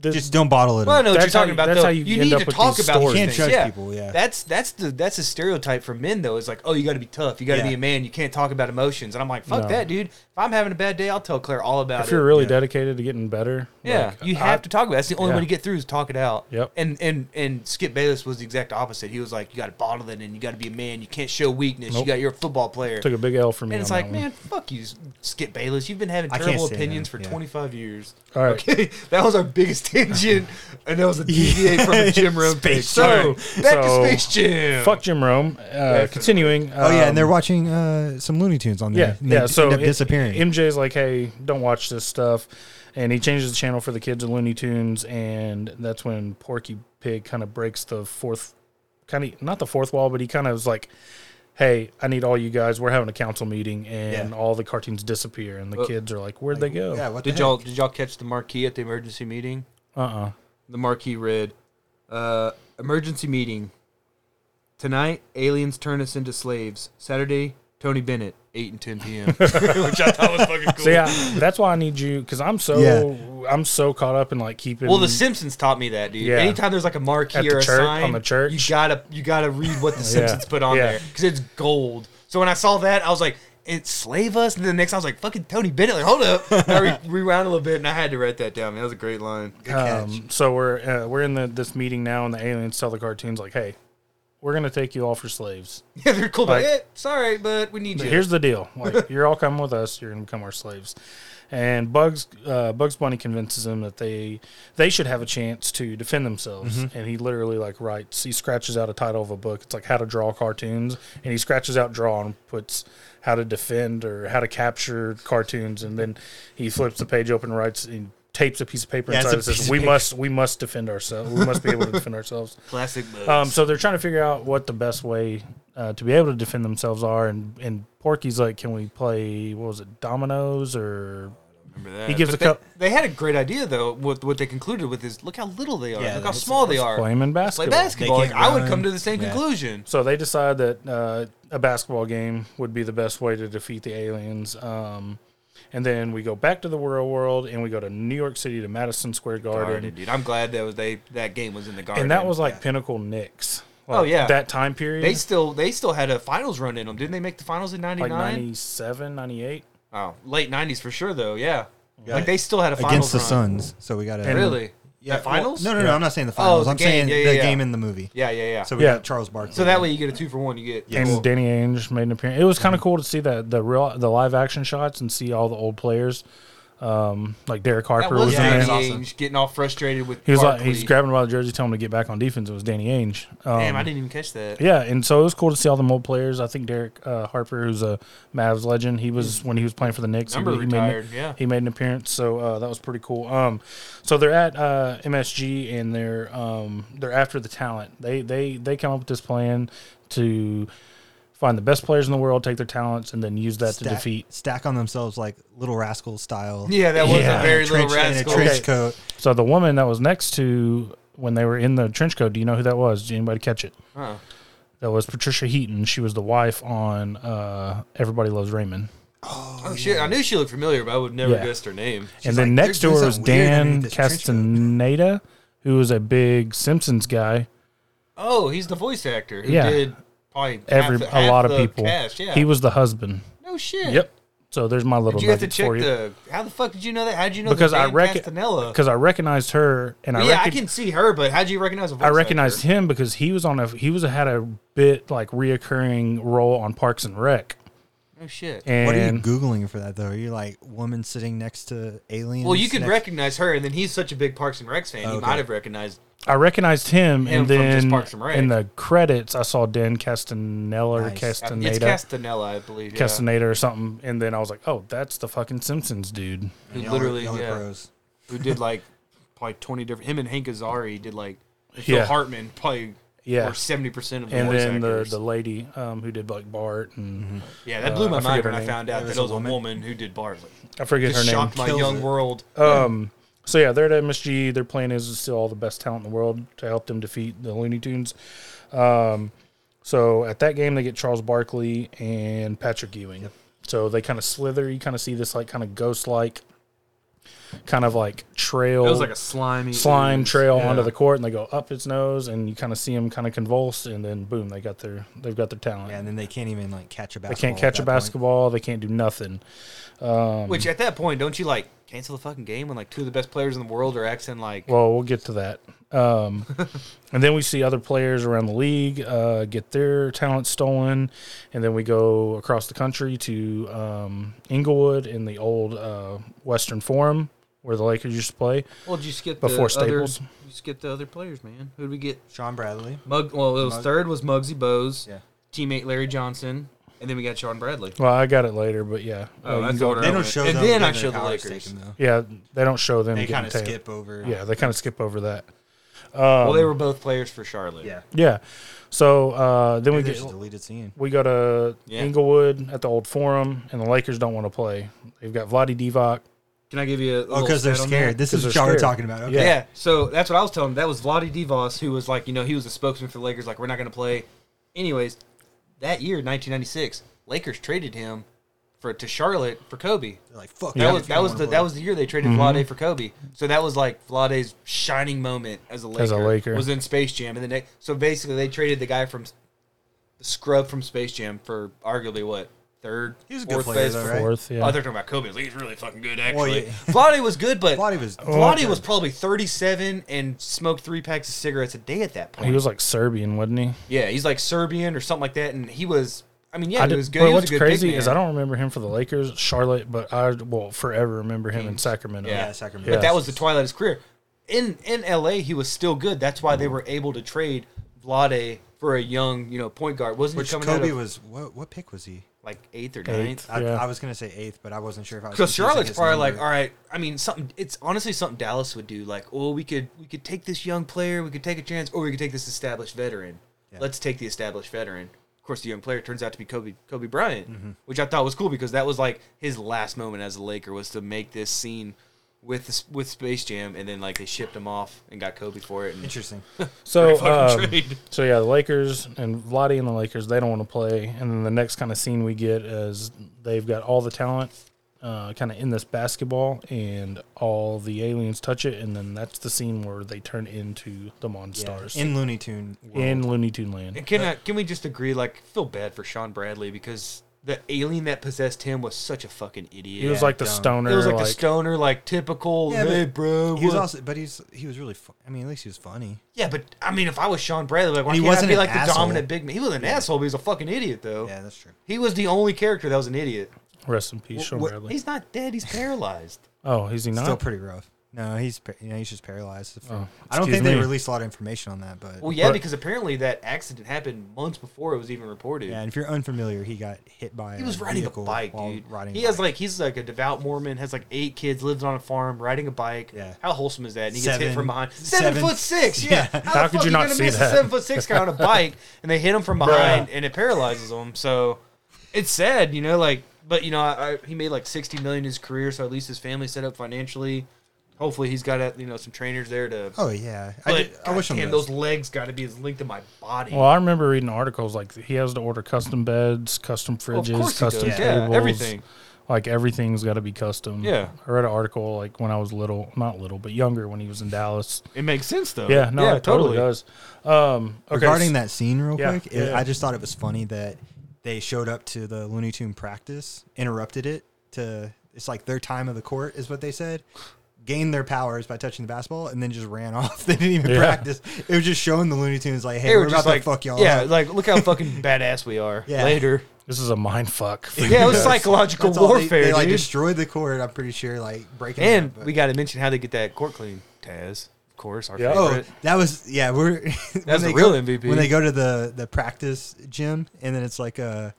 Speaker 1: this,
Speaker 3: Just don't bottle it.
Speaker 2: Well, I
Speaker 3: up.
Speaker 2: know what
Speaker 1: That's
Speaker 2: you're
Speaker 1: how
Speaker 2: talking
Speaker 1: you-
Speaker 2: about.
Speaker 1: that's
Speaker 2: though.
Speaker 1: how
Speaker 2: you,
Speaker 1: you end
Speaker 2: need
Speaker 1: up
Speaker 2: to
Speaker 1: with
Speaker 2: talk
Speaker 1: these
Speaker 2: about. these
Speaker 1: stories.
Speaker 3: Can't
Speaker 2: things.
Speaker 3: judge
Speaker 2: yeah.
Speaker 3: people, yeah.
Speaker 2: that's that's the that's a stereotype for men though. It's like, oh, you got to be tough. You got to
Speaker 3: Yeah.
Speaker 2: be a man. You can't talk about emotions. And I'm like, fuck
Speaker 1: No.
Speaker 2: that, dude. If I'm having a bad day, I'll tell Claire all about
Speaker 1: if
Speaker 2: it.
Speaker 1: you're really dedicated to getting better,
Speaker 2: yeah,
Speaker 1: like,
Speaker 2: you
Speaker 1: I-
Speaker 2: have to talk about. it. That's the only
Speaker 1: yeah.
Speaker 2: way to get through is talk it out.
Speaker 1: Yep.
Speaker 2: And and and Skip Bayless was the exact opposite. He was like, you got to bottle it, and you got to be a man. You can't show weakness. You
Speaker 1: Nope.
Speaker 2: got you're a football player.
Speaker 1: Took a big L for me.
Speaker 2: and it's
Speaker 1: on
Speaker 2: like,
Speaker 1: that one.
Speaker 2: man, fuck you, Skip Bayless. You've been having
Speaker 3: I can't
Speaker 2: terrible
Speaker 3: stand
Speaker 2: opinions for
Speaker 3: him, yeah.
Speaker 2: 25 years.
Speaker 1: All right.
Speaker 2: Okay, that was our biggest tangent, and that was a deviate from a Jim Rome pick.
Speaker 3: Space
Speaker 2: So
Speaker 1: Jam.
Speaker 2: back
Speaker 1: So,
Speaker 2: to Space Jam.
Speaker 1: Fuck Jim Rome. Uh, continuing.
Speaker 3: Oh yeah,
Speaker 1: um,
Speaker 3: and they're watching uh, some Looney Tunes on there.
Speaker 1: Yeah,
Speaker 3: and they
Speaker 1: yeah.
Speaker 3: d-
Speaker 1: So
Speaker 3: end up
Speaker 1: it-
Speaker 3: disappearing.
Speaker 1: MJ's like, hey, don't watch this stuff, and he changes the channel for the kids to Looney Tunes, and that's when Porky Pig kind of breaks the fourth, kind of not the fourth wall, but he kind of is like, hey, I need all you guys. We're having a council meeting, and
Speaker 2: Yeah.
Speaker 1: all the cartoons disappear, and the kids are like, where'd they go?
Speaker 3: yeah, what the
Speaker 2: Did
Speaker 3: heck?
Speaker 2: y'all did y'all catch the marquee at the emergency meeting?
Speaker 1: Uh uh
Speaker 2: The marquee read, uh, "Emergency meeting tonight. Aliens turn us into slaves. Saturday, Tony Bennett, eight and ten p.m."
Speaker 1: So yeah, that's why I need you because I'm so I'm so caught up in like keeping.
Speaker 2: well, The Simpsons taught me that, dude.
Speaker 1: Yeah.
Speaker 2: Anytime there's like a marquee
Speaker 1: At the
Speaker 2: or a
Speaker 1: church-
Speaker 2: sign
Speaker 1: on the church.
Speaker 2: you gotta you gotta read what The Simpsons put on
Speaker 1: yeah.
Speaker 2: there because it's gold. So when I saw that, I was like. It slave us, and then the next I was like, "Fucking Tony Bennett!" Like, hold up, And I re- rewound a little bit, and I had to write that down. Man, that was a great line.
Speaker 1: Um, so we're uh, we're in the this meeting now, and the aliens tell the cartoons like, "Hey, we're gonna take you all for slaves.
Speaker 2: Yeah, they're cool, but
Speaker 1: Like-
Speaker 2: eh, sorry, but we need
Speaker 1: But
Speaker 2: you.
Speaker 1: here's the deal: like, you're all coming with us. You're gonna become our slaves." And Bugs uh, Bugs Bunny convinces him that they they should have a chance to defend themselves,
Speaker 3: Mm-hmm.
Speaker 1: and he literally like writes he scratches out a title of a book. It's like how to draw cartoons, and he scratches out draw and puts how to defend or how to capture cartoons, and then he flips the page open and writes. And, Tapes a piece of paper
Speaker 3: Yeah, it's
Speaker 1: inside
Speaker 3: a
Speaker 1: and says,
Speaker 3: piece of
Speaker 1: "We
Speaker 3: paper.
Speaker 1: must, we must defend ourselves. We must be able to defend ourselves."
Speaker 2: Classic Bugs.
Speaker 1: Um, so they're trying to figure out what the best way uh, to be able to defend themselves are, and and Porky's like, can we play what was it, dominoes or?
Speaker 2: Remember that.
Speaker 1: he gives
Speaker 2: But
Speaker 1: a
Speaker 2: they,
Speaker 1: cup-
Speaker 2: They had a great idea though. What what they concluded with is look how little they are.
Speaker 3: Yeah,
Speaker 2: look how
Speaker 3: that's-
Speaker 2: small they are.
Speaker 1: play 'em in
Speaker 2: Let's Play basketball.
Speaker 1: basketball.
Speaker 3: They
Speaker 2: Like,
Speaker 3: can't
Speaker 2: I would
Speaker 3: run.
Speaker 2: come to the same
Speaker 3: Yeah.
Speaker 2: conclusion.
Speaker 1: So they decide that uh, a basketball game would be the best way to defeat the aliens. Um, and then we go back to the real world, and we go to New York City to Madison Square Garden,
Speaker 2: Garden, dude. I'm glad that was they that game was in the garden.
Speaker 1: and that was like pinnacle Knicks. Like,
Speaker 2: Oh, yeah.
Speaker 1: that time period,
Speaker 2: they still they still had a finals run in them. Didn't they make the finals in
Speaker 1: like
Speaker 2: '99?
Speaker 1: 97, 98.
Speaker 2: oh, late '90s for sure though. Yeah. Like they still had a finals
Speaker 3: against the
Speaker 2: run.
Speaker 3: Suns. So we got to
Speaker 2: Really?
Speaker 3: Yeah,
Speaker 2: That finals?
Speaker 3: Well, no, no, no. I'm not saying the
Speaker 2: Oh,
Speaker 3: finals.
Speaker 2: the
Speaker 3: I'm
Speaker 2: game.
Speaker 3: saying
Speaker 2: Yeah, yeah,
Speaker 3: the
Speaker 2: yeah.
Speaker 3: game in the movie.
Speaker 2: Yeah, yeah, yeah.
Speaker 3: So
Speaker 2: So,
Speaker 3: we
Speaker 1: Yeah.
Speaker 3: got Charles Barkley.
Speaker 2: that way you get a two for one. You get
Speaker 1: and Danny Ainge made an appearance. It was kind of cool to see that the real the live action shots and see all the old players, um, like Derek
Speaker 2: that
Speaker 1: Harper was,
Speaker 2: was
Speaker 1: in
Speaker 2: Danny
Speaker 1: there.
Speaker 3: Danny awesome.
Speaker 2: Ainge getting all frustrated with.
Speaker 1: He was like
Speaker 2: Barkley.
Speaker 1: he's grabbing him by the jersey, telling him to get back on defense. It was Danny Ainge. Um,
Speaker 2: Damn, I didn't even catch that.
Speaker 1: yeah, and so it was cool to see all the old players. I think Derek uh, Harper, who's a Mavs legend, he was when he was playing for the Knicks.
Speaker 2: Number
Speaker 1: he, he
Speaker 2: retired,
Speaker 1: made, an-
Speaker 2: yeah.
Speaker 1: he made an appearance, so uh, that was pretty cool. Um, so they're at uh, MSG and they're um, they're after the talent. They they they come up with this plan to find the best players in the world, take their talents, and then use that to
Speaker 3: Stack-
Speaker 1: defeat.
Speaker 3: stack on themselves like little rascal style.
Speaker 2: Yeah, that was a
Speaker 1: Yeah.
Speaker 2: very little
Speaker 3: trench, in a
Speaker 2: rascal.
Speaker 3: trench
Speaker 1: Okay.
Speaker 3: coat.
Speaker 1: So the woman that was next to when they were in the trench coat, do you know who that was? Did anybody catch it?
Speaker 2: Uh-uh.
Speaker 1: That was Patricia Heaton. She was the wife on uh, Everybody Loves Raymond.
Speaker 2: Oh shit! I knew she looked familiar, but I would never
Speaker 1: Yeah.
Speaker 2: guessed her name.
Speaker 1: and then
Speaker 3: like,
Speaker 1: next to
Speaker 3: "They're
Speaker 1: her
Speaker 3: doing
Speaker 1: was
Speaker 3: something weird
Speaker 1: Dan
Speaker 3: underneath this trench coat."
Speaker 1: Castaneda, who was a big Simpsons guy.
Speaker 2: Oh, he's the voice actor who
Speaker 1: Yeah.
Speaker 2: did probably half
Speaker 1: Every
Speaker 2: the-
Speaker 1: a
Speaker 2: half
Speaker 1: lot of
Speaker 2: the
Speaker 1: people.
Speaker 2: Cast. Yeah,
Speaker 1: He was the husband.
Speaker 2: No shit.
Speaker 1: Yep. So there's my little
Speaker 2: Did you have to
Speaker 1: nugget
Speaker 2: check
Speaker 1: for you.
Speaker 2: the? How the fuck did you know that? How did you know
Speaker 1: because
Speaker 2: that
Speaker 1: I
Speaker 2: Dan
Speaker 1: reckon
Speaker 2: Castanella?
Speaker 1: because I recognized her and I
Speaker 2: yeah, I
Speaker 1: recog-
Speaker 2: can see her, but how'd you recognize a voice
Speaker 1: I recognized
Speaker 2: actor?
Speaker 1: him because he was on a he was had a bit like reoccurring role on Parks and Rec.
Speaker 2: No shit.
Speaker 1: And
Speaker 3: What are you googling for that though? Are you like woman sitting next to aliens?
Speaker 2: well, you could
Speaker 3: next-
Speaker 2: recognize her, and then he's such a big Parks and Recs fan, he might have recognized
Speaker 1: I recognized him,
Speaker 2: Him
Speaker 1: and
Speaker 2: from just
Speaker 1: then
Speaker 2: Parks and Rec.
Speaker 1: in the credits, I saw Dan Castanella or Castaneda,
Speaker 2: uh, It's Castanella, I believe. yeah.
Speaker 1: Castaneda or something, and then I was like, "Oh, that's the fucking Simpsons dude."
Speaker 2: Who
Speaker 3: Y'all are-
Speaker 2: literally,
Speaker 3: y'all are
Speaker 2: yeah,
Speaker 3: pros.
Speaker 2: who did like probably twenty different. Him and Hank Azari did like and
Speaker 1: Yeah.
Speaker 2: Phil Hartman probably
Speaker 1: Yeah.
Speaker 2: or seventy percent of the
Speaker 1: And
Speaker 2: voice
Speaker 1: then the,
Speaker 2: actors.
Speaker 1: the lady um, who did like Bart, and
Speaker 2: yeah, that blew
Speaker 1: uh,
Speaker 2: my
Speaker 1: I forget
Speaker 2: mind
Speaker 1: her
Speaker 2: when I
Speaker 1: name.
Speaker 2: found out that
Speaker 3: was
Speaker 2: it
Speaker 3: a
Speaker 2: was a
Speaker 3: woman.
Speaker 2: woman who did Bartley.
Speaker 1: I forget her
Speaker 2: Just
Speaker 1: name. Oh.
Speaker 2: shocked my
Speaker 3: Kills
Speaker 2: young
Speaker 3: it.
Speaker 2: world.
Speaker 1: So yeah, they're at MSG. Their plan is to steal all the best talent in the world to help them defeat the Looney Tunes. Um, so at that game, they get Charles Barkley and Patrick Ewing. So they kind of slither. You kind of see this like kind of ghost-like, kind of like trail.
Speaker 2: it was like a slimy
Speaker 1: slime
Speaker 2: ooze.
Speaker 1: trail
Speaker 2: Yeah.
Speaker 1: onto the court, and they go up its nose, and you kind of see them kind of convulse, and then boom, they got their they've got their talent.
Speaker 3: Yeah, and then they can't even like catch a
Speaker 1: they
Speaker 3: basketball.
Speaker 1: can't
Speaker 3: at
Speaker 1: catch a
Speaker 3: that point.
Speaker 1: basketball. They can't do nothing.
Speaker 2: Which at that point, don't you like cancel the fucking game when like two of the best players in the world are acting like
Speaker 1: Well, we'll get to that. Um, and then we see other players around the league uh, get their talent stolen, and then we go across the country to um, Inglewood in the old uh, Western Forum where the Lakers used to play.
Speaker 2: Well, did you skip
Speaker 1: Before
Speaker 2: the other,
Speaker 1: Staples?
Speaker 2: You skip the other players, man. Who did we get?
Speaker 3: Sean Bradley.
Speaker 2: Mug. Well, it was third was Muggsy Bowes.
Speaker 3: Yeah.
Speaker 2: Teammate Larry Johnson, and then we got Sean Bradley.
Speaker 1: Well, I got it later, but yeah, Uh,
Speaker 2: Oh,
Speaker 1: Oh, you go-
Speaker 2: that's the order.
Speaker 3: They
Speaker 2: I
Speaker 3: don't
Speaker 2: went.
Speaker 3: show.
Speaker 2: And
Speaker 3: them
Speaker 2: then I
Speaker 3: getting
Speaker 2: showed
Speaker 3: their
Speaker 2: the
Speaker 3: powers
Speaker 2: Lakers.
Speaker 3: taken, though.
Speaker 1: yeah, they don't show them.
Speaker 3: They
Speaker 1: getting
Speaker 3: kind of
Speaker 1: taken.
Speaker 3: skip over.
Speaker 1: Yeah, they kind of skip over that.
Speaker 2: well, they were both players for Charlotte.
Speaker 3: Yeah.
Speaker 1: Yeah. So uh, then we
Speaker 3: Maybe they
Speaker 1: get
Speaker 3: should delete it scene.
Speaker 1: we go to
Speaker 2: Yeah.
Speaker 1: Inglewood at the old Forum, and the Lakers don't want to play. They've got Vladi Divac.
Speaker 2: Can I give you? A
Speaker 3: Oh, because they're scared. This is what y'all were
Speaker 1: scared.
Speaker 3: talking about. Okay.
Speaker 2: yeah. So that's what I was telling them. That was Vladi Divos, who was like, you know, he was a spokesman for the Lakers. Like, we're not going to play. Anyways, that year, 1996, Lakers traded him for to Charlotte for Kobe.
Speaker 3: They're like fuck.
Speaker 2: That was that was the that was the year they traded
Speaker 1: Mm-hmm.
Speaker 2: Vlade for Kobe. So that was like Vlade's shining moment as a Laker.
Speaker 1: As a Laker.
Speaker 2: was in Space Jam, and the next. So basically, they traded the guy from the scrub from Space Jam for arguably what third,
Speaker 3: He was a good player,
Speaker 2: best-
Speaker 3: though, right?
Speaker 1: Fourth, yeah.
Speaker 2: Oh, they're talking about Kobe. He's really fucking good, actually.
Speaker 3: yeah.
Speaker 2: Vlade was good, but
Speaker 3: Vlade was-
Speaker 2: Vlade was probably thirty-seven and smoked three packs of cigarettes a day at that point.
Speaker 1: He was like Serbian, wasn't he?
Speaker 2: yeah, he's like Serbian or something like that, and he was. I mean, yeah,
Speaker 1: I
Speaker 2: he
Speaker 1: did-
Speaker 2: was good.
Speaker 1: but
Speaker 2: he was
Speaker 1: what's
Speaker 2: a good big
Speaker 1: crazy
Speaker 2: man.
Speaker 1: is I don't remember him for the Lakers, Charlotte, but I will forever remember him in Sacramento.
Speaker 2: Yeah.
Speaker 3: yeah, Sacramento.
Speaker 2: But that was the twilight of his career. In in LA, he was still good. That's why they were able to trade Vlade for a young, you know, point guard. Wasn't
Speaker 3: Which
Speaker 2: he coming
Speaker 3: Kobe
Speaker 2: out of,
Speaker 3: was what? What pick was he?
Speaker 2: like eighth or ninth?
Speaker 3: I,
Speaker 1: Yeah.
Speaker 3: I was gonna say eighth, but I wasn't sure if I was.
Speaker 2: Because
Speaker 3: confusing
Speaker 2: Charlotte's
Speaker 3: his
Speaker 2: probably like,
Speaker 3: number.
Speaker 2: all right. I mean, something. It's honestly something Dallas would do. Like, oh, we could we could take this young player, we could take a chance, or we could take this established veteran. Let's take the established veteran. Of course, the young player turns out to be Kobe Kobe Bryant,
Speaker 1: Mm-hmm.
Speaker 2: which I thought was cool because that was like his last moment as a Laker was to make this scene with this, with Space Jam, and then like they shipped him off and got Kobe for it. And
Speaker 3: Interesting.
Speaker 1: So,
Speaker 2: fucking
Speaker 1: um,
Speaker 2: trade.
Speaker 1: so yeah, the Lakers and Vladi and the Lakers they don't want to play, and then the next kind of scene we get is they've got all the talent, uh, kind of in this basketball, and all the aliens touch it, and then that's the scene where they turn into the Monstars
Speaker 3: In Looney Tune.
Speaker 1: in,
Speaker 3: world.
Speaker 1: Looney Tune Land.
Speaker 2: and can I, can we just agree? Like, feel bad for Sean Bradley because the alien that possessed him was such a fucking idiot.
Speaker 1: He was like the
Speaker 3: dumb.
Speaker 1: stoner.
Speaker 2: It was like,
Speaker 1: like
Speaker 2: the stoner, like typical.
Speaker 3: Yeah,
Speaker 2: hey,
Speaker 3: but
Speaker 2: bro.
Speaker 3: He was
Speaker 2: what-"
Speaker 3: also, but he's he was really. Fu- I mean, at least he was funny.
Speaker 2: yeah, but I mean, if I was Sean Bradley, like, why
Speaker 3: he
Speaker 2: can't I
Speaker 3: wasn't
Speaker 2: be
Speaker 3: an
Speaker 2: like the
Speaker 3: asshole.
Speaker 2: dominant big man? He was an asshole, but he was a fucking idiot, though.
Speaker 3: Yeah, that's true.
Speaker 2: He was the only character that was an idiot.
Speaker 1: Rest in peace, Sean
Speaker 3: what-
Speaker 1: Bradley.
Speaker 2: He's not dead. He's paralyzed.
Speaker 1: Oh, is he not? Oh,
Speaker 3: Still pretty rough. No, he's pa- you know, he's just paralyzed. I don't
Speaker 1: excuse
Speaker 3: think they
Speaker 1: me.
Speaker 3: released a lot of information on that, but
Speaker 2: well, yeah,
Speaker 1: But-
Speaker 2: because apparently that accident happened months before it was even reported.
Speaker 3: yeah. And if you're unfamiliar, he got hit by.
Speaker 2: He was riding a
Speaker 3: vehicle
Speaker 2: bike,
Speaker 3: while
Speaker 2: dude.
Speaker 3: Riding.
Speaker 2: he has like he's like a devout Mormon, has like eight kids, lives on a farm, riding a bike.
Speaker 3: Yeah.
Speaker 2: How wholesome is that? And he gets hit
Speaker 3: Seven-
Speaker 2: from behind. Seven,
Speaker 3: seven-
Speaker 2: foot six. Yeah.
Speaker 3: Yeah.
Speaker 2: the
Speaker 1: How could
Speaker 2: fuck
Speaker 1: you not
Speaker 2: gonna
Speaker 1: see
Speaker 2: miss a
Speaker 1: that?
Speaker 2: seven foot six guy on a bike and they hit him from behind and it paralyzes him. So it's sad, you know. Like, but you know, I, I, he made like sixty million in his career, so at least his family set up financially. Hopefully, he's got uh, you know some trainers there to.
Speaker 3: Oh yeah, I,
Speaker 2: but
Speaker 3: did- I wish him
Speaker 2: goddamn,
Speaker 3: the
Speaker 2: those
Speaker 3: best.
Speaker 2: legs got to be as linked to my body.
Speaker 1: Well, I remember reading articles like he has to order custom beds, custom
Speaker 2: of
Speaker 1: fridges,
Speaker 2: course he
Speaker 1: custom
Speaker 2: does. Yeah,
Speaker 1: tables,
Speaker 2: everything.
Speaker 1: Like everything's got to be custom.
Speaker 2: Yeah.
Speaker 1: I read an article like when I was little, not little, but younger when he was in Dallas.
Speaker 2: It makes sense though.
Speaker 1: Yeah, no, it totally, does. Um, okay,
Speaker 3: Regarding that scene, real
Speaker 1: Yeah,
Speaker 3: quick, it-
Speaker 1: yeah.
Speaker 3: I just thought it was funny that they showed up to the Looney Tune practice, interrupted it to it's like their time of the court is what they said, gained their powers by touching the basketball, and then just ran off. They didn't even
Speaker 1: Yeah.
Speaker 3: practice. It was just showing the Looney Tunes like, hey,
Speaker 2: They
Speaker 3: we're,
Speaker 2: were
Speaker 3: about
Speaker 2: just like,
Speaker 3: to fuck y'all.
Speaker 2: yeah,
Speaker 3: up.
Speaker 2: like look how fucking badass we are.
Speaker 3: Yeah.
Speaker 2: Later,
Speaker 1: this is a mind fuck.
Speaker 2: yeah, it was psychological
Speaker 3: That's all they-
Speaker 2: warfare,
Speaker 3: They, like
Speaker 2: dude.
Speaker 3: destroyed the court. I'm pretty sure, like breaking. it
Speaker 2: and
Speaker 3: up, but-
Speaker 2: we got to mention how they get that court clean, Taz. of course, our
Speaker 1: Yeah.
Speaker 3: Oh,
Speaker 2: favorite.
Speaker 3: that was yeah. We're when
Speaker 2: That's the
Speaker 3: they
Speaker 2: real
Speaker 3: go-
Speaker 2: MVP.
Speaker 3: when they go to the the practice gym, and then it's like a,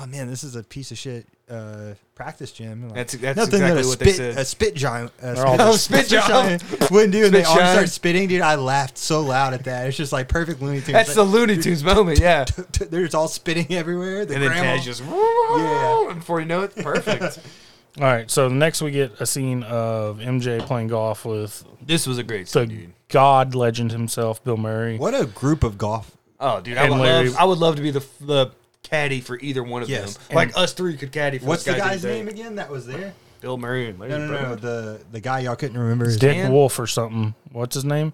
Speaker 3: oh man, this is a piece of shit uh, practice gym. And like,
Speaker 2: That's- that's
Speaker 3: nothing that
Speaker 2: exactly
Speaker 3: a
Speaker 2: what they
Speaker 3: spit,
Speaker 2: said.
Speaker 3: A spit giant, a
Speaker 1: all
Speaker 2: just- Spit
Speaker 3: giant
Speaker 2: job.
Speaker 3: wouldn't do, and they
Speaker 2: Spit
Speaker 3: all
Speaker 2: shine.
Speaker 3: start spitting, dude. I laughed so loud at that. It's just like perfect Looney Tunes.
Speaker 2: That's the
Speaker 3: like,
Speaker 2: Looney Tunes moment, yeah.
Speaker 3: There's all spitting everywhere. The
Speaker 2: And then
Speaker 3: grandma-
Speaker 2: Taz just, yeah. and before you know it, perfect.
Speaker 1: All right, so next we get a scene of MJ playing golf with
Speaker 2: this was a great
Speaker 1: the
Speaker 2: scene, dude.
Speaker 1: God legend himself, Bill Murray.
Speaker 3: what a group of golf.
Speaker 2: Oh, dude, I
Speaker 1: And
Speaker 2: would,
Speaker 1: Larry-
Speaker 2: love, I would love to be the the caddy for either one of
Speaker 3: Yes.
Speaker 2: them. Like us three could caddy for
Speaker 3: What's
Speaker 2: this
Speaker 3: the
Speaker 2: guy
Speaker 3: guy's
Speaker 2: today.
Speaker 3: name again? That was there.
Speaker 2: Bill Murray. And Larry
Speaker 3: No, no, no.
Speaker 2: Bird.
Speaker 3: The the guy y'all couldn't remember. His
Speaker 1: Dick
Speaker 2: Stan?
Speaker 1: Wolf or something. What's his name?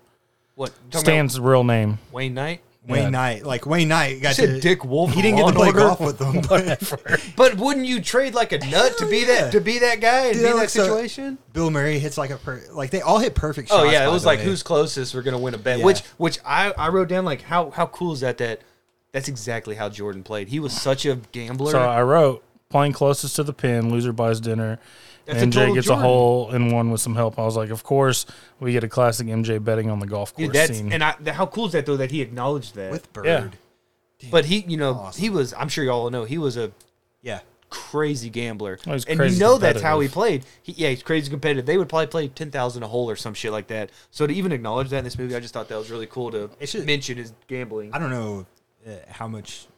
Speaker 2: What? you talking
Speaker 1: Stan's real name.
Speaker 2: about Wayne Knight.
Speaker 3: Wayne
Speaker 1: Yeah.
Speaker 3: Knight. Like Wayne Knight got
Speaker 2: You said
Speaker 3: to,
Speaker 2: Dick Wolf
Speaker 3: He
Speaker 2: of
Speaker 3: didn't get
Speaker 2: Law
Speaker 3: to play
Speaker 2: and Order?
Speaker 3: golf with them. But
Speaker 2: But wouldn't you trade like a nut to be
Speaker 3: yeah.
Speaker 2: that to be that guy and be
Speaker 3: Dude, that
Speaker 2: in that
Speaker 3: looks so-
Speaker 2: situation?
Speaker 3: Bill Murray hits like a per- like they all hit perfect shots.
Speaker 2: Oh yeah,
Speaker 3: by
Speaker 2: it was
Speaker 3: the
Speaker 2: like
Speaker 3: way.
Speaker 2: who's closest. We're gonna win a bet.
Speaker 3: Yeah.
Speaker 2: Which which I I wrote down like how how cool is that that that's exactly how Jordan played. He was such a gambler.
Speaker 1: So I wrote playing closest to the pin, loser buys dinner.
Speaker 2: That's a
Speaker 1: MJ
Speaker 2: total
Speaker 1: gets a
Speaker 2: Jordan.
Speaker 1: hole and one with some help. I was like, of course, we get a classic MJ betting on the golf course
Speaker 2: Dude, that's
Speaker 1: scene.
Speaker 2: and I, th- how cool is that though that he acknowledged that.
Speaker 3: with Bird?
Speaker 1: yeah,
Speaker 2: but he, you know,
Speaker 3: Awesome.
Speaker 2: he was. I'm sure y'all know he was a
Speaker 3: Yeah.
Speaker 2: crazy gambler,
Speaker 1: Oh, he's
Speaker 2: and
Speaker 1: crazy
Speaker 2: you know that's how he
Speaker 1: competitive.
Speaker 2: played. He, yeah, he's crazy competitive. They would probably play ten thousand a hole or some shit like that. So to even acknowledge that in this movie, I just thought that was really cool to
Speaker 3: It should-
Speaker 2: mention his gambling.
Speaker 3: I don't know uh, how much.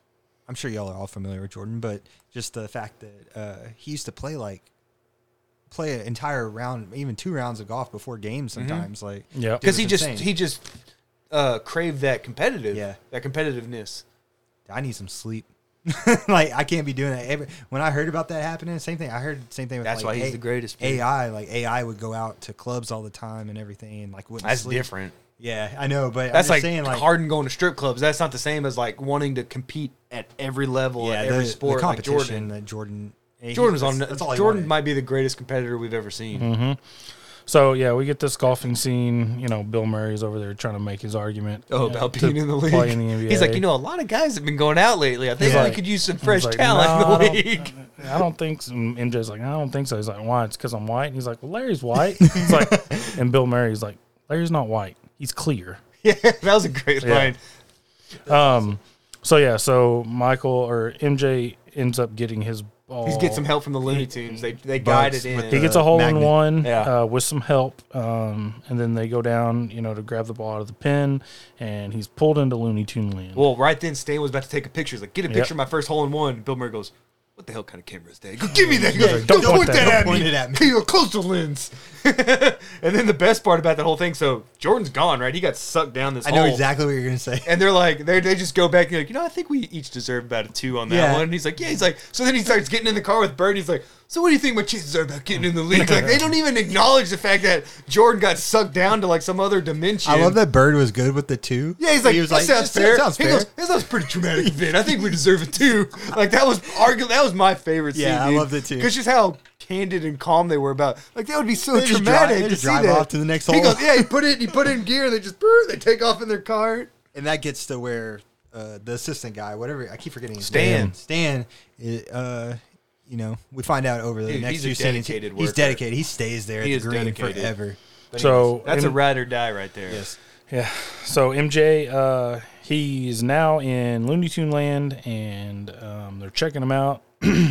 Speaker 3: I'm sure y'all are all familiar with Jordan, but just the fact that uh, he used to play like play an entire round, even two rounds of golf before games
Speaker 2: Mm-hmm.
Speaker 3: sometimes. Like
Speaker 1: Yep.
Speaker 3: dude,
Speaker 2: because
Speaker 3: it's
Speaker 2: he just
Speaker 3: insane.
Speaker 2: he just uh craved that competitive,
Speaker 3: Yeah.
Speaker 2: that competitiveness.
Speaker 3: I need some sleep. like I can't be doing that. Every, when I heard about that happening, same thing. I heard same thing. With
Speaker 2: That's
Speaker 3: like,
Speaker 2: why he's the
Speaker 3: A-
Speaker 2: greatest, dude.
Speaker 3: AI. Like AI would go out to clubs all the time and everything, and like wouldn't.
Speaker 2: That's
Speaker 3: sleep.
Speaker 2: different.
Speaker 3: Yeah, I know, but
Speaker 2: That's
Speaker 3: I'm
Speaker 2: like,
Speaker 3: just saying like
Speaker 2: Harden going to strip clubs. That's not the same as like wanting to compete at every level
Speaker 3: yeah,
Speaker 2: at
Speaker 3: the,
Speaker 2: every
Speaker 3: the
Speaker 2: sport. like
Speaker 3: competition
Speaker 2: Jordan,
Speaker 3: that Jordan. eh, he-
Speaker 2: Jordan was on.
Speaker 3: that's- that's all he
Speaker 2: Jordan
Speaker 3: wanted. Mm-hmm.
Speaker 2: might be the greatest competitor we've ever seen.
Speaker 1: so yeah, we get this golfing scene. You know, Bill Murray's over there trying to make his argument.
Speaker 2: Oh, about
Speaker 1: to
Speaker 2: being in the league.
Speaker 1: play in the
Speaker 2: He's
Speaker 1: NBA.
Speaker 2: like, you know, a lot of guys have been going out lately. I think
Speaker 1: He's
Speaker 2: we
Speaker 1: like-
Speaker 2: could use some
Speaker 1: he's
Speaker 2: fresh
Speaker 1: like,
Speaker 2: talent
Speaker 1: "No, I don't-
Speaker 2: in the league.
Speaker 1: I don't think. So. And MJ's like, I don't think so. He's like, why? It's because I'm white. And he's like, well, Larry's white. It's like, and Bill Murray's like, Larry's not white. He's clear.
Speaker 2: yeah, that was a great
Speaker 1: Yeah.
Speaker 2: line.
Speaker 1: So yeah, so Michael or MJ ends up getting his ball.
Speaker 2: He's get some help from the Looney Tunes. They they
Speaker 3: Bucks
Speaker 2: guided in.
Speaker 3: with
Speaker 1: He
Speaker 3: the-
Speaker 1: gets a hole
Speaker 3: magnet.
Speaker 1: in one
Speaker 2: Yeah.
Speaker 1: uh, with some help, um, and then they go down, you know, to grab the ball out of the pin, and he's pulled into Looney Tune land.
Speaker 2: well, right then Stan was about to take a picture. He's like, get a picture of my first hole in one. Bill Murray goes, what the hell kind of camera is that? Go, give me that. Go,
Speaker 1: don't
Speaker 2: go
Speaker 1: want
Speaker 2: point
Speaker 1: that.
Speaker 2: that,
Speaker 1: Don't
Speaker 2: at,
Speaker 3: point
Speaker 2: me.
Speaker 3: it at me.
Speaker 2: Hey, you're close to lens. and then the best part about that whole thing, so Jordan's gone, right? He got sucked down this
Speaker 3: I know
Speaker 2: hole.
Speaker 3: exactly what you're gonna say.
Speaker 2: And they're like, they they just go back and like, you know, I think we each deserve about a two on that
Speaker 3: Yeah.
Speaker 2: one. And he's like, yeah. He's like, so then he starts getting in the car with Bird. and He's like, so what do you think my chances are about getting in the league? Like, they don't even acknowledge the fact that Jordan got sucked down to like some other dimension.
Speaker 3: I love that Bird was good with the two.
Speaker 2: Yeah, he's like,
Speaker 3: he was
Speaker 2: that
Speaker 3: like,
Speaker 2: sounds
Speaker 3: "That
Speaker 2: fair.
Speaker 3: sounds
Speaker 2: He
Speaker 3: fair.
Speaker 2: goes, that sounds pretty traumatic event. I think we deserve it too. Like that was argu- that was my favorite.
Speaker 3: Yeah, I
Speaker 2: scene,
Speaker 3: loved it, too.
Speaker 2: Because just how candid and calm they were about. Like that would be so
Speaker 3: They just
Speaker 2: traumatic
Speaker 3: drive- they
Speaker 2: to
Speaker 3: just
Speaker 2: see
Speaker 3: drive
Speaker 2: that.
Speaker 3: off to the next
Speaker 2: He
Speaker 3: hole.
Speaker 2: goes, yeah, he put it, he put it in gear. They just, they take off in their car.
Speaker 3: and that gets to where uh, the assistant guy, whatever I keep forgetting, his
Speaker 2: Stan.
Speaker 3: name. Stan, i- uh, you know, we find out over the
Speaker 2: Dude,
Speaker 3: next
Speaker 2: he's a
Speaker 3: few scenes,
Speaker 2: dedicated
Speaker 3: he's
Speaker 2: worker.
Speaker 3: dedicated. He stays there
Speaker 2: He
Speaker 3: at
Speaker 2: is
Speaker 3: the green
Speaker 2: dedicated.
Speaker 3: forever.
Speaker 1: so
Speaker 2: That's a
Speaker 1: M-
Speaker 2: ride or die right there.
Speaker 3: Yes,
Speaker 1: Yeah. So MJ, uh, he's now in Looney Tune Land, and um, they're checking him out.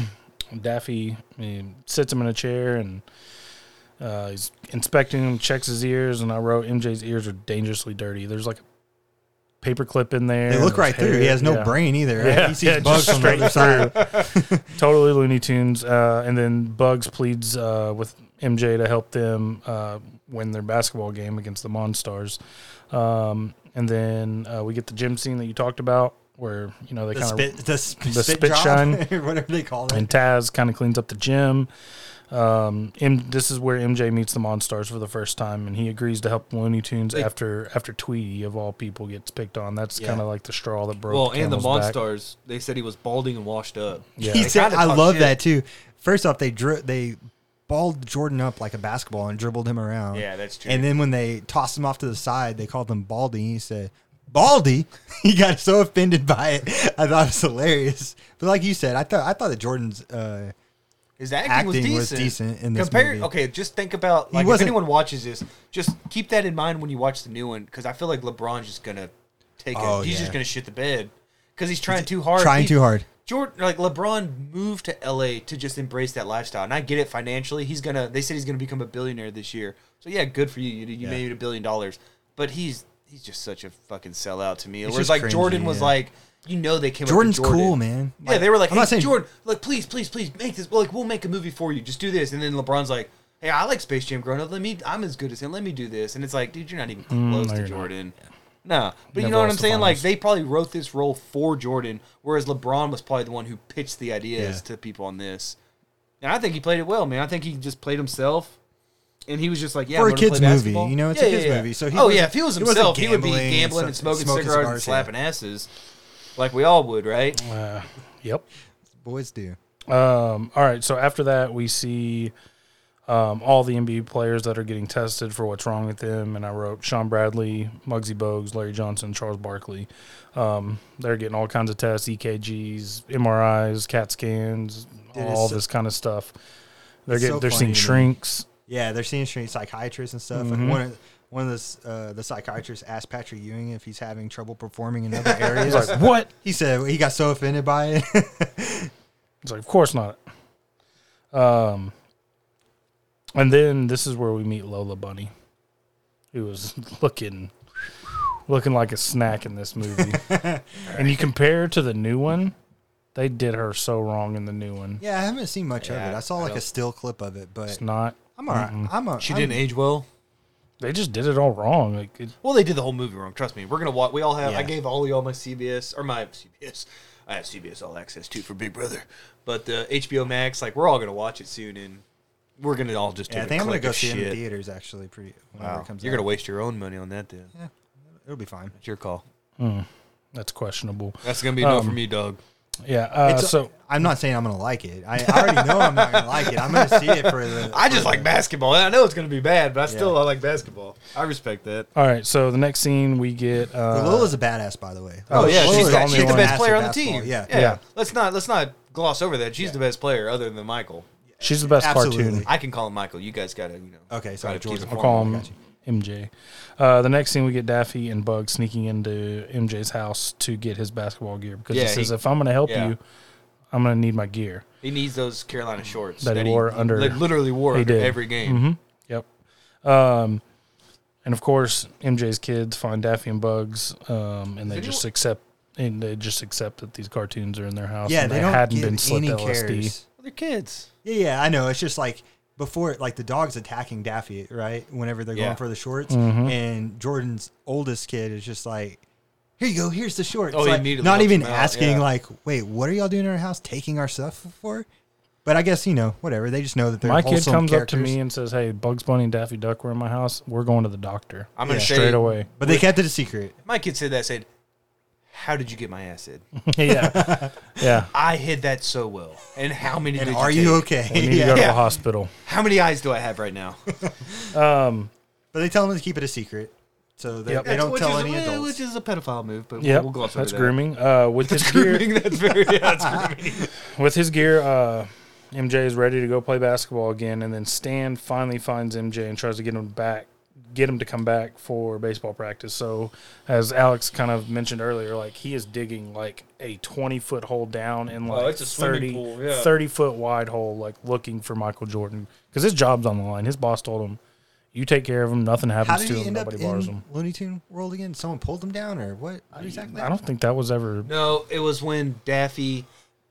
Speaker 1: Daffy he sits him in a chair and uh, he's inspecting him, checks his ears, and I wrote MJ's ears are dangerously dirty. There's like a paper clip in there.
Speaker 3: they look right
Speaker 1: There's
Speaker 3: through. He
Speaker 1: hair.
Speaker 3: has no
Speaker 1: Yeah.
Speaker 3: brain either. Right?
Speaker 1: Yeah,
Speaker 3: he sees
Speaker 1: yeah,
Speaker 3: bugs
Speaker 1: just
Speaker 3: on the other
Speaker 1: straight
Speaker 3: side.
Speaker 1: Totally Looney Tunes. Uh, and then Bugs pleads uh, with MJ to help them uh, win their basketball game against the Monstars. Um, and then uh, we get the gym scene that you talked about where, you know, they
Speaker 3: The
Speaker 1: kind of.
Speaker 3: spit, the, sp-
Speaker 1: the
Speaker 3: spit,
Speaker 1: spit
Speaker 3: job,
Speaker 1: shine.
Speaker 3: or whatever they call it.
Speaker 1: And Taz kind of cleans up the gym. Um, M- this is where MJ meets the Monstars for the first time, and he agrees to help Looney Tunes after after Tweety of all people gets picked on. That's
Speaker 3: Yeah.
Speaker 1: kind of like the straw that broke.
Speaker 2: Well, and the
Speaker 1: camel's back.
Speaker 2: Monstars, they said he was balding and washed up.
Speaker 1: Yeah.
Speaker 3: He
Speaker 1: They
Speaker 3: said,
Speaker 2: kinda
Speaker 3: I
Speaker 2: talk
Speaker 3: love
Speaker 2: shit.
Speaker 3: that too. First off, they drew, they balled Jordan up like a basketball and dribbled him around.
Speaker 2: Yeah, that's true.
Speaker 3: And then when they tossed him off to the side, they called him Baldy. He said, Baldy. He got so offended by it. I thought it was hilarious. But like you said, I thought I thought that Jordan's uh,
Speaker 2: His acting, was
Speaker 3: Acting
Speaker 2: decent.
Speaker 3: was decent in this
Speaker 2: Compared,
Speaker 3: movie.
Speaker 2: okay, just think about like if
Speaker 3: wasn't-
Speaker 2: anyone watches this, just keep that in mind when you watch the new one because I feel like LeBron's just gonna take
Speaker 3: Oh,
Speaker 2: it. He's
Speaker 3: yeah.
Speaker 2: just gonna shit the bed because he's trying too hard.
Speaker 3: trying
Speaker 2: He-
Speaker 3: too hard.
Speaker 2: Jordan, like LeBron, moved to LA to just embrace that lifestyle, and I get it financially. He's gonna. They said he's gonna become a billionaire this year. So yeah, good for you. You, you made it a billion dollars, but he's he's just such a fucking sellout to me. Whereas
Speaker 3: just
Speaker 2: like
Speaker 3: cringy,
Speaker 2: Jordan was
Speaker 3: yeah.
Speaker 2: like, you know, they came.
Speaker 3: Jordan's
Speaker 2: up to Jordan.
Speaker 3: cool, man.
Speaker 2: Yeah, they were like,
Speaker 3: I'm
Speaker 2: hey,
Speaker 3: not saying-
Speaker 2: Jordan, like please, please, please make this. Like we'll make a movie for you. Just do this, and then LeBron's like. Hey, I like Space Jam growing up. Let me, I'm as good as him. Let me do this. And it's like, dude, you're not even
Speaker 3: Mm,
Speaker 2: close
Speaker 1: no,
Speaker 2: to
Speaker 1: you're not.
Speaker 2: Jordan. No, but
Speaker 1: Never
Speaker 2: you know what
Speaker 1: lost
Speaker 2: I'm
Speaker 1: the
Speaker 2: saying? Like
Speaker 1: finals.
Speaker 2: they probably wrote this role for Jordan, whereas LeBron was probably the one who pitched the ideas to people on this. And I think he played it well, man. I think he just played himself, and he was just like, yeah,
Speaker 3: For
Speaker 2: I'm
Speaker 3: a
Speaker 2: gonna
Speaker 3: kids'
Speaker 2: play
Speaker 3: movie,
Speaker 2: basketball.
Speaker 3: you know, it's a kids' movie, so he
Speaker 2: oh yeah,
Speaker 3: wasn't-
Speaker 2: if he was
Speaker 3: he wasn't
Speaker 2: himself, he, would be
Speaker 3: gambling and
Speaker 2: gambling and
Speaker 3: stuff-
Speaker 2: smoking,
Speaker 3: smoking
Speaker 2: cigarettes and
Speaker 3: cigars, yeah.
Speaker 2: slapping asses, like we all would, right?
Speaker 1: Uh, yep.
Speaker 3: Boys do.
Speaker 1: Um, all right. So after that, we see um, all the NBA players that are getting tested for what's wrong with them. And I wrote Sean Bradley, Muggsy Bogues, Larry Johnson, Charles Barkley. Um, they're getting all kinds of tests, E EKGs, MRIs, CAT scans,
Speaker 3: Dude, it's
Speaker 1: all
Speaker 3: so-
Speaker 1: this kind of stuff. They're
Speaker 3: it's
Speaker 1: getting
Speaker 3: so
Speaker 1: they're
Speaker 3: funny
Speaker 1: seeing
Speaker 3: to me.
Speaker 1: shrinks.
Speaker 3: Yeah, they're seeing straight psychiatrists and stuff.
Speaker 2: Mm-hmm.
Speaker 3: Like one of one of the s- uh, the psychiatrists asked Patrick Ewing if he's having trouble performing in other areas.
Speaker 1: It's like what?
Speaker 3: he said he got so offended by it.
Speaker 1: It's like, of course not. Um, and then this is where we meet Lola Bunny, who was looking, looking like a snack in this movie. and you compare to the new one, they did her so wrong in the new one.
Speaker 3: yeah, I haven't seen much of it. I saw
Speaker 2: I
Speaker 3: like a
Speaker 2: don't-
Speaker 3: still clip of it, but
Speaker 1: It's not.
Speaker 3: I'm all right.
Speaker 1: Mm-hmm.
Speaker 3: I'm all,
Speaker 2: She
Speaker 3: I'm-
Speaker 2: didn't age well.
Speaker 1: They just did it all wrong. Like it,
Speaker 2: Well, they did the whole movie wrong. Trust me. We're gonna watch. We all have.
Speaker 3: Yeah.
Speaker 2: I gave all y'all my CBS or my CBS. I have CBS All Access too for Big Brother, but uh, the HBO Max. Like we're all gonna watch it soon, and we're gonna all just.
Speaker 3: Yeah, I
Speaker 2: take
Speaker 3: think
Speaker 2: a
Speaker 3: I'm gonna
Speaker 2: click
Speaker 3: go
Speaker 2: of
Speaker 3: see it in
Speaker 2: shit.
Speaker 3: theaters. Actually, pretty. Whenever
Speaker 2: Wow.
Speaker 3: it comes
Speaker 2: You're
Speaker 3: out.
Speaker 2: gonna waste your own money on that then.
Speaker 3: It'll be fine.
Speaker 2: It's your call.
Speaker 1: that's questionable.
Speaker 2: That's gonna be no
Speaker 3: Um,
Speaker 2: for me, Doug.
Speaker 1: Yeah. Uh,
Speaker 3: It's-
Speaker 1: so
Speaker 3: I'm not saying I'm gonna like it. I, I already know I'm not gonna like it. I'm gonna see it for the.
Speaker 2: I just like basketball. and I know it's gonna be bad, but I still I like basketball. I respect that.
Speaker 1: all right. So the next scene we get. Uh,
Speaker 3: Lola's a badass, by the way.
Speaker 2: Oh, yeah,
Speaker 1: Lola's
Speaker 2: she's,
Speaker 1: the
Speaker 2: the,
Speaker 1: only
Speaker 2: she's the
Speaker 1: one.
Speaker 2: best
Speaker 3: Badass
Speaker 2: player
Speaker 3: at
Speaker 2: on the
Speaker 3: basketball,
Speaker 2: team.
Speaker 3: Yeah.
Speaker 2: yeah,
Speaker 1: Yeah.
Speaker 2: Let's not let's not gloss over that. She's the best player, other than Michael.
Speaker 1: she's the best
Speaker 3: Absolutely.
Speaker 1: cartoon.
Speaker 2: I can call him Michael. You guys gotta you know.
Speaker 3: Okay, sorry,
Speaker 2: gotta keep
Speaker 3: Jordan.
Speaker 2: it
Speaker 1: I'll call
Speaker 2: formal.
Speaker 1: him MJ. Uh, the next scene, we get Daffy and Bug sneaking into MJ's house to get his basketball gear because
Speaker 2: Yeah,
Speaker 1: he says,
Speaker 2: he-
Speaker 1: "If I'm going to help
Speaker 2: yeah.
Speaker 1: you, I'm going to need my gear."
Speaker 2: He needs those Carolina shorts
Speaker 1: That he wore under-
Speaker 2: like, literally wore
Speaker 1: he
Speaker 2: under
Speaker 1: did.
Speaker 2: every game.
Speaker 1: Yep. Um, and of course, MJ's kids find Daffy and Bugs, um, and they
Speaker 2: Did you-
Speaker 1: just accept and they just accept that these cartoons are in their house.
Speaker 3: Yeah,
Speaker 1: and
Speaker 3: they don't
Speaker 1: hadn't
Speaker 3: give
Speaker 1: been slipped
Speaker 3: any
Speaker 1: LSD.
Speaker 3: cares.
Speaker 2: They're kids.
Speaker 3: Yeah, yeah, I know. It's just like before, like the dog's attacking Daffy, right? Whenever they're
Speaker 2: Yeah.
Speaker 3: going for the shorts,
Speaker 1: Mm-hmm.
Speaker 3: and Jordan's oldest kid is just like, "Here you go, here's the shorts."
Speaker 2: Oh,
Speaker 3: It's
Speaker 2: he
Speaker 3: like,
Speaker 2: immediately
Speaker 3: not
Speaker 2: lets
Speaker 3: even
Speaker 2: him out,
Speaker 3: asking,
Speaker 2: yeah.
Speaker 3: like, "Wait, what are y'all doing in our house? Taking our stuff for?" But I guess you know, whatever. They just know that they're
Speaker 1: My kid
Speaker 3: wholesome
Speaker 1: comes
Speaker 3: characters.
Speaker 1: up to me and says, "Hey, Bugs Bunny and Daffy Duck were in my house. We're going to the doctor."
Speaker 2: I'm gonna
Speaker 3: Yeah.
Speaker 2: say
Speaker 1: straight away.
Speaker 3: but they kept it a secret.
Speaker 2: My kid said that. Said, "How did you get my acid?
Speaker 1: yeah, yeah.
Speaker 2: I hid that so well. And how many?
Speaker 3: And
Speaker 2: did
Speaker 3: are
Speaker 2: you,
Speaker 3: you
Speaker 2: take?
Speaker 3: okay?
Speaker 1: We need to
Speaker 3: Yeah.
Speaker 1: go to the
Speaker 2: Yeah.
Speaker 1: hospital.
Speaker 2: How many eyes do I have right now?
Speaker 3: But they tell them to keep it a secret, so they,
Speaker 1: Yep.
Speaker 3: they don't
Speaker 2: Which
Speaker 3: tell
Speaker 2: is-
Speaker 3: any
Speaker 2: eh, Which
Speaker 3: adults.
Speaker 2: is a pedophile move, but
Speaker 1: Yep,
Speaker 2: we'll gloss over
Speaker 1: that's
Speaker 2: that.
Speaker 1: grooming. Uh, with his gear,
Speaker 2: Grooming. That's very. Yeah, that's grooming.
Speaker 1: with his gear, uh, MJ is ready to go play basketball again, and then Stan finally finds MJ and tries to get him back, get him to come back for baseball practice. So, as Alex kind of mentioned earlier, like he is digging like a twenty foot hole down and like
Speaker 2: Oh, it's a swimming
Speaker 1: 30,
Speaker 2: pool, yeah.
Speaker 1: 30 foot wide hole, like looking for Michael Jordan because his job's on the line. His boss told him, "You take care of him. Nothing
Speaker 3: How
Speaker 1: happens
Speaker 3: did
Speaker 1: to
Speaker 3: he
Speaker 1: him.
Speaker 3: end up
Speaker 1: Nobody bothers
Speaker 3: in
Speaker 1: him."
Speaker 3: Looney Tune World again? Someone pulled him down, or what? What exactly?
Speaker 1: I don't think that was ever.
Speaker 2: No, it was when Daffy.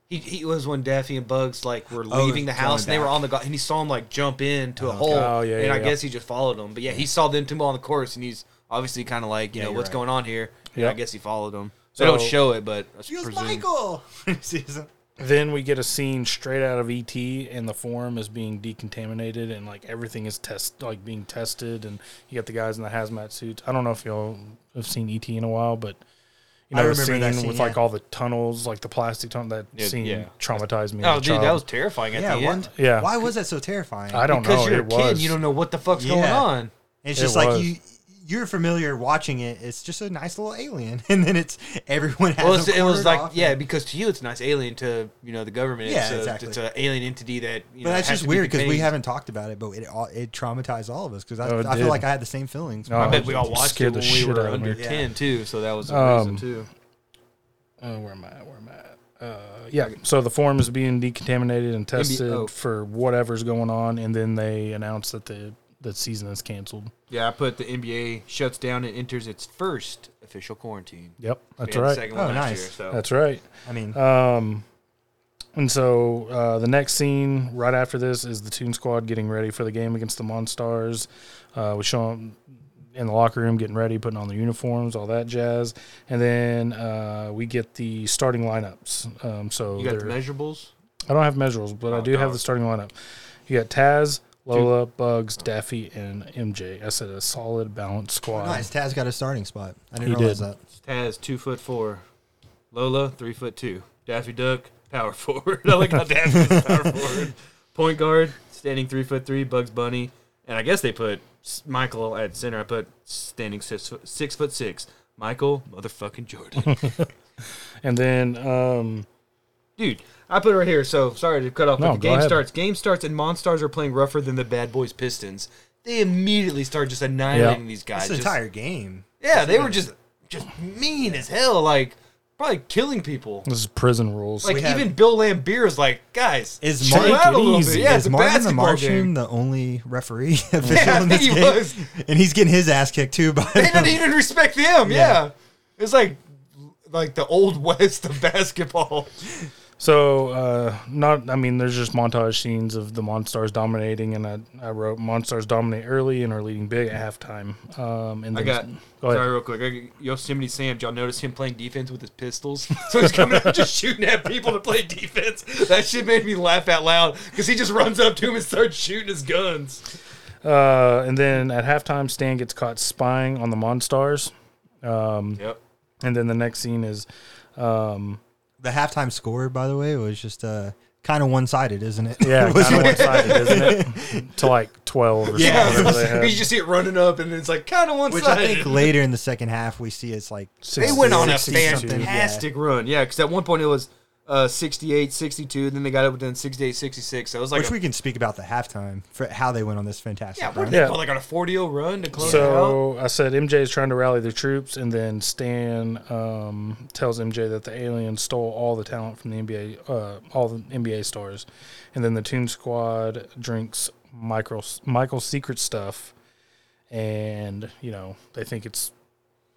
Speaker 2: He, he was when Daffy and Bugs like were
Speaker 3: Oh,
Speaker 2: leaving the
Speaker 3: going
Speaker 2: house and they were
Speaker 3: back.
Speaker 2: on the go- and he saw him like jump into a hole.
Speaker 1: Oh, yeah,
Speaker 2: and
Speaker 1: yeah,
Speaker 2: I
Speaker 1: yeah.
Speaker 2: guess he just followed him. But yeah, he saw them tumble on the course and he's obviously kind of like you know
Speaker 3: you're
Speaker 2: what's
Speaker 3: right.
Speaker 2: going on here. Yeah,
Speaker 1: Yep.
Speaker 2: I guess he followed him.
Speaker 1: So-
Speaker 2: they don't show it, but I
Speaker 3: He was
Speaker 2: presume-
Speaker 3: Michael. Sees him.
Speaker 1: Then we get a scene straight out of ET, and the forum is being decontaminated, and like everything is test like being tested, and you got the guys in the hazmat suits. I don't know if y'all have seen ET in a while, but you know
Speaker 3: I
Speaker 1: the
Speaker 3: remember
Speaker 1: scene,
Speaker 3: that
Speaker 1: with
Speaker 3: scene,
Speaker 1: like
Speaker 3: yeah.
Speaker 1: all the tunnels, like the plastic tunnel. That
Speaker 2: Yeah,
Speaker 1: scene
Speaker 2: yeah.
Speaker 1: traumatized me.
Speaker 2: Oh,
Speaker 1: as a
Speaker 2: dude,
Speaker 1: child.
Speaker 2: that was terrifying at
Speaker 3: Yeah,
Speaker 2: the
Speaker 3: one,
Speaker 2: end.
Speaker 1: Yeah.
Speaker 3: Why was that so terrifying?
Speaker 1: I don't
Speaker 2: Because
Speaker 1: know.
Speaker 2: you're a
Speaker 1: it
Speaker 2: kid,
Speaker 1: was.
Speaker 2: you don't know what the fuck's
Speaker 3: Yeah.
Speaker 2: going on.
Speaker 3: It's
Speaker 1: It
Speaker 3: just
Speaker 1: was.
Speaker 3: like you. you're familiar watching it. It's just a nice little alien, and then it's everyone has.
Speaker 2: Well, it's,
Speaker 3: them
Speaker 2: it was
Speaker 3: cornered
Speaker 2: like
Speaker 3: off.
Speaker 2: yeah, because to you it's nice alien to you know the government.
Speaker 3: Yeah,
Speaker 2: it's a,
Speaker 3: exactly.
Speaker 2: It's an alien entity that you
Speaker 3: But
Speaker 2: know.
Speaker 3: that's
Speaker 2: has
Speaker 3: just
Speaker 2: to be
Speaker 3: weird because we
Speaker 2: contained.
Speaker 3: haven't talked about it, but it all- it traumatized all of us because I,
Speaker 1: Oh, it
Speaker 3: I feel
Speaker 1: did.
Speaker 3: like I had the same feelings.
Speaker 1: Oh,
Speaker 2: I bet we all
Speaker 1: It
Speaker 2: watched
Speaker 1: scared the
Speaker 2: it when we
Speaker 1: shit
Speaker 2: were
Speaker 1: out of me. Um,
Speaker 2: under ten too, so that was a reason too.
Speaker 1: Uh, where am I? Where am I? Uh, yeah. So the form is being decontaminated and tested
Speaker 2: oh.
Speaker 1: for whatever's going on, and then they announce that the that season is canceled.
Speaker 2: Yeah, I put the NBA shuts down and enters its first official quarantine.
Speaker 1: Yep, that's
Speaker 2: we had The
Speaker 1: right.
Speaker 2: second one
Speaker 3: Oh,
Speaker 2: last
Speaker 3: nice.
Speaker 2: Year, so.
Speaker 1: That's right.
Speaker 3: I mean,
Speaker 1: Uh, And so uh, the next scene right after this is the Toon Squad getting ready for the game against the Monstars. Uh, we show 'em in the locker room getting ready, putting on their uniforms, all that jazz. And then uh, we get the starting lineups. Um, so
Speaker 2: you got the Oh,
Speaker 1: they're-
Speaker 2: measurables.
Speaker 1: I don't have measurables, but I do have the starting lineup. You got Taz, Lola, Bugs, Daffy, and MJ. I said a solid balanced squad.
Speaker 3: nice. Taz got a starting spot. I didn't
Speaker 1: He
Speaker 3: realize
Speaker 1: did.
Speaker 3: that.
Speaker 2: Taz two foot four, Lola three foot two, Daffy Duck power forward. I like how Daffy is power forward. Point guard standing three foot three, Bugs Bunny, and I guess they put S- Michael at center. I put standing six foot six, foot six Michael motherfucking Jordan,
Speaker 1: And then um,
Speaker 2: dude. I put it right here. So sorry to cut off.
Speaker 1: No,
Speaker 2: but the
Speaker 1: go
Speaker 2: game
Speaker 1: ahead.
Speaker 2: starts. Game starts, and Monstars are playing rougher than the Bad Boys Pistons. They immediately start just annihilating
Speaker 1: Yeah.
Speaker 2: these guys.
Speaker 3: It's an
Speaker 2: just-
Speaker 3: entire game.
Speaker 2: yeah, they were just just mean as hell. Like probably killing people.
Speaker 1: this is prison rules.
Speaker 2: Like
Speaker 3: We have-
Speaker 2: even Bill Lambeer is like, guys,
Speaker 3: Is
Speaker 2: chill
Speaker 3: Martin,
Speaker 2: out a little bit. Yeah, it's
Speaker 3: is
Speaker 2: a
Speaker 3: Martin the
Speaker 2: basketball
Speaker 3: Martian
Speaker 2: game.
Speaker 3: the only referee official
Speaker 2: Yeah, I
Speaker 3: in
Speaker 2: think
Speaker 3: this
Speaker 2: he
Speaker 3: game?
Speaker 2: was.
Speaker 3: And he's getting his ass kicked too by
Speaker 2: They didn't even respect them. Yeah.
Speaker 3: Yeah.
Speaker 2: it's like like the old west of basketball.
Speaker 1: So, uh, not, I mean, there's just montage scenes of the Monstars dominating, and I, I wrote Monstars dominate early and are leading big at halftime. Um, and
Speaker 2: I
Speaker 1: then-
Speaker 2: got
Speaker 1: go ahead.
Speaker 2: sorry, real quick. I got Yosemite Sam, y'all notice him playing defense with his pistols? So he's coming out just shooting at people to play defense. That shit made me laugh out loud because he just runs up to him and starts shooting his guns.
Speaker 1: Uh, and then at halftime, Stan gets caught spying on the Monstars,
Speaker 2: Yep.
Speaker 1: and then the next scene is
Speaker 3: the halftime score. By the way, was just uh, kind of one sided, isn't it?
Speaker 1: yeah,
Speaker 3: It was-
Speaker 1: kind of one sided, isn't it? to like twelve or
Speaker 2: Yeah,
Speaker 1: something. whatever they had.
Speaker 2: you just see it running up, and it's like kind of one
Speaker 3: which
Speaker 2: sided.
Speaker 3: I think later in the second half we see it's like
Speaker 2: They went on a
Speaker 1: 62.
Speaker 2: fantastic run. Yeah, because at one point it was uh, 68, 62, then they got it within 68, 66. So it was like,
Speaker 3: which
Speaker 2: a,
Speaker 3: we can speak about the halftime for how they went on this fantastic.
Speaker 2: yeah,
Speaker 3: run.
Speaker 2: what did
Speaker 1: Yeah.
Speaker 2: they put like on a 40 0 run to close it out?
Speaker 1: So I said MJ is trying to rally the troops, and then Stan um, tells MJ that the aliens stole all the talent from the NBA, uh, all the NBA stars, and then the Toon Squad drinks Michael Michael's secret stuff, and you know they think it's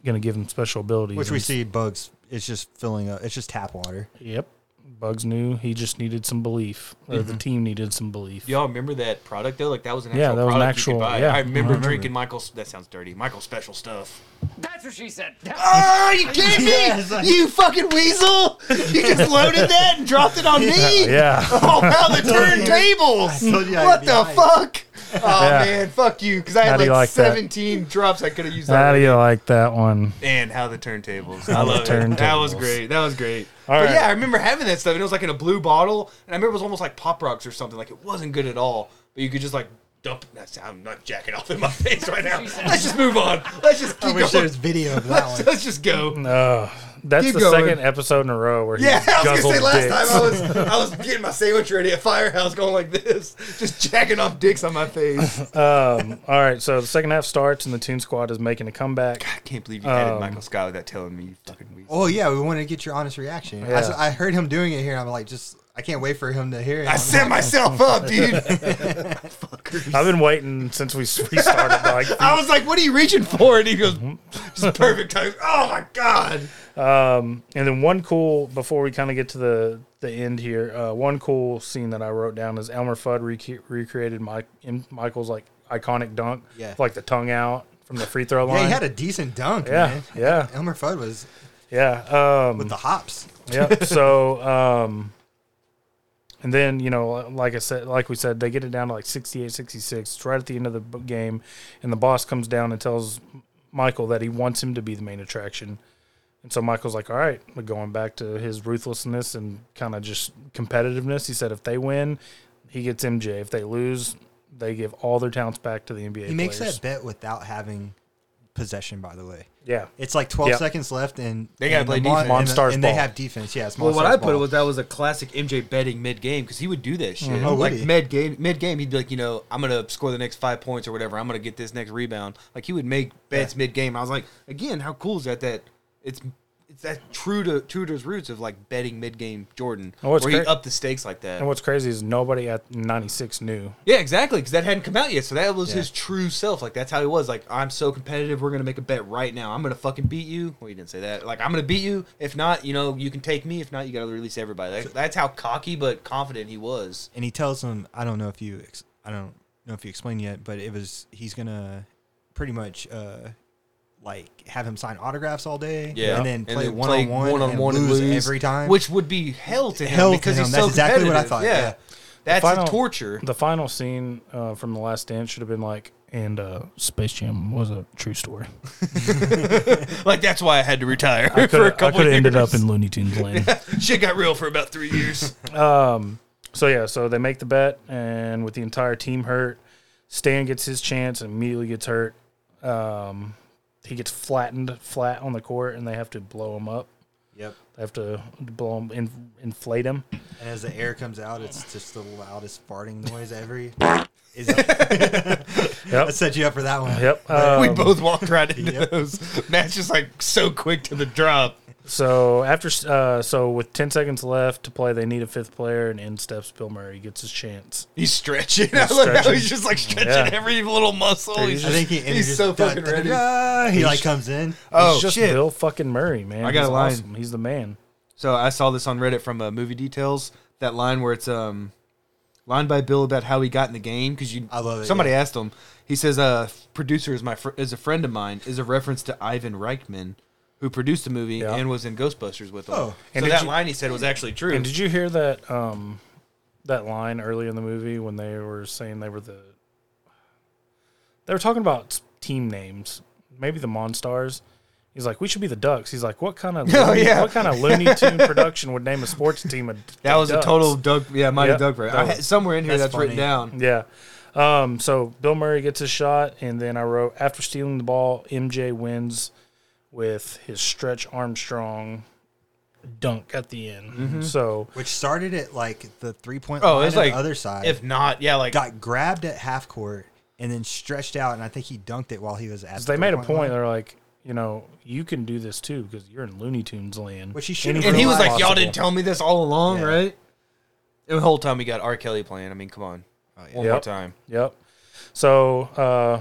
Speaker 1: gonna give them special abilities,
Speaker 3: which we
Speaker 1: and-
Speaker 3: see bugs. It's just filling up. It's just tap water.
Speaker 1: Yep, Bugs knew he just needed some belief, or
Speaker 2: Mm-hmm.
Speaker 1: the team needed some belief.
Speaker 2: Do y'all remember that product though? Like that was an actual
Speaker 1: Yeah, that was an
Speaker 2: product you
Speaker 1: actual-
Speaker 2: could buy.
Speaker 1: yeah. Mm-hmm.
Speaker 2: I remember
Speaker 1: I remember.
Speaker 2: drinking Michael's. That sounds dirty. Michael's special stuff.
Speaker 7: That's what she said.
Speaker 2: Are you kidding me? you fucking weasel! You just loaded that and dropped it on me.
Speaker 1: Yeah,
Speaker 2: Oh wow, the turntables!
Speaker 3: told you I'd
Speaker 2: What
Speaker 3: be
Speaker 2: the
Speaker 3: high.
Speaker 2: fuck? Oh
Speaker 1: Yeah.
Speaker 2: man, fuck you! Because I
Speaker 1: How
Speaker 2: had
Speaker 1: do
Speaker 2: like,
Speaker 1: you like that?
Speaker 2: 17 drops I could have used.
Speaker 1: how
Speaker 2: already.
Speaker 1: do you like that one?
Speaker 2: and how the turntables.
Speaker 1: the
Speaker 2: I love it. That was
Speaker 1: turntables.
Speaker 2: great. That was great.
Speaker 1: All
Speaker 2: but
Speaker 1: right.
Speaker 2: yeah, I remember having that stuff, and it was like in a blue bottle, and I remember it was almost like pop rocks or something. Like it wasn't good at all, but you could just like dump. That's, I'm not jacking off in my face right now. Let's just move on. Let's just keep
Speaker 3: I wish there
Speaker 2: going.
Speaker 3: was video of that
Speaker 2: Let's,
Speaker 3: one.
Speaker 2: let's just go.
Speaker 1: Uh, that's
Speaker 2: Keep
Speaker 1: the
Speaker 2: going.
Speaker 1: second episode in a row where he
Speaker 2: Yeah, I was
Speaker 1: guzzled
Speaker 2: gonna say last
Speaker 1: dicks.
Speaker 2: time I was I was getting my sandwich ready at Firehouse, going like this, just jacking off dicks on my face.
Speaker 1: All right, so the second half starts and the Toon Squad is making a comeback.
Speaker 2: I can't believe you
Speaker 1: Um,
Speaker 2: added Michael Scott without telling me you fucking weasel.
Speaker 3: Oh yeah, we want to get your honest reaction. I, s-
Speaker 1: Yeah.
Speaker 3: I heard him doing it here. and I'm like, just I can't wait for him to hear it.
Speaker 2: I set myself up, dude.
Speaker 1: I've been waiting since we s- we started. Like,
Speaker 2: I was like, "What are you reaching for?" And he goes, "Just perfect time." Oh my god!
Speaker 1: and then one cool before we kind of get to the the end here, uh, one cool scene that I wrote down is Elmer Fudd rec- recreated Mike in Michael's like iconic dunk,
Speaker 3: Yeah.
Speaker 1: like the tongue out from the free throw line.
Speaker 3: yeah, he had a decent dunk.
Speaker 1: yeah,
Speaker 3: man.
Speaker 1: yeah,
Speaker 3: Elmer Fudd was
Speaker 1: yeah. Um,
Speaker 3: with the hops.
Speaker 1: yeah. So, um, and then, you know, like I said, like we said, they get it down to like 68, 66. It's right at the end of the b- game. And the boss comes down and tells Michael that he wants him to be the main attraction. And so Michael's like, all right, we're going back to his ruthlessness and kind of just competitiveness. He said if they win, he gets MJ. If they lose, they give all their talents back to the NBA.
Speaker 3: He makes
Speaker 1: players.
Speaker 3: that bet without having possession, by the way.
Speaker 1: Yeah.
Speaker 3: It's like 12
Speaker 1: Yeah.
Speaker 3: seconds left, and
Speaker 2: They gotta
Speaker 3: and
Speaker 2: play
Speaker 3: the Mon-
Speaker 2: defense.
Speaker 3: and the-
Speaker 1: Monstars
Speaker 3: and they
Speaker 1: ball.
Speaker 3: have defense. Yes.
Speaker 2: Well, what I
Speaker 3: Monstars
Speaker 2: put
Speaker 3: ball.
Speaker 2: was that was a classic MJ betting mid game because he would do that shit.
Speaker 3: Oh, would
Speaker 2: like
Speaker 3: he?
Speaker 2: mid game, mid game, he'd be like, you know, I'm gonna score the next five points or whatever. I'm gonna get this next rebound. Like he would make bets mid game. I was like, again, how cool is that? That it's it's that true to true to his roots of like betting mid game Jordan,
Speaker 1: Oh, it's
Speaker 2: where he
Speaker 1: great.
Speaker 2: up the stakes like that.
Speaker 1: And what's crazy is nobody at 96 knew.
Speaker 2: Yeah, exactly, because that hadn't come out yet. So that was
Speaker 3: Yeah.
Speaker 2: his true self. Like that's how he was. Like I'm so competitive. We're gonna make a bet right now. I'm gonna fucking beat you. Well, he didn't say that. Like I'm gonna beat you. If not, you know, you can take me. If not, you gotta release everybody. Like, that's how cocky but confident he was.
Speaker 3: and he tells him, I don't know if you, ex- I don't know if you explained yet, but it was he's gonna pretty much uh, like have him sign autographs all day, and then play one on one, one on one, lose every time.
Speaker 2: which would be hell to him
Speaker 3: Hell to
Speaker 2: because he's
Speaker 3: him.
Speaker 2: so
Speaker 3: That's exactly what I
Speaker 2: competitive.
Speaker 3: thought,
Speaker 2: Yeah,
Speaker 3: yeah.
Speaker 2: that's
Speaker 1: Final-
Speaker 2: a torture.
Speaker 1: The final scene uh, from The Last Dance should have been like, and uh, Space Jam was a true story.
Speaker 2: Like that's why I had to retire
Speaker 1: I
Speaker 2: for a
Speaker 1: could have
Speaker 2: couple. years.
Speaker 1: ended up in Looney Tunes land.
Speaker 2: Shit got real for about three years.
Speaker 1: So yeah, so they make the bet, and with the entire team hurt, Stan gets his chance and immediately gets hurt. Um, he gets flattened flat on the court, and they have to blow him up.
Speaker 3: yep.
Speaker 1: They have to blow him, in, inflate him.
Speaker 3: And as the air comes out, it's just the loudest farting noise ever. Is
Speaker 1: Yep,
Speaker 3: I set you up for that one.
Speaker 1: yep.
Speaker 2: we
Speaker 1: Um,
Speaker 2: both walked right into
Speaker 3: Yep.
Speaker 2: those. Matt's just like so quick to the drop.
Speaker 1: so after, uh, so with ten seconds left to play, they need a fifth player, and in steps Bill Murray gets his chance.
Speaker 2: He's stretching. I love how
Speaker 1: stretching.
Speaker 2: he's just like stretching
Speaker 1: Yeah.
Speaker 2: every little muscle.
Speaker 1: Dude,
Speaker 2: he's
Speaker 1: he's
Speaker 3: I think he
Speaker 2: he's so fucking ready.
Speaker 3: He like comes in.
Speaker 2: Oh
Speaker 1: It's just
Speaker 2: shit!
Speaker 1: Bill fucking Murray, man.
Speaker 2: I got
Speaker 1: He's
Speaker 2: a line.
Speaker 1: Awesome. He's the man.
Speaker 2: So I saw this on Reddit from uh, Movie Details. That line where it's um, line by Bill about how he got in the game because you.
Speaker 3: I love it,
Speaker 2: Somebody
Speaker 3: yeah.
Speaker 2: asked him. He says, "Uh, producer is my fr- is a friend of mine." Is a reference to Ivan Reichman, who produced the movie
Speaker 1: Yeah.
Speaker 2: and was in Ghostbusters with him.
Speaker 3: Oh.
Speaker 1: And
Speaker 2: so
Speaker 1: did
Speaker 2: that
Speaker 1: you-
Speaker 2: line he said was actually true.
Speaker 1: And did you hear that um that line early in the movie when they were saying they were the they were talking about team names, maybe the Monstars. He's like, we should be the Ducks. He's like, what kind of
Speaker 2: Oh,
Speaker 1: loony-
Speaker 2: yeah.
Speaker 1: what kind of Looney Tune production would name a sports team a
Speaker 2: that
Speaker 1: the
Speaker 2: was
Speaker 1: Ducks?
Speaker 2: a total Doug. Yeah, mighty
Speaker 1: Yep.
Speaker 2: Doug. Right. I had- somewhere in here that's,
Speaker 3: That's
Speaker 2: written down.
Speaker 3: funny.
Speaker 1: yeah. Um, so Bill Murray gets his shot, and then I wrote after stealing the ball, MJ wins with his stretch Armstrong dunk at the end.
Speaker 3: Mm-hmm.
Speaker 1: So
Speaker 3: Which started at like the three point
Speaker 2: Oh,
Speaker 3: line
Speaker 2: it's
Speaker 3: on
Speaker 2: like
Speaker 3: the other side.
Speaker 2: If not, yeah, like
Speaker 3: got grabbed at half court and then stretched out, and I think he dunked it while he was at.
Speaker 1: So
Speaker 3: the
Speaker 1: they made a
Speaker 3: three-point
Speaker 1: point.
Speaker 3: line.
Speaker 1: They're like, you know, you can do this too because you're in Looney Tunes land.
Speaker 3: Which he should've
Speaker 1: Anything
Speaker 2: and he was like,
Speaker 1: possible.
Speaker 2: "Y'all didn't tell me this all along,
Speaker 3: Yeah.
Speaker 2: right?" And the whole time we got R. Kelly playing. I mean, come on, Oh, one more
Speaker 1: Yep.
Speaker 2: time.
Speaker 1: Yep. So uh,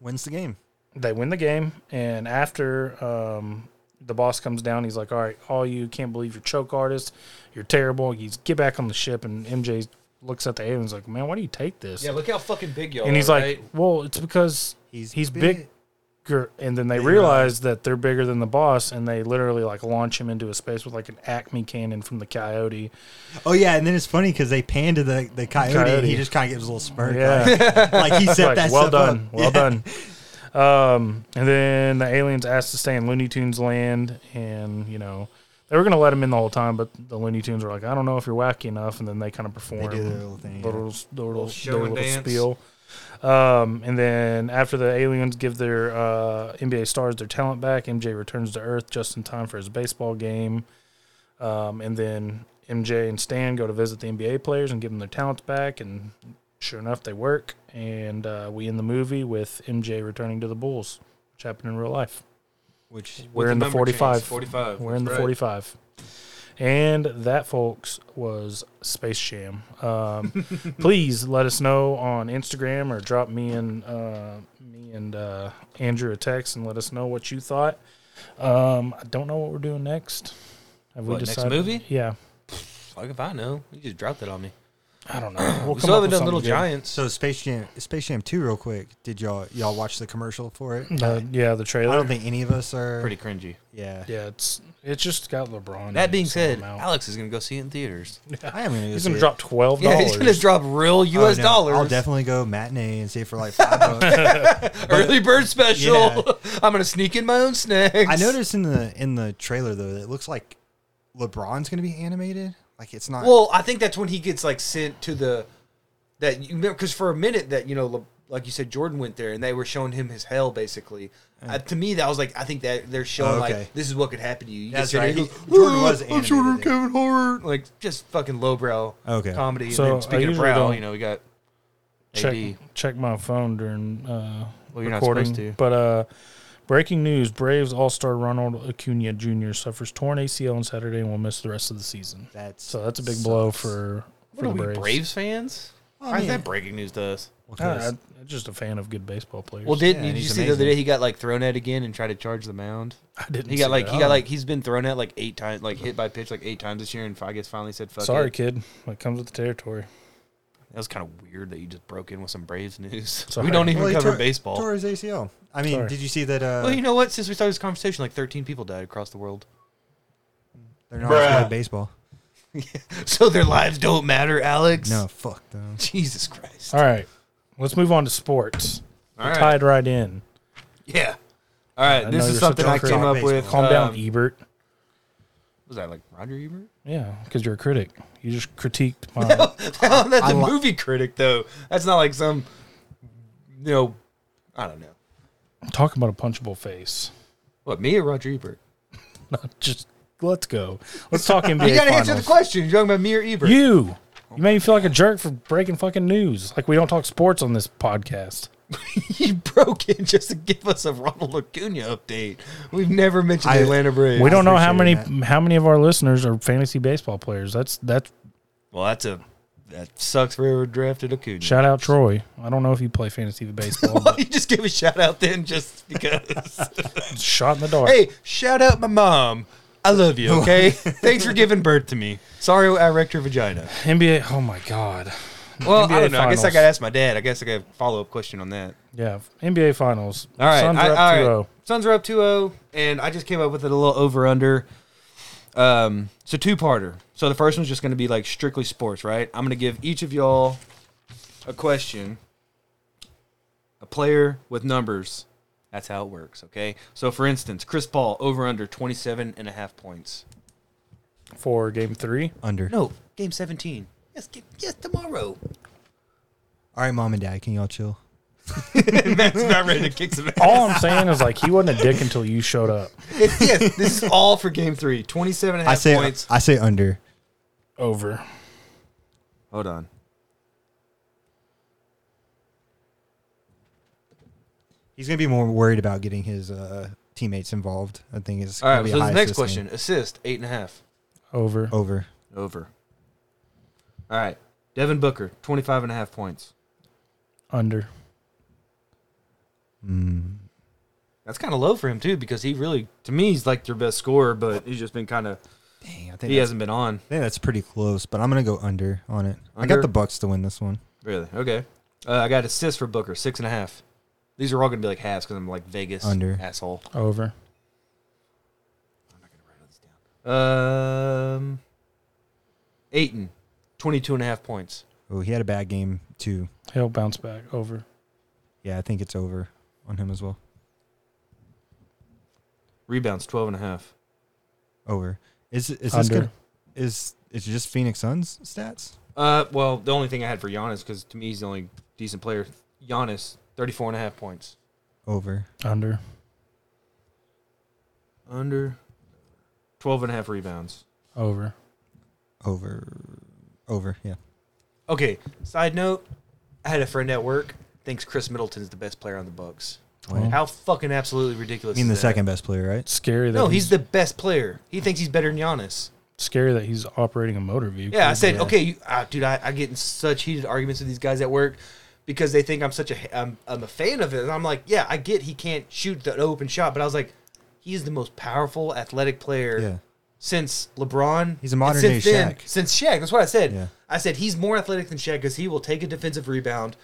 Speaker 3: Wins the game.
Speaker 1: they win the game, and after um, the boss comes down, he's like, "All right, all you can't believe you're choke artists. You're terrible. You get back on the ship." And MJ looks at the aliens like, "Man, why do you take this?"
Speaker 2: Yeah, look how fucking big y'all.
Speaker 1: and he's
Speaker 2: are,
Speaker 1: like,
Speaker 2: right?
Speaker 1: "Well, it's because he's
Speaker 3: He's
Speaker 1: he's
Speaker 3: big."
Speaker 1: bigger." And then they realize that they're bigger than the boss, and they literally like launch him into a space with like an Acme cannon from the Coyote.
Speaker 3: Oh yeah, and then it's funny because they pan to the, the coyote, and
Speaker 1: Coyote.
Speaker 3: he just kind of gives a little smirk.
Speaker 1: Yeah.
Speaker 3: like, like he set
Speaker 1: Like,
Speaker 3: that
Speaker 1: well
Speaker 3: stuff up.
Speaker 1: done, well
Speaker 3: Yeah.
Speaker 1: done. Um, and then the aliens asked to stay in Looney Tunes land, and you know they were gonna let him in the whole time, but the Looney Tunes were like, I don't know if you're wacky enough, and then they kind of perform
Speaker 3: their little thing, yeah.
Speaker 1: little, their little,
Speaker 2: show
Speaker 1: their
Speaker 2: and
Speaker 1: little
Speaker 2: dance.
Speaker 1: spiel. Um, and then after the aliens give their uh, NBA stars their talent back, MJ returns to Earth just in time for his baseball game. Um, and then MJ and Stan go to visit the NBA players and give them their talents back. And sure enough, they work. And uh, we end the movie with MJ returning to the Bulls, which happened in real life.
Speaker 3: Which
Speaker 1: We're
Speaker 2: the
Speaker 1: in the,
Speaker 2: number
Speaker 1: 45.
Speaker 2: change, 45,
Speaker 1: We're in the
Speaker 2: that's right.
Speaker 1: 45. And that, folks, was Space Jam. Um, please let us know on Instagram or drop me and uh, me and uh, Andrew a text and let us know what you thought. Um, I don't know what we're doing next. Have
Speaker 2: What, next movie?
Speaker 1: Yeah,
Speaker 2: "Fuck if I know." You just dropped it on me.
Speaker 1: I don't know. We'll
Speaker 2: We
Speaker 1: come
Speaker 2: still
Speaker 1: up
Speaker 2: haven't
Speaker 1: with
Speaker 2: done Little
Speaker 1: something good.
Speaker 2: Giants.
Speaker 3: so Space Jam, Space Jam Two, real quick. Did y'all y'all watch the commercial for it?
Speaker 1: Uh, yeah, the
Speaker 3: I
Speaker 1: trailer.
Speaker 3: don't think any of us are.
Speaker 2: Pretty
Speaker 1: Mm,
Speaker 2: cringy.
Speaker 3: Yeah.
Speaker 1: Yeah, it's it's just got LeBron. in
Speaker 2: That
Speaker 1: it,
Speaker 2: being
Speaker 1: so I'm
Speaker 2: said,
Speaker 1: out.
Speaker 2: Alex is gonna go see it in theaters.
Speaker 3: I am gonna. go
Speaker 1: he's
Speaker 3: see
Speaker 1: gonna
Speaker 3: it.
Speaker 1: drop twelve
Speaker 2: Yeah,
Speaker 1: dollars.
Speaker 2: he's gonna drop real
Speaker 3: Oh,
Speaker 2: U.S.
Speaker 3: no,
Speaker 2: dollars.
Speaker 3: I'll definitely go matinee and see it for like five bucks.
Speaker 2: Early bird special.
Speaker 3: Yeah.
Speaker 2: I'm gonna sneak in my own snacks.
Speaker 3: I noticed in the in the trailer though that it looks like LeBron's gonna be animated. Like it's not.
Speaker 2: Well, I think that's when he gets like sent to the that you remember because for a minute that you know Le, like you said, Jordan went there and they were showing him his hell basically. Uh, to me, that was like I think that they're showing
Speaker 3: Oh, okay.
Speaker 2: like this is what could happen to you. you
Speaker 3: That's
Speaker 2: sit there
Speaker 3: right.
Speaker 2: and he goes,
Speaker 3: He- Jordan
Speaker 2: "Ah,
Speaker 3: was
Speaker 2: I'm shorter than
Speaker 3: animated
Speaker 2: Kevin Hart. Like just fucking lowbrow
Speaker 3: Okay.
Speaker 2: comedy.
Speaker 1: So,
Speaker 2: and
Speaker 1: I
Speaker 2: then speaking of
Speaker 1: usually
Speaker 2: brow,
Speaker 1: don't
Speaker 2: you know, we got
Speaker 1: check
Speaker 2: AD.
Speaker 1: check my phone during uh,
Speaker 2: Well, you're not
Speaker 1: recording.
Speaker 2: supposed to.
Speaker 1: But uh, breaking news: Braves all-star Ronald Acuna Jr. suffers torn ACL on Saturday and will miss the rest of the season.
Speaker 3: That's
Speaker 1: So that's a big blow for for
Speaker 7: What are
Speaker 1: the
Speaker 7: we
Speaker 1: Braves.
Speaker 7: Braves, fans? Why is
Speaker 3: yeah.
Speaker 7: that breaking news to us?
Speaker 1: I, am Ah, just a fan of good baseball players.
Speaker 2: Well, didn't
Speaker 3: Yeah,
Speaker 2: did you
Speaker 3: he's
Speaker 2: see the other
Speaker 3: amazing.
Speaker 2: day he got like thrown at again and tried to charge the mound?
Speaker 1: I didn't.
Speaker 2: He
Speaker 1: see
Speaker 2: got like
Speaker 1: that.
Speaker 2: he got like he's been thrown at like eight times, like hit by pitch like eight times this year, and I guess finally said fuck.
Speaker 1: Sorry,
Speaker 2: it.
Speaker 1: kid. It comes with the territory.
Speaker 2: that was kind of weird that you just broke in with some Braves news.
Speaker 1: Sorry.
Speaker 2: We don't even
Speaker 3: Well, he
Speaker 2: cover
Speaker 3: tore-
Speaker 2: baseball.
Speaker 3: Tore his ACL. I mean,
Speaker 1: Sorry.
Speaker 3: did you see that? Uh,
Speaker 2: well, you know what? Since we started this conversation, like thirteen people died across the world,
Speaker 3: they're not as good at baseball.
Speaker 2: so their lives don't matter, Alex.
Speaker 3: No, fuck them.
Speaker 2: Jesus Christ.
Speaker 1: All right, let's move on to sports.
Speaker 2: All right,
Speaker 1: Tied right in.
Speaker 2: yeah. All right,
Speaker 1: I know
Speaker 2: this
Speaker 1: you're
Speaker 2: is something
Speaker 1: such a
Speaker 2: I
Speaker 1: critic.
Speaker 2: came up with.
Speaker 1: Calm down,
Speaker 2: um,
Speaker 1: Ebert.
Speaker 2: Was that like Roger Ebert?
Speaker 1: Yeah, because you're a critic. You just critiqued my.
Speaker 2: That's a
Speaker 3: li-
Speaker 2: movie critic, though. That's not like some, you know, I don't know.
Speaker 1: talk about a punchable face.
Speaker 2: What me or Roger Ebert?
Speaker 1: Just let's go. Let's talk NBA.
Speaker 2: You gotta answer the
Speaker 1: finals.
Speaker 2: question. You're talking about me or Ebert?
Speaker 1: You. You made me feel like a jerk for breaking fucking news. Like we don't talk sports on this podcast.
Speaker 2: He broke in just to give us a Ronald Acuna update. We've never mentioned
Speaker 3: I-
Speaker 2: the Atlanta Braves.
Speaker 1: We don't know how many
Speaker 3: appreciate
Speaker 1: how many of our listeners are fantasy baseball players. That's that's
Speaker 2: Well, that's a that sucks for whoever drafted Acuna.
Speaker 1: shout out Troy. I don't know if you play fantasy baseball.
Speaker 2: well,
Speaker 1: but
Speaker 2: you just give a shout out then, just because.
Speaker 1: shot in the dark.
Speaker 2: hey, shout out my mom. I love you. Okay, thanks for giving birth to me. Sorry, I wrecked your vagina.
Speaker 1: NBA. Oh my god.
Speaker 2: Well,
Speaker 1: NBA
Speaker 2: I don't know. I guess I
Speaker 1: Finals.
Speaker 2: gotta ask my dad. I guess I got a follow up question on that.
Speaker 1: Yeah. NBA finals.
Speaker 2: All right.
Speaker 1: Suns
Speaker 2: I,
Speaker 1: are up
Speaker 2: all
Speaker 1: 2-0.
Speaker 2: right. Suns are up 2-0, and I just came up with it a little over under. Um, so two parter. So the first one's just going to be like strictly sports, right? I'm going to give each of y'all a question, a player with numbers. That's how it works, okay? So for instance, Chris Paul over under 27 and a half points.
Speaker 1: for game three.
Speaker 3: Under.
Speaker 2: No, game 17. Yes, game, yes, tomorrow.
Speaker 3: All right, mom and dad, can y'all chill?
Speaker 2: Matt's about ready to kick some ass.
Speaker 1: All I'm saying is like he wasn't a dick until you showed up.
Speaker 2: It's- yes, this is all for game 3. 27 and a
Speaker 3: I
Speaker 2: half
Speaker 3: say
Speaker 2: points.
Speaker 3: I say under.
Speaker 1: Over.
Speaker 2: Hold on.
Speaker 3: He's gonna be more worried about getting his uh, teammates involved. I think it's
Speaker 2: All
Speaker 3: gonna
Speaker 2: right.
Speaker 3: be
Speaker 2: So
Speaker 3: high
Speaker 2: the next
Speaker 3: assist game.
Speaker 2: question: assist eight and a half
Speaker 1: Over.
Speaker 3: over.
Speaker 2: over. All right. Devin Booker 25 and a half points.
Speaker 1: Under.
Speaker 2: That's kind of low for him too because he really, to me, he's like their best scorer, but he's just been kind of
Speaker 3: Dang, I think
Speaker 2: he
Speaker 3: that's,
Speaker 2: hasn't been on
Speaker 3: I think that's pretty close, but I'm gonna go under on it. I
Speaker 2: Under?
Speaker 3: got the Bucks to win this one.
Speaker 2: really. Okay. Uh, I got assists for Booker six and a half. These are all going to be like halves because I'm like Vegas
Speaker 3: Under.
Speaker 2: asshole.
Speaker 1: Over.
Speaker 2: Um, Aiton 22 and a half points.
Speaker 3: Oh, he had a bad game too.
Speaker 1: He'll bounce back. Over.
Speaker 3: Yeah, I think it's over on him as well.
Speaker 2: Rebounds 12 and a half.
Speaker 3: Over. Is is this
Speaker 1: Under.
Speaker 3: gonna, is it's just Phoenix Suns stats?
Speaker 2: Uh, well, the only thing I had for Giannis because to me he's the only decent player. Giannis, 34 and a half points.
Speaker 3: Over.
Speaker 1: Under.
Speaker 2: Under 12 and a half rebounds.
Speaker 1: Over.
Speaker 3: Over. Over. Yeah.
Speaker 2: Okay, side note, I had a friend at work thinks Chris Middleton's the best player on the Bucks. How fucking absolutely ridiculous.
Speaker 3: I mean
Speaker 2: is
Speaker 3: the
Speaker 2: that?
Speaker 3: second best player, right?
Speaker 1: Scary that
Speaker 2: No, he's the best player. He thinks he's better than Giannis.
Speaker 1: scary that he's operating a motor vehicle.
Speaker 2: Yeah, I said,
Speaker 1: but-
Speaker 2: okay, you, ah, dude, I, I get in such heated arguments with these guys at work because they think I'm such a I'm, I'm a fan of it, and I'm like, yeah, I get he can't shoot the open shot, but I was like, he is the most powerful athletic player
Speaker 3: Yeah.
Speaker 2: since LeBron.
Speaker 3: He's a
Speaker 2: and
Speaker 3: modern
Speaker 2: since
Speaker 3: day
Speaker 2: then-
Speaker 3: Shaq.
Speaker 2: Since Shaq, that's what I said.
Speaker 3: Yeah.
Speaker 2: I said he's more athletic than Shaq because he will take a defensive rebound,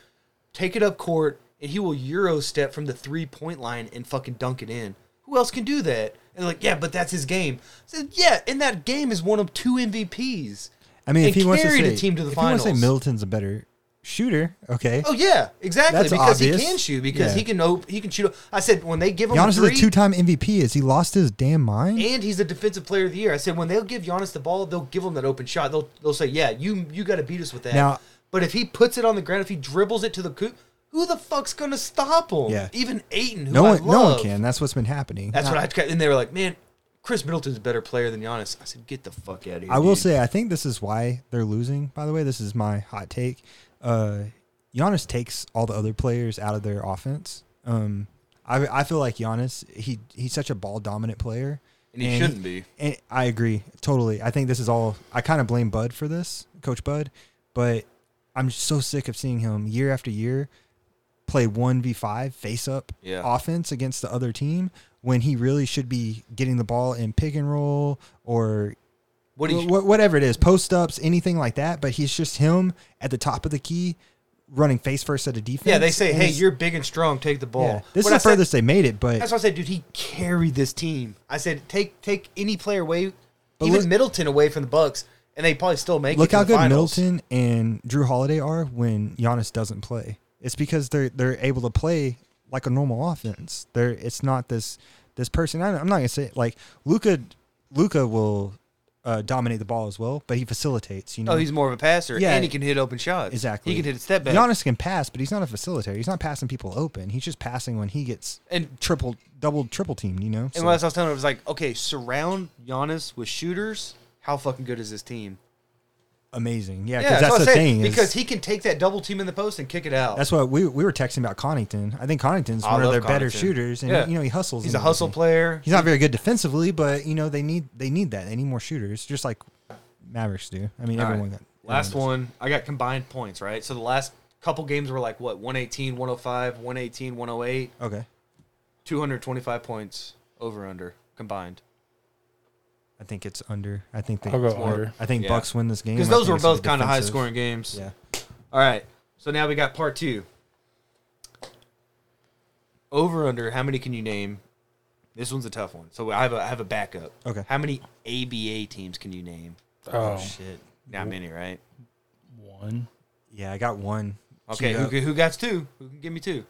Speaker 2: take it up court, and he will euro step from the three point line and fucking dunk it in. Who else can do that? And they're like, yeah, but that's his game. I said, yeah, and that game is one of two MVPs.
Speaker 3: I mean, if
Speaker 2: And
Speaker 3: he wants to
Speaker 2: carried
Speaker 3: say,
Speaker 2: a team to the
Speaker 3: if he wants to say
Speaker 2: finals.
Speaker 3: Middleton's a better shooter, okay.
Speaker 2: Oh yeah, exactly.
Speaker 3: That's
Speaker 2: because
Speaker 3: obvious.
Speaker 2: he can shoot. Because
Speaker 3: Yeah.
Speaker 2: he can op- he can shoot. I said when they give him
Speaker 3: Giannis is
Speaker 2: a
Speaker 3: a
Speaker 2: three,
Speaker 3: two-time MVP. Is he lost his damn mind?
Speaker 2: and he's the defensive player of the year. I said when they'll give Giannis the ball, they'll give him that open shot. They'll they'll say, yeah, you you got to beat us with that.
Speaker 3: Now-
Speaker 2: but if he puts it on the ground, if he dribbles it to the coop, Who the fuck's gonna stop him?
Speaker 3: Yeah.
Speaker 2: Even Aiton, who
Speaker 3: No
Speaker 2: I
Speaker 3: one, no one
Speaker 2: love.
Speaker 3: can. That's what's been happening.
Speaker 2: That's what I kept. And they were like, man, Chris Middleton's a better player than Giannis. I said, get the fuck out of here.
Speaker 3: I will
Speaker 2: dude."
Speaker 3: say, I think this is why they're losing. By the way, this is my hot take. Uh, Giannis takes all the other players out of their offense. Um, I I feel like Giannis he he's such a ball dominant player,
Speaker 2: And he shouldn't be.
Speaker 3: And I agree totally. I think this is all. I kind of blame Bud for this, Coach Bud, but I'm so sick of seeing him year after year play one v five face up
Speaker 2: Yeah.
Speaker 3: offense against the other team when he really should be getting the ball in pick and roll or
Speaker 2: What do you?
Speaker 3: Wh- whatever it is, post ups, anything like that. But he's just him at the top of the key, running face first at a defense.
Speaker 2: yeah, they say,
Speaker 3: And
Speaker 2: hey,
Speaker 3: it's-
Speaker 2: you're big and strong. Take the ball.
Speaker 3: yeah. This
Speaker 2: When I
Speaker 3: is the
Speaker 2: said-
Speaker 3: furthest they made it,
Speaker 2: That's
Speaker 3: but
Speaker 2: why I said, dude, he carried this team. I said, take take any player away, even
Speaker 3: look-
Speaker 2: Middleton away from the Bucks, and they probably still make
Speaker 3: look
Speaker 2: it. to
Speaker 3: how
Speaker 2: the
Speaker 3: good
Speaker 2: finals.
Speaker 3: Middleton and Drew Holiday are when Giannis doesn't play. It's because they're they're able to play like a normal offense. They're it's not this this person. I- I'm not gonna say like Luca. Luca will uh, dominate the ball as well, but he facilitates. You know,
Speaker 2: Oh, he's more of a passer,
Speaker 3: Yeah.
Speaker 2: and he can hit open shots.
Speaker 3: Exactly.
Speaker 2: He can hit a step back.
Speaker 3: Giannis can pass, but he's not a facilitator. He's not passing people open. He's just passing when he gets
Speaker 2: And-
Speaker 3: triple, double, triple teamed. You know.
Speaker 2: and
Speaker 3: So-
Speaker 2: what I was telling him, it was like, okay, surround Giannis with shooters. How fucking good is this team?
Speaker 3: amazing. Yeah,
Speaker 2: Yeah,
Speaker 3: because that's
Speaker 2: what
Speaker 3: the
Speaker 2: I said,
Speaker 3: thing. is-
Speaker 2: Because he can take that double team in the post and kick it out.
Speaker 3: That's what we we were texting about Connington. I think Connington's
Speaker 2: I
Speaker 3: one of
Speaker 2: love
Speaker 3: their better
Speaker 2: Connaughton.
Speaker 3: shooters, and
Speaker 2: Yeah.
Speaker 3: you know he hustles.
Speaker 2: He's
Speaker 3: and
Speaker 2: a hustle
Speaker 3: everything.
Speaker 2: player.
Speaker 3: He's not very good defensively, but you know they need they need that. They need more shooters, just like Mavericks do. I mean,
Speaker 2: All right.
Speaker 3: everyone. Got,
Speaker 2: last
Speaker 3: everyone
Speaker 2: one, I got combined points, right? So the last couple games were like, what, 118, 105, 118, 108,
Speaker 3: does. Okay,
Speaker 2: 225 points over under combined.
Speaker 3: I think it's under. I think they.
Speaker 1: I'll go under.
Speaker 3: I think
Speaker 2: Yeah.
Speaker 3: Bucks win this game
Speaker 2: Because
Speaker 3: I
Speaker 2: those
Speaker 3: think
Speaker 2: were
Speaker 3: it's gonna
Speaker 2: both
Speaker 3: be
Speaker 2: kind of high
Speaker 3: defensive.
Speaker 2: scoring games.
Speaker 3: Yeah.
Speaker 2: All right. So now we got part two. Over under, how many can you name? This one's a tough one. So I have a, I have a backup.
Speaker 3: Okay.
Speaker 2: How many ABA teams can you name?
Speaker 1: Oh,
Speaker 3: Shit.
Speaker 2: Not many, right?
Speaker 1: one.
Speaker 3: Yeah, I got one.
Speaker 2: Okay.
Speaker 3: Queued
Speaker 2: Who,
Speaker 3: up.
Speaker 2: can- who got two? Who can give me two?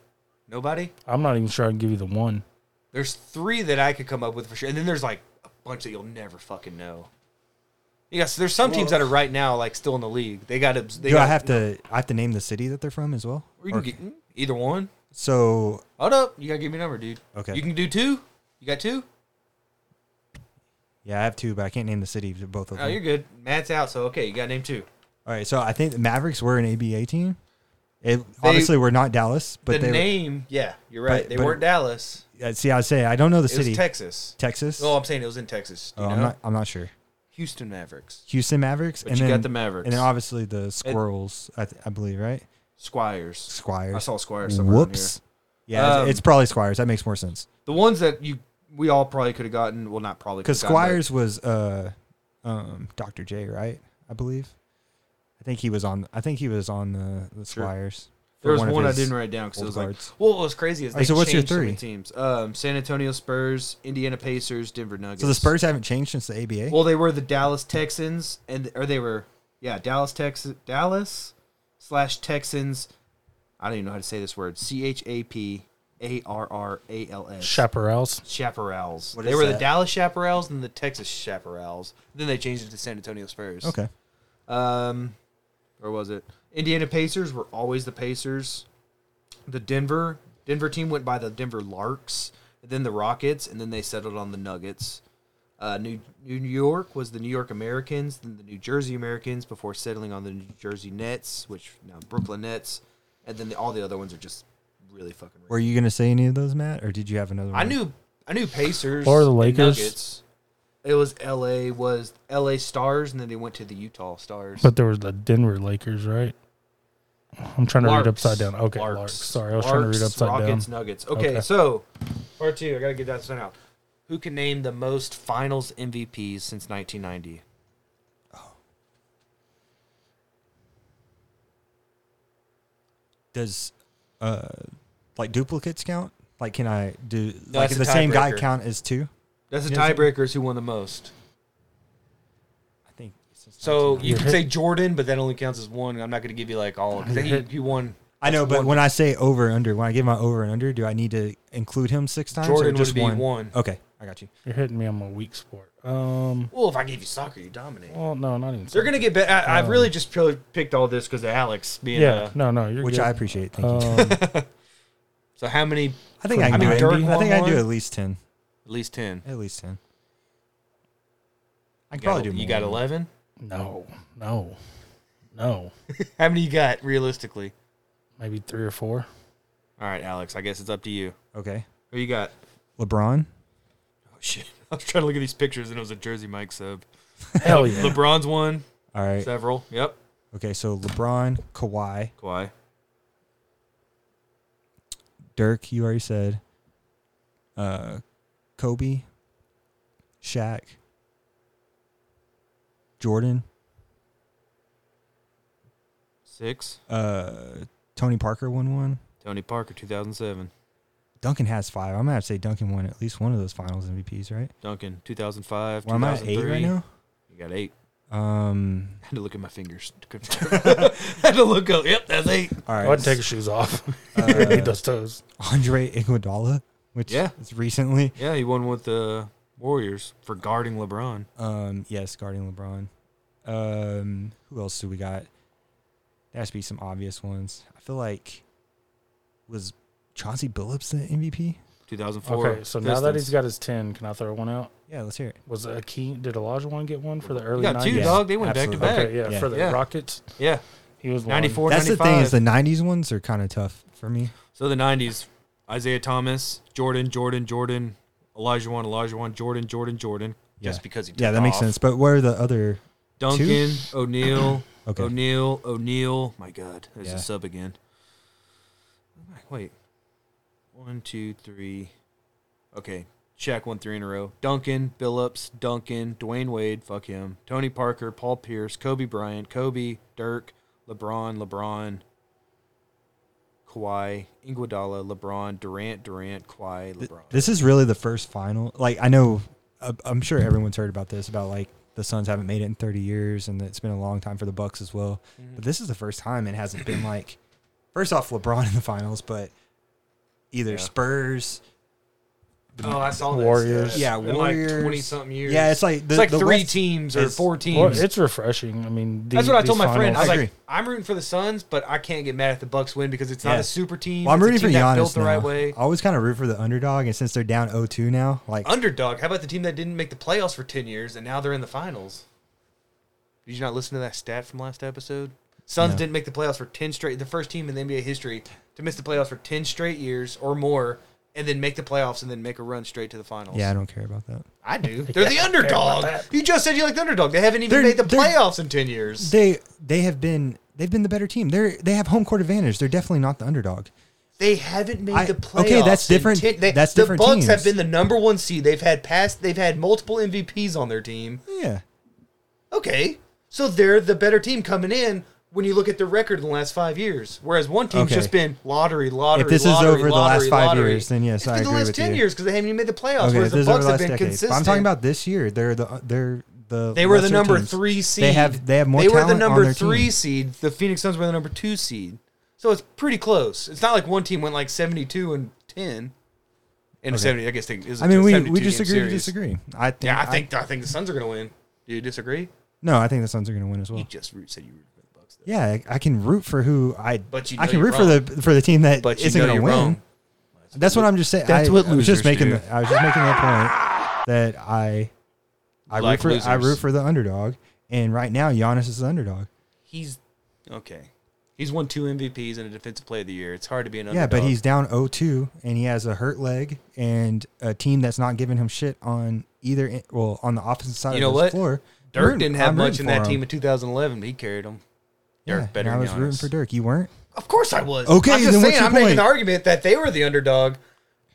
Speaker 2: Nobody?
Speaker 1: I'm not even sure I can give you the one.
Speaker 2: There's three that I could come up with for sure, and then there's like a bunch that you'll never fucking know. Yeah, so there's some teams that are right now like still in the league. They got abs- they
Speaker 3: Do
Speaker 2: got
Speaker 3: I have to? I have to name the city that they're from as well.
Speaker 2: or you can
Speaker 3: Or-
Speaker 2: get hmm, either one.
Speaker 3: so
Speaker 2: Hold up, you gotta give me a number, dude.
Speaker 3: Okay.
Speaker 2: you can do two. You got two?
Speaker 3: yeah, I have two, but I can't name the city of both of
Speaker 2: Oh,
Speaker 3: them.
Speaker 2: you're good. Matt's out, so okay, you got to name two.
Speaker 3: All right, so I think the Mavericks were an ABA team. It, obviously, we're not Dallas, but
Speaker 2: the
Speaker 3: they.
Speaker 2: name, yeah, you're right.
Speaker 3: But-
Speaker 2: they
Speaker 3: but-
Speaker 2: weren't Dallas.
Speaker 3: uh, see, I say I don't know the
Speaker 2: It
Speaker 3: city.
Speaker 2: was Texas.
Speaker 3: Texas.
Speaker 2: Oh, I'm saying it was in Texas. Do
Speaker 3: Oh,
Speaker 2: you
Speaker 3: I'm
Speaker 2: know?
Speaker 3: not. I'm not sure.
Speaker 2: Houston Mavericks,
Speaker 3: Houston Mavericks,
Speaker 2: But
Speaker 3: and
Speaker 2: you
Speaker 3: then
Speaker 2: got the Mavericks.
Speaker 3: and then obviously the Squirrels. I, th- I believe right.
Speaker 2: Squires,
Speaker 3: Squires.
Speaker 2: I saw Squires. somewhere around
Speaker 3: Whoops.
Speaker 2: here.
Speaker 3: Yeah, it's-
Speaker 2: Um,
Speaker 3: it's probably Squires. That makes more sense
Speaker 2: The ones that you we all probably could have gotten. Well, not probably
Speaker 3: because
Speaker 2: could've gotten, but-
Speaker 3: Squires was uh, um, Dr. J, right? I believe. I think he was on. I think he was on the, the
Speaker 2: Sure.
Speaker 3: Squires. for
Speaker 2: There was
Speaker 3: of
Speaker 2: one I
Speaker 3: his
Speaker 2: didn't write down because it
Speaker 3: old
Speaker 2: was like,
Speaker 3: guards.
Speaker 2: well, what was crazy is they
Speaker 3: Alright, so what's your
Speaker 2: changed so many
Speaker 3: three?
Speaker 2: teams. Um, San Antonio Spurs, Indiana Pacers, Denver Nuggets.
Speaker 3: So the Spurs haven't changed since the ABA.
Speaker 2: Well, they were the Dallas Texans, and or they were yeah Dallas Texas Dallas slash Texans. I don't even know how to say this word. C H A P A R R A L S.
Speaker 1: Chaparrals.
Speaker 2: Chaparrals.
Speaker 3: What
Speaker 2: They
Speaker 3: is
Speaker 2: were the
Speaker 3: that?
Speaker 2: Dallas Chaparrals and the Texas Chaparrals. Then they changed it to San Antonio Spurs.
Speaker 3: okay.
Speaker 2: Um, or was it Indiana Pacers were always the Pacers. The Denver Denver team went by the Denver Larks, then the Rockets, and then they settled on the Nuggets. Uh, New New York was the New York Americans, then the New Jersey Americans, before settling on the New Jersey Nets, which now Brooklyn Nets, and then the, all the other ones are just really fucking.
Speaker 3: Were you gonna say any of those, Matt, or did you have another?
Speaker 2: I
Speaker 3: one?
Speaker 2: knew I knew Pacers
Speaker 1: Or the
Speaker 2: and
Speaker 1: Lakers.
Speaker 2: Nuggets. It was L.A. was L.A. Stars, and then they went to the Utah Stars.
Speaker 1: But there was the Denver Lakers, right? I'm trying to read
Speaker 2: Larks.
Speaker 1: upside down. Okay, Larks. Sorry, I was trying to read
Speaker 2: Larks,
Speaker 1: upside
Speaker 2: Rockets,
Speaker 1: down.
Speaker 2: Nuggets. Okay,
Speaker 1: Okay.
Speaker 2: so part two. I gotta get that sent out. Who can name the most Finals MVPs since 1990?
Speaker 3: Does uh, like duplicates count? Like, can I do like
Speaker 2: that's a
Speaker 3: the same guy
Speaker 2: tiebreaker.
Speaker 3: count as two?
Speaker 2: That's the
Speaker 3: Yeah, it's-
Speaker 2: tiebreakers. Who won the most?
Speaker 3: I think. since
Speaker 2: So
Speaker 3: 1990.
Speaker 2: you can say Jordan, but that only counts as one. I'm not gonna give you like all. Of, he, he won.
Speaker 3: I know, but
Speaker 2: one.
Speaker 3: when I say over and under, when I give my over and under, do I need to include him six times
Speaker 2: Jordan
Speaker 3: or
Speaker 2: would
Speaker 3: just
Speaker 2: be
Speaker 3: one?
Speaker 2: one.
Speaker 3: Okay,
Speaker 2: I got you.
Speaker 1: You're hitting me on my weak sport. Um,
Speaker 2: Well, if I gave you soccer, you dominate.
Speaker 1: well, no, not even.
Speaker 2: They're gonna get better. I, I've really just purely picked all this because of Alex being.
Speaker 1: Oh.
Speaker 2: uh,
Speaker 1: yeah,
Speaker 2: Yeah.
Speaker 1: no, no, you're
Speaker 3: which
Speaker 1: good.
Speaker 3: I appreciate. Thank
Speaker 2: Uh,
Speaker 3: you.
Speaker 2: so how many?
Speaker 3: I think I,
Speaker 2: I
Speaker 3: can
Speaker 2: mean,
Speaker 3: do it.
Speaker 2: Dirk
Speaker 3: I think I do
Speaker 2: Longhorn?
Speaker 3: at least ten.
Speaker 7: At least ten.
Speaker 3: At least ten. I
Speaker 2: You
Speaker 3: can
Speaker 2: got,
Speaker 3: probably do.
Speaker 2: you
Speaker 3: more.
Speaker 2: got eleven.
Speaker 1: no, no, no.
Speaker 2: How many you got realistically?
Speaker 1: Maybe three or four.
Speaker 7: All right, Alex. I guess it's up to you.
Speaker 3: Okay.
Speaker 2: Who you got?
Speaker 3: LeBron.
Speaker 2: Oh shit! I was trying to look at these pictures and it was a Jersey Mike sub.
Speaker 1: Hell yeah.
Speaker 2: LeBron's one,
Speaker 3: All right.
Speaker 2: several. Yep.
Speaker 3: Okay. So LeBron, Kawhi,
Speaker 7: Kawhi.
Speaker 3: Dirk. You already said. Uh, Kobe, Shaq, Jordan,
Speaker 7: Six.
Speaker 3: uh, Tony Parker won one.
Speaker 7: Tony Parker, 2007.
Speaker 3: Duncan has five. I'm gonna have to say Duncan won at least one of those Finals MVPs, right?
Speaker 7: Duncan, 2005.
Speaker 3: Well, am I at
Speaker 7: 2003.
Speaker 3: eight right now?
Speaker 7: You got eight.
Speaker 3: Um,
Speaker 7: I had to look at my fingers. to confirm. I had to look up. Yep, that's eight.
Speaker 3: all
Speaker 1: Go ahead and
Speaker 3: right.
Speaker 1: take your shoes off. you
Speaker 3: Uh,
Speaker 1: need those toes.
Speaker 3: Andre Iguodala, which
Speaker 7: Yeah.
Speaker 3: is recently.
Speaker 7: Yeah, he won with the Warriors for guarding LeBron.
Speaker 3: Um, yes, guarding LeBron. Um, who else do we got? There has to be some obvious ones. I feel like was Chauncey Billups the MVP?
Speaker 7: 2004.
Speaker 1: Okay, so now that
Speaker 7: Pistons.
Speaker 1: he's got his ten, can I throw one out?
Speaker 3: Yeah, let's hear it.
Speaker 1: Was a key? Did Elijah one get one for the early?
Speaker 7: You got two,
Speaker 1: 90s?
Speaker 7: dog. They went
Speaker 3: absolutely.
Speaker 7: back to back.
Speaker 1: Okay, yeah,
Speaker 3: Yeah.
Speaker 1: for the
Speaker 7: Yeah.
Speaker 1: Rockets,
Speaker 7: Yeah.
Speaker 1: he was one.
Speaker 7: 94,
Speaker 3: That's the thing is
Speaker 7: 95.
Speaker 3: the '90s ones are kind of tough for me.
Speaker 7: So the 90s, Isaiah Thomas, Jordan, Jordan, Jordan, Elijah one, Elijah one, Jordan, Jordan, Jordan. Just
Speaker 3: Yeah.
Speaker 7: because he took
Speaker 3: Yeah, that makes
Speaker 7: off.
Speaker 3: sense. But what are the other?
Speaker 7: Duncan, O'Neal,
Speaker 3: Okay.
Speaker 7: O'Neal, O'Neal. My God, there's
Speaker 3: Yeah.
Speaker 7: a sub again. Wait, one, two, three. Okay, Shaq won three in a row. Duncan, Billups, Duncan, Dwayne Wade, fuck him. Tony Parker, Paul Pierce, Kobe Bryant, Kobe, Dirk, LeBron, LeBron, Kawhi, Iguodala, LeBron, Durant, Durant, Kawhi, LeBron.
Speaker 3: This is really the first final. Like I know, I- I'm sure everyone's heard about this about like the Suns haven't made it in 30 years, and it's been a long time for the Bucks as well.
Speaker 2: Mm-hmm.
Speaker 3: But this is the first time it hasn't been like, first off, LeBron in the finals, but either Spurs,
Speaker 2: Oh, I saw
Speaker 1: this. Warriors.
Speaker 3: yeah, Warriors,
Speaker 2: twenty something years.
Speaker 3: Yeah, it's like the,
Speaker 2: it's like
Speaker 3: the
Speaker 2: three
Speaker 3: West-
Speaker 2: teams or
Speaker 3: it's-
Speaker 2: four teams.
Speaker 1: Well, it's refreshing. I mean,
Speaker 2: That's
Speaker 1: the-
Speaker 2: what I told
Speaker 1: these
Speaker 2: my friend. I
Speaker 1: finals-
Speaker 2: was
Speaker 3: I
Speaker 2: like,
Speaker 3: agree.
Speaker 2: I'm rooting for the Suns, but I can't get mad if the Bucks win because it's not
Speaker 3: Yeah.
Speaker 2: a super team.
Speaker 3: Well, I'm
Speaker 2: It's a
Speaker 3: rooting for
Speaker 2: team that built
Speaker 3: Giannis
Speaker 2: the
Speaker 3: now.
Speaker 2: right way.
Speaker 3: I always kind of root for the underdog, and since they're down 0-2 now, like
Speaker 2: Underdog. How about the team that didn't make the playoffs for ten years and now they're in the finals? Did you not listen to that stat from last episode? Suns
Speaker 3: No.
Speaker 2: didn't make the playoffs for ten straight. The first team in the NBA history to miss the playoffs for ten straight years or more, and then make the playoffs and then make a run straight to the finals.
Speaker 3: yeah, I don't care about that.
Speaker 2: I do. They're the underdog. You just said you like the underdog. They haven't even
Speaker 3: They're-
Speaker 2: made the
Speaker 3: they're-
Speaker 2: playoffs in ten years.
Speaker 3: They they have been they've been the better team. They're they have home court advantage. They're definitely not the underdog.
Speaker 2: They haven't made
Speaker 3: I-
Speaker 2: the playoffs.
Speaker 3: okay, that's
Speaker 2: in
Speaker 3: different-
Speaker 2: ten- they-
Speaker 3: that's
Speaker 2: the
Speaker 3: different
Speaker 2: Bucks
Speaker 3: teams.
Speaker 2: have been the number one seed. They've had past. They've had multiple MVPs on their team.
Speaker 3: Yeah.
Speaker 2: Okay, so they're the better team coming in. When you look at their record in the last five years, whereas one team's
Speaker 3: Okay.
Speaker 2: just been lottery, lottery.
Speaker 3: If this is
Speaker 2: lottery,
Speaker 3: over the last
Speaker 2: lottery,
Speaker 3: five
Speaker 2: lottery.
Speaker 3: years, then yes,
Speaker 2: it's
Speaker 3: I
Speaker 2: been the
Speaker 3: agree
Speaker 2: last
Speaker 3: with
Speaker 2: ten
Speaker 3: you.
Speaker 2: years because they haven't even made the playoffs.
Speaker 3: Okay,
Speaker 2: whereas
Speaker 3: this
Speaker 2: the
Speaker 3: is over
Speaker 2: Bucks
Speaker 3: the
Speaker 2: have
Speaker 3: last
Speaker 2: been
Speaker 3: decade. But
Speaker 2: consistent.
Speaker 3: I'm talking about this year. They're the they're the
Speaker 2: They were the
Speaker 3: lesser
Speaker 2: number
Speaker 3: teams.
Speaker 2: three seed.
Speaker 3: They have they have more.
Speaker 2: They were
Speaker 3: talent
Speaker 2: the
Speaker 3: on
Speaker 2: number
Speaker 3: their
Speaker 2: three
Speaker 3: team.
Speaker 2: seed. The Phoenix Suns were the number two seed. So it's pretty close. It's not like one team went like seventy-two and ten, and seventy. I guess they. Is
Speaker 3: I mean, we we
Speaker 2: just
Speaker 3: just agree to disagree. I think,
Speaker 2: Yeah, I think I, think the Suns are going to win. Do you disagree?
Speaker 3: no, I think the Suns are going to win as
Speaker 2: You
Speaker 3: well.
Speaker 2: just root- said you rooted for the Bucks, though.
Speaker 3: Yeah, I, I can root for who I.
Speaker 2: But you
Speaker 3: I
Speaker 2: know
Speaker 3: can
Speaker 2: you're
Speaker 3: root for the for the team that
Speaker 2: but you
Speaker 3: isn't
Speaker 2: know
Speaker 3: going
Speaker 2: you're
Speaker 3: to win.
Speaker 2: wrong.
Speaker 3: That's what I'm just saying.
Speaker 2: That's
Speaker 3: I,
Speaker 2: what
Speaker 3: I was just
Speaker 2: losers
Speaker 3: making.
Speaker 2: do.
Speaker 3: The, I was just making that point that I, I
Speaker 7: Like
Speaker 3: root for I
Speaker 7: losers.
Speaker 3: root for the underdog, and right now Giannis is the underdog.
Speaker 7: He's okay.
Speaker 2: He's won two MVPs and a Defensive Player of the Year. It's hard to be an
Speaker 3: Yeah, but
Speaker 2: underdog.
Speaker 3: he's down 0-2, and he has a hurt leg and a team that's not giving him shit on either. en- Well, on the offensive side
Speaker 2: You
Speaker 3: of
Speaker 2: know
Speaker 3: the
Speaker 2: what?
Speaker 3: floor,
Speaker 2: Dirk
Speaker 3: I'm rooting-
Speaker 2: didn't have
Speaker 3: I'm
Speaker 2: much
Speaker 3: rooting
Speaker 2: in
Speaker 3: for
Speaker 2: that
Speaker 3: him.
Speaker 2: team in 2011. He carried him. Dirk
Speaker 3: Yeah,
Speaker 2: better
Speaker 3: and
Speaker 2: than
Speaker 3: I was rooting
Speaker 2: Giannis.
Speaker 3: for Dirk. You weren't.
Speaker 2: Of course I was.
Speaker 3: Okay,
Speaker 2: I'm just
Speaker 3: then
Speaker 2: saying
Speaker 3: what's your
Speaker 2: I'm making
Speaker 3: point?
Speaker 2: the argument that they were the underdog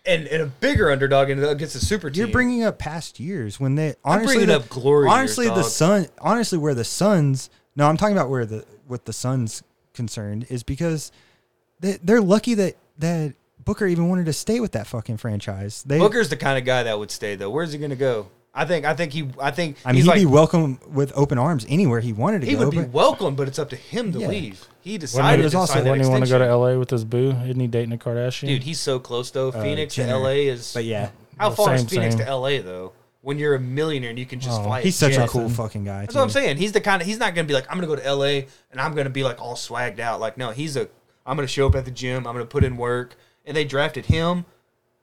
Speaker 2: and, and a bigger underdog and against a super team.
Speaker 3: You're bringing up past years when they honestly
Speaker 2: bringing
Speaker 3: the,
Speaker 2: up glory years,
Speaker 3: Honestly, the
Speaker 2: dog.
Speaker 3: Sun. Honestly, where the Suns. No, I'm talking about where the with the Suns concerned is because they, they're lucky that that Booker even wanted to stay with that fucking franchise. They,
Speaker 2: Booker's the kind of guy that would stay though. Where's he gonna go? I think I think he I think
Speaker 3: I mean,
Speaker 2: he's
Speaker 3: he'd
Speaker 2: like
Speaker 3: be welcome with open arms anywhere he wanted to
Speaker 2: he
Speaker 3: go.
Speaker 2: would be
Speaker 3: but-
Speaker 2: welcome, but it's up to him to
Speaker 3: Yeah.
Speaker 2: leave. He
Speaker 1: Wouldn't
Speaker 2: decided
Speaker 1: he,
Speaker 2: to
Speaker 3: was also-
Speaker 2: sign that
Speaker 1: wouldn't he want to go to
Speaker 2: extension.
Speaker 1: LA with his boo? Isn't he dating a Kardashian?
Speaker 2: Dude, he's so close though. Phoenix to
Speaker 3: Jenner.
Speaker 2: LA is
Speaker 3: Uh, But yeah,
Speaker 2: How
Speaker 1: the
Speaker 2: far
Speaker 1: same,
Speaker 2: is Phoenix
Speaker 1: same.
Speaker 2: to LA though? When you're a millionaire and you can just
Speaker 1: Oh,
Speaker 2: fly.
Speaker 3: He's such
Speaker 2: jet.
Speaker 3: a cool fucking guy.
Speaker 2: That's what I'm saying. He's the kind of he's not gonna be like, I'm gonna go to LA and I'm gonna be like all swagged out. Like, no, he's a I'm gonna show up at the gym, I'm gonna put in work. And they drafted him,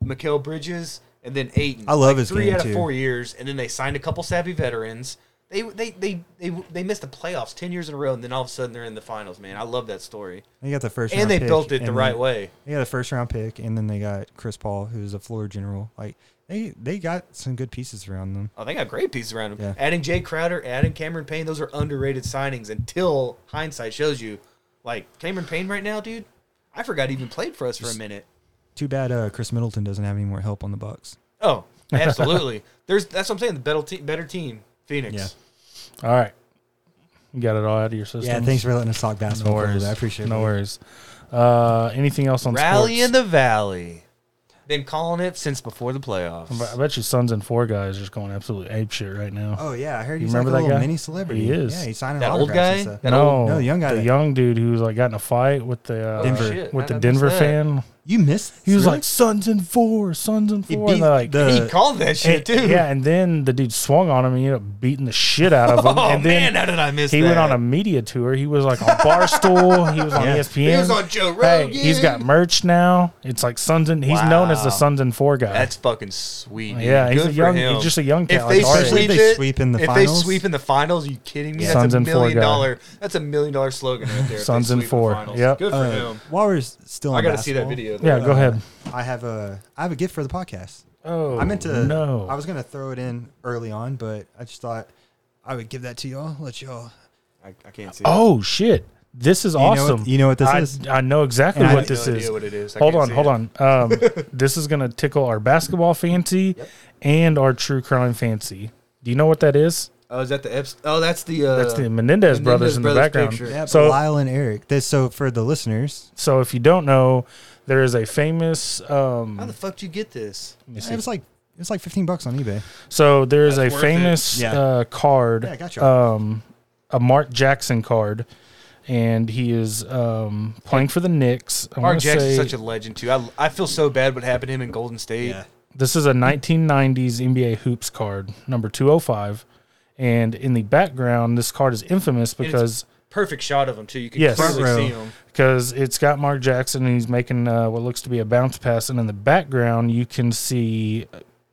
Speaker 2: Mikael Bridges, and then Aiton.
Speaker 3: I love
Speaker 2: Like,
Speaker 3: his
Speaker 2: three
Speaker 3: game,
Speaker 2: out of
Speaker 3: too.
Speaker 2: four years, and then they signed a couple savvy veterans. They they, they they they missed the playoffs ten years in a row, and then all of a sudden they're in the finals. Man, I love that story.
Speaker 3: They got the first
Speaker 2: And
Speaker 3: round
Speaker 2: they
Speaker 3: pick,
Speaker 2: built it the
Speaker 3: and
Speaker 2: right
Speaker 3: then-
Speaker 2: way.
Speaker 3: They got a first round pick, and then they got Chris Paul, who's a floor general. Like they they got some good pieces around them.
Speaker 2: Oh, they got great pieces around him.
Speaker 3: Yeah.
Speaker 2: Adding Jay Crowder, adding Cameron Payne, those are underrated signings until hindsight shows you. Like Cameron Payne right now, dude, I forgot he even played for us for a minute.
Speaker 3: Too bad uh, Chris Middleton doesn't have any more help on the Bucks.
Speaker 2: Oh, absolutely. There's that's what I'm saying. The better team, better team, Phoenix.
Speaker 3: Yeah.
Speaker 1: All right. You got it all out of your system.
Speaker 3: Yeah, thanks for letting us talk
Speaker 1: No
Speaker 3: basketball. for a little
Speaker 1: worries.
Speaker 3: bit. I appreciate it.
Speaker 1: No worries. Uh, anything else on
Speaker 2: Rally
Speaker 1: sports?
Speaker 2: in the Valley. Been calling it since before the playoffs.
Speaker 1: I bet you Sons and Four guys are just going absolute ape shit right now.
Speaker 3: Oh yeah, I heard
Speaker 1: You
Speaker 3: he's like a
Speaker 1: remember that
Speaker 3: little
Speaker 1: guy?
Speaker 3: mini celebrity.
Speaker 1: He is.
Speaker 3: Yeah, he's signing
Speaker 2: That old
Speaker 3: autographs and
Speaker 2: guy?
Speaker 3: stuff.
Speaker 2: That
Speaker 1: no,
Speaker 3: no, the young guy
Speaker 1: the
Speaker 3: that-
Speaker 1: young dude who was like got in a fight with the uh,
Speaker 3: Denver.
Speaker 2: shit.
Speaker 1: with
Speaker 2: I
Speaker 1: the
Speaker 2: noticed
Speaker 1: Denver
Speaker 2: that.
Speaker 1: fan.
Speaker 3: You missed.
Speaker 1: He was
Speaker 3: really?
Speaker 1: like Sons and Four, Sons and
Speaker 3: He
Speaker 1: Four, and
Speaker 3: beat
Speaker 1: they're like
Speaker 3: the-
Speaker 2: he called that shit
Speaker 1: And-
Speaker 2: too.
Speaker 1: Yeah, and then the dude swung on him and he ended up beating the shit out of him.
Speaker 2: Oh,
Speaker 1: and then
Speaker 2: man, how did I miss
Speaker 1: He went
Speaker 2: that?
Speaker 1: on a media tour. He was like on Barstool. He was on E ESPN.
Speaker 2: He was on Joe
Speaker 1: Hey, he's got
Speaker 2: Rogan.
Speaker 1: merch now. It's like Sons and he's known as the
Speaker 2: Wow.
Speaker 1: Sons and Four guy.
Speaker 2: That's fucking sweet. dude.
Speaker 1: Yeah, he's
Speaker 2: Good
Speaker 1: a
Speaker 2: for
Speaker 1: young-
Speaker 2: him.
Speaker 1: he's just a young
Speaker 2: If
Speaker 1: talent
Speaker 2: they
Speaker 1: artist.
Speaker 2: sweep,
Speaker 3: If they
Speaker 2: it-
Speaker 3: sweep in the
Speaker 2: if they
Speaker 3: finals.
Speaker 2: sweep in the finals, are you kidding me? That's
Speaker 1: Sons
Speaker 2: a
Speaker 1: and four
Speaker 2: million
Speaker 1: guy.
Speaker 2: dollar. That's a million dollar slogan right there. if
Speaker 1: Sons
Speaker 2: they
Speaker 1: and
Speaker 2: sweep in the
Speaker 1: four.
Speaker 2: finals.
Speaker 1: Yep.
Speaker 2: Good for
Speaker 3: Uh,
Speaker 2: him.
Speaker 3: While we're s- still,
Speaker 2: I
Speaker 3: on
Speaker 2: got to see that
Speaker 3: basketball,
Speaker 2: video. though.
Speaker 1: yeah, go ahead.
Speaker 3: I have a I have a gift for the podcast.
Speaker 1: Oh,
Speaker 3: I meant to.
Speaker 1: no.
Speaker 3: I was gonna throw it in early on, but I just thought I would give that to y'all. Let y'all.
Speaker 2: I, I can't see.
Speaker 1: oh shit! This is
Speaker 3: know what-
Speaker 1: awesome.
Speaker 3: you know what this
Speaker 1: I,
Speaker 3: is?
Speaker 1: I know exactly
Speaker 3: And I
Speaker 1: what
Speaker 3: have no
Speaker 1: this
Speaker 2: idea
Speaker 1: is.
Speaker 2: what it is. I
Speaker 1: Hold
Speaker 2: can't
Speaker 1: on,
Speaker 2: see
Speaker 1: hold on.
Speaker 2: it.
Speaker 1: Um, this is gonna tickle our basketball fancy and our true crime fancy. Do you know what that is?
Speaker 2: Oh, is that the Epps? Oh, that's the uh,
Speaker 1: That's the Menendez, brothers in the background.
Speaker 2: picture.
Speaker 3: Yep,
Speaker 1: So-
Speaker 3: Lyle and Eric. This, so for the listeners,
Speaker 1: So if you don't know, there is a famous. Um,
Speaker 2: How the fuck did you get this?
Speaker 3: it was like it was like fifteen bucks on eBay.
Speaker 1: so there is
Speaker 2: That's
Speaker 1: a
Speaker 2: worth
Speaker 1: famous
Speaker 3: it. Yeah.
Speaker 1: uh, card,
Speaker 3: Yeah, I got you.
Speaker 1: um, a Mark Jackson card, and he is um, playing for the Knicks. I
Speaker 2: Mark
Speaker 1: wanna say
Speaker 2: Jackson's such a legend too. I, I feel so bad what happened to him in Golden State.
Speaker 1: this is a 1990s NBA hoops card, number 205, and in the background, this card is infamous
Speaker 2: And it's
Speaker 1: because.
Speaker 2: perfect shot of him too. You can
Speaker 1: Yes.
Speaker 2: clearly
Speaker 3: Front row.
Speaker 2: see him.
Speaker 1: because it's got Mark Jackson and he's making uh, what looks to be a bounce pass, and in the background you can see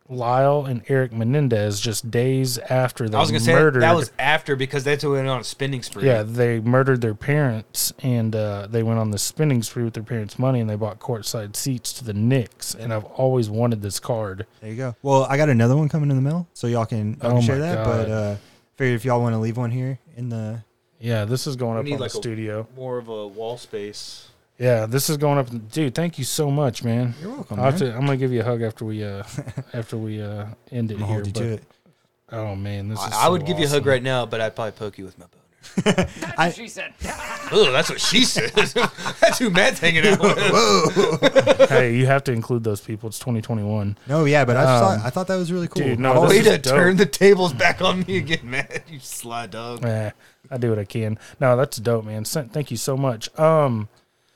Speaker 1: Lyle and Eric Menendez just days after they
Speaker 2: I was gonna say
Speaker 1: murdered.
Speaker 2: that was after because that's when they went on a spending spree.
Speaker 1: yeah, they murdered their parents, and uh, they went on this spending spree with their parents' money, and they bought courtside seats to the Knicks. And I've always wanted this card.
Speaker 3: There you go. Well, I got another one coming in the mail, so y'all can, y'all
Speaker 1: Oh
Speaker 3: can share
Speaker 1: my
Speaker 3: that.
Speaker 1: God.
Speaker 3: But uh, figured if y'all want to leave one here in the
Speaker 1: Yeah, this is going
Speaker 2: We
Speaker 1: up
Speaker 2: need,
Speaker 1: on
Speaker 2: like,
Speaker 1: the
Speaker 2: a-
Speaker 1: studio.
Speaker 2: more of a wall space.
Speaker 1: Yeah, this is going up. Dude, thank you so much, man.
Speaker 3: You're welcome,
Speaker 1: I'll have
Speaker 3: man.
Speaker 1: to- I'm gonna give you a hug after we uh after we uh end it
Speaker 3: I'm gonna
Speaker 1: here.
Speaker 3: hold you
Speaker 1: but-
Speaker 3: to it.
Speaker 1: Oh man, this is
Speaker 2: I, I would
Speaker 1: so
Speaker 2: give you a hug
Speaker 1: awesome.
Speaker 2: right now, but I'd probably poke you with my boner.
Speaker 3: I-
Speaker 2: Oh, that's what she says. that's who Matt's hanging out with.
Speaker 1: hey, you have to include those people. It's 2021.
Speaker 3: No, yeah, but I just
Speaker 1: Um,
Speaker 3: thought I thought that was really cool.
Speaker 1: dude, no,
Speaker 3: I've
Speaker 1: this
Speaker 2: Way
Speaker 1: is-
Speaker 3: always-
Speaker 2: to
Speaker 1: dope.
Speaker 2: turn the tables back on me again, Matt. You sly dog.
Speaker 1: Eh, I do what I can. No, that's dope, man. So- Thank you so much. Um,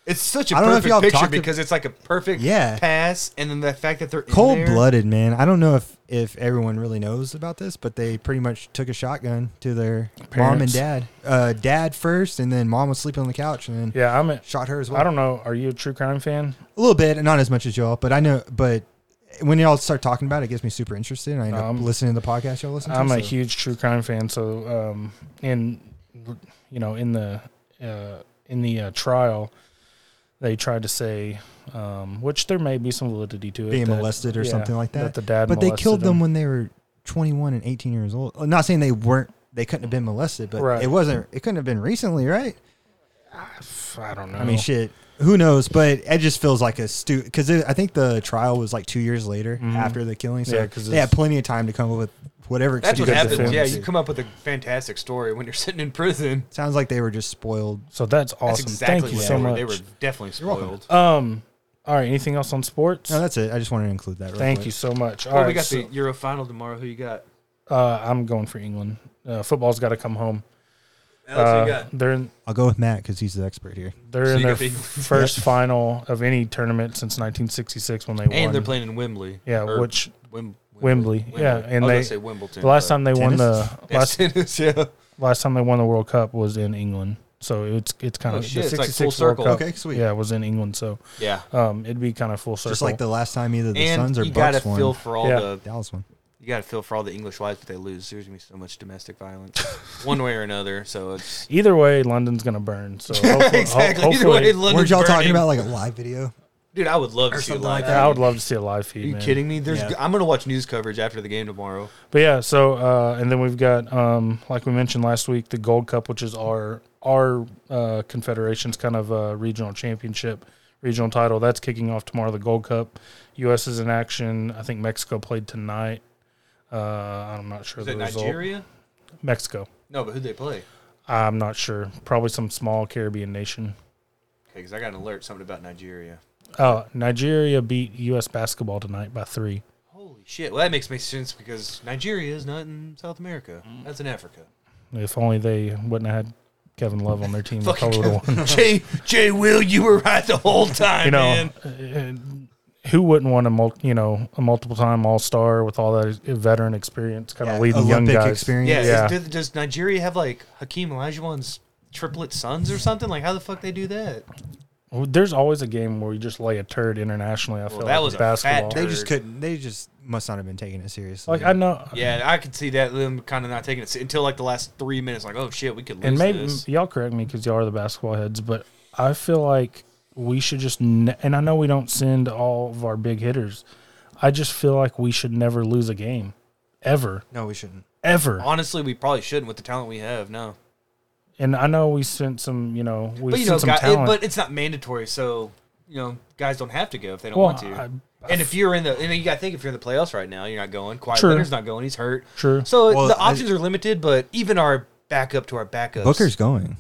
Speaker 2: It's such a
Speaker 3: I don't know if
Speaker 2: perfect
Speaker 3: y'all
Speaker 2: picture
Speaker 3: talked to-
Speaker 2: because it's like a perfect
Speaker 3: Yeah.
Speaker 2: pass, and then the fact that they're in
Speaker 3: cold
Speaker 2: there-
Speaker 3: blooded, man. I don't know if if everyone really knows about this, but they pretty much took a shotgun to their mom and
Speaker 1: Parents.
Speaker 3: dad. Uh, dad first, and then mom was sleeping on the couch, and then
Speaker 1: yeah, I'm. A,
Speaker 3: shot her as well.
Speaker 1: I don't know. Are you a true crime fan?
Speaker 3: a little bit, and not as much as y'all, but I know. But when y'all start talking about it, it gets me super interested, and I end up
Speaker 1: I'm-
Speaker 3: listening to the podcast y'all listen to.
Speaker 1: Um, I'm a
Speaker 3: so-
Speaker 1: huge true crime fan. So, um, in you know, in the uh, in the uh, trial, they tried to say, um, which there may be some validity to it,
Speaker 3: being
Speaker 1: that-
Speaker 3: molested or
Speaker 1: yeah,
Speaker 3: something like that.
Speaker 1: That the dad,
Speaker 3: but they killed them
Speaker 1: when.
Speaker 3: when they were 21 and 18 years old. I'm not saying they weren't. They couldn't have been molested, but
Speaker 1: Right.
Speaker 3: it wasn't. It couldn't have been recently, right?
Speaker 1: I don't know.
Speaker 3: I mean, shit. Who knows? But it just feels like a stu because I think the trial was like two years later after the killing. So
Speaker 1: Mm-hmm. Yeah, 'cause
Speaker 3: they had
Speaker 1: it's-
Speaker 3: plenty of time to come up with whatever.
Speaker 2: That's what
Speaker 3: excuse
Speaker 1: good
Speaker 3: they
Speaker 2: happens.
Speaker 1: defense.
Speaker 3: wanted
Speaker 2: Yeah,
Speaker 3: to.
Speaker 2: you come up with a fantastic story when you're sitting in prison.
Speaker 3: Sounds like they were just spoiled.
Speaker 1: So that's awesome.
Speaker 2: That's exactly
Speaker 1: Thank you
Speaker 2: what
Speaker 1: so
Speaker 2: they were.
Speaker 1: much.
Speaker 2: They were definitely spoiled.
Speaker 1: um, all right. Anything else on sports?
Speaker 3: No, that's it. I just wanted to include that. Real
Speaker 1: Thank
Speaker 3: quick.
Speaker 1: you so much. All
Speaker 2: Well,
Speaker 1: right,
Speaker 2: we got
Speaker 1: so-
Speaker 2: the Euro final tomorrow. Who you got?
Speaker 1: Uh, I'm going for England. Uh, football's got to come home.
Speaker 2: Alex,
Speaker 1: Uh,
Speaker 2: who you got?
Speaker 1: They're in,
Speaker 3: I'll go with Matt because he's the expert here.
Speaker 1: they're
Speaker 2: So
Speaker 1: in
Speaker 2: you
Speaker 1: their
Speaker 2: got the-
Speaker 1: first final of any tournament since 1966 when they won.
Speaker 2: And they're playing in Wembley.
Speaker 1: Yeah,
Speaker 2: Or
Speaker 1: which
Speaker 2: Wim,
Speaker 1: Wembley. Yeah, and
Speaker 2: I was
Speaker 1: they
Speaker 2: gonna say Wimbledon.
Speaker 1: the last
Speaker 2: but-
Speaker 1: time they won the
Speaker 2: That's
Speaker 1: last
Speaker 2: tennis, yeah.
Speaker 1: last time they won the World Cup was in England. So it's it's kind
Speaker 2: Oh,
Speaker 1: of
Speaker 2: shit,
Speaker 1: the
Speaker 2: it's like full
Speaker 1: 66 World
Speaker 2: circle.
Speaker 1: Cup.
Speaker 3: Okay, sweet.
Speaker 1: Yeah, was in England. So
Speaker 2: Yeah.
Speaker 1: um, it'd be kind of full circle.
Speaker 3: Just like the last time either the
Speaker 2: and
Speaker 3: Suns or
Speaker 2: you gotta
Speaker 3: Bucks won.
Speaker 2: feel for all
Speaker 1: Yeah.
Speaker 2: the
Speaker 3: Dallas won.
Speaker 2: you gotta feel for all the English wives, but they lose. There's gonna be so much domestic violence, one way or another. So it's
Speaker 1: Either way, London's gonna burn. So hopefully,
Speaker 2: exactly.
Speaker 1: ho-
Speaker 2: Either way,
Speaker 1: hopefully-
Speaker 2: London's
Speaker 3: Weren't y'all
Speaker 2: burning.
Speaker 3: talking about like a live video?
Speaker 2: Dude, I would love to see it live.
Speaker 1: yeah, I would love to see a live feed.
Speaker 2: Are you
Speaker 1: man.
Speaker 2: kidding me? There's
Speaker 3: Yeah.
Speaker 2: I'm gonna watch news coverage after the game tomorrow.
Speaker 1: But yeah, so uh, and then we've got um, like we mentioned last week, the Gold Cup, which is our our uh, confederation's kind of uh, regional championship, regional title. That's kicking off tomorrow. The Gold Cup, U.S. is in action. I think Mexico played tonight. Uh, I'm not sure
Speaker 2: Is
Speaker 1: the
Speaker 2: it
Speaker 1: result.
Speaker 2: Nigeria?
Speaker 1: Mexico.
Speaker 2: No, but who they play?
Speaker 1: I'm not sure. Probably some small Caribbean nation.
Speaker 2: Okay, because I got an alert something about Nigeria.
Speaker 1: Oh, Nigeria beat U.S. basketball tonight by three.
Speaker 2: Holy shit! Well, that makes makes sense because Nigeria is not in South America.
Speaker 1: Mm.
Speaker 2: That's in Africa.
Speaker 1: If only they wouldn't have had Kevin Love on their team, they
Speaker 2: Fucking
Speaker 1: probably would have won.
Speaker 2: Jay Jay Will, you were right the whole time,
Speaker 1: you know,
Speaker 2: man.
Speaker 1: uh, who wouldn't want a mul- you know a multiple time All Star with all that e, veteran experience, kind of leading young
Speaker 3: Olympic
Speaker 1: guys?
Speaker 3: experience.
Speaker 2: Yeah.
Speaker 1: yeah.
Speaker 2: Does, does Nigeria have like Hakeem Olajuwon's triplet sons or something? Like, how the fuck they do that?
Speaker 1: Well, There's always a game where you just lay a turd internationally. I feel
Speaker 2: that
Speaker 1: like
Speaker 2: was
Speaker 1: with
Speaker 2: a fat
Speaker 1: basketball.
Speaker 2: turd.
Speaker 3: They just
Speaker 2: Heard.
Speaker 3: couldn't. They just must not have been taking it seriously.
Speaker 1: Like I know,
Speaker 2: Yeah, I could see that them kind of not taking it until like the last three minutes. Like, oh shit, we could lose
Speaker 1: and maybe
Speaker 2: this.
Speaker 1: y'all correct me because y'all are the basketball heads, but I feel like we should just. Ne- and I know we don't send all of our big hitters. I just feel like we should never lose a game, ever,
Speaker 3: no, we shouldn't.
Speaker 1: ever.
Speaker 2: Honestly, we probably shouldn't with the talent we have. No,
Speaker 1: And I know we sent some. You know, we
Speaker 2: but you
Speaker 1: sent
Speaker 2: know,
Speaker 1: some
Speaker 2: guy, it-
Speaker 1: talent.
Speaker 2: but it's not mandatory, so you know, guys don't have to go if they don't
Speaker 1: Well,
Speaker 2: want to.
Speaker 1: I- I
Speaker 2: and if you're in the, and you got to think if you're in the playoffs right now, you're not going. Quiet
Speaker 1: True.
Speaker 2: Leonard's not going; he's hurt.
Speaker 1: True.
Speaker 2: So
Speaker 3: Well,
Speaker 2: the
Speaker 3: I-
Speaker 2: options are limited, but even our backup to our backups.
Speaker 3: Booker's going.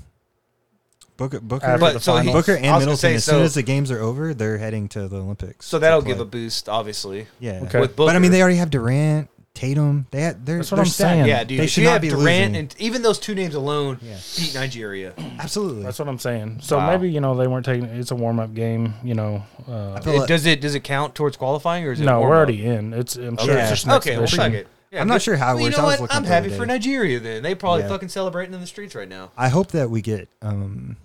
Speaker 3: Booker, Booker,
Speaker 1: After But
Speaker 2: the so finals. he-
Speaker 3: Booker
Speaker 2: I
Speaker 3: and
Speaker 2: was gonna
Speaker 3: Middleton.
Speaker 2: say,
Speaker 3: as soon
Speaker 2: so-
Speaker 3: as the games are over, they're heading to the Olympics.
Speaker 2: so that'll
Speaker 3: to
Speaker 2: give a
Speaker 3: play.
Speaker 2: boost, obviously.
Speaker 3: yeah.
Speaker 1: Okay. With
Speaker 3: But I mean,
Speaker 2: Booker.
Speaker 3: they already have Durant, Tatum. They had, they're
Speaker 1: That's what
Speaker 3: they're
Speaker 1: I'm
Speaker 3: stacked.
Speaker 1: saying.
Speaker 2: Yeah, dude.
Speaker 3: They
Speaker 2: if
Speaker 3: should
Speaker 2: you
Speaker 3: not
Speaker 2: have
Speaker 3: be
Speaker 2: Durant
Speaker 3: losing.
Speaker 2: and even those two names alone
Speaker 3: Yeah.
Speaker 2: beat Nigeria.
Speaker 3: Absolutely.
Speaker 1: That's what I'm saying. So
Speaker 2: Wow.
Speaker 1: maybe you know they weren't taking. It's a warm up game. You know, uh,
Speaker 3: I feel like-
Speaker 2: does it does it count towards qualifying or is it
Speaker 1: no,
Speaker 2: warm
Speaker 1: we're
Speaker 2: up?
Speaker 1: already in. It's I'm sure
Speaker 3: Yeah.
Speaker 1: it's just an
Speaker 2: Okay, well,
Speaker 1: exhibition.
Speaker 2: fuck it. Yeah,
Speaker 3: I'm not
Speaker 2: good-
Speaker 3: sure how it
Speaker 2: Well, you
Speaker 3: works.
Speaker 2: know
Speaker 3: I was
Speaker 2: what?
Speaker 3: looking
Speaker 2: I'm
Speaker 3: for the
Speaker 2: happy for
Speaker 3: data.
Speaker 2: Nigeria. Then they probably
Speaker 3: Yeah.
Speaker 2: fucking celebrating in the streets right now.
Speaker 3: I hope that we get um,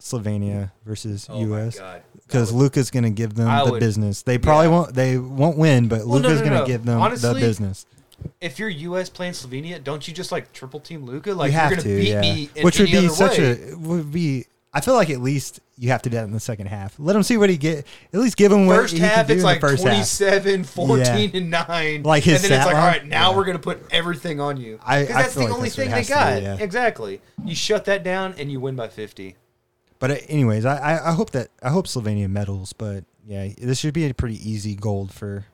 Speaker 3: Slovenia versus
Speaker 2: Oh my
Speaker 3: U.S.
Speaker 2: God.
Speaker 3: because Luca's going to give them
Speaker 2: I
Speaker 3: the
Speaker 2: would-
Speaker 3: business. They probably
Speaker 2: yeah.
Speaker 3: won't. They won't win, but
Speaker 2: Well, no,
Speaker 3: Luca's
Speaker 2: no,
Speaker 3: going to
Speaker 2: no.
Speaker 3: give them the
Speaker 2: Honestly,
Speaker 3: business.
Speaker 2: If you're U.S. playing Slovenia, don't you just like triple team Luca?
Speaker 3: You
Speaker 2: Like are
Speaker 3: have
Speaker 2: gonna
Speaker 3: to,
Speaker 2: beat
Speaker 3: yeah.
Speaker 2: me, in
Speaker 3: Which would
Speaker 2: any
Speaker 3: be
Speaker 2: other
Speaker 3: such
Speaker 2: way.
Speaker 3: a would be. I feel like at least you have to do that in the second half. Let him see what he get. At least give him what
Speaker 2: first
Speaker 3: he can
Speaker 2: half
Speaker 3: do
Speaker 2: it's
Speaker 3: in
Speaker 2: like
Speaker 3: the first half.
Speaker 2: 27 14
Speaker 3: Yeah.
Speaker 2: and 9
Speaker 3: Like his
Speaker 2: and then it's
Speaker 3: stat
Speaker 2: like
Speaker 3: line?
Speaker 2: all right now
Speaker 3: Yeah.
Speaker 2: we're going to put everything on you
Speaker 3: I- I
Speaker 2: 'Cause that's the
Speaker 3: feel like
Speaker 2: only
Speaker 3: that's what
Speaker 2: thing
Speaker 3: it
Speaker 2: they
Speaker 3: has to
Speaker 2: got
Speaker 3: be, yeah.
Speaker 2: exactly you shut that down and you win by 50
Speaker 3: But uh, anyways, I, I I hope that I hope Slovenia medals. But yeah, this should be a pretty easy gold for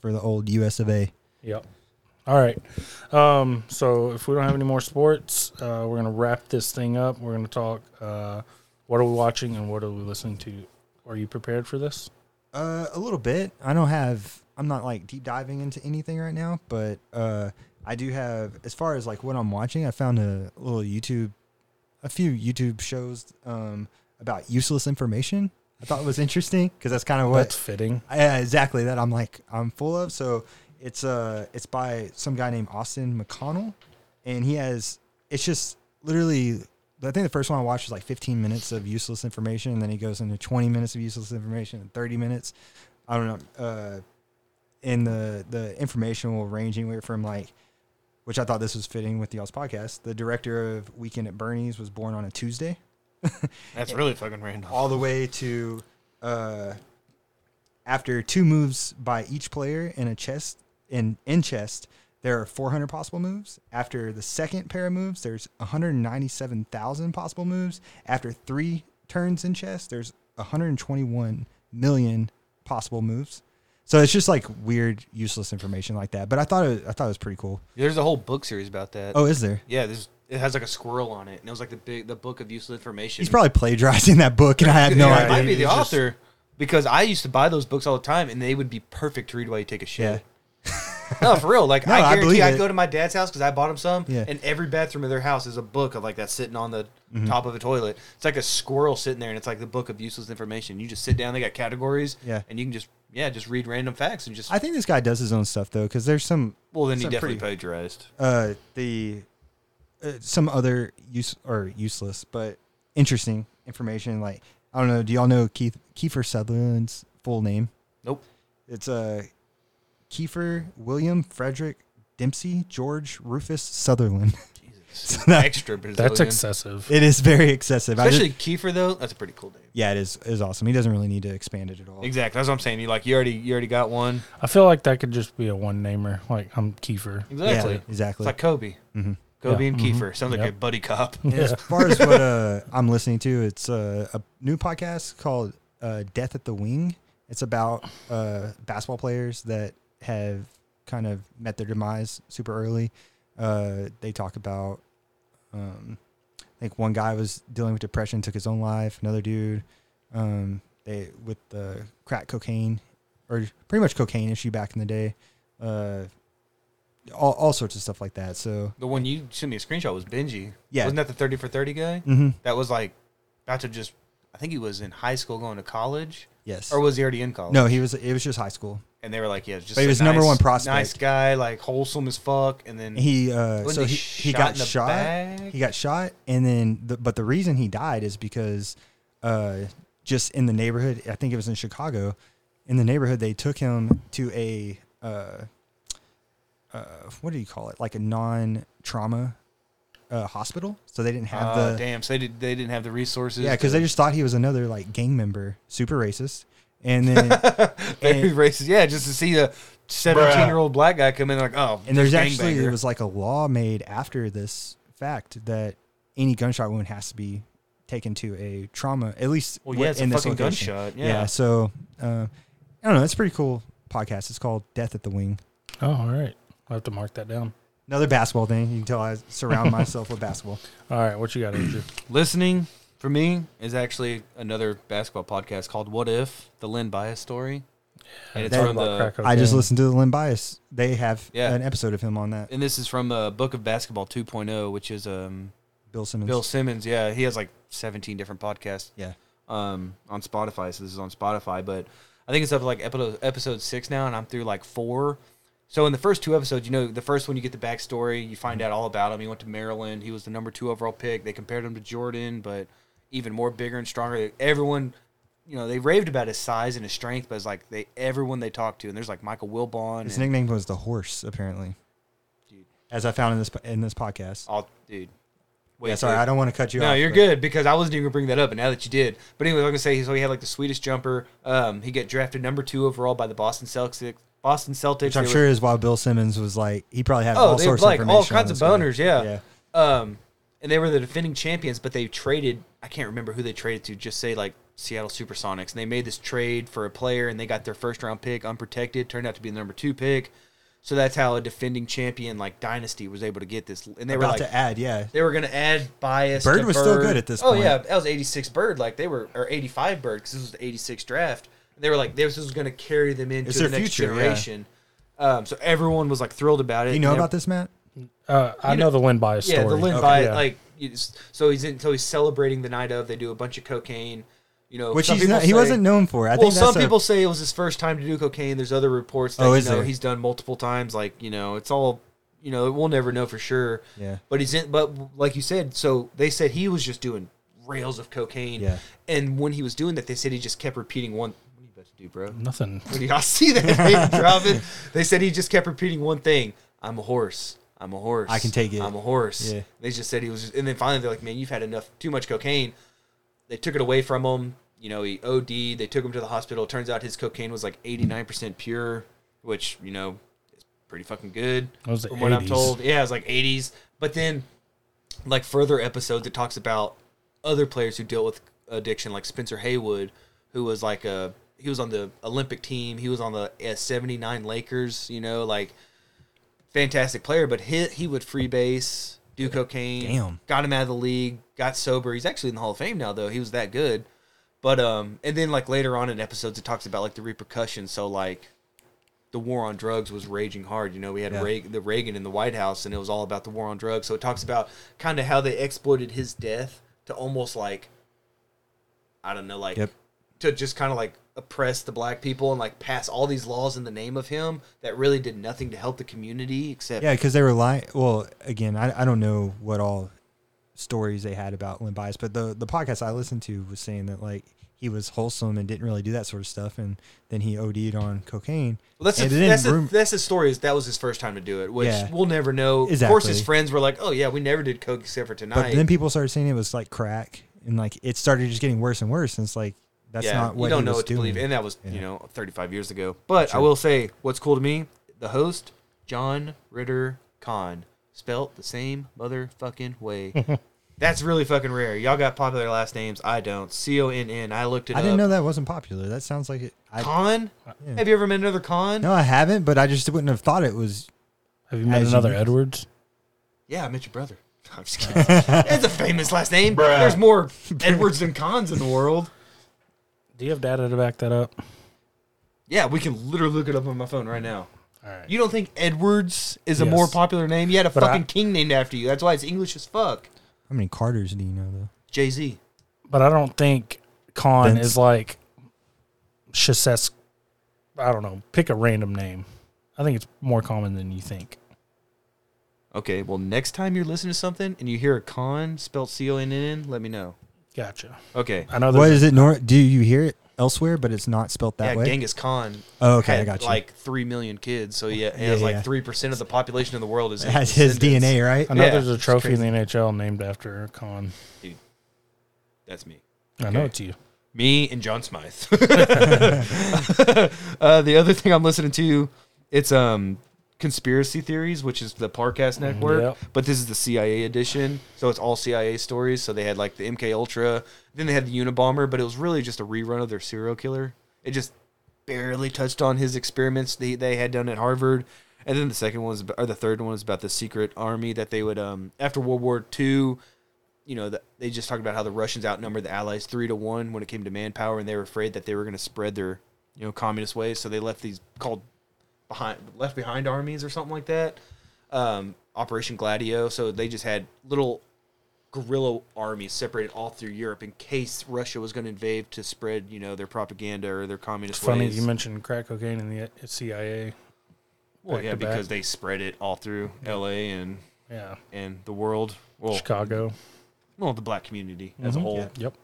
Speaker 3: for the old U.S. of A.
Speaker 1: Yep. All right. Um, so if we don't have any more sports, uh, we're gonna wrap this thing up. We're gonna talk. Uh, what are we watching and what are we listening to? Are you prepared for this?
Speaker 3: Uh, a little bit. I don't have. I'm not like deep diving into anything right now, but uh, I do have. As far as like what I'm watching, I found a little YouTube, a few YouTube shows um about useless information. I thought was interesting because that's kind of what
Speaker 1: That's fitting.
Speaker 3: yeah, exactly that I'm like I'm full of. So it's uh it's by some guy named Austin McConnell, and he has it's just literally I think the first one I watched was like 15 minutes of useless information, and then he goes into 20 minutes of useless information and 30 minutes. I don't know. Uh, and the the information will range anywhere from like, which I thought this was fitting with y'all's podcast. The director of Weekend at Bernie's was born on a Tuesday
Speaker 2: that's really fucking random
Speaker 3: all the way to uh, after two moves by each player in a chest in in chest there are 400 possible moves after the second pair of moves there's 197,000 possible moves after three turns in chess there's 121 million possible moves so it's just like weird useless information like that but I thought it, I thought it was pretty cool
Speaker 2: there's a whole book series about that
Speaker 3: oh is there
Speaker 2: yeah there's it has like a squirrel on it and it was like the big the book of useless information
Speaker 3: he's probably plagiarizing that book and I have no
Speaker 2: Yeah, it
Speaker 3: idea
Speaker 2: might be the
Speaker 3: He's just-
Speaker 2: author because I used to buy those books all the time, and they would be perfect to read while you take a shit. No, for real. Like
Speaker 3: No, I
Speaker 2: I guarantee
Speaker 3: believe
Speaker 2: I,
Speaker 3: it.
Speaker 2: go to my dad's house because I bought him some,
Speaker 3: Yeah. Mm-hmm.
Speaker 2: and every bathroom of their house is a book of like that sitting on the top of a toilet. It's like a squirrel sitting there, and it's like the book of useless information. You just sit down. They got categories,
Speaker 3: Yeah.
Speaker 2: and you can just yeah just read random facts and just
Speaker 3: I think this guy does his own stuff though, because there's some
Speaker 2: well then he
Speaker 3: some
Speaker 2: definitely
Speaker 3: pretty-
Speaker 2: plagiarized.
Speaker 3: uh the uh, some other use or useless but interesting information. Like I don't know, do y'all know Keith Kiefer Sutherland's full name?
Speaker 2: Nope.
Speaker 3: It's uh Kiefer William Frederick Dempsey George Rufus Sutherland.
Speaker 2: Jesus.
Speaker 3: that-
Speaker 2: Extra Brazilian.
Speaker 1: That's excessive.
Speaker 3: It is very excessive. I just-
Speaker 2: Especially Kiefer though. That's a pretty cool name.
Speaker 3: yeah, it is is awesome. He doesn't really need to expand it at all.
Speaker 2: Exactly. That's what I'm saying. You like you already you already got one.
Speaker 1: I feel like that could just be a one namer. Like I'm Kiefer.
Speaker 2: Exactly.
Speaker 3: exactly. Mm-hmm.
Speaker 2: It's like Kobe. Kobe
Speaker 1: Yeah.
Speaker 2: and Kiefer. Sounds like a buddy cop.
Speaker 3: As far as what uh, I'm listening to, it's uh, a new podcast called uh, Death at the Wing. It's about uh, basketball players that have kind of met their demise super early. Uh, they talk about, um, I think one guy was dealing with depression, took his own life. Another dude, um, they with the crack cocaine or pretty much cocaine issue back in the day. Uh, all, all sorts of stuff like that. So
Speaker 2: The one you sent me a screenshot was Benji.
Speaker 3: Yeah.
Speaker 2: Wasn't that the 30 for 30 guy?
Speaker 3: Mhm.
Speaker 2: That was like about to just, I think he was in high school going to college.
Speaker 3: yes,
Speaker 2: Or was he already in college?
Speaker 3: no, he was. It was just high school.
Speaker 2: And they were like, yeah, just
Speaker 3: But he
Speaker 2: a
Speaker 3: was number
Speaker 2: nice-
Speaker 3: one prospect.
Speaker 2: Nice guy, like wholesome as fuck. And then
Speaker 3: he uh,
Speaker 2: Wasn't
Speaker 3: so
Speaker 2: he
Speaker 3: he, he
Speaker 2: shot
Speaker 3: got
Speaker 2: in the
Speaker 3: shot
Speaker 2: back?
Speaker 3: he got shot and then the, but the reason he died is because uh, just in the neighborhood i think it was in chicago in the neighborhood they took him to a uh, uh, what do you call it like a non-trauma uh, hospital so they didn't have
Speaker 2: uh,
Speaker 3: the
Speaker 2: damn, so they, did, they didn't have the resources.
Speaker 3: yeah because
Speaker 2: to-
Speaker 3: they just thought he was another like gang member super racist and then
Speaker 2: very
Speaker 3: and-
Speaker 2: racist. Yeah, just to see a 17 year old black guy come in, like, oh,
Speaker 3: And there's
Speaker 2: just
Speaker 3: actually
Speaker 2: gangbanger.
Speaker 3: there was like a law made after this fact that any gunshot wound has to be taken to a trauma at least
Speaker 2: Well,
Speaker 3: wh-
Speaker 2: yeah, it's a
Speaker 3: in this
Speaker 2: fucking
Speaker 3: location.
Speaker 2: gunshot,
Speaker 3: Yeah.
Speaker 2: yeah.
Speaker 3: so uh, I don't know. It's a pretty cool podcast. It's called Death at the Wing.
Speaker 1: Oh, all right. I have to mark that down.
Speaker 3: Another basketball thing. You can tell I surround myself with basketball.
Speaker 1: All right, what you got, Andrew?
Speaker 2: Listening for me is actually another basketball podcast called What If, the Lynn Bias story. And it's
Speaker 3: That-
Speaker 2: from the
Speaker 1: Crack
Speaker 3: I just
Speaker 1: cocaine.
Speaker 3: listened to the Lynn Bias. They have
Speaker 2: Yeah.
Speaker 3: an episode of him on that.
Speaker 2: and this is from uh, Book of Basketball 2.0, which is um,
Speaker 3: Bill Simmons.
Speaker 2: Bill Simmons. Yeah, he has like 17 different podcasts
Speaker 3: yeah.
Speaker 2: um, on Spotify. So this is on Spotify, but I think it's up to like episode episode six now, and I'm through like four. So in the first two episodes, you know, the first one you get the backstory, you find
Speaker 3: Mm-hmm.
Speaker 2: out all about him. He went to Maryland. He was the number two overall pick. They compared him to Jordan, but even more bigger and stronger. Everyone, you know, they raved about his size and his strength, but it's like they everyone they talked to, and there's like Michael Wilbon.
Speaker 3: His
Speaker 2: and-
Speaker 3: nickname was the Horse, apparently. As I found in this in this podcast.
Speaker 2: all dude. Wait,
Speaker 3: Yeah, sorry,
Speaker 2: Oh, dude.
Speaker 3: I don't want to cut you
Speaker 2: No,
Speaker 3: off.
Speaker 2: you're
Speaker 3: but-
Speaker 2: good because I wasn't even gonna bring that up, and now that you did, but anyway, like I say, so he had like the sweetest jumper. Um, he got drafted number two overall by the Boston Celtics. Boston Celtics.
Speaker 3: Which I'm
Speaker 2: They were-
Speaker 3: sure is why Bill Simmons was like he probably had
Speaker 2: Oh,
Speaker 3: all
Speaker 2: they
Speaker 3: sorts
Speaker 2: like
Speaker 3: of
Speaker 2: all
Speaker 3: information on
Speaker 2: kinds of
Speaker 3: this guy.
Speaker 2: boners. Yeah. Um, and they were the defending champions, but they traded. I can't remember who they traded to. Just say like Seattle SuperSonics, and they made this trade for a player, and they got their first round pick unprotected. Turned out to be the number two pick. So that's how a defending champion like dynasty was able to get this, and they were
Speaker 3: about
Speaker 2: like
Speaker 3: to add, yeah.
Speaker 2: they were going to add bias.
Speaker 3: Bird
Speaker 2: to
Speaker 3: was still good at this
Speaker 2: Oh
Speaker 3: point.
Speaker 2: yeah, that was eighty six Bird. Like they were or eighty five Bird because this was the eighty six draft. And they were like this was going to carry them into
Speaker 3: It's
Speaker 2: the
Speaker 3: their
Speaker 2: next
Speaker 3: future, yeah.
Speaker 2: generation. Um, so everyone was like thrilled about it.
Speaker 3: You know
Speaker 2: And
Speaker 3: about this, Matt?
Speaker 1: Uh, I
Speaker 2: You
Speaker 1: know,
Speaker 2: know-
Speaker 1: the Lynn Bias
Speaker 2: Yeah,
Speaker 1: story.
Speaker 2: the Lynn
Speaker 1: Okay.
Speaker 2: bias.
Speaker 1: Yeah.
Speaker 2: Like you just- so he's in, so he's celebrating the night of. They do a bunch of cocaine. You know,
Speaker 3: Which
Speaker 2: some
Speaker 3: he's
Speaker 2: people
Speaker 3: not, he
Speaker 2: say-
Speaker 3: wasn't known for. I
Speaker 2: well,
Speaker 3: think
Speaker 2: some
Speaker 3: that's a-
Speaker 2: people say it was his first time to do cocaine. There's other reports that
Speaker 3: Oh,
Speaker 2: you
Speaker 3: is
Speaker 2: know
Speaker 3: there?
Speaker 2: he's done multiple times. Like you know, it's all you know. We'll never know for sure.
Speaker 3: Yeah.
Speaker 2: But he's in. But like you said, so they said he was just doing rails of cocaine.
Speaker 3: Yeah.
Speaker 2: And when he was doing that, they said he just kept repeating one. What are you about to do, bro?
Speaker 1: nothing.
Speaker 2: What do y'all see that thing dropping? They said he just kept repeating one thing: "I'm a horse. I'm a horse.
Speaker 3: I can take it."
Speaker 2: I'm a horse."
Speaker 3: Yeah.
Speaker 2: They just said he was, just, and then finally they're like, "Man, you've had enough. Too much cocaine." They took it away from him. You know, he OD'd. They took him to the hospital. Turns out his cocaine was like 89% pure, which you know is pretty fucking good.
Speaker 1: That was the
Speaker 2: from what I'm
Speaker 1: 80s.
Speaker 2: told, yeah, it was like 80s. But then like further episodes it talks about other players who dealt with addiction like spencer haywood who was like a he was on the olympic team he was on the uh, 79 lakers you know like fantastic player but he, he would free base do cocaine
Speaker 3: Damn.
Speaker 2: got him out of the league got sober he's actually in the hall of fame now though he was that good but um and then like later on in episodes it talks about like the repercussions so like the the war on drugs was raging hard. You know, we had
Speaker 3: Yeah.
Speaker 2: Reagan, the Reagan in the White House, and it was all about the war on drugs. So it talks about kind of how they exploited his death to almost like, I don't know, like
Speaker 3: Yep.
Speaker 2: to just kind of like oppress the black people and like pass all these laws in the name of him that really did nothing to help the community except
Speaker 3: Yeah, because they were lying. Well, again, I, I don't know what all stories they had about Lynn Bias, but the the podcast I listened to was saying that like he was wholesome and didn't really do that sort of stuff, and then he OD'd on cocaine.
Speaker 2: Well, that's
Speaker 3: and
Speaker 2: his,
Speaker 3: it didn't
Speaker 2: that's, his-
Speaker 3: rum-
Speaker 2: that's his story. Is that was his first time to do it, which
Speaker 3: Yeah.
Speaker 2: we'll never know. Of course, his
Speaker 3: Exactly.
Speaker 2: friends were like, "Oh yeah, we never did coke except for
Speaker 3: but
Speaker 2: tonight."
Speaker 3: then people started saying it was like crack, and like it started just getting worse and worse, and it's like that's
Speaker 2: yeah,
Speaker 3: not what
Speaker 2: you don't
Speaker 3: he
Speaker 2: know
Speaker 3: was
Speaker 2: what to
Speaker 3: doing.
Speaker 2: believe, and that was you
Speaker 3: Yeah.
Speaker 2: know 35 years ago. But I will say, what's cool to me, the host John Ritter Khan, spelt the same motherfucking way. that's really fucking rare. Y'all got popular last names. I don't. C O N N. I looked it
Speaker 3: I
Speaker 2: up.
Speaker 3: didn't know that wasn't popular. That sounds like it. I,
Speaker 2: Khan. Have you ever met another Khan?
Speaker 3: no, I haven't, but I just wouldn't have thought it was.
Speaker 1: Have you met
Speaker 3: As you-
Speaker 1: another Edwards?
Speaker 2: Yeah, I met your brother. I'm just kidding. That's a famous last name. There's more Edwards than Cons in the world.
Speaker 1: Do you have data to back that up?
Speaker 2: Yeah, we can literally look it up on my phone right now.
Speaker 1: All right.
Speaker 2: You don't think Edwards is a
Speaker 1: Yes.
Speaker 2: more popular name? You had a
Speaker 1: But I-
Speaker 2: fucking king named after you. That's why it's English as fuck.
Speaker 3: How many Carters do you know though?
Speaker 2: Jay Z.
Speaker 1: but I don't think Khan
Speaker 3: Vince.
Speaker 1: is like Shasesk. I don't know. Pick a random name. I think it's more common than you think.
Speaker 2: Okay, well, next time you're listening to something and you hear a con spelled C O N N, let me know.
Speaker 1: Gotcha.
Speaker 2: Okay.
Speaker 1: I know.
Speaker 3: What
Speaker 1: there's-
Speaker 3: is it? Nor do you hear it elsewhere, but it's not spelt that
Speaker 2: yeah,
Speaker 3: way.
Speaker 2: Genghis Khan.
Speaker 3: Oh, okay, I
Speaker 2: had
Speaker 3: got you.
Speaker 2: Like three million kids, so yeah, it
Speaker 3: Yeah,
Speaker 2: has like
Speaker 3: yeah.
Speaker 2: three percent of the population of the world is
Speaker 3: It has his
Speaker 2: descendants.
Speaker 3: DNA, right?
Speaker 1: I know
Speaker 2: yeah,
Speaker 1: there's a
Speaker 2: it's
Speaker 1: trophy in the NHL named after Khan.
Speaker 2: That's me.
Speaker 1: I know it's you.
Speaker 2: Me and John Smythe. uh, the other thing I'm listening to, it's um conspiracy theories, which is the Parcast network,
Speaker 1: Yep.
Speaker 2: but this is the CIA edition, so it's all CIA stories. So they had like the MK Ultra, then they had the Unabomber, but it was really just a rerun of their serial killer. It just barely touched on his experiments they, they had done at Harvard. And then the second one was, ab- or the third one was about the secret army that they would, um, after World War II, you know, the, they just talked about how the Russians outnumbered the Allies three to one when it came to manpower, and they were afraid that they were going to spread their, you know, communist ways. So they left these called behind left behind armies or something like that. Um, Operation Gladio. So they just had little guerrilla armies separated all through Europe in case Russia was going to invade to spread, you know, their propaganda or their communist
Speaker 1: Funny
Speaker 2: ways.
Speaker 1: you mentioned crack cocaine in the uh, CIA.
Speaker 2: well,
Speaker 1: back
Speaker 2: yeah,
Speaker 1: to back.
Speaker 2: because they spread it all through L.A. and
Speaker 1: Yeah.
Speaker 2: and the world. Well,
Speaker 1: Chicago. Mm-hmm.
Speaker 2: well, the black community as a whole.
Speaker 1: Yep.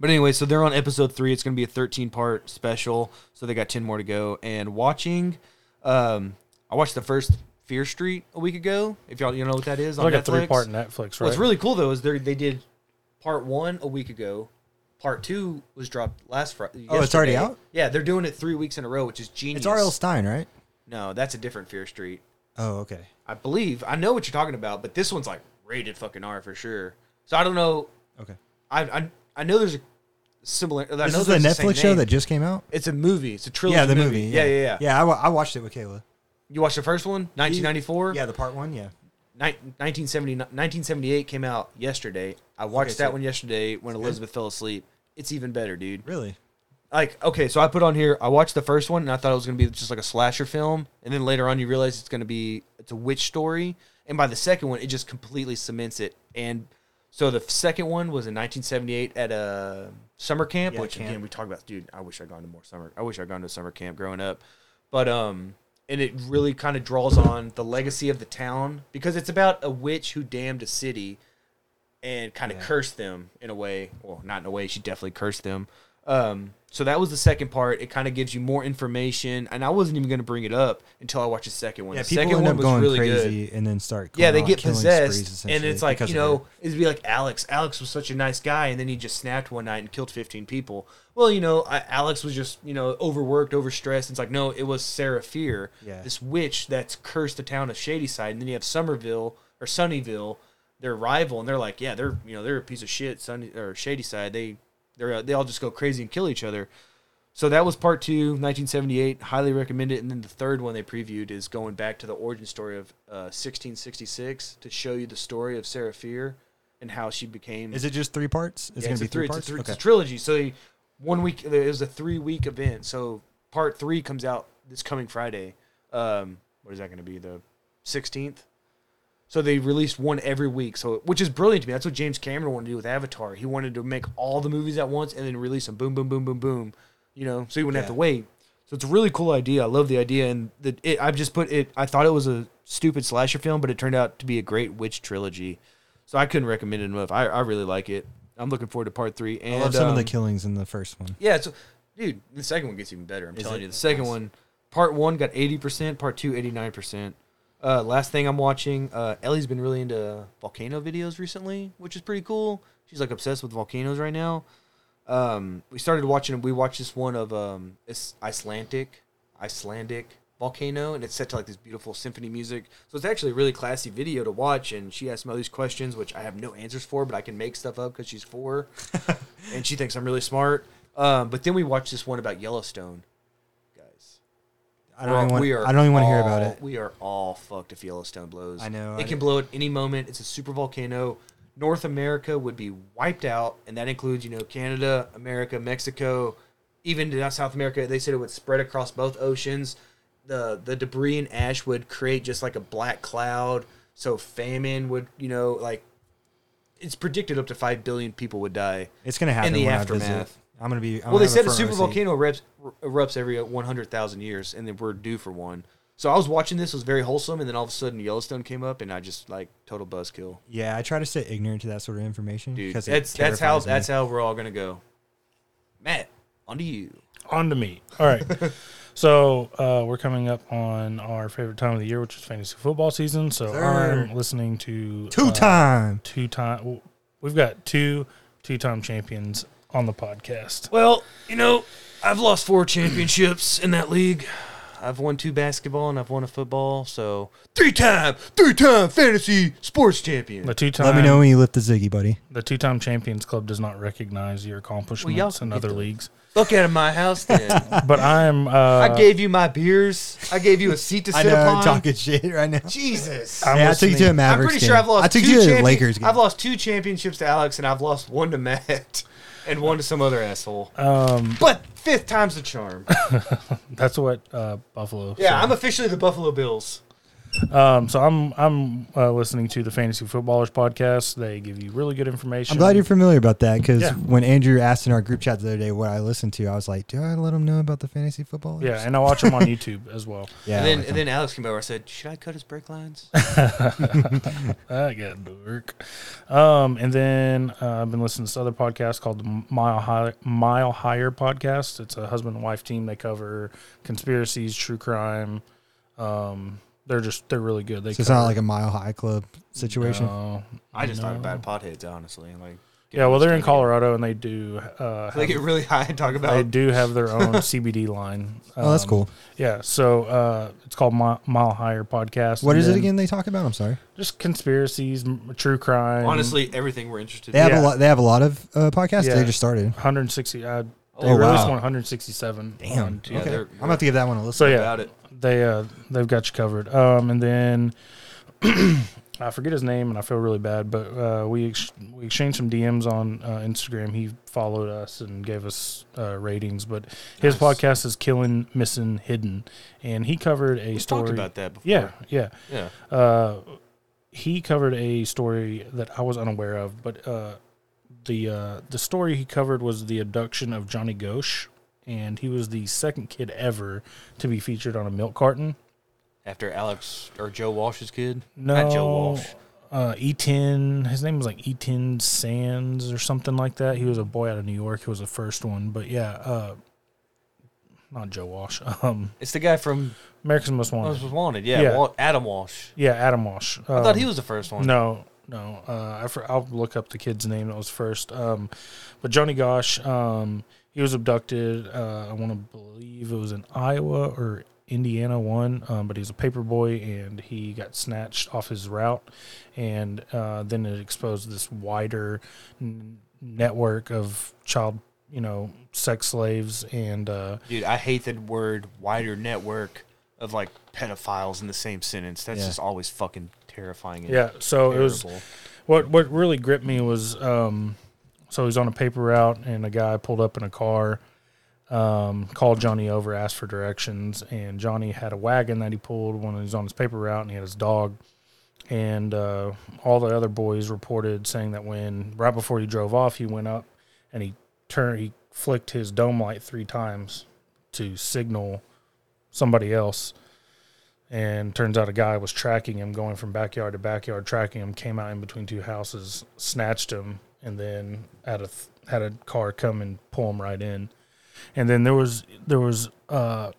Speaker 2: But anyway, so they're on episode three. It's going to be a 13 part special. So they got 10 more to go. And watching, um, I watched the first Fear Street a week ago. If y'all you know what that
Speaker 1: It's
Speaker 2: is, on
Speaker 1: like
Speaker 2: Netflix.
Speaker 1: a three part Netflix, right?
Speaker 2: What's really cool though is they they did part one a week ago. Part two was dropped last Friday.
Speaker 3: Oh, it's already out?
Speaker 2: Yeah, they're doing it three weeks in a row, which is genius.
Speaker 3: It's R.L. Stein, right?
Speaker 2: No, that's a different Fear Street.
Speaker 3: Oh, okay.
Speaker 2: I believe I know what you're talking about, but this one's like rated fucking R for sure. So I don't know.
Speaker 3: Okay.
Speaker 2: I I, I know there's a similar. I
Speaker 3: This
Speaker 2: know
Speaker 3: is the
Speaker 2: there's same
Speaker 3: Netflix show
Speaker 2: name.
Speaker 3: that just came out.
Speaker 2: It's a movie. It's a trilogy.
Speaker 3: yeah, the movie.
Speaker 2: Yeah, yeah, yeah.
Speaker 3: Yeah, I, wa- I watched it with Kayla.
Speaker 2: You watched the first one, 1994.
Speaker 3: Yeah, the part one. Yeah.
Speaker 2: Nin- 1970 1978 came out yesterday. I watched
Speaker 3: Okay,
Speaker 2: that
Speaker 3: so-
Speaker 2: one yesterday when Elizabeth fell asleep. It's even better, dude.
Speaker 3: Really?
Speaker 2: Like, okay, so I put on here. I watched the first one and I thought it was gonna be just like a slasher film, and then later on you realize it's gonna be it's a witch story. And by the second one, it just completely cements it. And so the second one was in 1978 at a summer camp,
Speaker 3: Yeah,
Speaker 2: which
Speaker 3: camp.
Speaker 2: again we talk about. Dude, I wish I'd gone to more summer. I wish I'd gone to summer camp growing up, but um, and it really kind of draws on the legacy of the town because it's about a witch who damned a city and kind of cursed them in a way. Well, not in a way. She definitely cursed them. Um, so that was the second part. It kind of gives you more information, and I wasn't even going to bring it up until I watched the second one.
Speaker 3: Yeah,
Speaker 2: the
Speaker 3: people
Speaker 2: second
Speaker 3: end
Speaker 2: one
Speaker 3: up
Speaker 2: was
Speaker 3: going
Speaker 2: really good
Speaker 3: crazy and then start.
Speaker 2: yeah,
Speaker 3: going
Speaker 2: they
Speaker 3: on
Speaker 2: get
Speaker 3: killing
Speaker 2: possessed,
Speaker 3: sprees,
Speaker 2: and it's
Speaker 3: essentially,
Speaker 2: like
Speaker 3: because
Speaker 2: you
Speaker 3: of
Speaker 2: know, it'd be like Alex. Alex was such a nice guy, and then he just snapped one night and killed fifteen people. Well, you know, I, Alex was just you know overworked, overstressed. It's like no, it was Sarah Fear,
Speaker 3: Yeah.
Speaker 2: this witch that's cursed the town of Shadyside, and then you have Somerville or Sunnyvale, their rival, and they're like, yeah, they're you know they're a piece of shit, Sunny or Shadyside. They they're uh, they all just go crazy and kill each other. So that was part two, 1978. Highly recommend it. And then the third one they previewed is going back to the origin story of uh, 1666 to show you the story of Sarah Fear and how she became.
Speaker 3: it. Is it just three parts? It's
Speaker 2: Yeah,
Speaker 3: gonna be
Speaker 2: a
Speaker 3: three,
Speaker 2: three-
Speaker 3: parts.
Speaker 2: It's a, three,
Speaker 3: okay.
Speaker 2: it's a trilogy. So they- one week it was a three week event. So part three comes out this coming Friday. Um, what is that going to be? The 16th? So they released one every week, so which is brilliant to me. That's what James Cameron wanted to do with Avatar. He wanted to make all the movies at once and then release them boom, boom, boom, boom, boom. You know, so you wouldn't have to wait. So it's a really cool idea. I love the idea, and the, it, I've just put it. I thought it was a stupid slasher film, but it turned out to be a great witch trilogy. So I couldn't recommend it enough. I, I really like it. I'm looking forward to part three. And
Speaker 3: I love some of
Speaker 2: um,
Speaker 3: the killings in the first one.
Speaker 2: yeah, so dude, the second one gets even better. I'm telling you, the second one, part one got 80%, part two 89%. Uh, last thing I'm watching, uh, Ellie's been really into volcano videos recently, which is pretty cool. She's like obsessed with volcanoes right now. Um, we started watching, we watched this one of um, it's Icelandic, Icelandic volcano, and it's set to like this beautiful symphony music. So it's actually a really classy video to watch. And she asked me all these questions, which I have no answers for, but I can make stuff up because she's four and she thinks I'm really smart. Um, but then we watched this one about Yellowstone, guys.
Speaker 3: I don't even want. I don't even want to hear about
Speaker 2: all-
Speaker 3: it.
Speaker 2: We are all fucked if Yellowstone blows.
Speaker 3: I know,
Speaker 2: it
Speaker 3: I
Speaker 2: can
Speaker 3: know.
Speaker 2: blow at any moment. It's a super volcano. North America would be wiped out, and that includes you know Canada, America, Mexico, even to South America. They said it would spread across both oceans. The the debris and ash would create just like a black cloud. So famine would you know like it's predicted up to five billion people would die.
Speaker 3: It's gonna happen
Speaker 2: in the
Speaker 3: when I visit.
Speaker 2: aftermath.
Speaker 3: I'm gonna be. I'm
Speaker 2: Well, they
Speaker 3: gonna have
Speaker 2: said a
Speaker 3: front
Speaker 2: super
Speaker 3: row seat.
Speaker 2: volcano erupts, erupts every uh, 100,000 years, and then we're due for one. So I was watching this, it was very wholesome, and then all of a sudden Yellowstone came up, and I just like total buzzkill.
Speaker 3: Yeah, I try to stay ignorant to that sort of information
Speaker 2: Dude,
Speaker 3: because it
Speaker 2: that's that's how
Speaker 3: terrifies me.
Speaker 2: that's how we're all gonna go. Matt, onto you.
Speaker 1: on to me. All right. so uh, we're coming up on our favorite time of the year, which is fantasy football season. So I'm listening to uh,
Speaker 2: Uh,
Speaker 3: two time.
Speaker 1: two time. We've got two two time champions on the podcast.
Speaker 2: Well, you know, I've lost four championships in that league. I've won two basketball and I've won a football, so three time, three time fantasy sports champion.
Speaker 1: The two time.
Speaker 3: Let me know when you lift the ziggy, buddy.
Speaker 1: The two time champions club does not recognize your accomplishments
Speaker 2: can
Speaker 1: in
Speaker 2: get
Speaker 1: other
Speaker 2: the-
Speaker 1: leagues.
Speaker 2: Fuck out of my house then.
Speaker 1: But I'm. Uh,
Speaker 2: I gave you my beers. I gave you a seat to
Speaker 3: I
Speaker 2: sit
Speaker 3: know I'm
Speaker 2: upon.
Speaker 3: talking shit right now.
Speaker 2: Jesus.
Speaker 1: I'm
Speaker 3: yeah, I took you to
Speaker 1: listening.
Speaker 3: a
Speaker 2: I'm
Speaker 3: Mavericks
Speaker 2: pretty
Speaker 3: game.
Speaker 2: sure I've lost.
Speaker 3: I took
Speaker 2: two
Speaker 3: you to
Speaker 2: champion-
Speaker 3: a Lakers game.
Speaker 2: I've lost two championships to Alex, and I've lost one to Matt, and one to some other asshole. Um, but fifth time's the charm.
Speaker 1: That's what uh, Buffalo.
Speaker 2: Yeah, I'm officially the Buffalo Bills.
Speaker 1: Um, so I'm I'm uh, listening to the Fantasy Footballers podcast. They give you really good information.
Speaker 3: I'm glad you're familiar about that because
Speaker 1: Yeah.
Speaker 3: when Andrew asked in our group chat the other day what I listened to, I was like, "Do I let him know about the fantasy football?"
Speaker 1: Yeah, and I watch them on YouTube as well.
Speaker 3: yeah.
Speaker 2: and then,
Speaker 3: I like
Speaker 2: and
Speaker 3: him.
Speaker 2: then Alex came over. I said, "Should I cut his brake lines?"
Speaker 1: I got to work. Um, and then uh, I've been listening to this other podcast called the Mile High, Mile Higher podcast. It's a husband and wife team. They cover conspiracies, true crime. Um, they're just they're really good. They
Speaker 3: so it's not like a mile high club situation.
Speaker 1: uh,
Speaker 2: I just thought about potheads, honestly. Like,
Speaker 1: yeah. Well, they're in Colorado and they do uh,
Speaker 2: They get really high and talk about.
Speaker 1: they do have their own CBD line.
Speaker 3: oh, that's
Speaker 1: Um,
Speaker 3: cool.
Speaker 1: Yeah. So uh, it's called Mile, Mile Higher podcast.
Speaker 3: What
Speaker 1: And
Speaker 3: is it
Speaker 1: then
Speaker 3: again? They talk about. I'm sorry.
Speaker 1: Just conspiracies, m- true crime.
Speaker 2: Honestly, everything we're interested
Speaker 3: They have
Speaker 1: Yeah.
Speaker 3: a lot. They have a lot of uh, podcasts.
Speaker 1: Yeah.
Speaker 3: They just started.
Speaker 1: 160. Uh, they
Speaker 3: Oh,
Speaker 1: released
Speaker 3: wow.
Speaker 1: 167. on
Speaker 3: Damn.
Speaker 1: Tuesday.
Speaker 3: okay.
Speaker 2: they're-
Speaker 3: I'm about to give that one a listen.
Speaker 1: So yeah,
Speaker 2: about it.
Speaker 1: they uh, they've got you covered. Um, and then I forget his name, and I feel really bad, but uh, we ex- we exchanged some DMs on uh, Instagram. He followed us and gave us uh, ratings, but his podcast is "Killing, Missing, Hidden," and he covered a
Speaker 2: in. We
Speaker 1: story
Speaker 2: talked about that before.
Speaker 1: Yeah, yeah Uh,
Speaker 2: yeah.
Speaker 1: he covered a story that I was unaware of, but uh, the uh, the story he covered was the abduction of Johnny Ghosh, and he was the second kid ever to be featured on a milk carton.
Speaker 2: After Alex or Joe Walsh's kid,
Speaker 1: No,
Speaker 2: not Joe Walsh.
Speaker 1: Uh, Eaton, his name was like Eaton Sands or something like that. He was a boy out of New York. He was the first one, but yeah, uh, not Joe Walsh. Um,
Speaker 2: It's the guy from
Speaker 1: America's Most Wanted.
Speaker 2: Most Wanted. Yeah,
Speaker 1: Yeah.
Speaker 2: Wa- Adam Walsh.
Speaker 1: Yeah, Adam Walsh.
Speaker 2: I thought he was the first one.
Speaker 1: No, no. Uh, I for, I'll look up the kid's name that was first. Um, but Johnny Gosh, um, he was abducted. Uh, I want to believe it was in Iowa or Indiana one, um, but he was a paper boy and he got snatched off his route, and uh, then it exposed this wider n- network of child, you know, sex slaves and. Uh,
Speaker 2: Dude, I hate the word wider network of like pedophiles in the same sentence. That's
Speaker 3: Yeah.
Speaker 2: just always fucking terrifying. And
Speaker 1: Yeah, so it was
Speaker 2: Terrible.
Speaker 1: what what really gripped me was um so he was on a paper route and a guy pulled up in a car um, called Johnny over, asked for directions, and Johnny had a wagon that he pulled when he was on his paper route, and he had his dog. And uh, all the other boys reported saying that when right before he drove off, he went up and he turned, he flicked his dome light three times to signal somebody else. And turns out a guy was tracking him, going from backyard to backyard, tracking him. Came out in between two houses, snatched him, and then had a th- had a car come and pull him right in and then there was there was uh,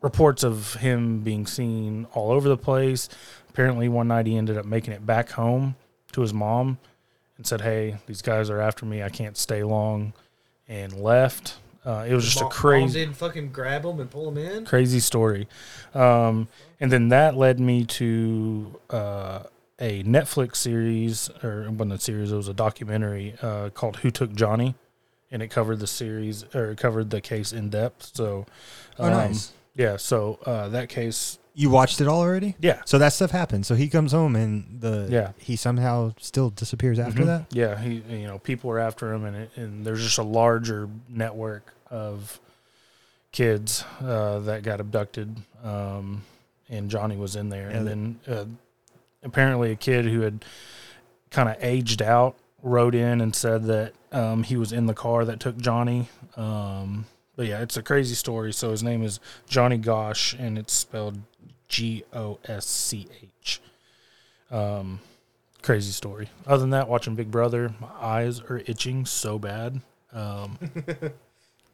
Speaker 1: reports of him being seen all over the place. Apparently, one night he ended up making it back home to his mom and said, "Hey, these guys are after me. I can't stay long," and left. Uh, it was just a crazy
Speaker 7: didn't fucking grab him and pull him in.
Speaker 1: crazy story. Um, and then that led me to uh, a Netflix series, or it wasn't a series, it was a documentary uh, called Who Took Johnny. And it covered the series, or it covered the case in depth. So, um,
Speaker 3: Oh, nice.
Speaker 1: Yeah, so uh, that case,
Speaker 3: You watched it all already?
Speaker 1: Yeah.
Speaker 3: So that stuff happened. So he comes home and the
Speaker 1: Yeah. Mm-hmm.
Speaker 3: he somehow still disappears after that.
Speaker 1: yeah, he, you know, people are after him, and, it, and there's just a larger network of kids uh, that got abducted, um, and Johnny was in there, and then uh, apparently a kid who had kind of aged out wrote in and said that um, he was in the car that took Johnny. Um, but yeah, it's a crazy story. So his name is Johnny Gosh, and it's spelled G O S C H. Um, crazy story. Other than that, watching Big Brother, my eyes are itching so bad. Um,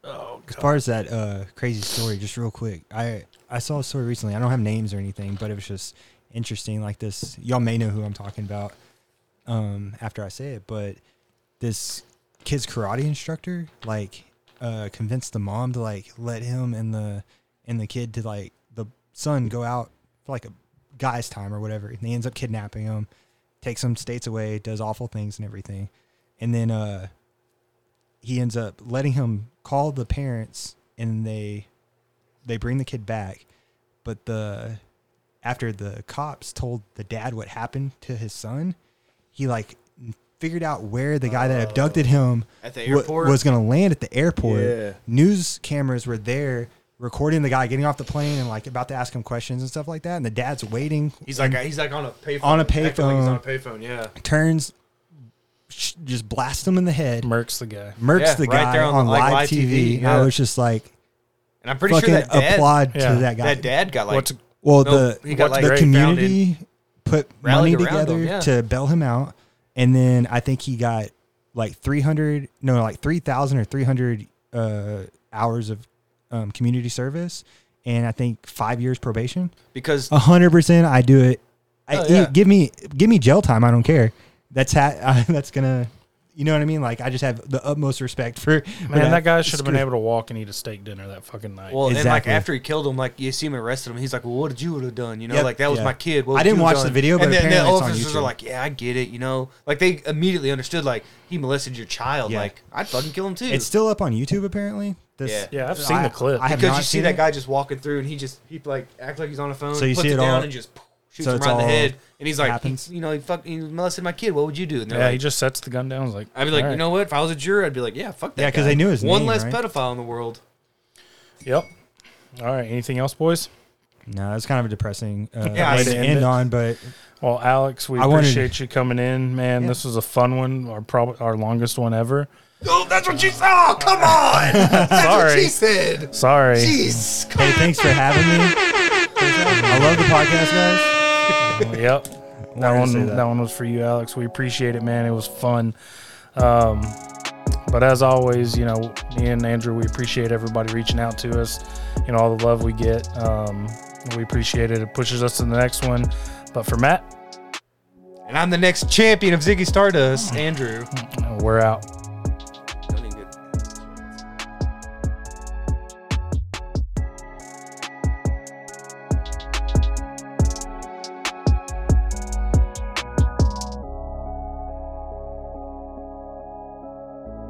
Speaker 3: As far as that uh, crazy story, just real quick, I I saw a story recently. I don't have names or anything, but it was just interesting. Like this, y'all may know who I'm talking about um, after I say it, but this kid's karate instructor like uh, convinced the mom to like let him and the and the kid to like the son go out for like a guy's time or whatever, and he ends up kidnapping him, takes him states away, does awful things and everything, and then uh he ends up letting him call the parents and they they bring the kid back but the after the cops told the dad what happened to his son he like figured out where the guy that abducted him
Speaker 7: Oh. At the
Speaker 3: wa-
Speaker 7: airport?
Speaker 3: was going to land at the airport
Speaker 7: Yeah.
Speaker 3: news cameras were there recording the guy getting off the plane and like about to ask him questions and stuff like that and the dad's waiting
Speaker 7: He's like he's like on a payphone.
Speaker 3: On a
Speaker 7: acting like he's on a
Speaker 3: payphone.
Speaker 7: payphone. Yeah.
Speaker 3: turns sh- just blasts him in the head
Speaker 1: Merck's the guy.
Speaker 3: murks
Speaker 7: Yeah,
Speaker 3: the
Speaker 7: right
Speaker 3: guy
Speaker 7: there on
Speaker 3: on,
Speaker 7: the- like,
Speaker 3: live,
Speaker 7: live
Speaker 3: TV.
Speaker 7: TV,
Speaker 3: and I
Speaker 7: yeah.
Speaker 3: was just like,
Speaker 7: And I'm pretty sure
Speaker 3: fucking
Speaker 7: that dad,
Speaker 3: applaud
Speaker 1: Yeah.
Speaker 3: to that guy.
Speaker 7: that dad got like
Speaker 1: What's-
Speaker 3: well,
Speaker 7: no,
Speaker 3: the
Speaker 7: he got, like,
Speaker 3: the
Speaker 7: great
Speaker 3: community put money
Speaker 7: Rallied around
Speaker 3: together
Speaker 7: him, yeah.
Speaker 3: to bail him out, and then I think he got like three hundred, no, like three thousand or three hundred uh, hours of um, community service, and I think five years probation.
Speaker 2: because
Speaker 3: A hundred percent, I do it. I,
Speaker 2: Oh, yeah.
Speaker 3: it- Give me give me jail time. I don't care. That's ha- that's gonna. You know what I mean? Like I just have the utmost respect for for
Speaker 1: Man, that guy should have been
Speaker 3: screw-
Speaker 1: able to walk and eat a steak dinner that fucking night.
Speaker 7: Well, and like
Speaker 3: Oh, Exactly.
Speaker 7: after he killed him, like you see him arrested him, he's like, "Well, what did you would have done?" You know,
Speaker 3: Yep.
Speaker 7: like that was
Speaker 3: Yeah.
Speaker 7: my kid. What
Speaker 3: I
Speaker 7: would
Speaker 3: didn't
Speaker 7: you have
Speaker 3: watch the
Speaker 7: done?"
Speaker 3: video, but
Speaker 7: and then the
Speaker 3: apparently it's on
Speaker 7: officers are
Speaker 3: YouTube.
Speaker 7: like, "Yeah, I get it." You know, like they immediately understood. Like he molested your child.
Speaker 3: Yeah.
Speaker 7: Like I'd fucking kill him too.
Speaker 3: It's still up on YouTube apparently. This,
Speaker 7: Yeah.
Speaker 1: Yeah, I've seen
Speaker 3: I-
Speaker 1: the clip.
Speaker 3: I have
Speaker 7: because
Speaker 3: not
Speaker 7: you see
Speaker 3: seen
Speaker 7: that
Speaker 3: it.
Speaker 7: guy just walking through, and he just he like act like he's on a phone.
Speaker 3: So you
Speaker 7: puts
Speaker 3: see
Speaker 7: it
Speaker 3: it
Speaker 7: down
Speaker 3: all-
Speaker 7: and just shoots
Speaker 3: so
Speaker 7: him
Speaker 3: it's
Speaker 7: right in the
Speaker 3: all
Speaker 7: head, and he's like,
Speaker 3: happens?
Speaker 7: he, "You know, he fucking he molested my kid. What would you do?" And they're
Speaker 1: yeah,
Speaker 7: like,
Speaker 1: he just sets the gun down. He's like,
Speaker 7: I'd be like,
Speaker 1: "All
Speaker 7: you
Speaker 1: right."
Speaker 7: know what? If I was a juror, I'd be like, yeah, fuck that.
Speaker 3: Yeah, 'cause
Speaker 7: guy.
Speaker 3: they knew his
Speaker 2: One
Speaker 3: name,
Speaker 7: less
Speaker 3: right?
Speaker 7: pedophile in the world.
Speaker 1: Yep. All right. Anything else, boys?
Speaker 3: No, that's kind of a depressing uh,
Speaker 7: Yeah, I
Speaker 3: way
Speaker 1: see
Speaker 3: to
Speaker 1: it.
Speaker 3: end on, but
Speaker 1: Well, Alex, we
Speaker 3: I wanted-
Speaker 1: appreciate you coming in, man. This was a fun one, our probably our longest one ever.
Speaker 7: Oh, that's what she saw. Come on.
Speaker 1: Sorry,
Speaker 7: said.
Speaker 1: sorry.
Speaker 7: Jeez.
Speaker 3: hey, thanks for having me. I love the podcast, guys.
Speaker 1: Yep, that
Speaker 3: to
Speaker 1: one
Speaker 3: say
Speaker 1: that.
Speaker 3: that.
Speaker 1: one was for you, Alex. We appreciate it, man. It was fun. Um, but as always, you know, me and Andrew, we appreciate everybody reaching out to us. You know, all the love we get. Um, we appreciate it. It pushes us to the next one. But for Matt,
Speaker 7: And I'm the next champion of Ziggy Stardust, Andrew.
Speaker 1: we're out.